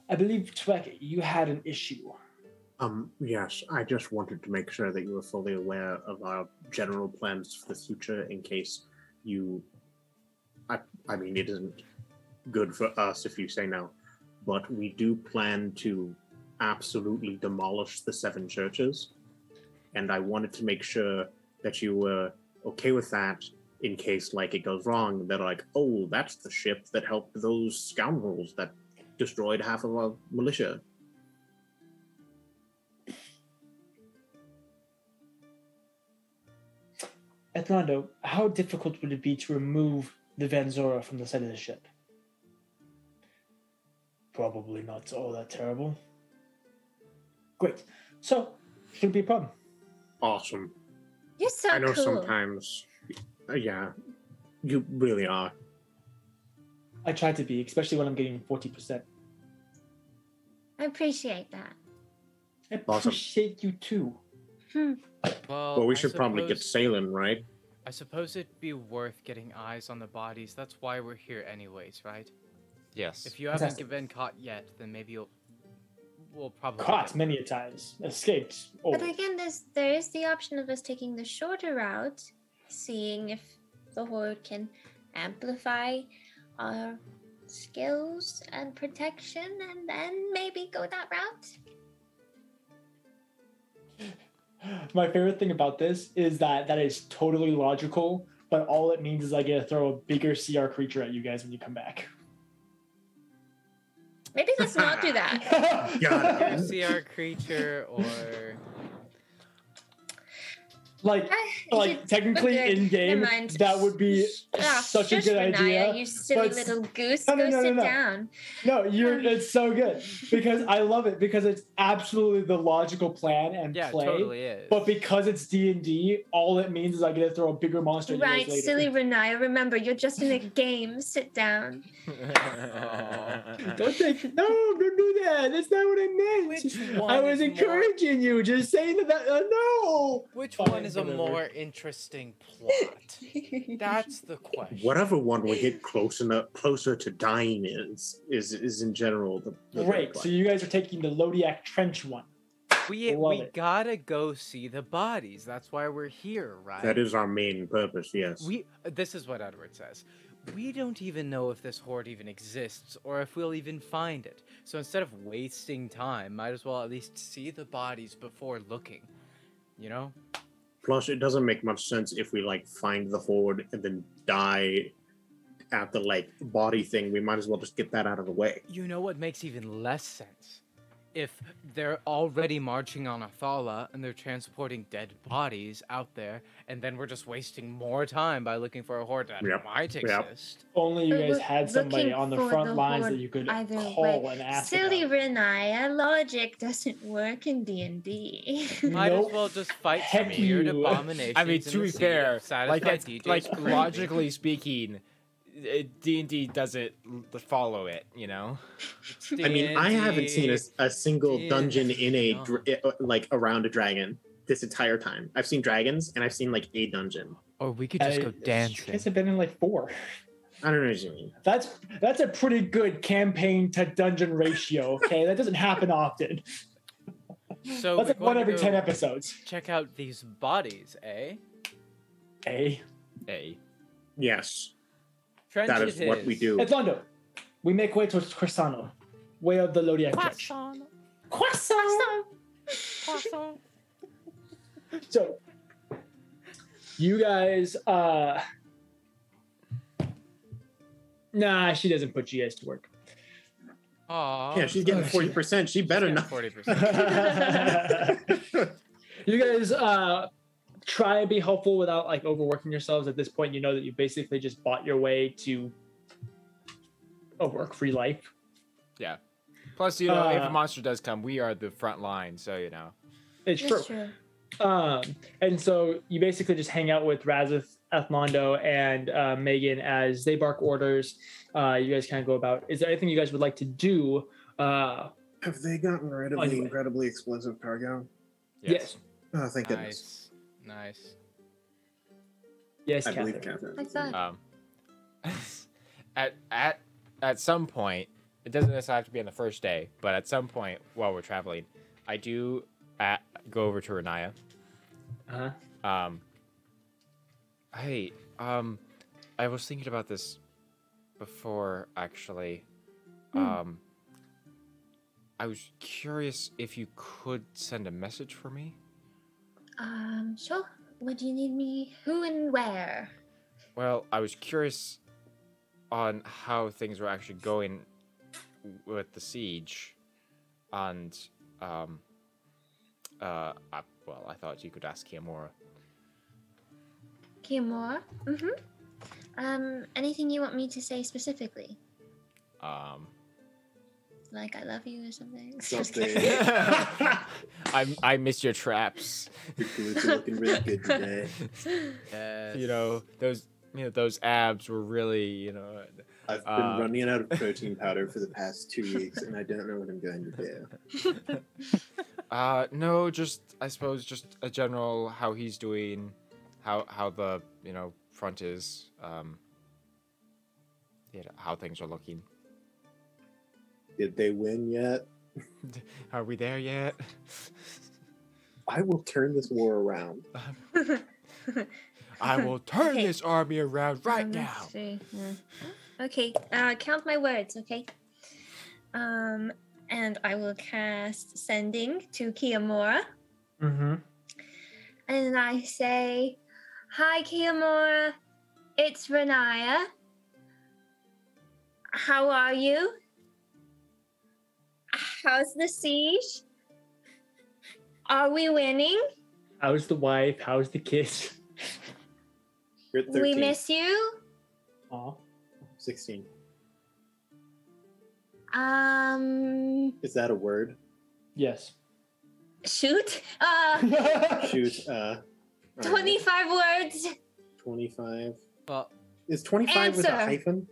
Speaker 2: I believe Twek, you had an issue.
Speaker 3: Um, yes, I just wanted to make sure that you were fully aware of our general plans for the future in case you. I, I mean, it isn't good for us if you say no, but we do plan to absolutely demolish the seven churches, and I wanted to make sure that you were okay with that in case, like, it goes wrong. They're like, oh, that's the ship that helped those scoundrels that destroyed half of our militia.
Speaker 2: Atlando, how difficult would it be to remove the Vanzora from the side of the ship? Probably not all that terrible. Great. So, shouldn't be a problem.
Speaker 3: Awesome.
Speaker 5: You're so
Speaker 3: I know
Speaker 5: cool.
Speaker 3: sometimes, uh, yeah, you really are.
Speaker 2: I try to be, especially when I'm getting 40%.
Speaker 5: I appreciate that.
Speaker 2: I
Speaker 3: Awesome.
Speaker 2: appreciate you too.
Speaker 4: Well,
Speaker 3: Well, we
Speaker 4: I
Speaker 3: should probably get
Speaker 4: suppose-
Speaker 3: sailing, right?
Speaker 4: I suppose it'd be worth getting eyes on the bodies. That's why we're here, anyways, right?
Speaker 9: Yes.
Speaker 4: If you
Speaker 2: Fantastic.
Speaker 4: haven't been caught yet, then maybe you'll. We'll probably.
Speaker 2: Caught
Speaker 4: get-
Speaker 2: many a times. Escaped.
Speaker 5: But
Speaker 2: always.
Speaker 5: again, there's there is the option of us taking the shorter route, seeing if the horde can amplify our skills and protection, and then maybe go that route.
Speaker 2: My favorite thing about this is that that is totally logical, but all it means is I get to throw a bigger CR creature at you guys when you come back.
Speaker 13: Maybe let's not do that.
Speaker 3: Got
Speaker 4: Either CR creature or
Speaker 2: like, like technically
Speaker 13: Okay,
Speaker 2: in game,
Speaker 13: never mind.
Speaker 2: that would be
Speaker 13: Ah,
Speaker 2: such a
Speaker 13: shush,
Speaker 2: good
Speaker 13: Renaya,
Speaker 2: idea.
Speaker 13: You silly
Speaker 2: but-
Speaker 13: little goose.
Speaker 2: No, no,
Speaker 13: Go
Speaker 2: no, no,
Speaker 13: sit
Speaker 2: no.
Speaker 13: down.
Speaker 2: No, you're.
Speaker 13: Um.
Speaker 2: It's so good because I love it because it's absolutely the logical plan and
Speaker 4: yeah, it
Speaker 2: play.
Speaker 4: totally is.
Speaker 2: But because it's D and D, all it means is I get to throw a bigger monster. at you
Speaker 13: Right,
Speaker 2: guys
Speaker 13: silly
Speaker 2: later.
Speaker 13: Renaya. Remember, you're just in a game. Sit down.
Speaker 2: Don't think. No, don't do that. That's not what I meant.
Speaker 4: Which
Speaker 2: I
Speaker 4: one
Speaker 2: was
Speaker 4: is more-
Speaker 2: encouraging you. Just saying that. that uh, no.
Speaker 4: Which
Speaker 2: Fine,
Speaker 4: one is a
Speaker 2: whatever.
Speaker 4: more interesting plot? That's the question.
Speaker 3: Whatever one we get close enough, closer to dying is is is in general the, the
Speaker 2: Great. So you guys are taking the Lodiac Trench one.
Speaker 4: We
Speaker 2: Love
Speaker 4: we
Speaker 2: it.
Speaker 4: gotta go see the bodies. That's why we're here, right?
Speaker 3: that is our main purpose. Yes.
Speaker 4: We. This is what Edward says. We don't even know if this horde even exists or if we'll even find it. So instead of wasting time, might as well at least see the bodies before looking. You know?
Speaker 3: Plus, it doesn't make much sense if we like find the horde and then die at the like body thing. We might as well just get that out of the way.
Speaker 4: You know what makes even less sense? If they're already marching on Athala and they're transporting dead bodies out there, and then we're just wasting more time by looking for a horde that
Speaker 3: Yep,
Speaker 4: might
Speaker 3: yep.
Speaker 4: exist.
Speaker 2: Only you
Speaker 5: But
Speaker 2: guys
Speaker 5: we're
Speaker 2: had somebody
Speaker 5: looking
Speaker 2: on the
Speaker 5: for
Speaker 2: front
Speaker 5: the
Speaker 2: lines that
Speaker 5: horde
Speaker 2: you could
Speaker 5: either
Speaker 2: call
Speaker 5: way.
Speaker 2: and ask.
Speaker 13: silly
Speaker 2: about.
Speaker 13: Renaya. Logic doesn't work in D and D.
Speaker 4: Might
Speaker 2: Nope.
Speaker 4: as well just fight some
Speaker 2: Heck
Speaker 4: weird
Speaker 2: you.
Speaker 4: abominations.
Speaker 1: I mean,
Speaker 4: in
Speaker 1: to
Speaker 4: the
Speaker 1: be
Speaker 4: sea,
Speaker 1: fair, like
Speaker 4: satisfy
Speaker 1: that's,
Speaker 4: DJ's
Speaker 1: like
Speaker 4: craving.
Speaker 1: logically speaking, eh, D and D doesn't l- follow it. You know,
Speaker 3: I mean, I haven't seen a,
Speaker 4: D&D.
Speaker 3: a single
Speaker 4: D&D.
Speaker 3: dungeon in a dra-
Speaker 4: No.
Speaker 3: uh, like around a dragon this entire time. I've seen dragons and I've seen like a dungeon.
Speaker 4: Or we could just
Speaker 2: Uh,
Speaker 4: go
Speaker 2: You
Speaker 4: dancing.
Speaker 2: guys have been in like four.
Speaker 3: I don't know what you mean.
Speaker 2: That's that's a pretty good campaign to dungeon ratio. Okay, that doesn't happen often. that's
Speaker 4: So we're
Speaker 2: like one
Speaker 4: going to
Speaker 2: every
Speaker 4: go
Speaker 2: ten episodes.
Speaker 4: Check out these bodies, eh?
Speaker 2: Hey,
Speaker 1: hey,
Speaker 3: Yes,
Speaker 4: Trench
Speaker 3: that is
Speaker 4: it
Speaker 3: what we
Speaker 4: is.
Speaker 3: do.
Speaker 2: Edlondo, we make way towards Cressano, way of the Lodiac Trench.
Speaker 4: Croissant,
Speaker 2: Croissant.
Speaker 4: croissant.
Speaker 2: So, you guys, uh, nah, she doesn't put you guys to work.
Speaker 4: Aw,
Speaker 3: Yeah, she's getting
Speaker 2: Oh, shit.
Speaker 3: forty percent. She better not.
Speaker 4: Forty percent.
Speaker 2: you guys uh try to be helpful without like overworking yourselves at this point you know that you basically just bought your way to a work-free life
Speaker 1: plus you know, if
Speaker 2: Uh,
Speaker 1: a monster does come, we are the front line, so you know.
Speaker 2: it's true,
Speaker 13: That's true.
Speaker 2: um and so you basically just hang out with razith ethmondo and uh, megan as they bark orders uh you guys kind of go about is there anything you guys would like to do uh
Speaker 3: Have they gotten rid of
Speaker 2: Anyway.
Speaker 3: incredibly explosive cargo?
Speaker 2: yes
Speaker 3: Oh,
Speaker 2: Uh,
Speaker 3: thank
Speaker 4: nice, nice.
Speaker 2: yes,
Speaker 3: I
Speaker 2: Catherine.
Speaker 3: believe Catherine.
Speaker 5: Like
Speaker 9: Hmm.
Speaker 5: that.
Speaker 1: Um, at at at some point, it doesn't necessarily have to be on the first day, but at some point while we're traveling, I do at, go over to Renaya.
Speaker 2: uh-huh.
Speaker 1: Um, hey, um, I was thinking about this before actually. Um, I was curious if you could send a message for me.
Speaker 5: Um, sure. What do you need me? Who and where?
Speaker 1: Well, I was curious on how things were actually going with the siege, and um, uh, I, well, I thought you could ask Kimura.
Speaker 5: Kimura? Mm-hmm. Um, anything you want me to say specifically?
Speaker 1: Um,
Speaker 5: Like I love you or something?
Speaker 10: Something.
Speaker 1: I I miss your traps.
Speaker 10: Your glutes are looking really good today.
Speaker 4: Yes.
Speaker 1: You know those you know those abs were really you know.
Speaker 10: I've been
Speaker 1: Uh,
Speaker 10: running out of protein powder for the past two weeks, and I don't know what I'm going to do.
Speaker 1: Uh, no, just I suppose just a general how he's doing, how how the you know front is, um, you know, how things are looking.
Speaker 10: Did they win yet?
Speaker 1: Are we there yet?
Speaker 10: I will turn this war around.
Speaker 1: I will turn
Speaker 5: Okay.
Speaker 1: this army around right
Speaker 5: Um,
Speaker 1: now.
Speaker 5: let's see, yeah. Okay, uh, count my words, okay? Um, and I will cast Sending to Kiyomura.
Speaker 2: mm-hmm.
Speaker 5: and I say, Hi, Kiyomura. It's Renaya. How are you? How's the siege? Are we winning?
Speaker 2: How's the wife? How's the kids?
Speaker 14: You're at 13.
Speaker 5: We miss you.
Speaker 2: Aw.
Speaker 14: 16.
Speaker 5: Um,
Speaker 14: Is that a word?
Speaker 2: Yes.
Speaker 5: shoot. Uh,
Speaker 14: Shoot. Uh, all right,
Speaker 5: twenty-five words.
Speaker 14: 25.
Speaker 4: Well,
Speaker 14: Is 25 with a
Speaker 5: Answer.
Speaker 14: hyphen?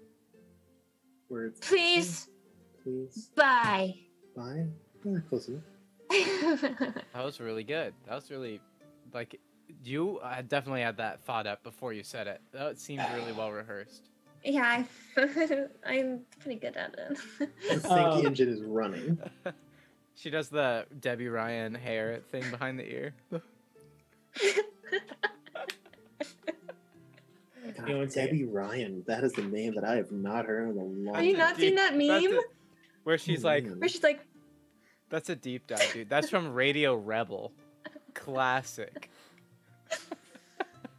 Speaker 14: Words,
Speaker 5: Please,
Speaker 14: please.
Speaker 5: bye.
Speaker 14: Bye. Yeah, close enough.
Speaker 4: that was really good. That was really, like, you uh, definitely had that thought up before you said it. That seemed really well rehearsed.
Speaker 5: yeah, I, I'm pretty good at it.
Speaker 14: The think
Speaker 2: Um,
Speaker 14: engine is running.
Speaker 4: She does the Debbie Ryan hair thing behind the ear.
Speaker 14: God,
Speaker 2: You know, it's-
Speaker 14: Debbie Ryan. That is the name that I have not heard in a long
Speaker 4: Are
Speaker 5: Have you not seen that
Speaker 4: That's
Speaker 5: meme?
Speaker 4: a- where she's like,
Speaker 3: Mm.
Speaker 14: man.
Speaker 5: Where she's like,
Speaker 4: that's a deep dive, dude. That's from Radio Rebel. Classic.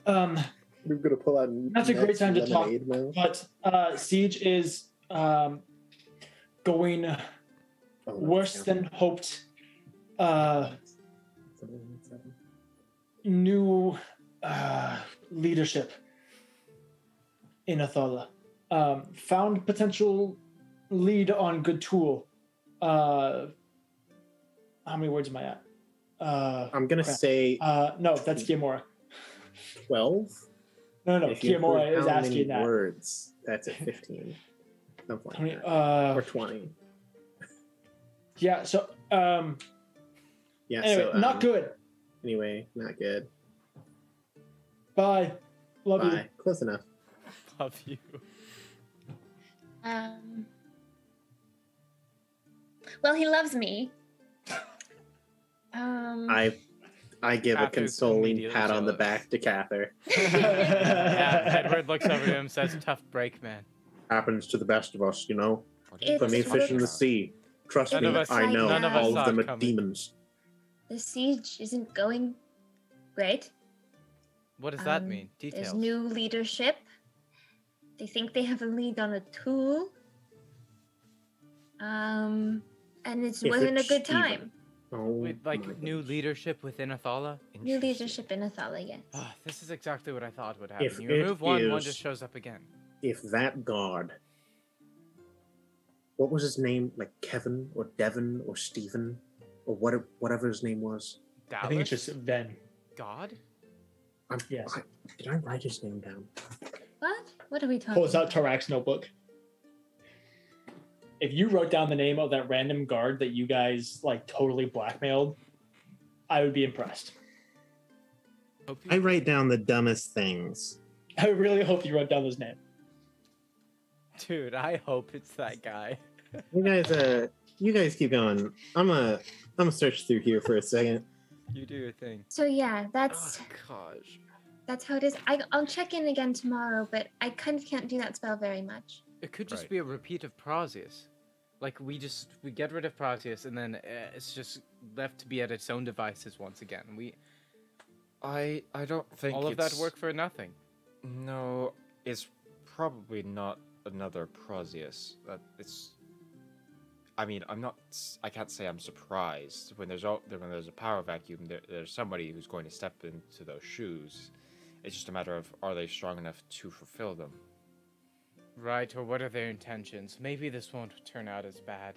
Speaker 2: Um,
Speaker 14: We're gonna pull out.
Speaker 2: That's a great
Speaker 14: next
Speaker 2: time to talk.
Speaker 14: lemonade now.
Speaker 2: but uh, Siege is um, going
Speaker 14: Oh, no,
Speaker 2: worse
Speaker 14: it's
Speaker 2: than hoped. Uh,
Speaker 14: down. It's down.
Speaker 2: new uh, leadership in Athala. Um, found potential lead on good tool. Uh, how many words am I at? Uh,
Speaker 3: I'm gonna
Speaker 2: Crap.
Speaker 3: say
Speaker 2: uh, no, that's Gamora.
Speaker 3: 12.
Speaker 2: No, no, no.
Speaker 3: If you include
Speaker 2: Gamora Oh, is
Speaker 3: how many
Speaker 2: asking that.
Speaker 3: words. That's at 15. Something
Speaker 2: How many-
Speaker 3: like that.
Speaker 2: uh,
Speaker 3: Or 20.
Speaker 2: yeah, so um,
Speaker 3: Yeah.
Speaker 2: anyway,
Speaker 3: so, um,
Speaker 2: not good.
Speaker 3: Anyway, not good.
Speaker 2: Bye. Love you.
Speaker 3: Bye. Close enough.
Speaker 4: Love you.
Speaker 5: um, well, he loves me. Um,
Speaker 3: I I give
Speaker 4: Mm.
Speaker 3: a
Speaker 4: Cather's
Speaker 3: consoling
Speaker 4: immediately
Speaker 3: pat on the
Speaker 4: jealous.
Speaker 3: back to Cather.
Speaker 4: Yeah, Edward looks over to him and says, tough break, man.
Speaker 15: Happens to the best of us, you know. For
Speaker 5: It's
Speaker 15: me, fish in the
Speaker 5: looks-
Speaker 15: sea. Trust
Speaker 4: None
Speaker 15: me,
Speaker 4: of us-
Speaker 15: I know
Speaker 5: none of us
Speaker 15: all
Speaker 4: saw
Speaker 15: of them
Speaker 4: it
Speaker 15: are
Speaker 4: coming.
Speaker 15: demons.
Speaker 5: the siege isn't going great.
Speaker 4: What does that
Speaker 5: Um,
Speaker 4: mean? Details.
Speaker 5: There's new leadership. They think they have a lead on a tool. Um, and it
Speaker 3: If
Speaker 5: wasn't a
Speaker 3: it's
Speaker 5: good
Speaker 3: even.
Speaker 5: time.
Speaker 3: Oh,
Speaker 4: With
Speaker 3: my
Speaker 4: like new
Speaker 3: goodness.
Speaker 4: leadership within Athala?
Speaker 5: New leadership in Athala, yes.
Speaker 4: Ah, this is exactly what I thought would happen.
Speaker 3: If
Speaker 4: you
Speaker 3: it
Speaker 4: remove one, one
Speaker 3: is-
Speaker 4: just shows up again.
Speaker 3: if that god what was his name like kevin or devin or stephen or what, whatever his name was
Speaker 4: Dallas?
Speaker 2: I think it's just Ven.
Speaker 4: God?
Speaker 3: I'm,
Speaker 2: Yes.
Speaker 3: I, did i write his name down
Speaker 5: What? What are we talking
Speaker 3: Oh,
Speaker 2: Pulls out
Speaker 5: about?
Speaker 2: Tarak's notebook. If you wrote down the name of that random guard that you guys like totally blackmailed, I would be impressed.
Speaker 4: Hope you-
Speaker 3: i write down the dumbest things
Speaker 2: I really hope you wrote down his name.
Speaker 4: Dude, I hope it's that guy.
Speaker 3: you guys uh you guys keep going i'm a i'm gonna search through here for a second
Speaker 4: You do your thing. Ah,
Speaker 5: So yeah, that's
Speaker 4: gosh.
Speaker 5: that's how it is. I, I'll check in again tomorrow, but I kind of can't do that spell very much.
Speaker 4: It could just
Speaker 16: Right.
Speaker 4: be a repeat of Prosius. Like, we just, we get rid of Prosius, and then uh, it's just left to be at its own devices once again. We,
Speaker 1: I I don't think
Speaker 4: all of that
Speaker 1: it's-
Speaker 4: work for nothing.
Speaker 1: No, it's probably not another Prozius. That it's. I mean, I'm not. s- I can't say I'm surprised when there's all when there's a power vacuum. There, there's somebody who's going to step into those shoes. It's just a matter of are they strong enough to fulfill them.
Speaker 4: Right, or what are their intentions? Maybe this won't turn out as bad.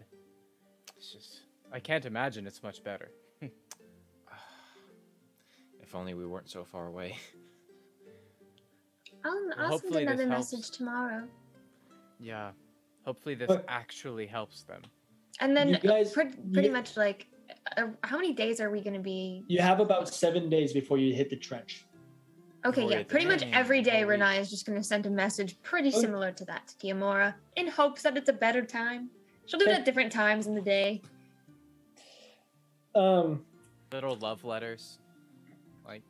Speaker 4: It's just, I can't imagine it's much better.
Speaker 1: If only we weren't so far away.
Speaker 5: I'll, I'll send
Speaker 4: hopefully this
Speaker 5: another
Speaker 4: helps.
Speaker 5: message tomorrow.
Speaker 4: Yeah. Hopefully this
Speaker 2: But-
Speaker 4: actually helps them.
Speaker 5: And then
Speaker 2: You guys-
Speaker 5: pre- pretty
Speaker 2: you-
Speaker 5: much like, uh, how many days are we going to be
Speaker 2: You have about seven days before you hit the trench.
Speaker 5: Okay,
Speaker 4: Glory
Speaker 5: yeah.
Speaker 4: at the
Speaker 5: Pretty much
Speaker 4: name,
Speaker 5: every day,
Speaker 4: glory.
Speaker 5: Renai is just going to send a message pretty
Speaker 2: Oh.
Speaker 5: similar to that to Giamora in hopes that it's a better time. She'll do it
Speaker 2: Okay.
Speaker 5: at different times in the day.
Speaker 2: Um,
Speaker 4: Little love letters. Like,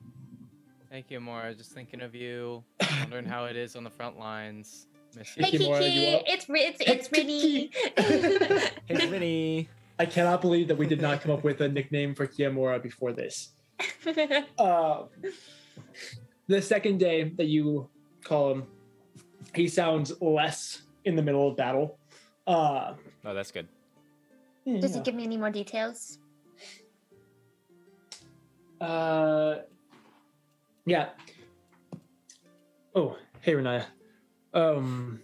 Speaker 4: thank you, Mora. Just thinking of you. Wondering how it is on the front lines. Miss you.
Speaker 2: Thank
Speaker 5: Hey, Kiki,
Speaker 2: Giamora, you up?
Speaker 5: it's Ri- it's it's Minnie.
Speaker 1: Hey, Minnie.
Speaker 2: I cannot believe that we did not come up with a nickname for Kiamura before this. Uh, the second day that you call him, he sounds less in the middle of battle. Uh,
Speaker 1: No, that's good.
Speaker 5: Does it give me any more details?
Speaker 2: Uh, yeah. Oh, hey, Renaya. Um,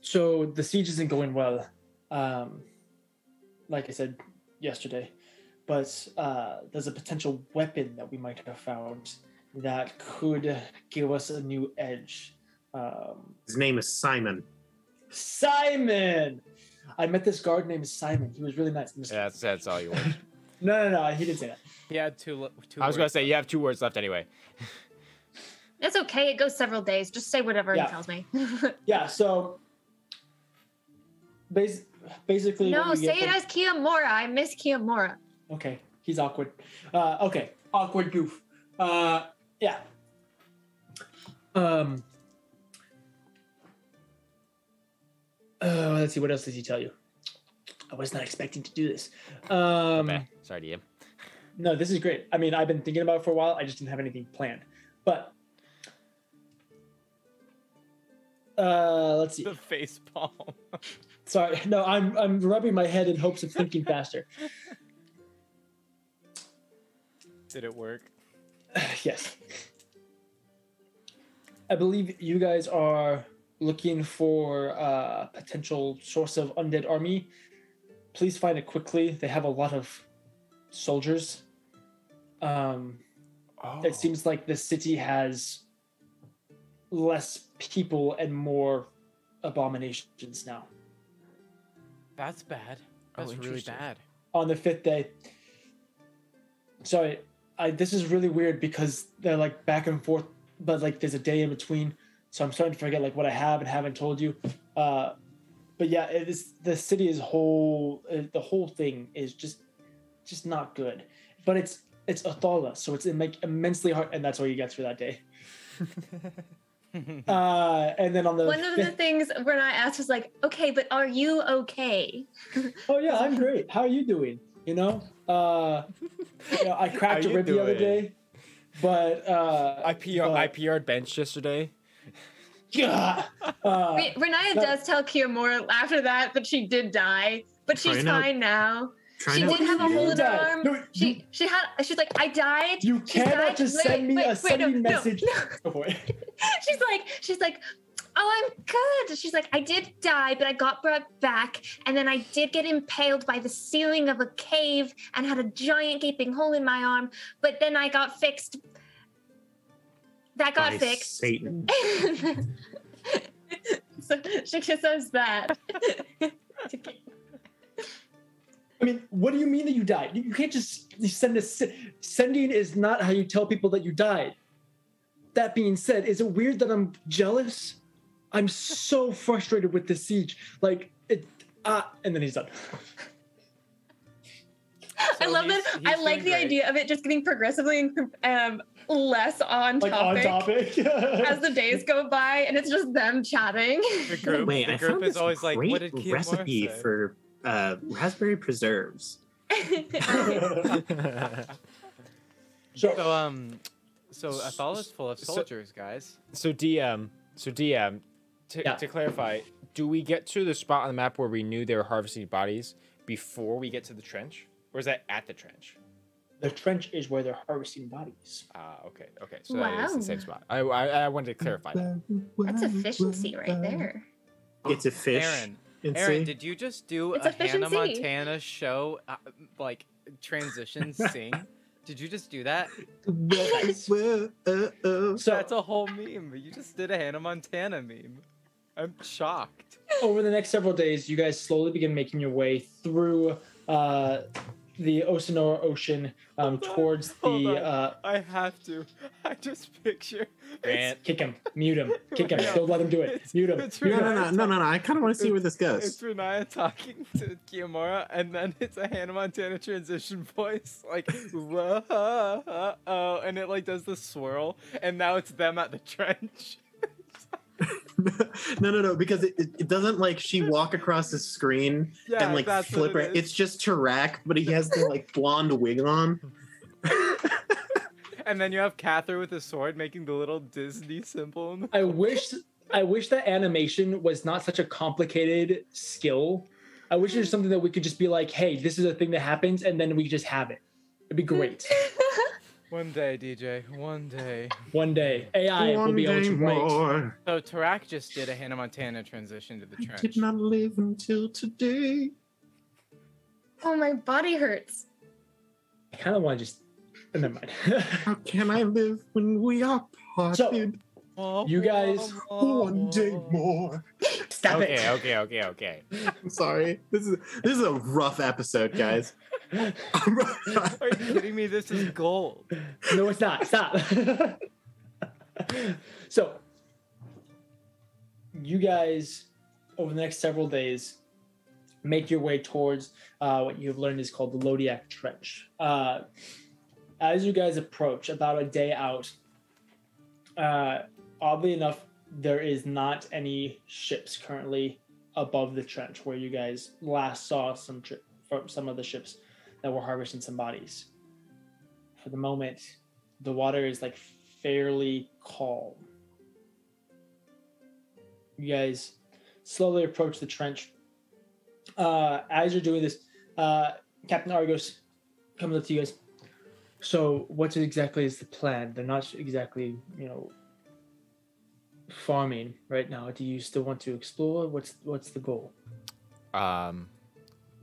Speaker 2: so the siege isn't going well. Um, like I said yesterday, but uh, there's a potential weapon that we might have found that could give us a new edge. Um,
Speaker 3: His name is Simon.
Speaker 2: Simon. I met this guard named Simon. He was really nice. I'm just-
Speaker 1: Yeah, that's that's all you want.
Speaker 2: No, no, no. He didn't say that.
Speaker 4: He had two. lo- two
Speaker 1: I was gonna
Speaker 4: words.
Speaker 1: say you have two words left anyway.
Speaker 5: That's okay. It goes several days. Just say whatever
Speaker 2: Yeah.
Speaker 5: he tells me.
Speaker 2: Yeah. So, bas- basically, what
Speaker 5: no,
Speaker 2: we get
Speaker 5: say it
Speaker 2: from-
Speaker 5: as Kiyomura. I miss Kiyomura.
Speaker 2: Okay, he's awkward. Uh, okay, awkward goof. Uh, yeah. Um. Oh, let's see. What else does he tell you? I was not expecting to do this. Um,
Speaker 1: Meh. Sorry, DM.
Speaker 2: no, this is great. I mean, I've been thinking about it for a while. I just didn't have anything planned. But uh, let's see.
Speaker 4: the face palm.
Speaker 2: Sorry, no, I'm I'm rubbing my head in hopes of thinking faster.
Speaker 4: Did it work?
Speaker 2: yes. I believe you guys are looking for a potential source of undead army. Please find it quickly. They have a lot of soldiers. Um, It seems like the city has less people and more abominations now.
Speaker 4: That's bad.
Speaker 1: Oh,
Speaker 4: That's really
Speaker 1: interesting.
Speaker 4: bad.
Speaker 2: on the fifth day. Sorry, I this is really weird because they're like back and forth, but like there's a day in between, so I'm starting to forget like what I have and haven't told you. Uh, but yeah, it is the city is whole. Uh, the whole thing is just just not good. But it's it's Athala, so it's like immensely hard, and that's all you get through that day. uh, and then on the
Speaker 5: One of the
Speaker 2: fifth,
Speaker 5: things when I asked was like, okay, but are you okay?
Speaker 2: oh yeah, I'm great. How are you doing? You know, uh, you know I cracked
Speaker 1: How
Speaker 2: a
Speaker 1: you
Speaker 2: rib the other
Speaker 1: doing?
Speaker 2: day, but uh,
Speaker 1: I PR I PR'd bench yesterday.
Speaker 2: Yeah. Uh,
Speaker 5: Re- Renaya
Speaker 2: no.
Speaker 5: does tell Kiyomura after that that she did die, but she's
Speaker 3: Trying out-
Speaker 5: fine now.
Speaker 3: Trying
Speaker 5: She
Speaker 3: to
Speaker 5: did have a
Speaker 3: Yeah.
Speaker 5: hole in her
Speaker 2: Dad,
Speaker 5: arm.
Speaker 2: no, you-
Speaker 5: she she had she's like, I died.
Speaker 2: you
Speaker 5: She's
Speaker 2: cannot
Speaker 5: died.
Speaker 2: just
Speaker 5: Wait,
Speaker 2: send me
Speaker 5: wait,
Speaker 2: a
Speaker 5: wait,
Speaker 2: send
Speaker 5: no,
Speaker 2: me
Speaker 5: no,
Speaker 2: message.
Speaker 5: no.
Speaker 2: Go for it.
Speaker 5: she's like she's like oh i'm good she's like i did die but i got brought back and then i did get impaled by the ceiling of a cave and had a giant gaping hole in my arm but then i got fixed that got
Speaker 3: by
Speaker 5: fixed
Speaker 3: Satan.
Speaker 5: so she just says that
Speaker 2: I mean, what do you mean that you died? You you can't just send a se- sending is not how you tell people that you died. That being said, is it weird that I'm jealous? I'm so frustrated with this siege. Like it, uh, and then he's done.
Speaker 5: i
Speaker 4: So
Speaker 5: love
Speaker 4: he's-
Speaker 5: it
Speaker 4: he's
Speaker 5: i like
Speaker 4: doing
Speaker 5: the
Speaker 4: great.
Speaker 5: idea of it just getting progressively um, less on
Speaker 2: Like
Speaker 5: topic
Speaker 2: on topic.
Speaker 5: as the days go by and it's just them chatting
Speaker 4: The group,
Speaker 3: Wait,
Speaker 4: the
Speaker 3: I
Speaker 4: group
Speaker 3: found
Speaker 4: is
Speaker 3: this
Speaker 4: always like,
Speaker 3: great
Speaker 4: what did Kiyomura
Speaker 3: recipe
Speaker 4: say?
Speaker 3: for uh, raspberry preserves.
Speaker 2: Sure.
Speaker 4: So um, so
Speaker 1: S-
Speaker 4: Athala's full of
Speaker 1: so-
Speaker 4: soldiers, guys.
Speaker 1: So DM, so DM, to,
Speaker 2: Yeah.
Speaker 1: to clarify, do we get to the spot on the map where we knew they were harvesting bodies before we get to the trench, or is that at the trench?
Speaker 2: the trench is where they're harvesting bodies.
Speaker 1: Ah, okay, okay. So that is the same
Speaker 5: Wow.
Speaker 1: spot. I, I, I wanted to clarify that.
Speaker 5: that's efficiency right there
Speaker 3: It's a fish.
Speaker 4: Oh, Aaron,
Speaker 3: and
Speaker 4: Aaron,
Speaker 3: see?
Speaker 4: did you just do
Speaker 5: It's
Speaker 4: a Hannah
Speaker 5: efficiency.
Speaker 4: Montana show uh, like transition sing? Did you just do that?
Speaker 3: Whoa, uh, uh.
Speaker 2: So
Speaker 4: That's a whole meme. You just did a Hannah Montana meme. I'm shocked.
Speaker 2: over the next several days, you guys slowly begin making your way through uh, the Osanora Ocean um,
Speaker 4: Hold on,
Speaker 2: towards
Speaker 4: hold
Speaker 2: the.
Speaker 4: on.
Speaker 2: Uh,
Speaker 4: I have to. I just picture.
Speaker 1: Grant,
Speaker 2: kick him, mute him, kick him.
Speaker 4: Yeah.
Speaker 2: Don't let him do it.
Speaker 4: It's-
Speaker 2: Mute him.
Speaker 4: it's
Speaker 3: No,
Speaker 4: Renaya
Speaker 3: no, no, no, no, no. I kind of want to see where this
Speaker 4: talk- It's
Speaker 3: goes.
Speaker 4: Renaya talking to Kiyomura, and then it's a Hannah Montana transition voice, like whoa, oh, and it like does the swirl, and now it's them at the trench.
Speaker 3: no, no, no, because it, it, it doesn't like she walk across the screen
Speaker 4: Yeah,
Speaker 3: and like
Speaker 4: that's what
Speaker 3: flip her.
Speaker 4: it is.
Speaker 3: It's just Tarak, but he has the like blonde wig on.
Speaker 4: And then you have Cather with a sword making the little Disney symbol. In the-
Speaker 2: I wish I wish that animation was not such a complicated skill. I wish there's something that we could just be like, hey, this is a thing that happens, and then we just have it. It'd be great.
Speaker 4: One day, DJ. One day.
Speaker 2: One day, AI will
Speaker 17: One
Speaker 2: be able
Speaker 17: day
Speaker 2: to write.
Speaker 17: more.
Speaker 4: So Tarak just did a Hannah Montana transition to the
Speaker 17: I did
Speaker 4: trench.
Speaker 17: not live until today.
Speaker 5: Oh, my body hurts.
Speaker 2: I kind of want to just. Never mind.
Speaker 17: How can I live when we are parted?
Speaker 2: you guys-
Speaker 17: One day more.
Speaker 2: Stop
Speaker 18: okay,
Speaker 2: it.
Speaker 18: okay, okay, okay.
Speaker 17: I'm sorry. This is this is a rough episode, guys.
Speaker 4: Are you kidding me? This is gold.
Speaker 2: No, it's not. Stop. so, you guys, over the next several days, make your way towards uh, what you've learned is called the Lodiac Trench. Uh, as you guys approach, about a day out, uh, oddly enough, there is not any ships currently above the trench where you guys last saw some tri- from some of the ships that were harvesting some bodies. For the moment, the water is like fairly calm. You guys slowly approach the trench. Uh, as you're doing this, uh, Captain Argos comes up to you guys. So, what exactly is the plan? They're not exactly, you know, farming right now. Do you still want to explore? What's what's the goal?
Speaker 1: Um,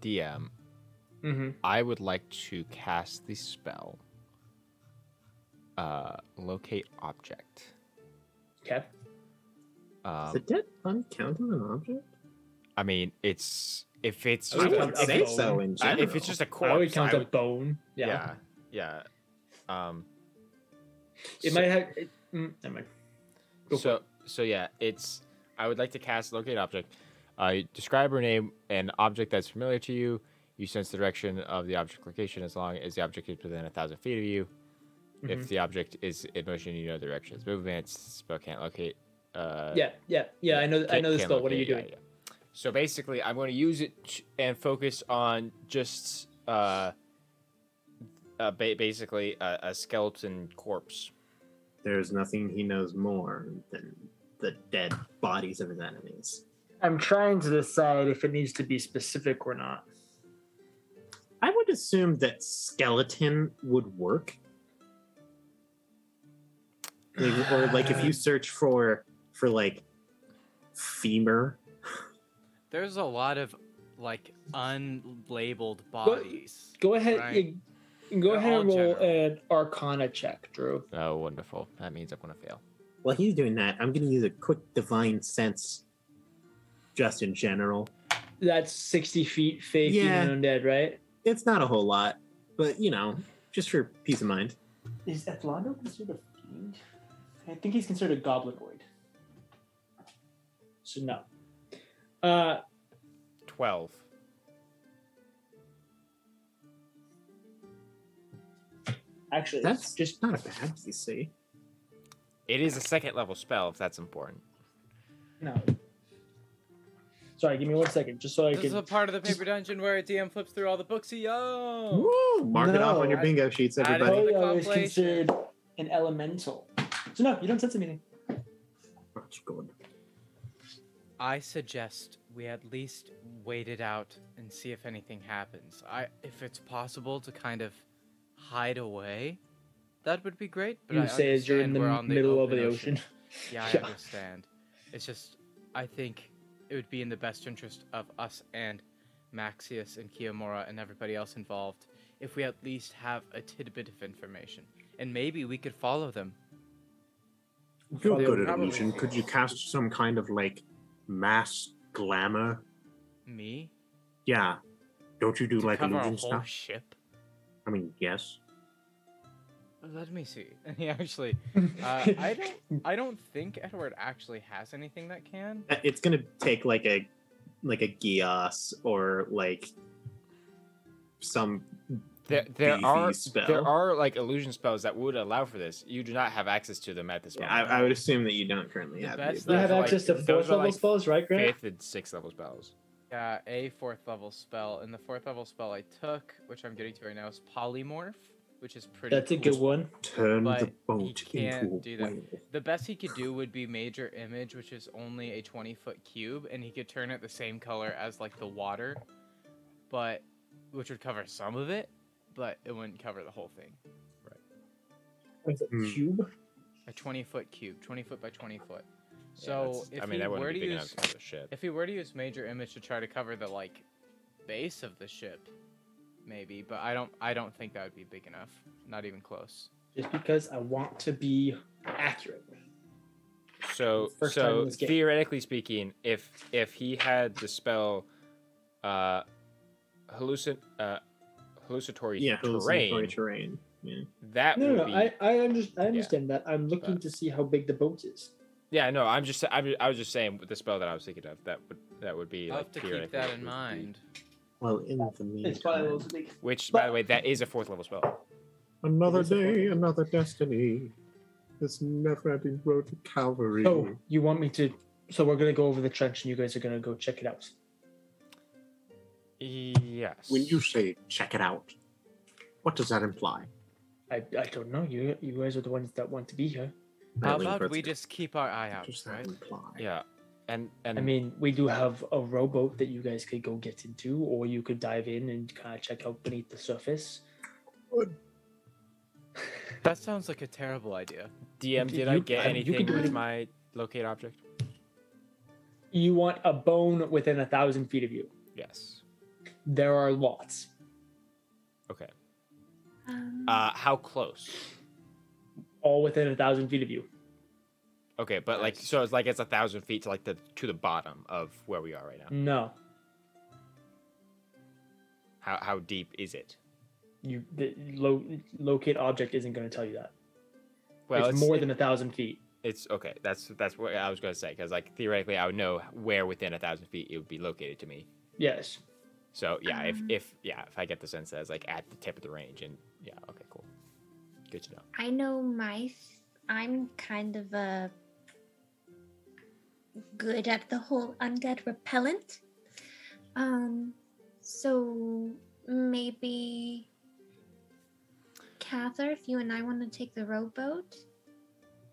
Speaker 1: DM,
Speaker 2: Mm-hmm.
Speaker 1: I would like to cast the spell. Uh, locate object.
Speaker 2: Okay.
Speaker 1: Um,
Speaker 3: Is it uncounted an object?
Speaker 1: I mean, it's if it's
Speaker 2: I
Speaker 1: just
Speaker 2: would
Speaker 1: a-
Speaker 2: say so
Speaker 3: in
Speaker 1: I- if it's just a
Speaker 2: I would
Speaker 1: corpse,
Speaker 2: count
Speaker 1: I
Speaker 2: a
Speaker 1: would-
Speaker 2: bone. Yeah.
Speaker 1: yeah, yeah. Um,
Speaker 2: It
Speaker 1: so-
Speaker 2: might have. It, mm, never mind. Go for
Speaker 1: so so yeah it's i would like to cast locate object uh, you describe or name an object that's familiar to you you sense the direction of the object location as long as the object is within a thousand feet of you
Speaker 2: Mm-hmm.
Speaker 1: if the object is in motion you know the direction it's moving it's spell can't locate uh
Speaker 2: Yeah, yeah, yeah. I know. I
Speaker 1: can't-
Speaker 2: know this
Speaker 1: can't
Speaker 2: spell. What are you
Speaker 1: locate, yeah,
Speaker 2: doing?
Speaker 1: yeah. so basically i'm going to use it t- and focus on just uh, uh ba- basically a, a skeleton corpse
Speaker 3: There's nothing he knows more than the dead bodies of his enemies.
Speaker 2: I'm trying to decide if it needs to be specific or not.
Speaker 3: I would assume that skeleton would work. Like, or like if you search for for like femur.
Speaker 4: There's a lot of like unlabeled bodies.
Speaker 2: Go ahead.
Speaker 4: Right.
Speaker 2: you- Go
Speaker 4: They're
Speaker 2: ahead and
Speaker 4: all
Speaker 2: roll
Speaker 4: general.
Speaker 2: an Arcana check, Drew.
Speaker 1: oh wonderful that means i'm going to fail
Speaker 3: While he's doing that, I'm gonna use a quick divine sense, just in general.
Speaker 2: That's 60 feet fake
Speaker 3: Yeah.
Speaker 2: human undead, right?
Speaker 3: It's not a whole lot, but you know, just for peace of mind.
Speaker 2: Is Ethlondo considered a fiend? I think he's considered a goblinoid. So no. Uh,
Speaker 1: 12
Speaker 2: actually,
Speaker 3: That's
Speaker 2: just
Speaker 3: just not a bad DC.
Speaker 1: it is a second level spell if that's important
Speaker 2: no. Sorry, give me one second, just so I
Speaker 4: This is
Speaker 2: can.
Speaker 4: a part of the paper dungeon where a DM flips through all the books he owns.
Speaker 3: Mark it off on your
Speaker 2: No.
Speaker 3: bingo sheets,
Speaker 4: Oh, I- I
Speaker 3: everybody.
Speaker 4: don't-
Speaker 2: Polio is
Speaker 4: Compilation.
Speaker 2: considered an elemental. So no, you don't sense anything.
Speaker 3: Much good.
Speaker 4: I suggest we at least wait it out and see if anything happens. I, if it's possible to kind of hide away, that would be great. But I
Speaker 2: you say as you're in
Speaker 4: understand
Speaker 2: the
Speaker 4: we're on
Speaker 2: middle of
Speaker 4: open
Speaker 2: the ocean.
Speaker 4: Yeah, I
Speaker 2: Yeah.
Speaker 4: understand. It's just, I think it would be in the best interest of us and Maxius and Kiyomura and everybody else involved if we at least have a tidbit of information. And maybe we could follow them.
Speaker 17: You're
Speaker 2: Probably-
Speaker 17: good at
Speaker 4: probably-
Speaker 17: illusion. Could you cast some kind of like mass glamour?
Speaker 4: Me?
Speaker 17: Yeah. Don't you do
Speaker 4: To
Speaker 17: like
Speaker 4: cover a
Speaker 17: illusion
Speaker 4: whole
Speaker 17: stuff?
Speaker 4: ship?
Speaker 17: I mean, yes.
Speaker 4: Let me see. And he actually, uh, I don't, I don't think Edward actually has anything that can.
Speaker 3: Uh, It's gonna take like a like a Gios or like some
Speaker 1: There, there
Speaker 3: beefy
Speaker 1: are
Speaker 3: spell.
Speaker 1: there are like illusion spells that would allow for this. You do not have access to them at this
Speaker 3: Yeah,
Speaker 1: moment.
Speaker 3: I, I would assume that you don't currently
Speaker 4: The
Speaker 3: have.
Speaker 4: best
Speaker 2: You
Speaker 3: the
Speaker 4: that-
Speaker 2: have
Speaker 4: Those are
Speaker 2: access
Speaker 1: like-
Speaker 2: to
Speaker 1: those
Speaker 2: fourth
Speaker 1: are
Speaker 2: level
Speaker 1: like
Speaker 2: spells, right, Grant?
Speaker 1: fifth and sixth level spells.
Speaker 4: Uh, a fourth level spell, and the fourth level spell I took, which I'm getting to right now, is polymorph. which is pretty.
Speaker 2: That's a
Speaker 4: cool.
Speaker 2: good one.
Speaker 3: Turn
Speaker 4: But
Speaker 3: the
Speaker 4: he
Speaker 3: boat
Speaker 4: can't
Speaker 3: into
Speaker 4: do
Speaker 3: a
Speaker 4: that.
Speaker 3: whale.
Speaker 4: The best he could do would be major image, which is only a 20 foot cube, and he could turn it the same color as like the water, but which would cover some of it, but it wouldn't cover the whole thing.
Speaker 3: Is it
Speaker 9: Hmm.
Speaker 3: Cube.
Speaker 4: A 20 foot cube, 20 foot by 20 foot.
Speaker 1: Yeah,
Speaker 4: So
Speaker 1: that's-
Speaker 4: if
Speaker 1: I mean,
Speaker 4: he
Speaker 1: that wouldn't
Speaker 4: were
Speaker 1: be
Speaker 4: to
Speaker 1: big
Speaker 4: use
Speaker 1: enough for the ship.
Speaker 4: if he were to use major image to try to cover the like base of the ship, maybe, but I don't I don't think that would be big enough. Not even close.
Speaker 2: Just because I want to be accurate.
Speaker 1: So,
Speaker 2: First time in
Speaker 1: so
Speaker 2: this game.
Speaker 1: theoretically speaking, if if he had the spell, uh, hallucin uh, hallucinatory
Speaker 8: Yeah,
Speaker 1: terrain,
Speaker 8: hallucinatory terrain. Yeah.
Speaker 1: that
Speaker 2: No,
Speaker 1: would
Speaker 2: no, no
Speaker 1: be.
Speaker 2: I, I, under, I understand that. I'm looking
Speaker 1: But-
Speaker 2: to see how big the boat is.
Speaker 1: Yeah, no, I'm just I'm, I was just saying with the spell that I was thinking of that would that would be
Speaker 4: I'll
Speaker 1: like
Speaker 4: have to keep
Speaker 1: theoretically-
Speaker 4: that in mind.
Speaker 8: Well, in the
Speaker 2: It's probably a
Speaker 8: meantime,
Speaker 2: little big.
Speaker 1: Which, by the way, that is a fourth level spell.
Speaker 3: Another
Speaker 2: It is a
Speaker 3: day,
Speaker 2: portal.
Speaker 3: another destiny. This never-ending road to Calvary.
Speaker 2: So you want me to? So we're gonna go over the trench, and you guys are gonna go check it out.
Speaker 1: Yes.
Speaker 3: When you say check it out, what does that imply?
Speaker 2: I, I don't know. You you guys are the ones that want to be here.
Speaker 4: How
Speaker 3: Really,
Speaker 4: about
Speaker 3: that's-
Speaker 4: we just keep our eye
Speaker 3: What
Speaker 4: out,
Speaker 3: does that
Speaker 4: right?
Speaker 3: imply?
Speaker 1: yeah, and and
Speaker 2: I mean, we do have a rowboat that you guys could go get into, or you could dive in and kind of check out beneath the surface.
Speaker 4: That sounds like a terrible idea.
Speaker 1: DM,
Speaker 2: you-
Speaker 1: did I
Speaker 2: you-
Speaker 1: get
Speaker 2: I- you
Speaker 1: anything
Speaker 2: can do
Speaker 1: with
Speaker 2: it-
Speaker 1: my locate object?
Speaker 2: You want a bone within a thousand feet of you.
Speaker 1: Yes.
Speaker 2: There are lots.
Speaker 1: Okay.
Speaker 5: Um,
Speaker 1: Uh, how close?
Speaker 2: all within a thousand feet of you.
Speaker 1: Okay, but like, so it's like it's a thousand feet to like the to the bottom of where we are right now.
Speaker 2: No,
Speaker 1: How how deep is it?
Speaker 2: you the lo, locate object isn't going to tell you that.
Speaker 1: Well,
Speaker 2: it's, more than a thousand feet.
Speaker 1: it's okay. That's that's what I was gonna say because like theoretically I would know where within a thousand feet it would be located to me.
Speaker 2: Yes.
Speaker 1: So yeah, if
Speaker 5: Um.
Speaker 1: if yeah, if I get the sense that it's like at the tip of the range, and yeah, okay, cool, good to know.
Speaker 5: I know my. th- I'm kind of uh, a
Speaker 13: good at the whole undead repellent. Um,
Speaker 5: so maybe. Cather, if you and I want to take the rowboat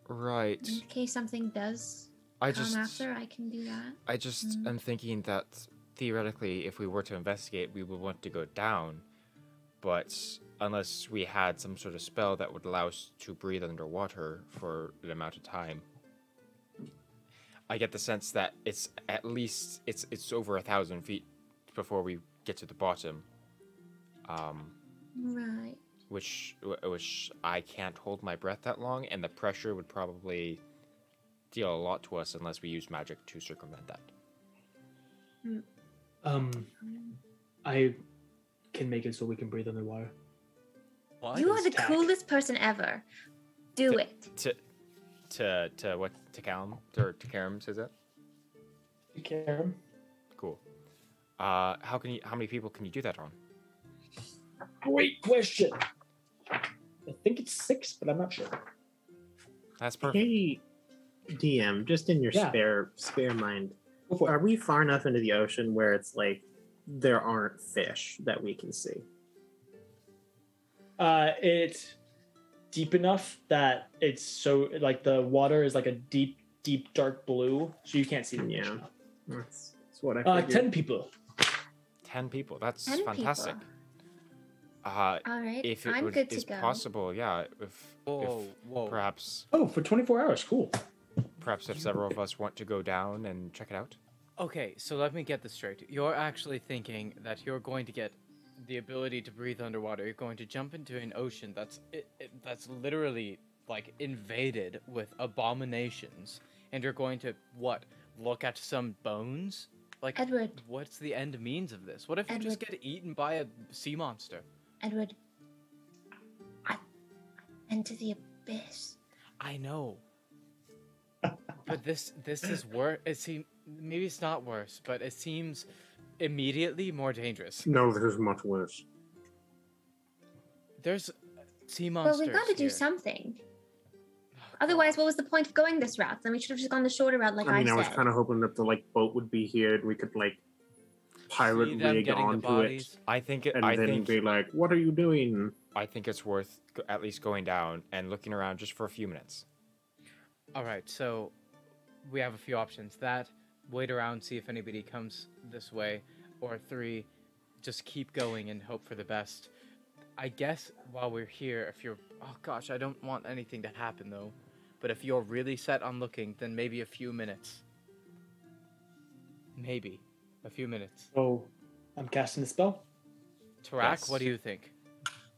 Speaker 1: Right.
Speaker 5: in case something does
Speaker 1: I
Speaker 5: come after, I can do that.
Speaker 1: I just
Speaker 5: Mm.
Speaker 1: am thinking that theoretically, if we were to investigate, we would want to go down, but unless we had some sort of spell that would allow us to breathe underwater for an amount of time, I get the sense that it's at least it's it's over a thousand feet before we get to the bottom, um,
Speaker 5: Right.
Speaker 1: which which I can't hold my breath that long, and the pressure would probably deal a lot to us unless we use magic to circumvent that.
Speaker 2: Um, I can make it so we can breathe underwater.
Speaker 4: What?
Speaker 13: you are the
Speaker 2: attack.
Speaker 13: coolest person ever. Do
Speaker 1: Th-
Speaker 13: it.
Speaker 1: to to to what to Calum or to Karam says that
Speaker 2: You care?
Speaker 1: cool. Uh, how can you? How many people can you do that on?
Speaker 2: Great question. I think it's six, but I'm not sure.
Speaker 1: That's perfect.
Speaker 8: Hey, DM, just in your
Speaker 2: Yeah.
Speaker 8: spare spare mind,
Speaker 2: Go for it.
Speaker 8: are we far enough into the ocean where it's like there aren't fish that we can see?
Speaker 2: Uh, it's deep enough that it's so like the water is like a deep, deep dark blue, so you can't see the
Speaker 8: Yeah, that's, that's what I
Speaker 2: Uh,
Speaker 8: figured.
Speaker 2: ten people.
Speaker 1: Ten people. That's
Speaker 5: 10
Speaker 1: fantastic.
Speaker 5: people.
Speaker 1: Uh,
Speaker 5: All right.
Speaker 1: if it
Speaker 5: I'm
Speaker 1: would,
Speaker 5: good
Speaker 1: is
Speaker 5: to go.
Speaker 1: possible, yeah. If,
Speaker 4: Whoa,
Speaker 1: if
Speaker 4: whoa.
Speaker 1: perhaps
Speaker 2: Oh, for 24 hours. Cool.
Speaker 1: perhaps if several of us want to go down and check it out.
Speaker 4: Okay, so let me get this straight. You're actually thinking that you're going to get the ability to breathe underwater. You're going to jump into an ocean that's it, it, that's literally like invaded with abominations, and you're going to what? Look at some bones? Like,
Speaker 5: Edward,
Speaker 4: what's the end means of this? What if you just get eaten by a sea monster?
Speaker 5: Edward. I into the abyss.
Speaker 4: I know. but this this is worse. It seems maybe it's not worse, but it seems immediately more dangerous.
Speaker 3: No, this is much worse.
Speaker 4: There's sea
Speaker 5: Well,
Speaker 4: monsters.
Speaker 5: we've got to do
Speaker 4: here.
Speaker 5: something.
Speaker 1: Oh,
Speaker 5: Otherwise, what was the point of going this route? Then we should have just gone the shorter route, like
Speaker 3: I
Speaker 5: I,
Speaker 3: mean, I,
Speaker 5: said.
Speaker 3: was kind of hoping that the like boat would be here and we could like pirate rig onto it
Speaker 1: I think it,
Speaker 3: and
Speaker 1: I
Speaker 3: then
Speaker 1: think
Speaker 3: be like, "What are you doing?"
Speaker 1: I think it's worth go- at least going down and looking around just for a few minutes.
Speaker 4: All right, so we have a few options. That wait around, see if anybody comes this way, or three, just keep going and hope for the best. I guess while we're here, if you're oh gosh, I don't want anything to happen though. But if you're really set on looking, then maybe a few minutes. Maybe a few minutes.
Speaker 2: So I'm casting the spell.
Speaker 4: Tarak, what do you think?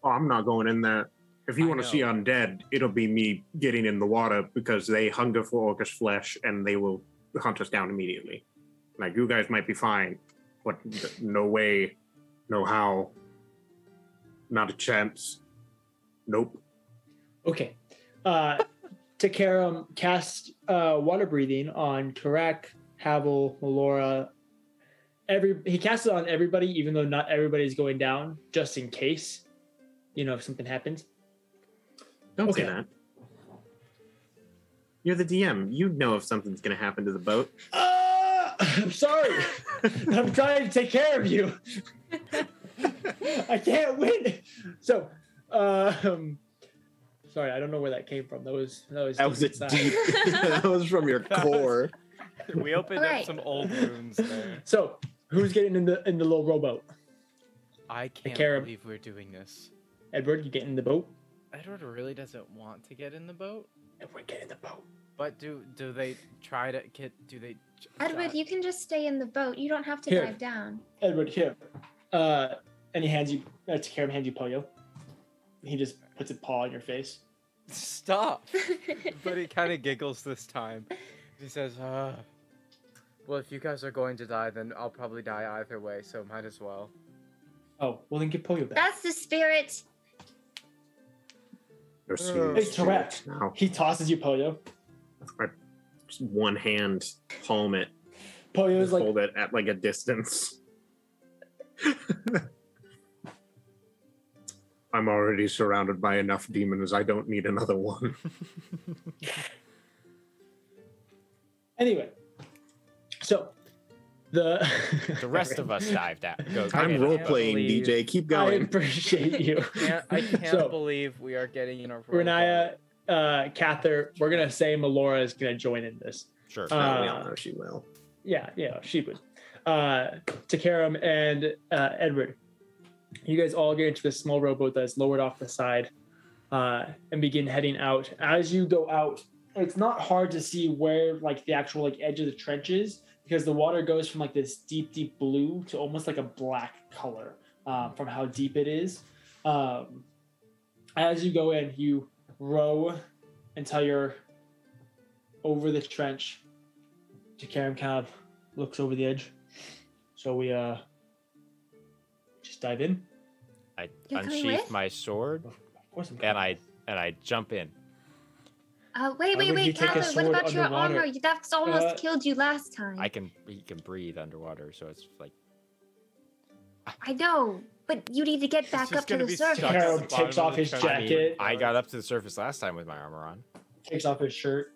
Speaker 3: Oh, I'm not going in there. If you
Speaker 4: I
Speaker 3: want to see
Speaker 4: know.
Speaker 3: undead, it'll be me getting in the water because they hunger for orcish flesh and they will hunt us down immediately. Like you guys might be fine, but th- no way, no how, not a chance. Nope.
Speaker 2: Okay. Uh, Takaram cast uh, water breathing on Karak, Havel, Melora. Every he casts it on everybody, even though not everybody's going down, just in case. You know, if something happens.
Speaker 3: Don't say
Speaker 2: Okay.
Speaker 3: that. You're the DM. You know if something's gonna happen to the boat.
Speaker 2: Ah! I'm sorry. I'm trying to take care of you. I can't win. So, um, sorry, I don't know where that came from. That was that was
Speaker 10: That was a
Speaker 2: deep inside.
Speaker 10: deep. that was from your
Speaker 4: was-
Speaker 10: core.
Speaker 4: We opened
Speaker 5: Alright.
Speaker 4: up some old wounds there.
Speaker 2: So, who's getting in the in the little rowboat?
Speaker 4: I can't
Speaker 2: Carib.
Speaker 4: believe we're doing this.
Speaker 2: Edward, you getting in the boat?
Speaker 4: Edward really doesn't want to get in the boat.
Speaker 2: Edward, get in the boat.
Speaker 4: But do do they try to get? Do they?
Speaker 5: Edward, you can just stay in the boat. You don't have to
Speaker 2: Here.
Speaker 5: dive down.
Speaker 2: Edward, here. Uh, and he hands you. Uh, Takaram hands you Poyo. He just puts a paw on your face.
Speaker 4: stop. but he kind of giggles this time. He says, uh, "Well, if you guys are going to die, then I'll probably die either way. So might as well."
Speaker 2: Oh, well then get Poyo
Speaker 5: Ah!
Speaker 2: back.
Speaker 13: That's the spirit.
Speaker 3: You're seeing
Speaker 2: It's correct.
Speaker 3: now.
Speaker 2: He tosses you Poyo.
Speaker 3: Just one hand, palm it,
Speaker 2: Poyo's
Speaker 3: just
Speaker 2: like,
Speaker 3: hold it at like a distance. I'm already surrounded by enough demons. I don't need another one.
Speaker 2: anyway. So, the
Speaker 1: The rest of us dived out. Go,
Speaker 4: I
Speaker 10: I'm
Speaker 4: can't
Speaker 10: role playing,
Speaker 4: believe-
Speaker 10: DJ. Keep
Speaker 2: I
Speaker 10: going.
Speaker 2: appreciate you.
Speaker 4: Can't, I can't
Speaker 2: So-
Speaker 4: believe we are getting in a. roll
Speaker 2: Renaya, uh, Cather, we're gonna say Melora is gonna join in this.
Speaker 1: sure.
Speaker 2: Uh,
Speaker 10: we all know she will.
Speaker 2: Yeah, yeah, she would. Uh, Takaram and uh, Edward, you guys all get into this small rowboat that is lowered off the side uh, and begin heading out. As you go out, it's not hard to see where like the actual like edge of the trench is because the water goes from like this deep, deep blue to almost like a black color um, from how deep it is. Um, as you go in, you row until you're over the trench Jakaram kind of looks over the edge. So we uh just dive in.
Speaker 1: I
Speaker 5: You're coming
Speaker 1: unsheath
Speaker 5: with?
Speaker 1: my sword
Speaker 2: Of course I'm
Speaker 1: and I and I jump in.
Speaker 5: Uh,
Speaker 2: Why
Speaker 5: wait, wait,
Speaker 2: would he
Speaker 5: wait,
Speaker 2: take a
Speaker 5: Catherine, what
Speaker 2: sword
Speaker 5: about your
Speaker 2: underwater?
Speaker 5: armor? You- That's almost
Speaker 2: Uh,
Speaker 5: killed you last time.
Speaker 1: I
Speaker 5: I,
Speaker 1: can he can breathe underwater, so it's like
Speaker 5: know, but you need to get back
Speaker 4: just
Speaker 5: up to
Speaker 4: gonna
Speaker 5: the
Speaker 4: be
Speaker 5: surface.
Speaker 4: stuck.
Speaker 2: Jakaram
Speaker 4: the bottom
Speaker 2: takes
Speaker 4: of
Speaker 2: off
Speaker 4: the
Speaker 2: his
Speaker 4: trench. I
Speaker 1: I, mean,
Speaker 2: jacket,
Speaker 1: I got up to the surface last time with my armor on.
Speaker 2: takes off his shirt.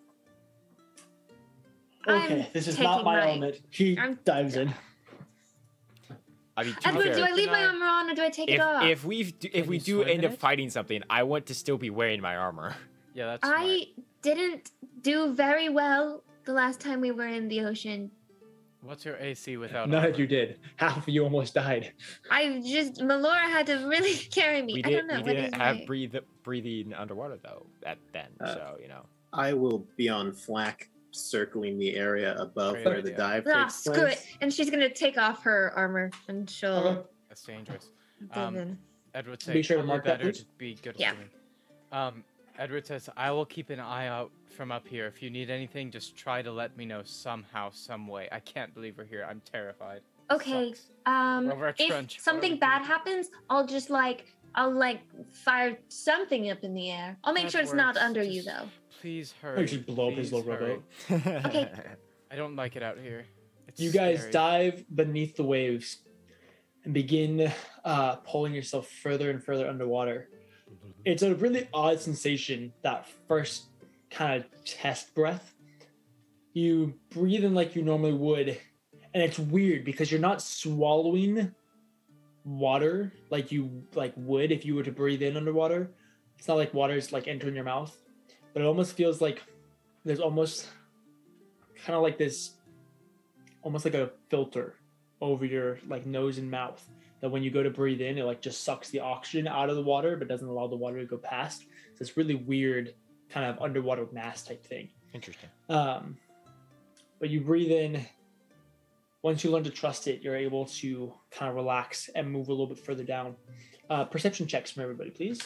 Speaker 5: I'm
Speaker 2: Okay, this is not
Speaker 5: taking
Speaker 2: my
Speaker 5: my-
Speaker 2: element. He
Speaker 5: I'm-
Speaker 2: dives in.
Speaker 1: I mean, to be
Speaker 5: Edward, do
Speaker 1: fair,
Speaker 5: I leave my
Speaker 4: Can I-
Speaker 5: armor on or do I take it
Speaker 1: if,
Speaker 5: off?
Speaker 1: if we do, if
Speaker 4: Can
Speaker 1: we
Speaker 4: you
Speaker 1: do
Speaker 4: swim
Speaker 1: end
Speaker 4: in
Speaker 1: up
Speaker 4: it?
Speaker 1: fighting something, I want to still be wearing my armor.
Speaker 4: Yeah, that's.
Speaker 5: I
Speaker 4: smart.
Speaker 5: didn't do very well the last time we were in the ocean.
Speaker 4: What's your AC without?
Speaker 2: None
Speaker 4: armor?
Speaker 2: of you did. Half of you almost died.
Speaker 5: I just Melora had to really carry me.
Speaker 1: We
Speaker 5: I don't
Speaker 1: didn't
Speaker 5: know.
Speaker 1: we
Speaker 5: what
Speaker 1: didn't
Speaker 5: is
Speaker 1: have
Speaker 5: my-
Speaker 1: breathe, breathing underwater though at then,
Speaker 10: Uh,
Speaker 1: so you know.
Speaker 10: I will be on flak circling the area above
Speaker 4: Great
Speaker 10: where the
Speaker 4: idea.
Speaker 10: dive
Speaker 5: Ah,
Speaker 10: takes
Speaker 5: screw it.
Speaker 10: place.
Speaker 5: And she's gonna take off her armor and she'll
Speaker 4: That's dangerous.
Speaker 5: dive
Speaker 4: Um,
Speaker 5: in.
Speaker 4: Edward says,
Speaker 2: Be sure to
Speaker 4: "Probably
Speaker 2: mark that,
Speaker 4: better
Speaker 2: please."
Speaker 4: to be good
Speaker 5: Yeah.
Speaker 4: student. Um, Edward says, I will keep an eye out from up here. If you need anything, just try to let me know somehow, some way. I can't believe we're here. I'm terrified. It
Speaker 5: Okay.
Speaker 4: sucks. We're
Speaker 5: Um
Speaker 4: over a
Speaker 5: if
Speaker 4: trench. What are we
Speaker 5: something bad
Speaker 4: doing?
Speaker 5: happens, I'll just like I'll like fire something up in the air. I'll make
Speaker 4: That
Speaker 5: sure it's not
Speaker 4: works.
Speaker 5: under you
Speaker 4: Just-
Speaker 5: though.
Speaker 4: Please hurry.
Speaker 2: you should blow up his
Speaker 4: Please
Speaker 2: little
Speaker 4: hurry.
Speaker 2: rowboat.
Speaker 5: Okay.
Speaker 4: I don't like it out here. It's
Speaker 2: You guys
Speaker 4: scary.
Speaker 2: dive beneath the waves and begin uh, pulling yourself further and further underwater. It's a really odd sensation, that first kind of test breath. You breathe in like you normally would, and it's weird because you're not swallowing water like you like would if you were to breathe in underwater. It's not like water is like entering your mouth, but it almost feels like there's almost kind of like this, almost like a filter over your like nose and mouth that when you go to breathe in, it like just sucks the oxygen out of the water, but doesn't allow the water to go past. It's this really weird kind of underwater mass type thing.
Speaker 1: Interesting.
Speaker 2: Um, but you breathe in. Once you learn to trust it, you're able to kind of relax and move a little bit further down. Uh, perception checks from everybody, please.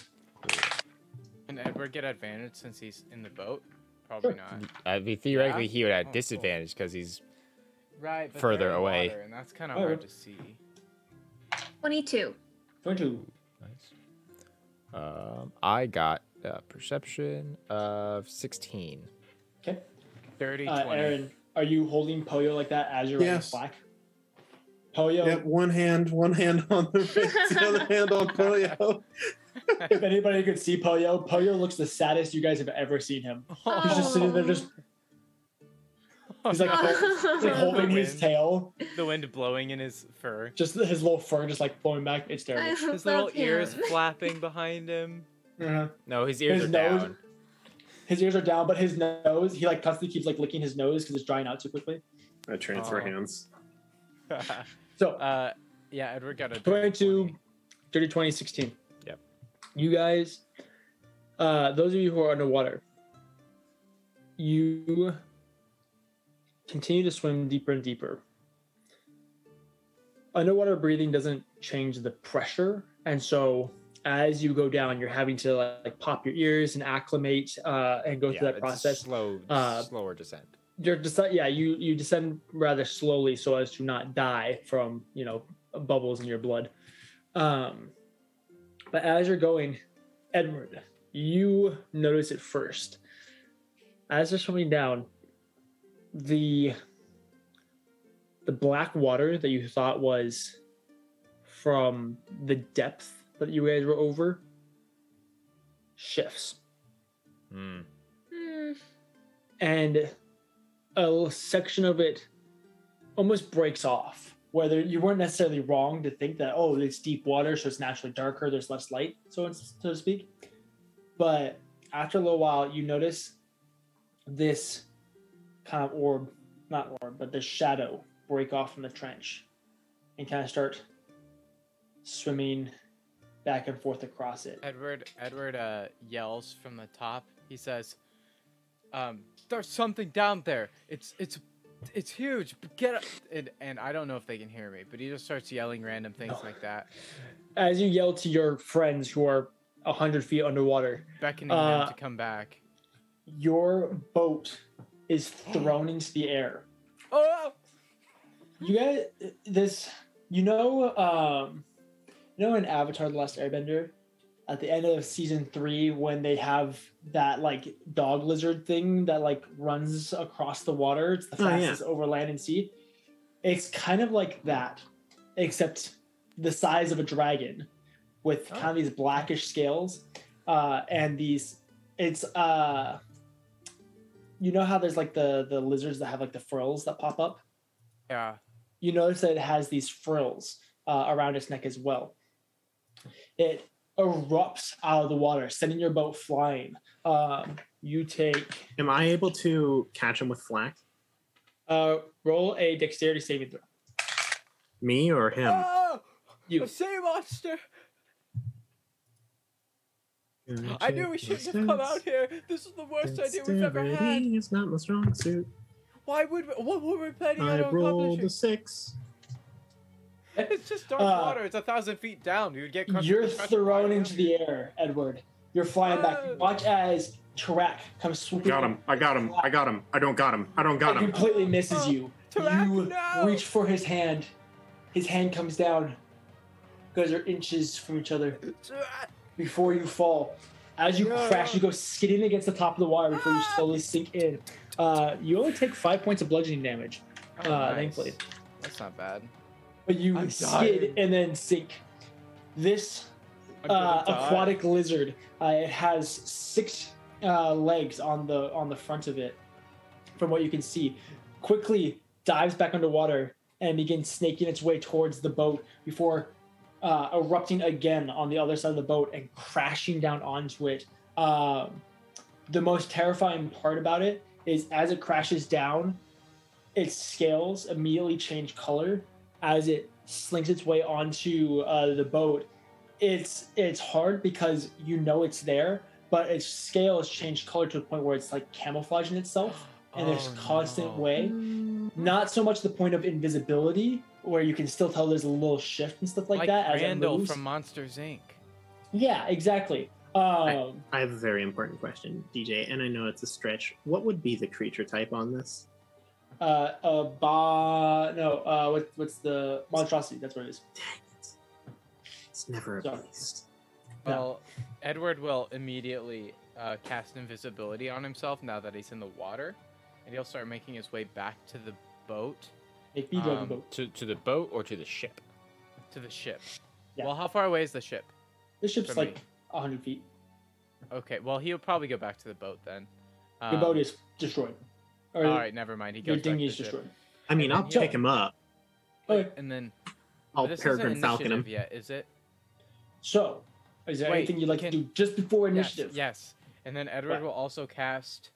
Speaker 4: Can Edward get advantage since he's in the boat? Probably not.
Speaker 9: I mean, theoretically,
Speaker 4: Yeah?
Speaker 9: he would have
Speaker 4: Oh, cool.
Speaker 9: disadvantage because he's
Speaker 4: Right, but
Speaker 9: Further
Speaker 4: they're in
Speaker 9: away.
Speaker 4: water, and that's kind of
Speaker 2: Oh.
Speaker 4: hard to see.
Speaker 13: 22.
Speaker 2: 22.
Speaker 9: nice. Um, I got a perception of sixteen.
Speaker 2: Okay.
Speaker 4: 30,
Speaker 2: Uh,
Speaker 4: 20.
Speaker 2: Aaron, are you holding Poyo like that as you're
Speaker 3: Yes.
Speaker 2: on the slack? Poyo,
Speaker 3: Yeah, one hand, one hand on the wrist, the other hand on Polio.
Speaker 2: if anybody could see Poyo, Poyo looks the saddest you guys have ever seen him. He's just sitting there, just he's like, hol-
Speaker 5: Oh.
Speaker 2: he's like holding his
Speaker 4: Wind.
Speaker 2: tail,
Speaker 4: the wind blowing in his fur.
Speaker 2: just his little fur just like flowing back. It's
Speaker 13: I
Speaker 2: terrible.
Speaker 13: love
Speaker 4: His little
Speaker 13: him.
Speaker 4: ears flapping behind him.
Speaker 2: Uh-huh.
Speaker 1: No, his ears
Speaker 2: His
Speaker 1: are
Speaker 2: nose-
Speaker 1: down.
Speaker 2: His ears are down, but his nose, he like constantly keeps like licking his nose because it's drying out too quickly.
Speaker 10: I
Speaker 8: uh,
Speaker 10: transfer
Speaker 4: Oh.
Speaker 10: hands.
Speaker 2: So
Speaker 4: uh, yeah, Edward got a dirty
Speaker 2: 22
Speaker 4: 20.
Speaker 2: 30 20 16
Speaker 9: Yep.
Speaker 2: you guys uh those of you who are underwater you continue to swim deeper and deeper underwater breathing doesn't change the pressure and so as you go down you're having to like, pop your ears and acclimate uh, and go
Speaker 9: yeah,
Speaker 2: through
Speaker 9: it's
Speaker 2: that
Speaker 9: a
Speaker 2: process
Speaker 9: slow,
Speaker 2: Uh,
Speaker 9: slower descent.
Speaker 2: you're just yeah you you descend rather slowly so as to not die from you know bubbles in your blood um but as you're going edward you notice it first as they're swimming down the the black water that you thought was from the depth that you guys were over shifts
Speaker 9: Mm.
Speaker 13: Hmm.
Speaker 2: and a l- section of it almost breaks off. Whether you weren't necessarily wrong to think that, oh, it's deep water, so it's naturally darker, there's less light, so it's, so to speak. But after a little while, you notice this kind of orb, not orb, but this shadow break off from the trench and kind of start swimming back and forth across it.
Speaker 4: Edward Edward uh, yells from the top. He says, um, "There's something down there. It's it's it's huge. Get up!" And, and I don't know if they can hear me, but he just starts yelling random things like that,
Speaker 2: As you yell to your friends who are 100 feet underwater,
Speaker 4: beckoning
Speaker 2: Uh,
Speaker 4: them to come back.
Speaker 2: your boat is thrown into the air.
Speaker 4: Oh,
Speaker 2: You guys, this, you know, um, you know, in Avatar: The Last Airbender, at the end of season three, when they have that like dog lizard thing that like runs across the water, it's the
Speaker 8: Oh, yeah.
Speaker 2: fastest over land and sea. It's kind of like that, except the size of a
Speaker 8: Oh.
Speaker 2: dragon, with kind of these blackish scales, uh, and these. It's uh, you know how there's like the the lizards that have like the frills that pop up
Speaker 4: yeah.
Speaker 2: you notice that it has these frills uh, around its neck as well. It erupts out of the water, sending your boat flying. Um, you take
Speaker 8: Am I able to catch him with flak?
Speaker 2: uh, roll a dexterity saving throw.
Speaker 8: Me or him?
Speaker 4: Oh,
Speaker 2: You.
Speaker 4: a sea monster! I knew we shouldn't have come out here. This is the worst idea we've ever had.
Speaker 8: It's not my strong suit.
Speaker 4: Why would we, what were we planning on
Speaker 8: I rolled a
Speaker 4: accomplishing?
Speaker 8: six.
Speaker 4: It's just dark
Speaker 2: Uh,
Speaker 4: water. It's a thousand feet down. You'd get crushed
Speaker 2: You're
Speaker 4: with the pressure
Speaker 2: thrown
Speaker 4: right
Speaker 2: into
Speaker 4: over you.
Speaker 2: the air, Edward. You're flying back.
Speaker 4: Oh.
Speaker 2: Watch as Tarak comes swooping.
Speaker 3: Got him. I got him. I got him. I don't got him. I don't got
Speaker 2: He
Speaker 3: him.
Speaker 2: completely misses you.
Speaker 4: Oh, Tarak,
Speaker 2: you
Speaker 4: no!
Speaker 2: reach for his hand. His hand comes down. You guys are inches from each other. before you fall. As you crash, you go skidding against the top of the water before you slowly sink in. Uh, you only take five points of bludgeoning damage,
Speaker 4: Oh,
Speaker 2: uh,
Speaker 4: nice.
Speaker 2: thankfully,
Speaker 4: That's not bad.
Speaker 2: but you
Speaker 4: I'm
Speaker 2: skid
Speaker 4: dying.
Speaker 2: and then sink. This
Speaker 4: I'm gonna
Speaker 2: uh,
Speaker 4: die.
Speaker 2: aquatic lizard, uh, it has six uh, legs on the on the front of it, from what you can see. Quickly dives back underwater and begins snaking its way towards the boat before uh, erupting again on the other side of the boat and crashing down onto it. Um, the most terrifying part about it is as it crashes down, its scales immediately change color as it slinks its way onto uh, the boat. It's it's hard because you know it's there, but its scales change color to the point where it's like camouflaging itself in this
Speaker 1: Oh,
Speaker 2: constant
Speaker 1: no.
Speaker 2: way. Not so much the point of invisibility, where you can still tell there's a little shift and stuff like, that as it
Speaker 4: Randall
Speaker 2: moves.
Speaker 4: from Monsters Inc.
Speaker 2: Yeah, exactly. Um,
Speaker 8: I have a very important question, DJ, and I know it's a stretch. What would be the creature type on this?
Speaker 2: uh, uh, ba no, uh, what, what's the monstrosity? That's what it is.
Speaker 8: It's never a
Speaker 2: Sorry.
Speaker 8: beast.
Speaker 2: No.
Speaker 4: Well, Edward will immediately uh, cast invisibility on himself now that he's in the water, and he'll start making his way back to the boat,
Speaker 2: Make me dragon
Speaker 4: Um,
Speaker 2: boat.
Speaker 1: To to the boat or to the ship?
Speaker 4: to the ship.
Speaker 2: Yeah.
Speaker 4: Well, how far away is the ship?
Speaker 2: This ship's
Speaker 4: for me.
Speaker 2: like hundred feet.
Speaker 4: Okay, well, he'll probably go back to the boat then.
Speaker 2: Your
Speaker 4: Um,
Speaker 2: boat is destroyed. Or
Speaker 4: All right, never mind. He
Speaker 2: your
Speaker 4: goes back
Speaker 2: dinghy
Speaker 4: to the
Speaker 2: is
Speaker 4: ship.
Speaker 2: destroyed.
Speaker 8: I mean, I'll
Speaker 4: Yeah.
Speaker 8: pick him up.
Speaker 2: Okay.
Speaker 4: And then
Speaker 8: I'll
Speaker 4: this isn't
Speaker 8: peregrine falcon him.
Speaker 4: initiative yet, is it?
Speaker 2: So, is there
Speaker 4: Wait,
Speaker 2: anything you'd like
Speaker 4: can-
Speaker 2: to do just before initiative?
Speaker 4: Yes, yes. And then Edward
Speaker 2: What?
Speaker 4: will also cast.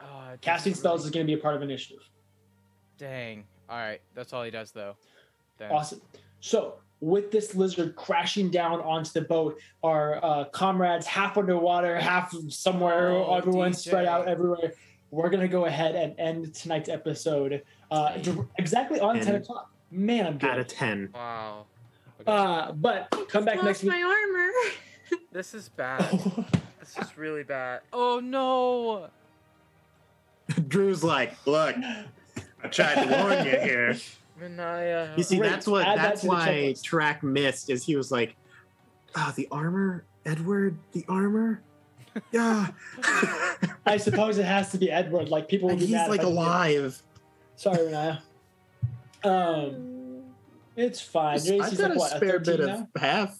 Speaker 4: Uh, this
Speaker 2: Casting
Speaker 4: is
Speaker 2: spells
Speaker 4: really-
Speaker 2: is going to be a part of initiative.
Speaker 4: Dang. All right, that's all he does though. Then.
Speaker 2: Awesome. So, with this lizard crashing down onto the boat, our uh, comrades, half underwater, half somewhere,
Speaker 4: Oh,
Speaker 2: everyone
Speaker 4: DJ.
Speaker 2: spread out everywhere, we're going to go ahead and end tonight's episode uh, dir- exactly on 10
Speaker 8: And-
Speaker 2: o'clock. Man, I'm
Speaker 8: Out
Speaker 2: good.
Speaker 8: of 10.
Speaker 4: Wow.
Speaker 2: Uh, but come back next
Speaker 5: Lost
Speaker 2: week.
Speaker 5: my armor.
Speaker 4: This is bad. this is really bad. Oh no.
Speaker 8: Drew's like, look, I tried to warn you here.
Speaker 4: Minaya.
Speaker 8: You see,
Speaker 2: Great.
Speaker 8: that's what
Speaker 2: Add that
Speaker 8: that's
Speaker 2: to the
Speaker 8: why
Speaker 2: checklist.
Speaker 8: Track missed is he was like, Oh, the armor, Edward, the armor? Yeah.
Speaker 2: I suppose it has to be Edward. Like, people will
Speaker 8: and
Speaker 2: be
Speaker 8: he's
Speaker 2: mad if
Speaker 8: like
Speaker 2: I didn't-
Speaker 8: alive.
Speaker 2: Sorry, Renaya. Um, it's fine. Your
Speaker 8: I've
Speaker 2: AC's
Speaker 8: got
Speaker 2: like,
Speaker 8: a
Speaker 2: what,
Speaker 8: spare bit
Speaker 2: 13
Speaker 8: of
Speaker 2: now?
Speaker 8: half.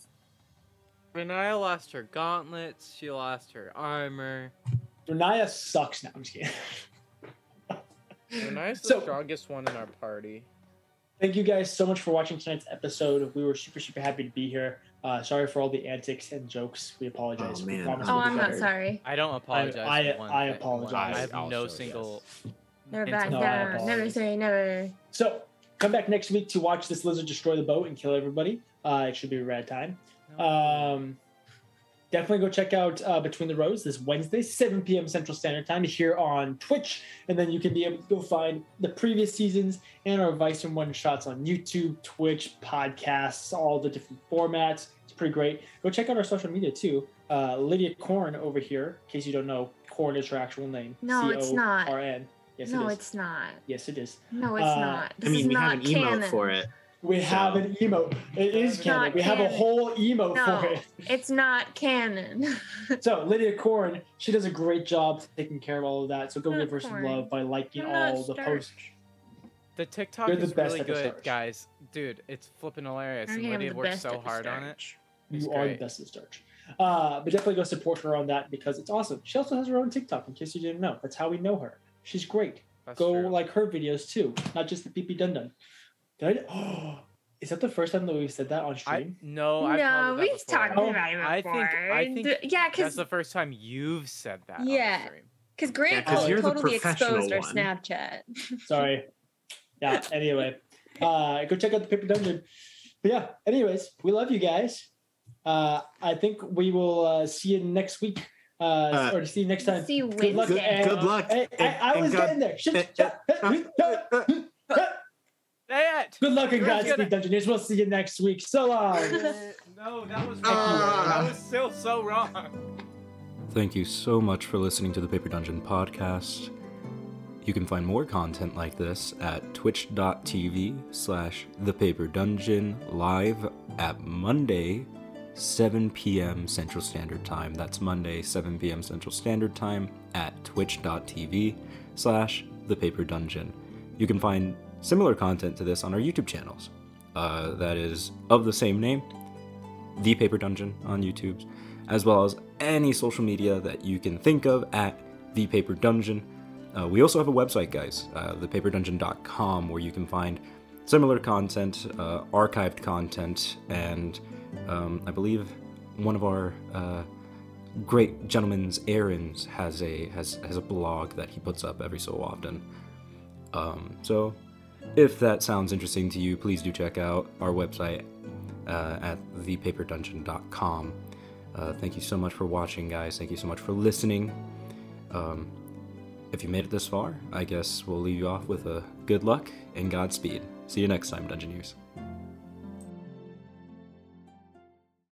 Speaker 4: Minaya lost her gauntlets. She lost her armor.
Speaker 2: Renaya sucks now. I'm just kidding.
Speaker 4: Minaya's the
Speaker 2: So-
Speaker 4: strongest one in our party.
Speaker 2: Thank you guys so much for watching tonight's episode. We were super, super happy to be here. Uh, sorry for all the antics and jokes. We apologize.
Speaker 8: Oh,
Speaker 2: We
Speaker 8: man.
Speaker 2: promise
Speaker 5: Oh,
Speaker 2: we'll be
Speaker 5: I'm not
Speaker 2: better.
Speaker 5: sorry.
Speaker 4: I don't apologize.
Speaker 2: I-
Speaker 4: for one
Speaker 2: I
Speaker 4: thing- one-
Speaker 2: apologize
Speaker 4: I have
Speaker 1: also,
Speaker 4: no
Speaker 1: yes.
Speaker 4: single.
Speaker 5: Never
Speaker 4: hint
Speaker 5: back.
Speaker 4: of
Speaker 2: No, I
Speaker 5: Never.
Speaker 2: apologize.
Speaker 5: Never sorry. Never.
Speaker 2: So come back next week to watch this lizard destroy the boat and kill everybody. Uh, it should be a rad time. Um, definitely go check out uh, Between the Rows this Wednesday, 7 p.m. Central Standard Time here on Twitch. And then you can be able to go find the previous seasons and our Vice and One Shots on YouTube, Twitch, podcasts, all the different formats. It's pretty great. Go check out our social media too. Uh, Lydia Korn over here, in case you don't know, Korn is her actual name.
Speaker 5: No, it's not.
Speaker 2: C-O-R-N. Yes,
Speaker 5: no,
Speaker 2: it is.
Speaker 5: it's not.
Speaker 2: yes, it is.
Speaker 5: No, it's
Speaker 2: Uh,
Speaker 5: not. This
Speaker 8: I
Speaker 5: is
Speaker 8: mean, we
Speaker 5: not
Speaker 8: have an emote
Speaker 5: canon.
Speaker 8: for it.
Speaker 2: We have
Speaker 8: So-
Speaker 2: an emote. It is
Speaker 4: It's
Speaker 2: canon.
Speaker 5: not
Speaker 2: We have a
Speaker 5: canon.
Speaker 2: whole emote
Speaker 5: No.
Speaker 2: for it.
Speaker 5: It's not canon.
Speaker 2: So Lydia Korn, she does a great job taking care of all of that. So go
Speaker 5: Not
Speaker 2: give her some
Speaker 5: Korn.
Speaker 2: love by liking
Speaker 5: I'm not
Speaker 2: all the
Speaker 5: stark.
Speaker 2: posts.
Speaker 4: The TikTok
Speaker 2: You're the
Speaker 4: is
Speaker 2: best
Speaker 4: really
Speaker 2: at the
Speaker 4: good,
Speaker 2: starch.
Speaker 4: guys. Dude, it's flipping hilarious.
Speaker 5: I
Speaker 4: And
Speaker 5: am
Speaker 4: Lydia
Speaker 5: the
Speaker 4: worked
Speaker 5: best
Speaker 4: so
Speaker 5: at the
Speaker 4: hard on it.
Speaker 2: You
Speaker 4: It's
Speaker 2: are the
Speaker 4: great.
Speaker 2: best at starch. Uh, but definitely go support her on that because it's awesome. She also has her own TikTok, in case you didn't know. That's how we know her. She's great.
Speaker 4: That's
Speaker 2: go
Speaker 4: true.
Speaker 2: like her videos too, not just the PP Dun Dun. Did I? Oh, is that the first time that we've said that on
Speaker 4: I,
Speaker 2: stream?
Speaker 4: no, Oh, I've
Speaker 5: no,
Speaker 4: called it that
Speaker 5: we've
Speaker 4: before.
Speaker 5: talked
Speaker 2: Oh,
Speaker 5: about it
Speaker 4: I
Speaker 5: before.
Speaker 4: think- I think
Speaker 5: D- yeah,
Speaker 4: That's
Speaker 5: because
Speaker 4: the first time you've said that. On
Speaker 5: Yeah.
Speaker 4: the stream.
Speaker 5: because
Speaker 8: Yeah,
Speaker 5: Grant
Speaker 8: 'cause
Speaker 5: Cole
Speaker 8: you're the
Speaker 5: totally
Speaker 8: professional
Speaker 5: exposed our
Speaker 8: one.
Speaker 5: Snapchat.
Speaker 2: Sorry. Yeah. Anyway, uh, go check out the Paper Dungeon. But yeah. Anyways, we love you guys. Uh, I think we will uh, see you next week. Uh,
Speaker 8: Uh,
Speaker 2: or see you next time.
Speaker 5: See you
Speaker 2: Good luck.
Speaker 5: Wednesday.
Speaker 2: And-
Speaker 8: Good luck.
Speaker 2: Hey,
Speaker 8: and-
Speaker 2: I, I
Speaker 8: and
Speaker 2: was
Speaker 8: God-
Speaker 2: getting there. Shit,
Speaker 8: and-
Speaker 2: shit, shit, shit,
Speaker 4: Say it!
Speaker 2: Good luck and
Speaker 4: You're
Speaker 2: Godspeed,
Speaker 4: gonna-
Speaker 2: Dungeoneers. We'll see you next week. So long.
Speaker 4: No, that was wrong.
Speaker 8: Ah.
Speaker 4: that was still so wrong.
Speaker 7: Thank you so much for listening to the Paper Dungeon podcast. You can find more content like this at twitch.tv slash the Paper Dungeon live at Monday, 7 p.m. Central Standard Time. That's Monday, 7 p.m. Central Standard Time at twitch.tv slash the Paper Dungeon. You can find similar content to this on our YouTube channels. Uh, that is of the same name, The Paper Dungeon on YouTube, as well as any social media that you can think of at The Paper Dungeon. Uh, we also have a website, guys, uh, thepaperdungeon.com, where you can find similar content, uh, archived content, and um, I believe one of our uh, great gentleman's errands has a has has a blog that he puts up every so often. Um, so, if that sounds interesting to you, please do check out our website uh, at thepaperdungeon.com. Uh, thank you so much for watching, guys. Thank you so much for listening. Um, if you made it this far, I guess we'll leave you off with a good luck and Godspeed. See you next time, Dungeoneers.